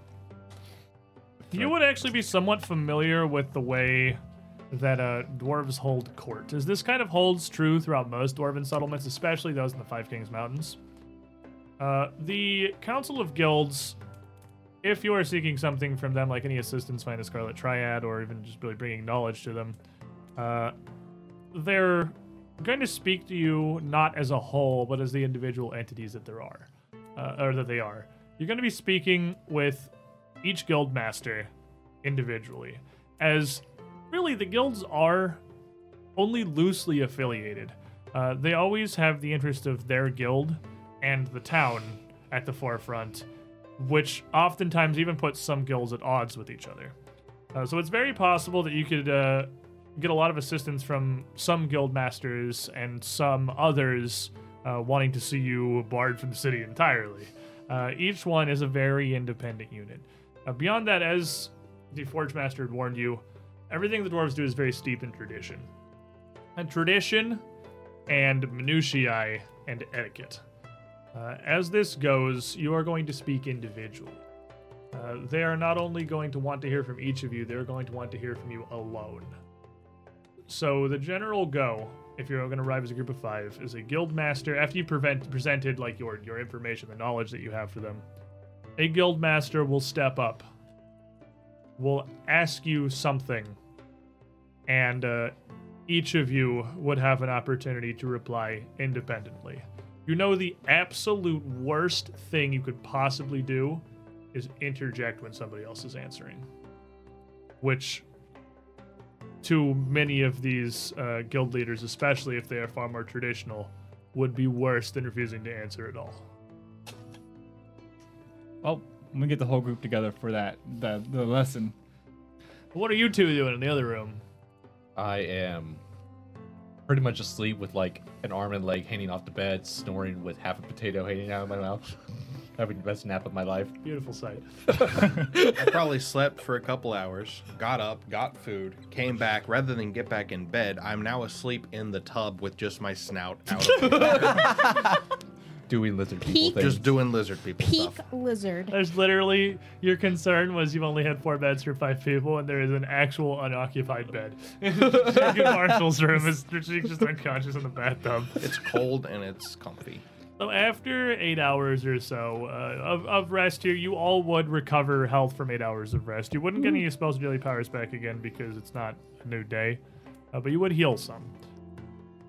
[SPEAKER 1] You would actually be somewhat familiar with the way that uh, dwarves hold court, as this kind of holds true throughout most dwarven settlements, especially those in the Five Kings Mountains. Uh, the Council of Guilds, if you are seeking something from them, like any assistance, find a Scarlet Triad, or even just really bringing knowledge to them, uh, they're going to speak to you not as a whole, but as the individual entities that there are, uh, or that they are. You're going to be speaking with each guild master individually, as really the guilds are only loosely affiliated. Uh, they always have the interest of their guild and the town at the forefront, which oftentimes even puts some guilds at odds with each other. Uh, so it's very possible that you could uh, get a lot of assistance from some guild masters and some others uh, wanting to see you barred from the city entirely. Uh, each one is a very independent unit. Uh, beyond that, as the Forge Master had warned you, everything the dwarves do is very steeped in tradition. And tradition and minutiae and etiquette. Uh, as this goes, you are going to speak individually. Uh, they are not only going to want to hear from each of you, they're going to want to hear from you alone. So the general go, if you're going to arrive as a group of five, is a guild master. After you prevent, presented like your your information, the knowledge that you have for them, a guild master will step up, will ask you something, and uh, each of you would have an opportunity to reply independently. You know the absolute worst thing you could possibly do is interject when somebody else is answering, which to many of these uh, guild leaders, especially if they are far more traditional, would be worse than refusing to answer at all.
[SPEAKER 13] Well, we oh, get the whole group together for that the the lesson.
[SPEAKER 1] What are you two doing in the other room?
[SPEAKER 3] I am pretty much asleep with like an arm and leg hanging off the bed, snoring with half a potato hanging out of my mouth. Having the best nap of my life.
[SPEAKER 1] Beautiful sight.
[SPEAKER 5] I probably slept for a couple hours, got up, got food, came back. Rather than get back in bed, I'm now asleep in the tub with just my snout out. Of the
[SPEAKER 3] Doing lizard people
[SPEAKER 2] Peak-
[SPEAKER 3] things.
[SPEAKER 5] just doing lizard people
[SPEAKER 2] Peak
[SPEAKER 5] stuff.
[SPEAKER 2] lizard.
[SPEAKER 1] There's literally your concern was you've only had four beds for five people, and there is an actual unoccupied bed. Your Marshall's room is she's just unconscious in the bathtub.
[SPEAKER 5] It's cold and it's comfy.
[SPEAKER 1] So after eight hours or so uh, of, of rest here, you all would recover health from eight hours of rest. You wouldn't get
[SPEAKER 2] Mm-hmm.
[SPEAKER 1] any of your spells and daily powers back again because it's not a new day, uh, but you would heal some.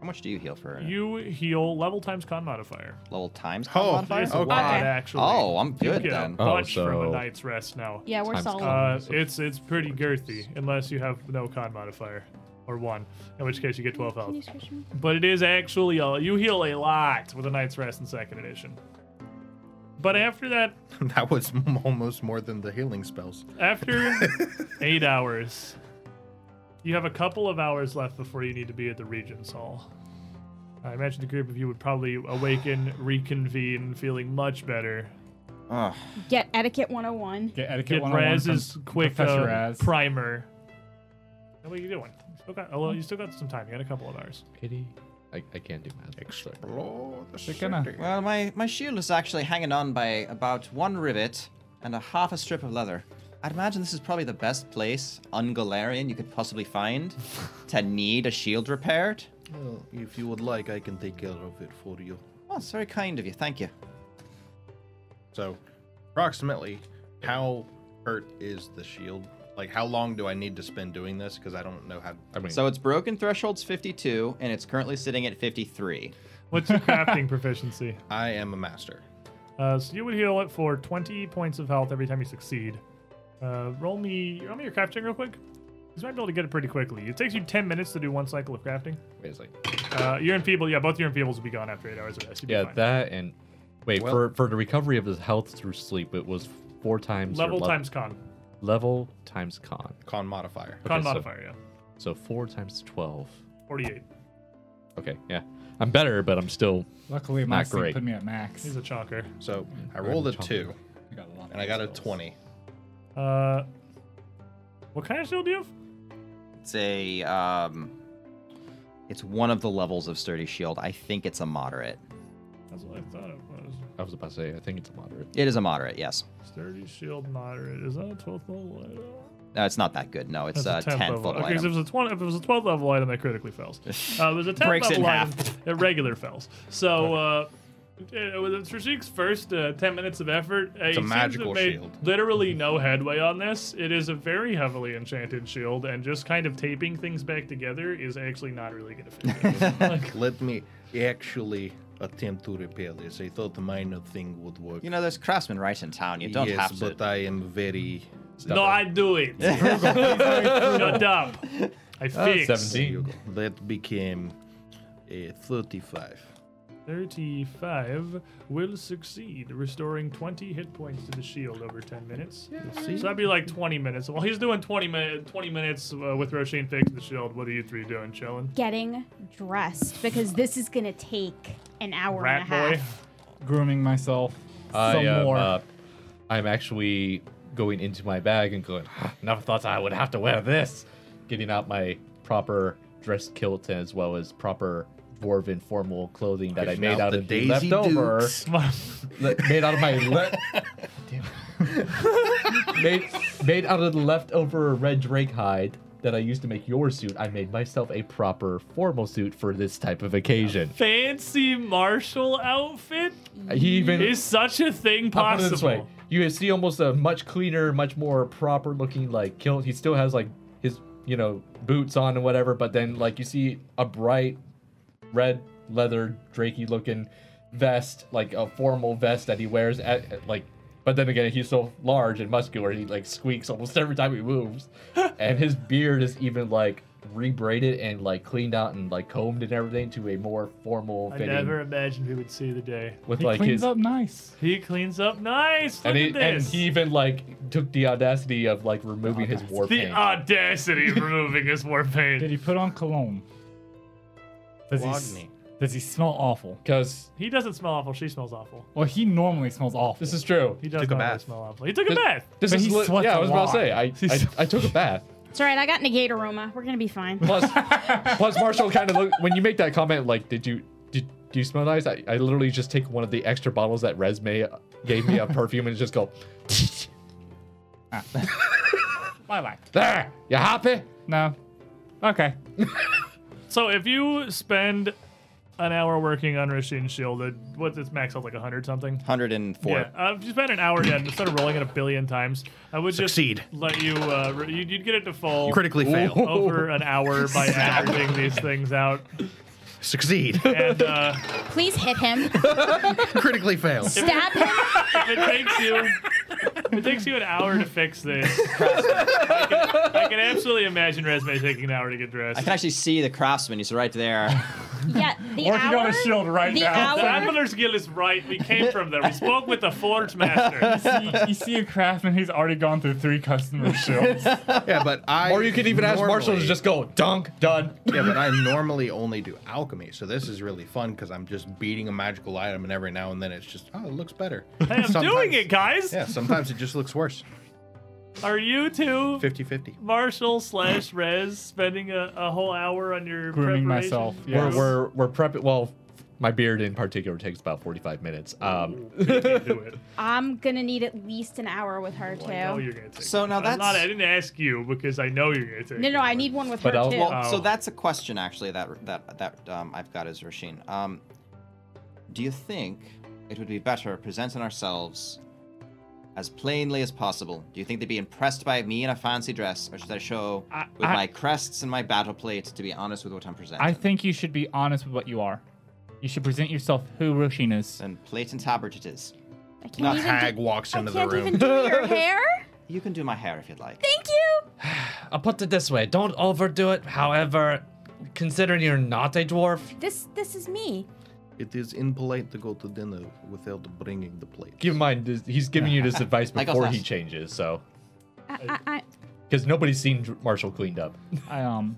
[SPEAKER 4] How much do you heal for a
[SPEAKER 1] You heal level times con modifier.
[SPEAKER 4] level times?
[SPEAKER 5] Oh,
[SPEAKER 4] modifier?
[SPEAKER 1] It's a lot,
[SPEAKER 2] Okay.
[SPEAKER 1] actually.
[SPEAKER 4] Oh, I'm
[SPEAKER 1] You
[SPEAKER 4] good
[SPEAKER 1] get a
[SPEAKER 4] then.
[SPEAKER 3] Oh,
[SPEAKER 1] bunch from a
[SPEAKER 3] so-
[SPEAKER 1] night's rest now.
[SPEAKER 2] Yeah, we're
[SPEAKER 3] Time's
[SPEAKER 2] solid.
[SPEAKER 3] gone.
[SPEAKER 1] Uh,
[SPEAKER 3] so
[SPEAKER 1] it's it's pretty girthy unless you have no con modifier or one, in which case you get 12 health.
[SPEAKER 2] Can you switch me?
[SPEAKER 1] But it is actually a, you heal a lot with a night's rest in second edition. But after that,
[SPEAKER 5] That was almost more than the healing spells.
[SPEAKER 1] after eight hours, you have a couple of hours left before you need to be at the Regent's Hall. I imagine the group of you would probably awaken, reconvene, feeling much better.
[SPEAKER 4] Ugh.
[SPEAKER 2] Get etiquette 101.
[SPEAKER 13] Get etiquette
[SPEAKER 1] Get
[SPEAKER 13] 101 from
[SPEAKER 1] Raz's quick
[SPEAKER 13] Professor
[SPEAKER 1] uh,
[SPEAKER 13] Raz.
[SPEAKER 1] primer. Now, What are you doing? You still got, oh, well, you still got some time. You got a couple of hours.
[SPEAKER 3] pity. I, I can't do math. Extra.
[SPEAKER 5] Explore the
[SPEAKER 13] They're gonna-
[SPEAKER 5] city.
[SPEAKER 4] uh, Well, my, my shield is actually hanging on by about one rivet and a half a strip of leather. I'd imagine this is probably the best place, Ungalarian, you could possibly find to need a shield repaired.
[SPEAKER 8] Well, if you would like, I can take care of it for you.
[SPEAKER 4] Oh, it's very kind of you. Thank you.
[SPEAKER 5] So, approximately, how hurt is the shield? Like, how long do I need to spend doing this? Because I don't know how.
[SPEAKER 3] I mean,
[SPEAKER 4] So it's broken threshold's 52, and it's currently sitting at 53.
[SPEAKER 1] What's your crafting proficiency?
[SPEAKER 5] I am a master.
[SPEAKER 1] Uh, so you would heal it for 20 points of health every time you succeed. Uh, roll me, roll me your crafting real quick. 'Cause You might be able to get it pretty quickly. It takes you 10 minutes to do one cycle of crafting.
[SPEAKER 3] wait a second.
[SPEAKER 1] Uh, you're in feeble. Yeah, both your enfeebles will be gone after eight hours of rest. You'll be
[SPEAKER 3] Yeah,
[SPEAKER 1] fine.
[SPEAKER 3] that and wait for for the recovery of his health through sleep. It was four times your
[SPEAKER 1] level times con,
[SPEAKER 3] level times con.
[SPEAKER 5] Con modifier.
[SPEAKER 1] con
[SPEAKER 3] so-
[SPEAKER 1] modifier. Yeah,
[SPEAKER 3] So four times twelve.
[SPEAKER 1] 48.
[SPEAKER 3] Okay, yeah, I'm better, but I'm still
[SPEAKER 13] Luckily, my
[SPEAKER 3] Not
[SPEAKER 13] sleep
[SPEAKER 3] great.
[SPEAKER 13] put me at max.
[SPEAKER 1] He's a chonker.
[SPEAKER 5] So I rolled a
[SPEAKER 3] Chomp.
[SPEAKER 5] two,
[SPEAKER 13] I got a lot of
[SPEAKER 5] and I got a
[SPEAKER 13] spells.
[SPEAKER 5] twenty.
[SPEAKER 1] Uh, what kind of shield do you have?
[SPEAKER 4] It's a, um, it's one of the levels of sturdy shield. I think it's a moderate.
[SPEAKER 1] That's what I thought it was.
[SPEAKER 3] I was about to say I think it's a moderate.
[SPEAKER 4] It is a moderate, yes.
[SPEAKER 1] Sturdy shield moderate. Is that a 12th level item?
[SPEAKER 4] No, it's not that good. No, it's uh,
[SPEAKER 1] That's
[SPEAKER 4] a 10th
[SPEAKER 1] level.
[SPEAKER 4] level
[SPEAKER 1] Okay, 'cause
[SPEAKER 4] item.
[SPEAKER 1] if it was a 20, if it was a 12th level item, that critically fails. Uh, if it was a 10th
[SPEAKER 4] Breaks it
[SPEAKER 1] level
[SPEAKER 4] in
[SPEAKER 1] item, it regular fails. So uh, uh, with Trishik's first uh, 10 minutes of effort, uh, it's
[SPEAKER 5] a magical shield.
[SPEAKER 1] Literally no headway on this. It is a very heavily enchanted shield, and just kind of taping things back together is actually not really going to fit. it. Like,
[SPEAKER 8] Let me actually attempt to repair this. I thought the minor thing would work.
[SPEAKER 4] You know, there's craftsmen right in town. You don't
[SPEAKER 8] yes,
[SPEAKER 4] have to.
[SPEAKER 8] but I am very.
[SPEAKER 1] no, I do it. Shut up. I
[SPEAKER 8] Uh,
[SPEAKER 1] fix.
[SPEAKER 8] There you
[SPEAKER 3] 17.
[SPEAKER 8] go. That became a 35.
[SPEAKER 1] 35 will succeed, restoring 20 hit points to the shield over 10 minutes.
[SPEAKER 8] See?
[SPEAKER 1] So that'd be like 20 minutes. While he's doing 20, minute, 20 minutes uh, with Roisin fixing the shield, what are you three doing? Chilling?
[SPEAKER 2] Getting dressed because this is gonna take an hour
[SPEAKER 1] Rat
[SPEAKER 2] and a half.
[SPEAKER 1] boy?
[SPEAKER 13] Grooming myself
[SPEAKER 3] I
[SPEAKER 13] some
[SPEAKER 3] am,
[SPEAKER 13] more.
[SPEAKER 3] uh, I'm actually going into my bag and going. "Ah, Never thought I would have to wear this. Getting out my proper dress kilt as well as proper dwarven formal clothing that I
[SPEAKER 8] Pushing
[SPEAKER 3] made
[SPEAKER 8] out
[SPEAKER 3] out
[SPEAKER 8] the
[SPEAKER 3] of the
[SPEAKER 8] Daisy
[SPEAKER 3] leftover.
[SPEAKER 8] Dukes.
[SPEAKER 3] le- made out of my le- made made out of the leftover red drake hide that I used to make your suit. I made myself a proper formal suit for this type of occasion.
[SPEAKER 1] Fancy martial outfit?
[SPEAKER 3] He even
[SPEAKER 1] Is such a thing
[SPEAKER 3] I'll put it this way.
[SPEAKER 1] possible?
[SPEAKER 3] You see almost a much cleaner, much more proper looking like kilt. He still has like his, you know, boots on and whatever, but then like you see a bright red leather drakey looking vest, like a formal vest that he wears at at, like but then again he's so large and muscular he like squeaks almost every time he moves. and his beard is even like rebraided and like cleaned out and like combed and everything to a more formal
[SPEAKER 1] I
[SPEAKER 3] fitting
[SPEAKER 1] never imagined we would see the day.
[SPEAKER 3] with
[SPEAKER 13] he
[SPEAKER 3] like
[SPEAKER 13] cleans
[SPEAKER 3] his
[SPEAKER 13] up nice.
[SPEAKER 1] He cleans up nice. Look
[SPEAKER 3] and he,
[SPEAKER 1] at
[SPEAKER 3] and
[SPEAKER 1] this.
[SPEAKER 3] he even like took the audacity of like removing his war
[SPEAKER 1] the
[SPEAKER 3] paint.
[SPEAKER 1] audacity of removing his war
[SPEAKER 13] Did
[SPEAKER 1] paint.
[SPEAKER 13] he put on cologne? Does he, s-
[SPEAKER 5] Logni.
[SPEAKER 13] does he smell awful?
[SPEAKER 3] Because
[SPEAKER 1] He doesn't smell awful. She smells awful.
[SPEAKER 13] Well, he normally smells awful.
[SPEAKER 3] this is true.
[SPEAKER 1] He does
[SPEAKER 5] Took a
[SPEAKER 1] not really
[SPEAKER 5] bath.
[SPEAKER 1] smell awful. He took a
[SPEAKER 3] Th-
[SPEAKER 1] bath.
[SPEAKER 3] This
[SPEAKER 13] But
[SPEAKER 3] is
[SPEAKER 13] he
[SPEAKER 3] li-
[SPEAKER 13] sweats
[SPEAKER 3] yeah. I
[SPEAKER 13] a
[SPEAKER 3] was about
[SPEAKER 13] lot.
[SPEAKER 3] to say I, I I took a bath.
[SPEAKER 2] It's all right. I got negate aroma. We're gonna be fine.
[SPEAKER 3] Plus plus Marshall kind of look when you make that comment like did you did do you smell nice? I, I literally just take one of the extra bottles that Resume gave me of perfume and just go
[SPEAKER 1] Ah.
[SPEAKER 13] Lilac.
[SPEAKER 3] there. You happy?
[SPEAKER 13] No. Okay.
[SPEAKER 1] So if you spend an hour working on Rishin Shield, it- what's its max out like hundred something?
[SPEAKER 4] 104.
[SPEAKER 1] Yeah, uh, if you spend an hour dead instead of rolling it a billion times, I would
[SPEAKER 5] Succeed.
[SPEAKER 1] just let you. Uh, re- you'd, you'd get it to full
[SPEAKER 5] Critically fail.
[SPEAKER 1] over an hour by averaging these things out.
[SPEAKER 5] Succeed.
[SPEAKER 1] And uh,
[SPEAKER 2] Please hit him.
[SPEAKER 5] Critically fail.
[SPEAKER 2] Stab him.
[SPEAKER 1] if it takes you, if it takes you an hour to fix this. I can, I can absolutely imagine resume taking an hour to get dressed.
[SPEAKER 4] I can actually see the craftsman. He's right there.
[SPEAKER 2] Yeah. The
[SPEAKER 13] Working
[SPEAKER 2] hour.
[SPEAKER 13] on a shield right
[SPEAKER 2] the
[SPEAKER 13] now.
[SPEAKER 1] The
[SPEAKER 2] hour.
[SPEAKER 1] Appler's Guild is right. We came from there. We spoke with the Forge Master.
[SPEAKER 13] you, you see a craftsman who's already gone through three customer shields.
[SPEAKER 5] yeah, but I.
[SPEAKER 3] Or you could even ask Marshall to
[SPEAKER 5] normally-
[SPEAKER 3] just go dunk done.
[SPEAKER 5] Yeah, but I normally only do alchemy, so this is really fun because I'm just beating a magical item, and every now and then it's just, oh, it looks better.
[SPEAKER 1] Hey, I'm doing it, guys.
[SPEAKER 5] Yeah, sometimes it just looks worse.
[SPEAKER 1] Are you two
[SPEAKER 5] 50 50.
[SPEAKER 1] Marshall slash Rez spending a, a whole hour on your
[SPEAKER 13] Grooming
[SPEAKER 1] preparation?
[SPEAKER 13] myself,
[SPEAKER 1] Yeah.
[SPEAKER 13] yes.
[SPEAKER 3] We're we're we're prepping. Well, My beard in particular takes about 45 minutes. Um,
[SPEAKER 1] Do it.
[SPEAKER 2] I'm gonna need at least an hour with her
[SPEAKER 1] I know
[SPEAKER 2] too.
[SPEAKER 1] you're gonna take.
[SPEAKER 4] So
[SPEAKER 1] it.
[SPEAKER 4] now
[SPEAKER 1] I'm not-
[SPEAKER 4] that's-
[SPEAKER 1] I didn't ask you because I know you're gonna take.
[SPEAKER 2] No,
[SPEAKER 1] it.
[SPEAKER 2] no, I need one with
[SPEAKER 3] But
[SPEAKER 2] her
[SPEAKER 3] I'll-
[SPEAKER 2] too.
[SPEAKER 4] Well, so
[SPEAKER 1] Oh.
[SPEAKER 4] that's a question actually that that that um, I've got is Rasheen. Um, do you think it would be better presenting ourselves as plainly as possible? Do you think they'd be impressed by me in a fancy dress, or should I show
[SPEAKER 6] I-
[SPEAKER 4] with
[SPEAKER 6] I-
[SPEAKER 4] my crests and my battle plate to be honest with what I'm presenting?
[SPEAKER 6] I think you should be honest with what you are. You should present yourself who Roshin is.
[SPEAKER 4] and plate and tabard it is.
[SPEAKER 2] I can't
[SPEAKER 5] Not
[SPEAKER 2] even
[SPEAKER 5] hag
[SPEAKER 2] do,
[SPEAKER 5] walks
[SPEAKER 2] I
[SPEAKER 5] into the
[SPEAKER 2] can't
[SPEAKER 5] room.
[SPEAKER 2] even do your hair.
[SPEAKER 4] You can do my hair if you'd like.
[SPEAKER 2] Thank you.
[SPEAKER 9] I'll put it this way: don't overdo it. However, considering you're not a dwarf,
[SPEAKER 2] This this is me.
[SPEAKER 8] It is impolite to go to dinner without bringing the plate.
[SPEAKER 3] keep in mind, this- he's giving you this advice
[SPEAKER 4] I go
[SPEAKER 3] before he
[SPEAKER 4] first.
[SPEAKER 3] changes, so
[SPEAKER 1] Uh,
[SPEAKER 2] I, I, I,
[SPEAKER 3] because nobody's seen Dr- Marshall cleaned up.
[SPEAKER 6] I um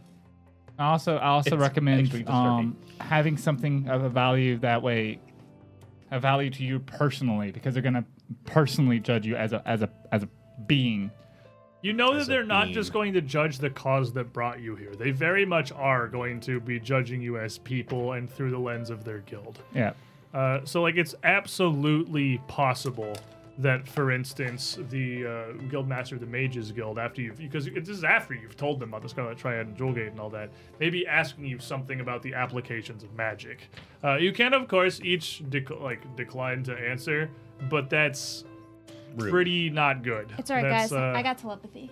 [SPEAKER 6] I also I also
[SPEAKER 3] It's actually
[SPEAKER 6] recommend
[SPEAKER 3] disturbing.
[SPEAKER 6] um having something of a value that way a value to you personally because they're gonna personally judge you as a as a as a being.
[SPEAKER 1] You know that
[SPEAKER 4] a
[SPEAKER 1] they're not
[SPEAKER 4] being.
[SPEAKER 1] just going to judge the cause that brought you here. They very much are going to be judging you as people and through the lens of their guild.
[SPEAKER 6] Yeah.
[SPEAKER 1] Uh, so, like, it's absolutely possible that, for instance, the uh, guild master of the mages guild, after you've because this is after you've told them about the Scarlet Triad and Jewelgate and all that, maybe asking you something about the applications of magic. Uh, you can, of course, each dec- like decline to answer, but that's pretty not good.
[SPEAKER 2] it's alright,
[SPEAKER 1] That's,
[SPEAKER 2] guys.
[SPEAKER 1] uh,
[SPEAKER 2] I got telepathy.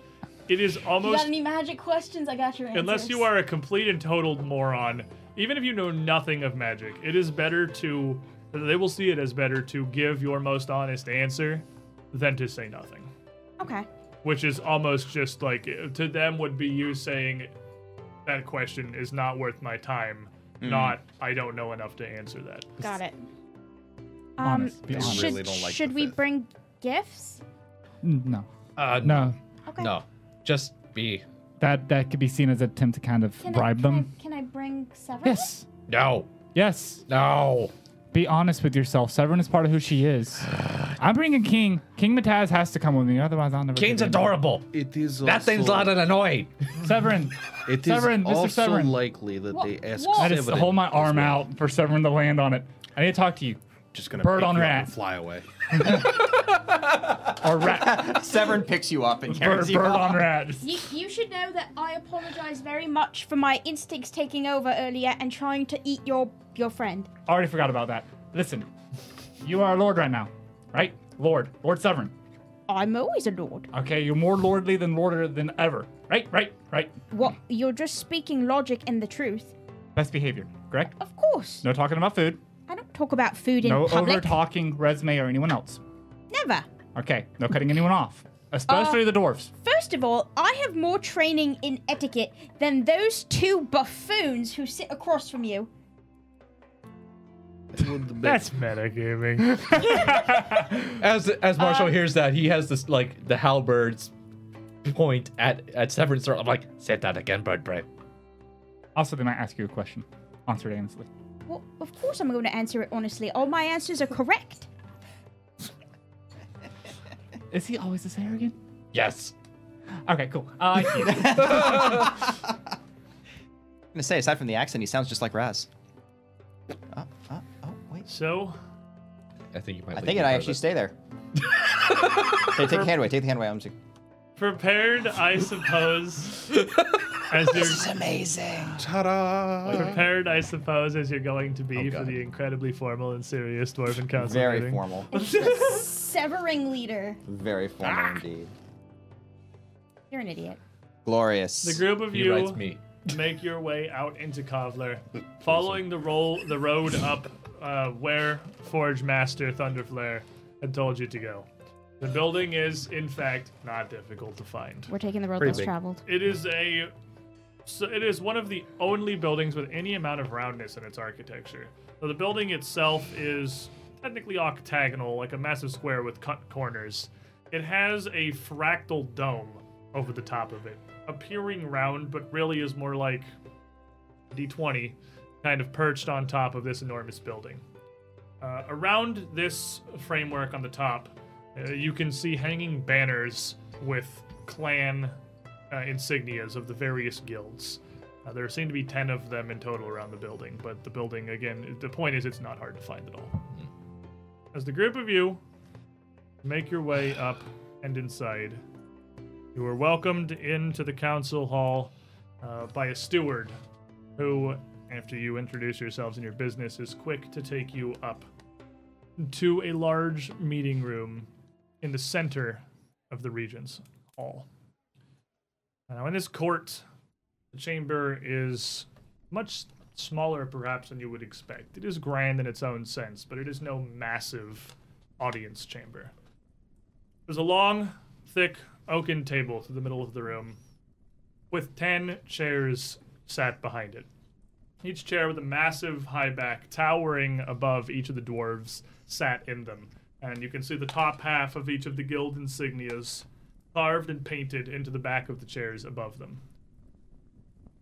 [SPEAKER 1] it is
[SPEAKER 2] You
[SPEAKER 1] almost
[SPEAKER 2] got any magic questions? I got your answers.
[SPEAKER 1] unless you are a complete and total moron, even if you know nothing of magic, it is better to they will see it as better to give your most honest answer than to say nothing,
[SPEAKER 2] okay.
[SPEAKER 1] which is almost just like to them would be you saying that question is not worth my time, not I don't know enough to answer that.
[SPEAKER 2] Got it. Um,
[SPEAKER 6] Honest. Be honest.
[SPEAKER 2] should
[SPEAKER 5] really don't like
[SPEAKER 2] should
[SPEAKER 5] the
[SPEAKER 2] we
[SPEAKER 5] fifth.
[SPEAKER 2] bring gifts?
[SPEAKER 6] No.
[SPEAKER 9] uh,
[SPEAKER 6] No.
[SPEAKER 2] Okay.
[SPEAKER 9] no, just be
[SPEAKER 6] That that could be seen as an attempt to kind of
[SPEAKER 2] Can
[SPEAKER 6] bribe
[SPEAKER 2] I, can
[SPEAKER 6] them.
[SPEAKER 2] I, can I bring several?
[SPEAKER 6] Yes.
[SPEAKER 9] no,
[SPEAKER 6] Yes.
[SPEAKER 9] no.
[SPEAKER 6] Be honest with yourself. Severn is part of who she is. I'm bringing King. King Mataz has to come with me, otherwise I'll never.
[SPEAKER 9] King's
[SPEAKER 6] give you-
[SPEAKER 9] adorable.
[SPEAKER 8] It is
[SPEAKER 9] That thing's
[SPEAKER 8] also-
[SPEAKER 9] loud and annoying.
[SPEAKER 6] Severin.
[SPEAKER 8] It is
[SPEAKER 6] Severin, Mr.
[SPEAKER 8] also
[SPEAKER 6] Severin.
[SPEAKER 8] likely that they ask
[SPEAKER 2] whoa.
[SPEAKER 6] I just
[SPEAKER 8] Severin
[SPEAKER 6] hold my
[SPEAKER 8] as
[SPEAKER 6] arm
[SPEAKER 8] well.
[SPEAKER 6] out for Severin to land on it. I need to talk to you.
[SPEAKER 5] Just gonna
[SPEAKER 6] Bird
[SPEAKER 5] pick
[SPEAKER 6] on
[SPEAKER 5] you up
[SPEAKER 6] rat.
[SPEAKER 5] and fly away.
[SPEAKER 6] Or rat.
[SPEAKER 4] Severn picks you up and
[SPEAKER 6] bird,
[SPEAKER 4] carries you
[SPEAKER 6] bird
[SPEAKER 4] off.
[SPEAKER 6] on rat.
[SPEAKER 2] You, you should know that I apologize very much for my instincts taking over earlier and trying to eat your your friend.
[SPEAKER 6] I already forgot about that. Listen, you are a lord right now, right? Lord. Lord Severin.
[SPEAKER 2] I'm always a lord.
[SPEAKER 6] Okay, you're more lordly than lorder than ever. Right, right, right.
[SPEAKER 2] What? You're just speaking logic and the truth.
[SPEAKER 6] Best behavior, correct?
[SPEAKER 2] Of course.
[SPEAKER 6] No talking about food.
[SPEAKER 2] I don't talk about food in
[SPEAKER 6] No
[SPEAKER 2] public.
[SPEAKER 6] over talking resume or anyone else.
[SPEAKER 2] Never.
[SPEAKER 6] Okay, no cutting anyone off. Especially the dwarfs.
[SPEAKER 2] First of all, I have more training in etiquette than those two buffoons who sit across from you.
[SPEAKER 8] I would bet
[SPEAKER 1] That's metagaming. Um,
[SPEAKER 3] As as Marshall hears that, he has this like the halberds point at at Severin. Sir, I'm like,
[SPEAKER 9] Say that again, bird brain.
[SPEAKER 6] Also, they might ask you a question. Answer it honestly.
[SPEAKER 2] Well, of course I'm going to answer it honestly. All my answers are correct.
[SPEAKER 6] Is he always this arrogant?
[SPEAKER 9] Yes.
[SPEAKER 6] Okay, cool. Uh,
[SPEAKER 4] I'm gonna say, aside from the accent, he sounds just like Raz. Oh, oh, oh, wait.
[SPEAKER 1] so
[SPEAKER 3] I think you might.
[SPEAKER 4] I
[SPEAKER 3] leave
[SPEAKER 4] think it.
[SPEAKER 3] me
[SPEAKER 4] I
[SPEAKER 3] for
[SPEAKER 4] actually
[SPEAKER 3] this.
[SPEAKER 4] stay there. hey, take the hand away. Take the hand away. I'm just,
[SPEAKER 1] prepared, I suppose, as you're
[SPEAKER 4] amazing.
[SPEAKER 1] prepared, I suppose, as you're going to be
[SPEAKER 3] Oh,
[SPEAKER 1] for
[SPEAKER 3] God.
[SPEAKER 1] the incredibly formal and serious dwarven council
[SPEAKER 4] Very
[SPEAKER 1] meeting.
[SPEAKER 4] formal.
[SPEAKER 2] Severing leader.
[SPEAKER 4] Very formal
[SPEAKER 1] Ah!
[SPEAKER 4] indeed.
[SPEAKER 2] You're an idiot.
[SPEAKER 4] Glorious.
[SPEAKER 1] The group of
[SPEAKER 3] He
[SPEAKER 1] you
[SPEAKER 3] writes me.
[SPEAKER 1] make your way out into Kovler, following the roll, the road up uh, where Forge Master Thunderflare had told you to go. The building is, in fact, not difficult to find.
[SPEAKER 2] We're taking the road
[SPEAKER 5] Pretty
[SPEAKER 2] less
[SPEAKER 5] big.
[SPEAKER 2] traveled.
[SPEAKER 1] It is a. So it is one of the only buildings with any amount of roundness in its architecture. So the building itself is technically octagonal, like a massive square with cut corners. It has a fractal dome over the top of it, appearing round, but really is more like D20, kind of perched on top of this enormous building. Uh, around this framework on the top, uh, you can see hanging banners with clan uh, insignias of the various guilds. Uh, there seem to be 10 of them in total around the building, but the building, again, the point is it's not hard to find at all. As the group of you make your way up and inside, you are welcomed into the council hall uh, by a steward who, after you introduce yourselves and your business, is quick to take you up to a large meeting room in the center of the Regent's Hall. Now, in this court, the chamber is much smaller, perhaps, than you would expect. It is grand in its own sense, but it is no massive audience chamber. There's a long, thick oaken table through the middle of the room with 10 chairs sat behind it. Each chair with a massive high back towering above each of the dwarves sat in them. And you can see the top half of each of the guild insignias carved and painted into the back of the chairs above them.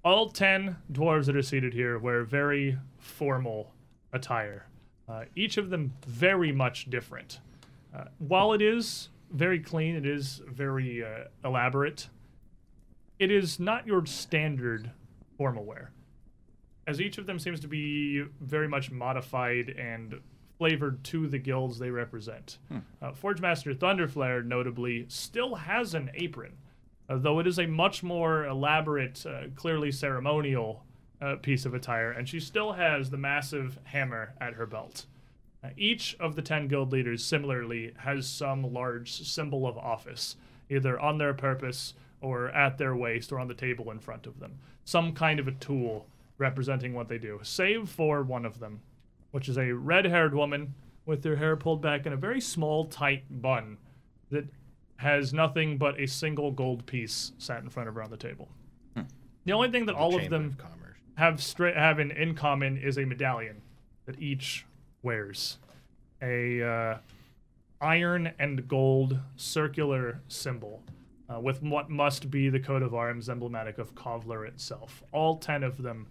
[SPEAKER 1] All 10 dwarves that are seated here wear very formal attire, uh, each of them very much different. Uh, while it is very clean, it is very uh, elaborate it is not your standard formal wear, as each of them seems to be very much modified and flavored to the guilds they represent. Uh, Forge Master Thunderflare, notably, still has an apron, uh, though it is a much more elaborate, uh, clearly ceremonial uh, piece of attire, and she still has the massive hammer at her belt. Uh, each of the 10 guild leaders similarly has some large symbol of office, either on their purpose or at their waist or on the table in front of them. Some kind of a tool representing what they do, save for one of them, which is a red haired woman with her hair pulled back in a very small, tight bun that has nothing but a single gold piece sat in front of her on the table. The only thing that all of
[SPEAKER 5] Chamber
[SPEAKER 1] them
[SPEAKER 5] of Commerce.
[SPEAKER 1] have stra- have in, in common is a medallion that each wears a uh, iron and gold circular symbol uh, with what must be the coat of arms emblematic of Kovler itself. All ten of them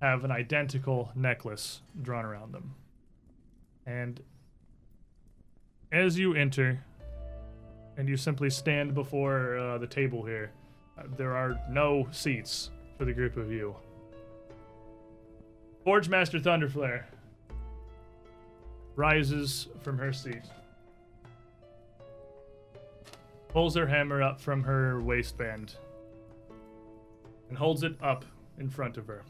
[SPEAKER 1] have an identical necklace drawn around them. And as you enter, and you simply stand before uh, the table here, uh, there are no seats for the group of you. Forge Master Thunderflare rises from her seat, pulls her hammer up from her waistband, and holds it up in front of her.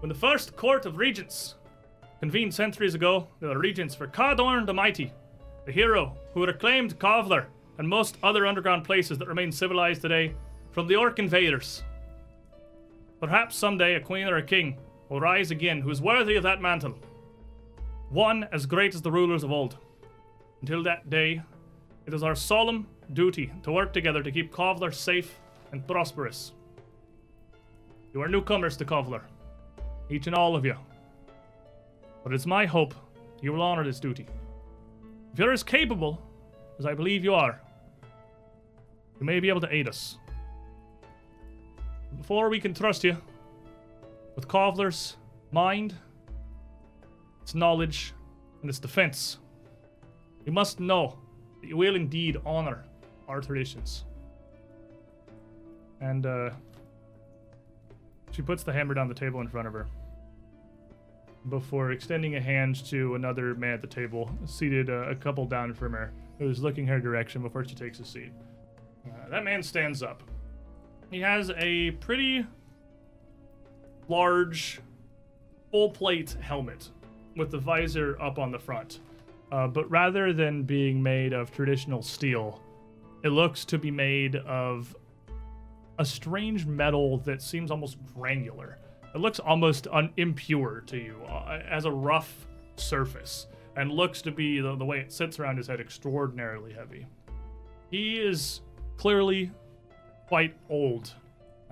[SPEAKER 1] When the first court of regents convened centuries ago, there were regents for Cawdorn the Mighty, the hero who reclaimed Kovler and most other underground places that remain civilized today from the Orc invaders. Perhaps someday a queen or a king will rise again who is worthy of that mantle, one as great as the rulers of old. Until that day, it is our solemn duty to work together to keep Kovler safe and prosperous. You are newcomers to Kovler, each and all of you. But it's my hope you will honor this duty. If you're as capable as I believe you are, you may be able to aid us. Before we can trust you, with Kovler's mind, its knowledge, and its defense, you must know that you will indeed honor our traditions. And uh, she puts the hammer down the table in front of her before extending a hand to another man at the table, seated uh, a couple down from her, who's looking her direction before she takes a seat. Uh, that man stands up. He has a pretty large, full plate helmet with the visor up on the front. Uh, but rather than being made of traditional steel, it looks to be made of a strange metal that seems almost granular. It looks almost un- impure to you, uh, as a rough surface, and looks to be the, the way it sits around his head extraordinarily heavy. He is clearly quite old,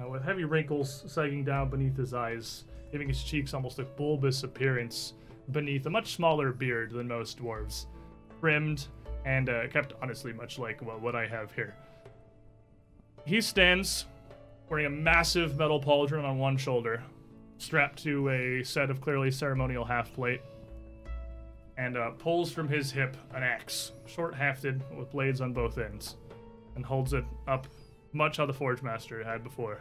[SPEAKER 1] uh, with heavy wrinkles sagging down beneath his eyes, giving his cheeks almost a bulbous appearance beneath a much smaller beard than most dwarves, trimmed and uh, kept honestly much like well, what I have here. He stands wearing a massive metal pauldron on one shoulder, strapped to a set of clearly ceremonial half plate, and uh, pulls from his hip an axe, short hafted with blades on both ends, and holds it up much how the Forge Master had before.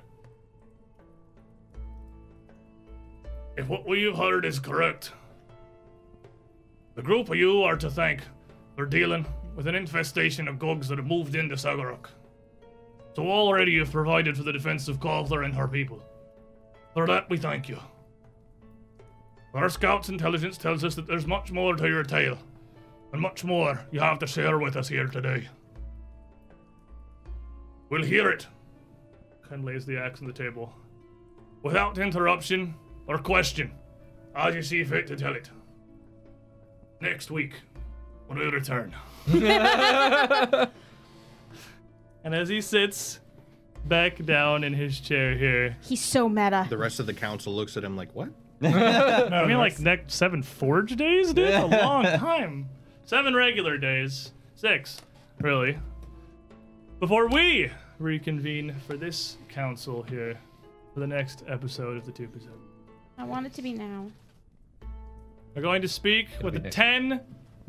[SPEAKER 1] If what we've heard is correct, the group of you are to thank for dealing with an infestation of gogs that have moved into Sagarok. So already you've provided for the defense of Kovler and her people. For that we thank you. Our scout's intelligence tells us that there's much more to your tale, and much more you have to share with us here today. We'll hear it. Ken lays the axe on the table. Without interruption or question, as you see fit to tell it. Next week, when we return. and as he sits back down in his chair here,
[SPEAKER 2] He's so meta.
[SPEAKER 5] The rest of the council looks at him like, what?
[SPEAKER 1] I mean, like next seven forge days, dude. A long time. Seven regular days. Six, really. Before we reconvene for this council here for the next episode of the Two Percent,
[SPEAKER 2] I want it to be now.
[SPEAKER 1] we're going to speak with the ten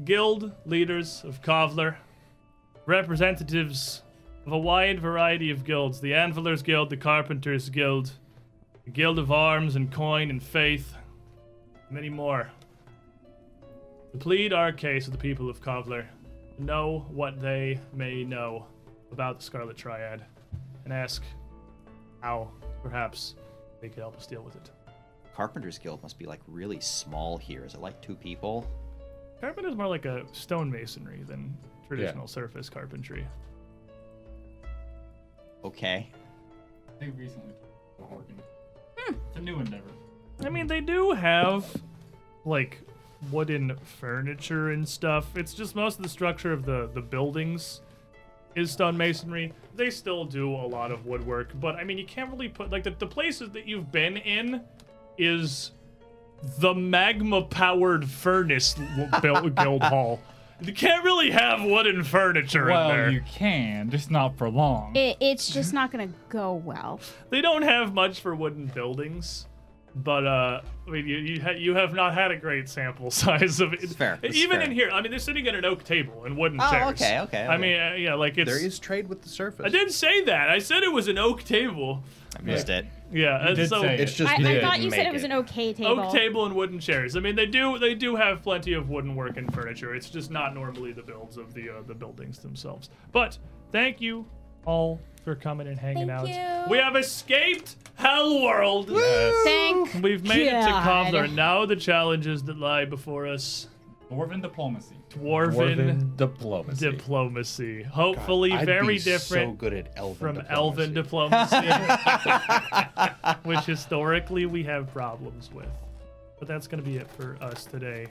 [SPEAKER 1] guild leaders of Kovler, representatives of a wide variety of guilds: the Anvilers Guild, the Carpenters Guild, the Guild of Arms and Coin and Faith, many more. To plead our case with the people of Kovler, to know what they may know about the Scarlet Triad, and ask how, perhaps, they could help us deal with it.
[SPEAKER 4] Carpenter's Guild must be like really small here. Is it like two people?
[SPEAKER 1] Carpentry is more like a stonemasonry than traditional surface carpentry.
[SPEAKER 4] Okay.
[SPEAKER 13] They recently were working. It's a new endeavor.
[SPEAKER 1] I mean, they do have like wooden furniture and stuff. It's just most of the structure of the the buildings is stone masonry. They still do a lot of woodwork, but I mean, you can't really put like the, the places that you've been in is the magma powered furnace w- built guild hall. You can't really have wooden furniture in there.
[SPEAKER 13] Well, you can, just not for long.
[SPEAKER 2] It, it's just not gonna go well.
[SPEAKER 1] they don't have much for wooden buildings, but uh, I mean, you you, ha- you have not had a great sample size of it. It's
[SPEAKER 4] fair, it's
[SPEAKER 1] Even
[SPEAKER 4] fair.
[SPEAKER 1] in here, I mean, they're sitting at an oak table and wooden
[SPEAKER 4] Oh,
[SPEAKER 1] chairs.
[SPEAKER 4] okay, okay,
[SPEAKER 1] I
[SPEAKER 4] okay.
[SPEAKER 1] mean, uh, yeah, like it's.
[SPEAKER 5] There is trade with the surface.
[SPEAKER 1] I didn't say that. I said it was an oak table.
[SPEAKER 4] I missed it.
[SPEAKER 1] Yeah, and
[SPEAKER 13] did
[SPEAKER 1] so
[SPEAKER 13] say
[SPEAKER 5] It's just
[SPEAKER 2] I,
[SPEAKER 5] they
[SPEAKER 2] I
[SPEAKER 5] didn't
[SPEAKER 2] thought you said
[SPEAKER 5] make
[SPEAKER 2] it was an okay table.
[SPEAKER 1] oak table and wooden chairs. I mean, they do they do have plenty of wooden work and furniture. It's just not normally the builds of the uh, the buildings themselves. But thank you all for coming and hanging
[SPEAKER 2] Thank
[SPEAKER 1] out.
[SPEAKER 2] you.
[SPEAKER 1] We have escaped Hell World.
[SPEAKER 2] Thank
[SPEAKER 1] We've made it to
[SPEAKER 2] God.
[SPEAKER 1] Kovler. Now the challenges that lie before us:
[SPEAKER 13] Dwarven diplomacy.
[SPEAKER 1] dwarven,
[SPEAKER 3] Dwarven diplomacy.
[SPEAKER 1] diplomacy. Hopefully,
[SPEAKER 5] I'd
[SPEAKER 1] very
[SPEAKER 5] be So
[SPEAKER 1] different
[SPEAKER 5] good at elven
[SPEAKER 1] from
[SPEAKER 5] diplomacy.
[SPEAKER 1] elven diplomacy, which historically we have problems with. But that's gonna be it for us today.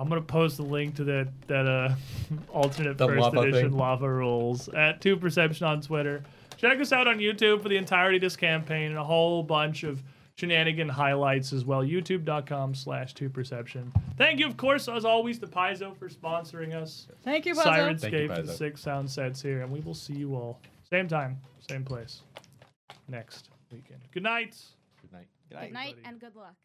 [SPEAKER 1] I'm gonna post the link to that that uh alternate
[SPEAKER 3] The
[SPEAKER 1] first
[SPEAKER 3] lava
[SPEAKER 1] edition
[SPEAKER 3] thing.
[SPEAKER 1] lava rules at two perception on Twitter. Check us out on YouTube for the entirety of this campaign and a whole bunch of shenanigan highlights as well. YouTube.com slash two perception. Thank you, of course, as always, to Paizo for sponsoring us.
[SPEAKER 2] Thank you, Puzzle.
[SPEAKER 3] Thank you,
[SPEAKER 1] Sirenscape and
[SPEAKER 3] Paizo.
[SPEAKER 1] Six Sound Sets here, and we will see you all same time, same place next weekend. Good night.
[SPEAKER 4] Good night.
[SPEAKER 2] Good night and good luck.